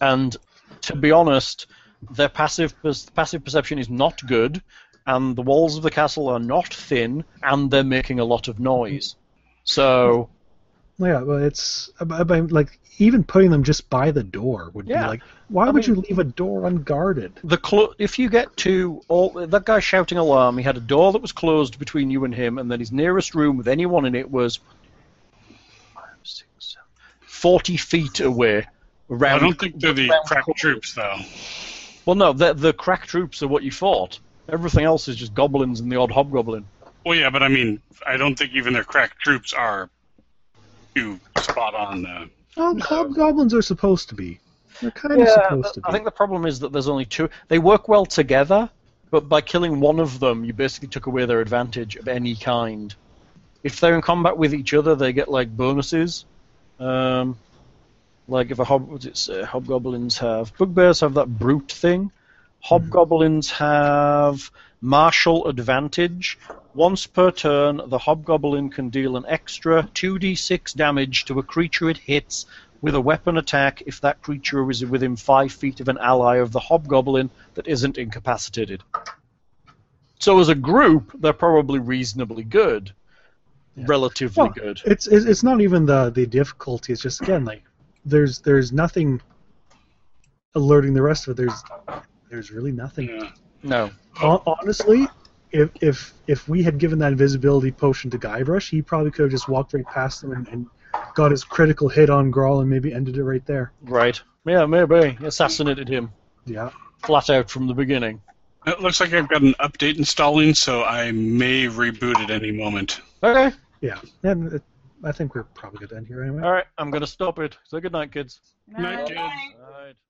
[SPEAKER 4] And to be honest, their passive per- passive perception is not good, and the walls of the castle are not thin, and they're making a lot of noise. So
[SPEAKER 5] Yeah, well, it's I- I- I- like even putting them just by the door would
[SPEAKER 4] Yeah.
[SPEAKER 5] be like, why
[SPEAKER 4] I
[SPEAKER 5] would
[SPEAKER 4] mean-
[SPEAKER 5] you leave a door unguarded?
[SPEAKER 4] the clo- if you get to all that guy shouting alarm, he had a door that was closed between you and him, and then his nearest room with anyone in it was five, six, seven, forty feet away.
[SPEAKER 2] I
[SPEAKER 4] Around
[SPEAKER 2] don't think they're the crack troops, though.
[SPEAKER 4] Well, no, the, the crack troops are what you fought. Everything else is just goblins and the odd hobgoblin.
[SPEAKER 2] Well, yeah, but I mean, I don't think even their crack troops are too spot on. Uh,
[SPEAKER 5] Well, hobgoblins are supposed to be. They're kind of supposed to be.
[SPEAKER 4] I think the problem is that there's only two. They work well together, but by killing one of them, you basically took away their advantage of any kind. If they're in combat with each other, they get like bonuses. Um, like if a hob, what's it say? hobgoblins have bugbears have that brute thing. Hobgoblins have martial advantage. Once per turn, the hobgoblin can deal an extra 2d6 damage to a creature it hits with a weapon attack if that creature is within 5 feet of an ally of the hobgoblin that isn't incapacitated. So, as a group, they're probably reasonably good. Relatively
[SPEAKER 5] Well,
[SPEAKER 4] good.
[SPEAKER 5] it's it's it's not even the the difficulty. It's just again like there's there's nothing alerting the rest of it. There's there's really nothing.
[SPEAKER 2] yeah.
[SPEAKER 4] No.
[SPEAKER 5] Hon- Honestly, if if if we had given that invisibility potion to Guybrush, he probably could have just walked right past them and, and got his critical hit on Grawl and maybe ended it right there.
[SPEAKER 4] Right. Yeah, maybe. Assassinated him.
[SPEAKER 5] Yeah.
[SPEAKER 4] Flat out from the beginning.
[SPEAKER 2] It looks like I've got an update installing, so I may reboot at any moment.
[SPEAKER 4] Okay.
[SPEAKER 5] Yeah. And it, I think we're probably good to end here anyway.
[SPEAKER 4] Alright, I'm going to stop it. So, good night, kids.
[SPEAKER 2] Night, kids.
[SPEAKER 4] All right.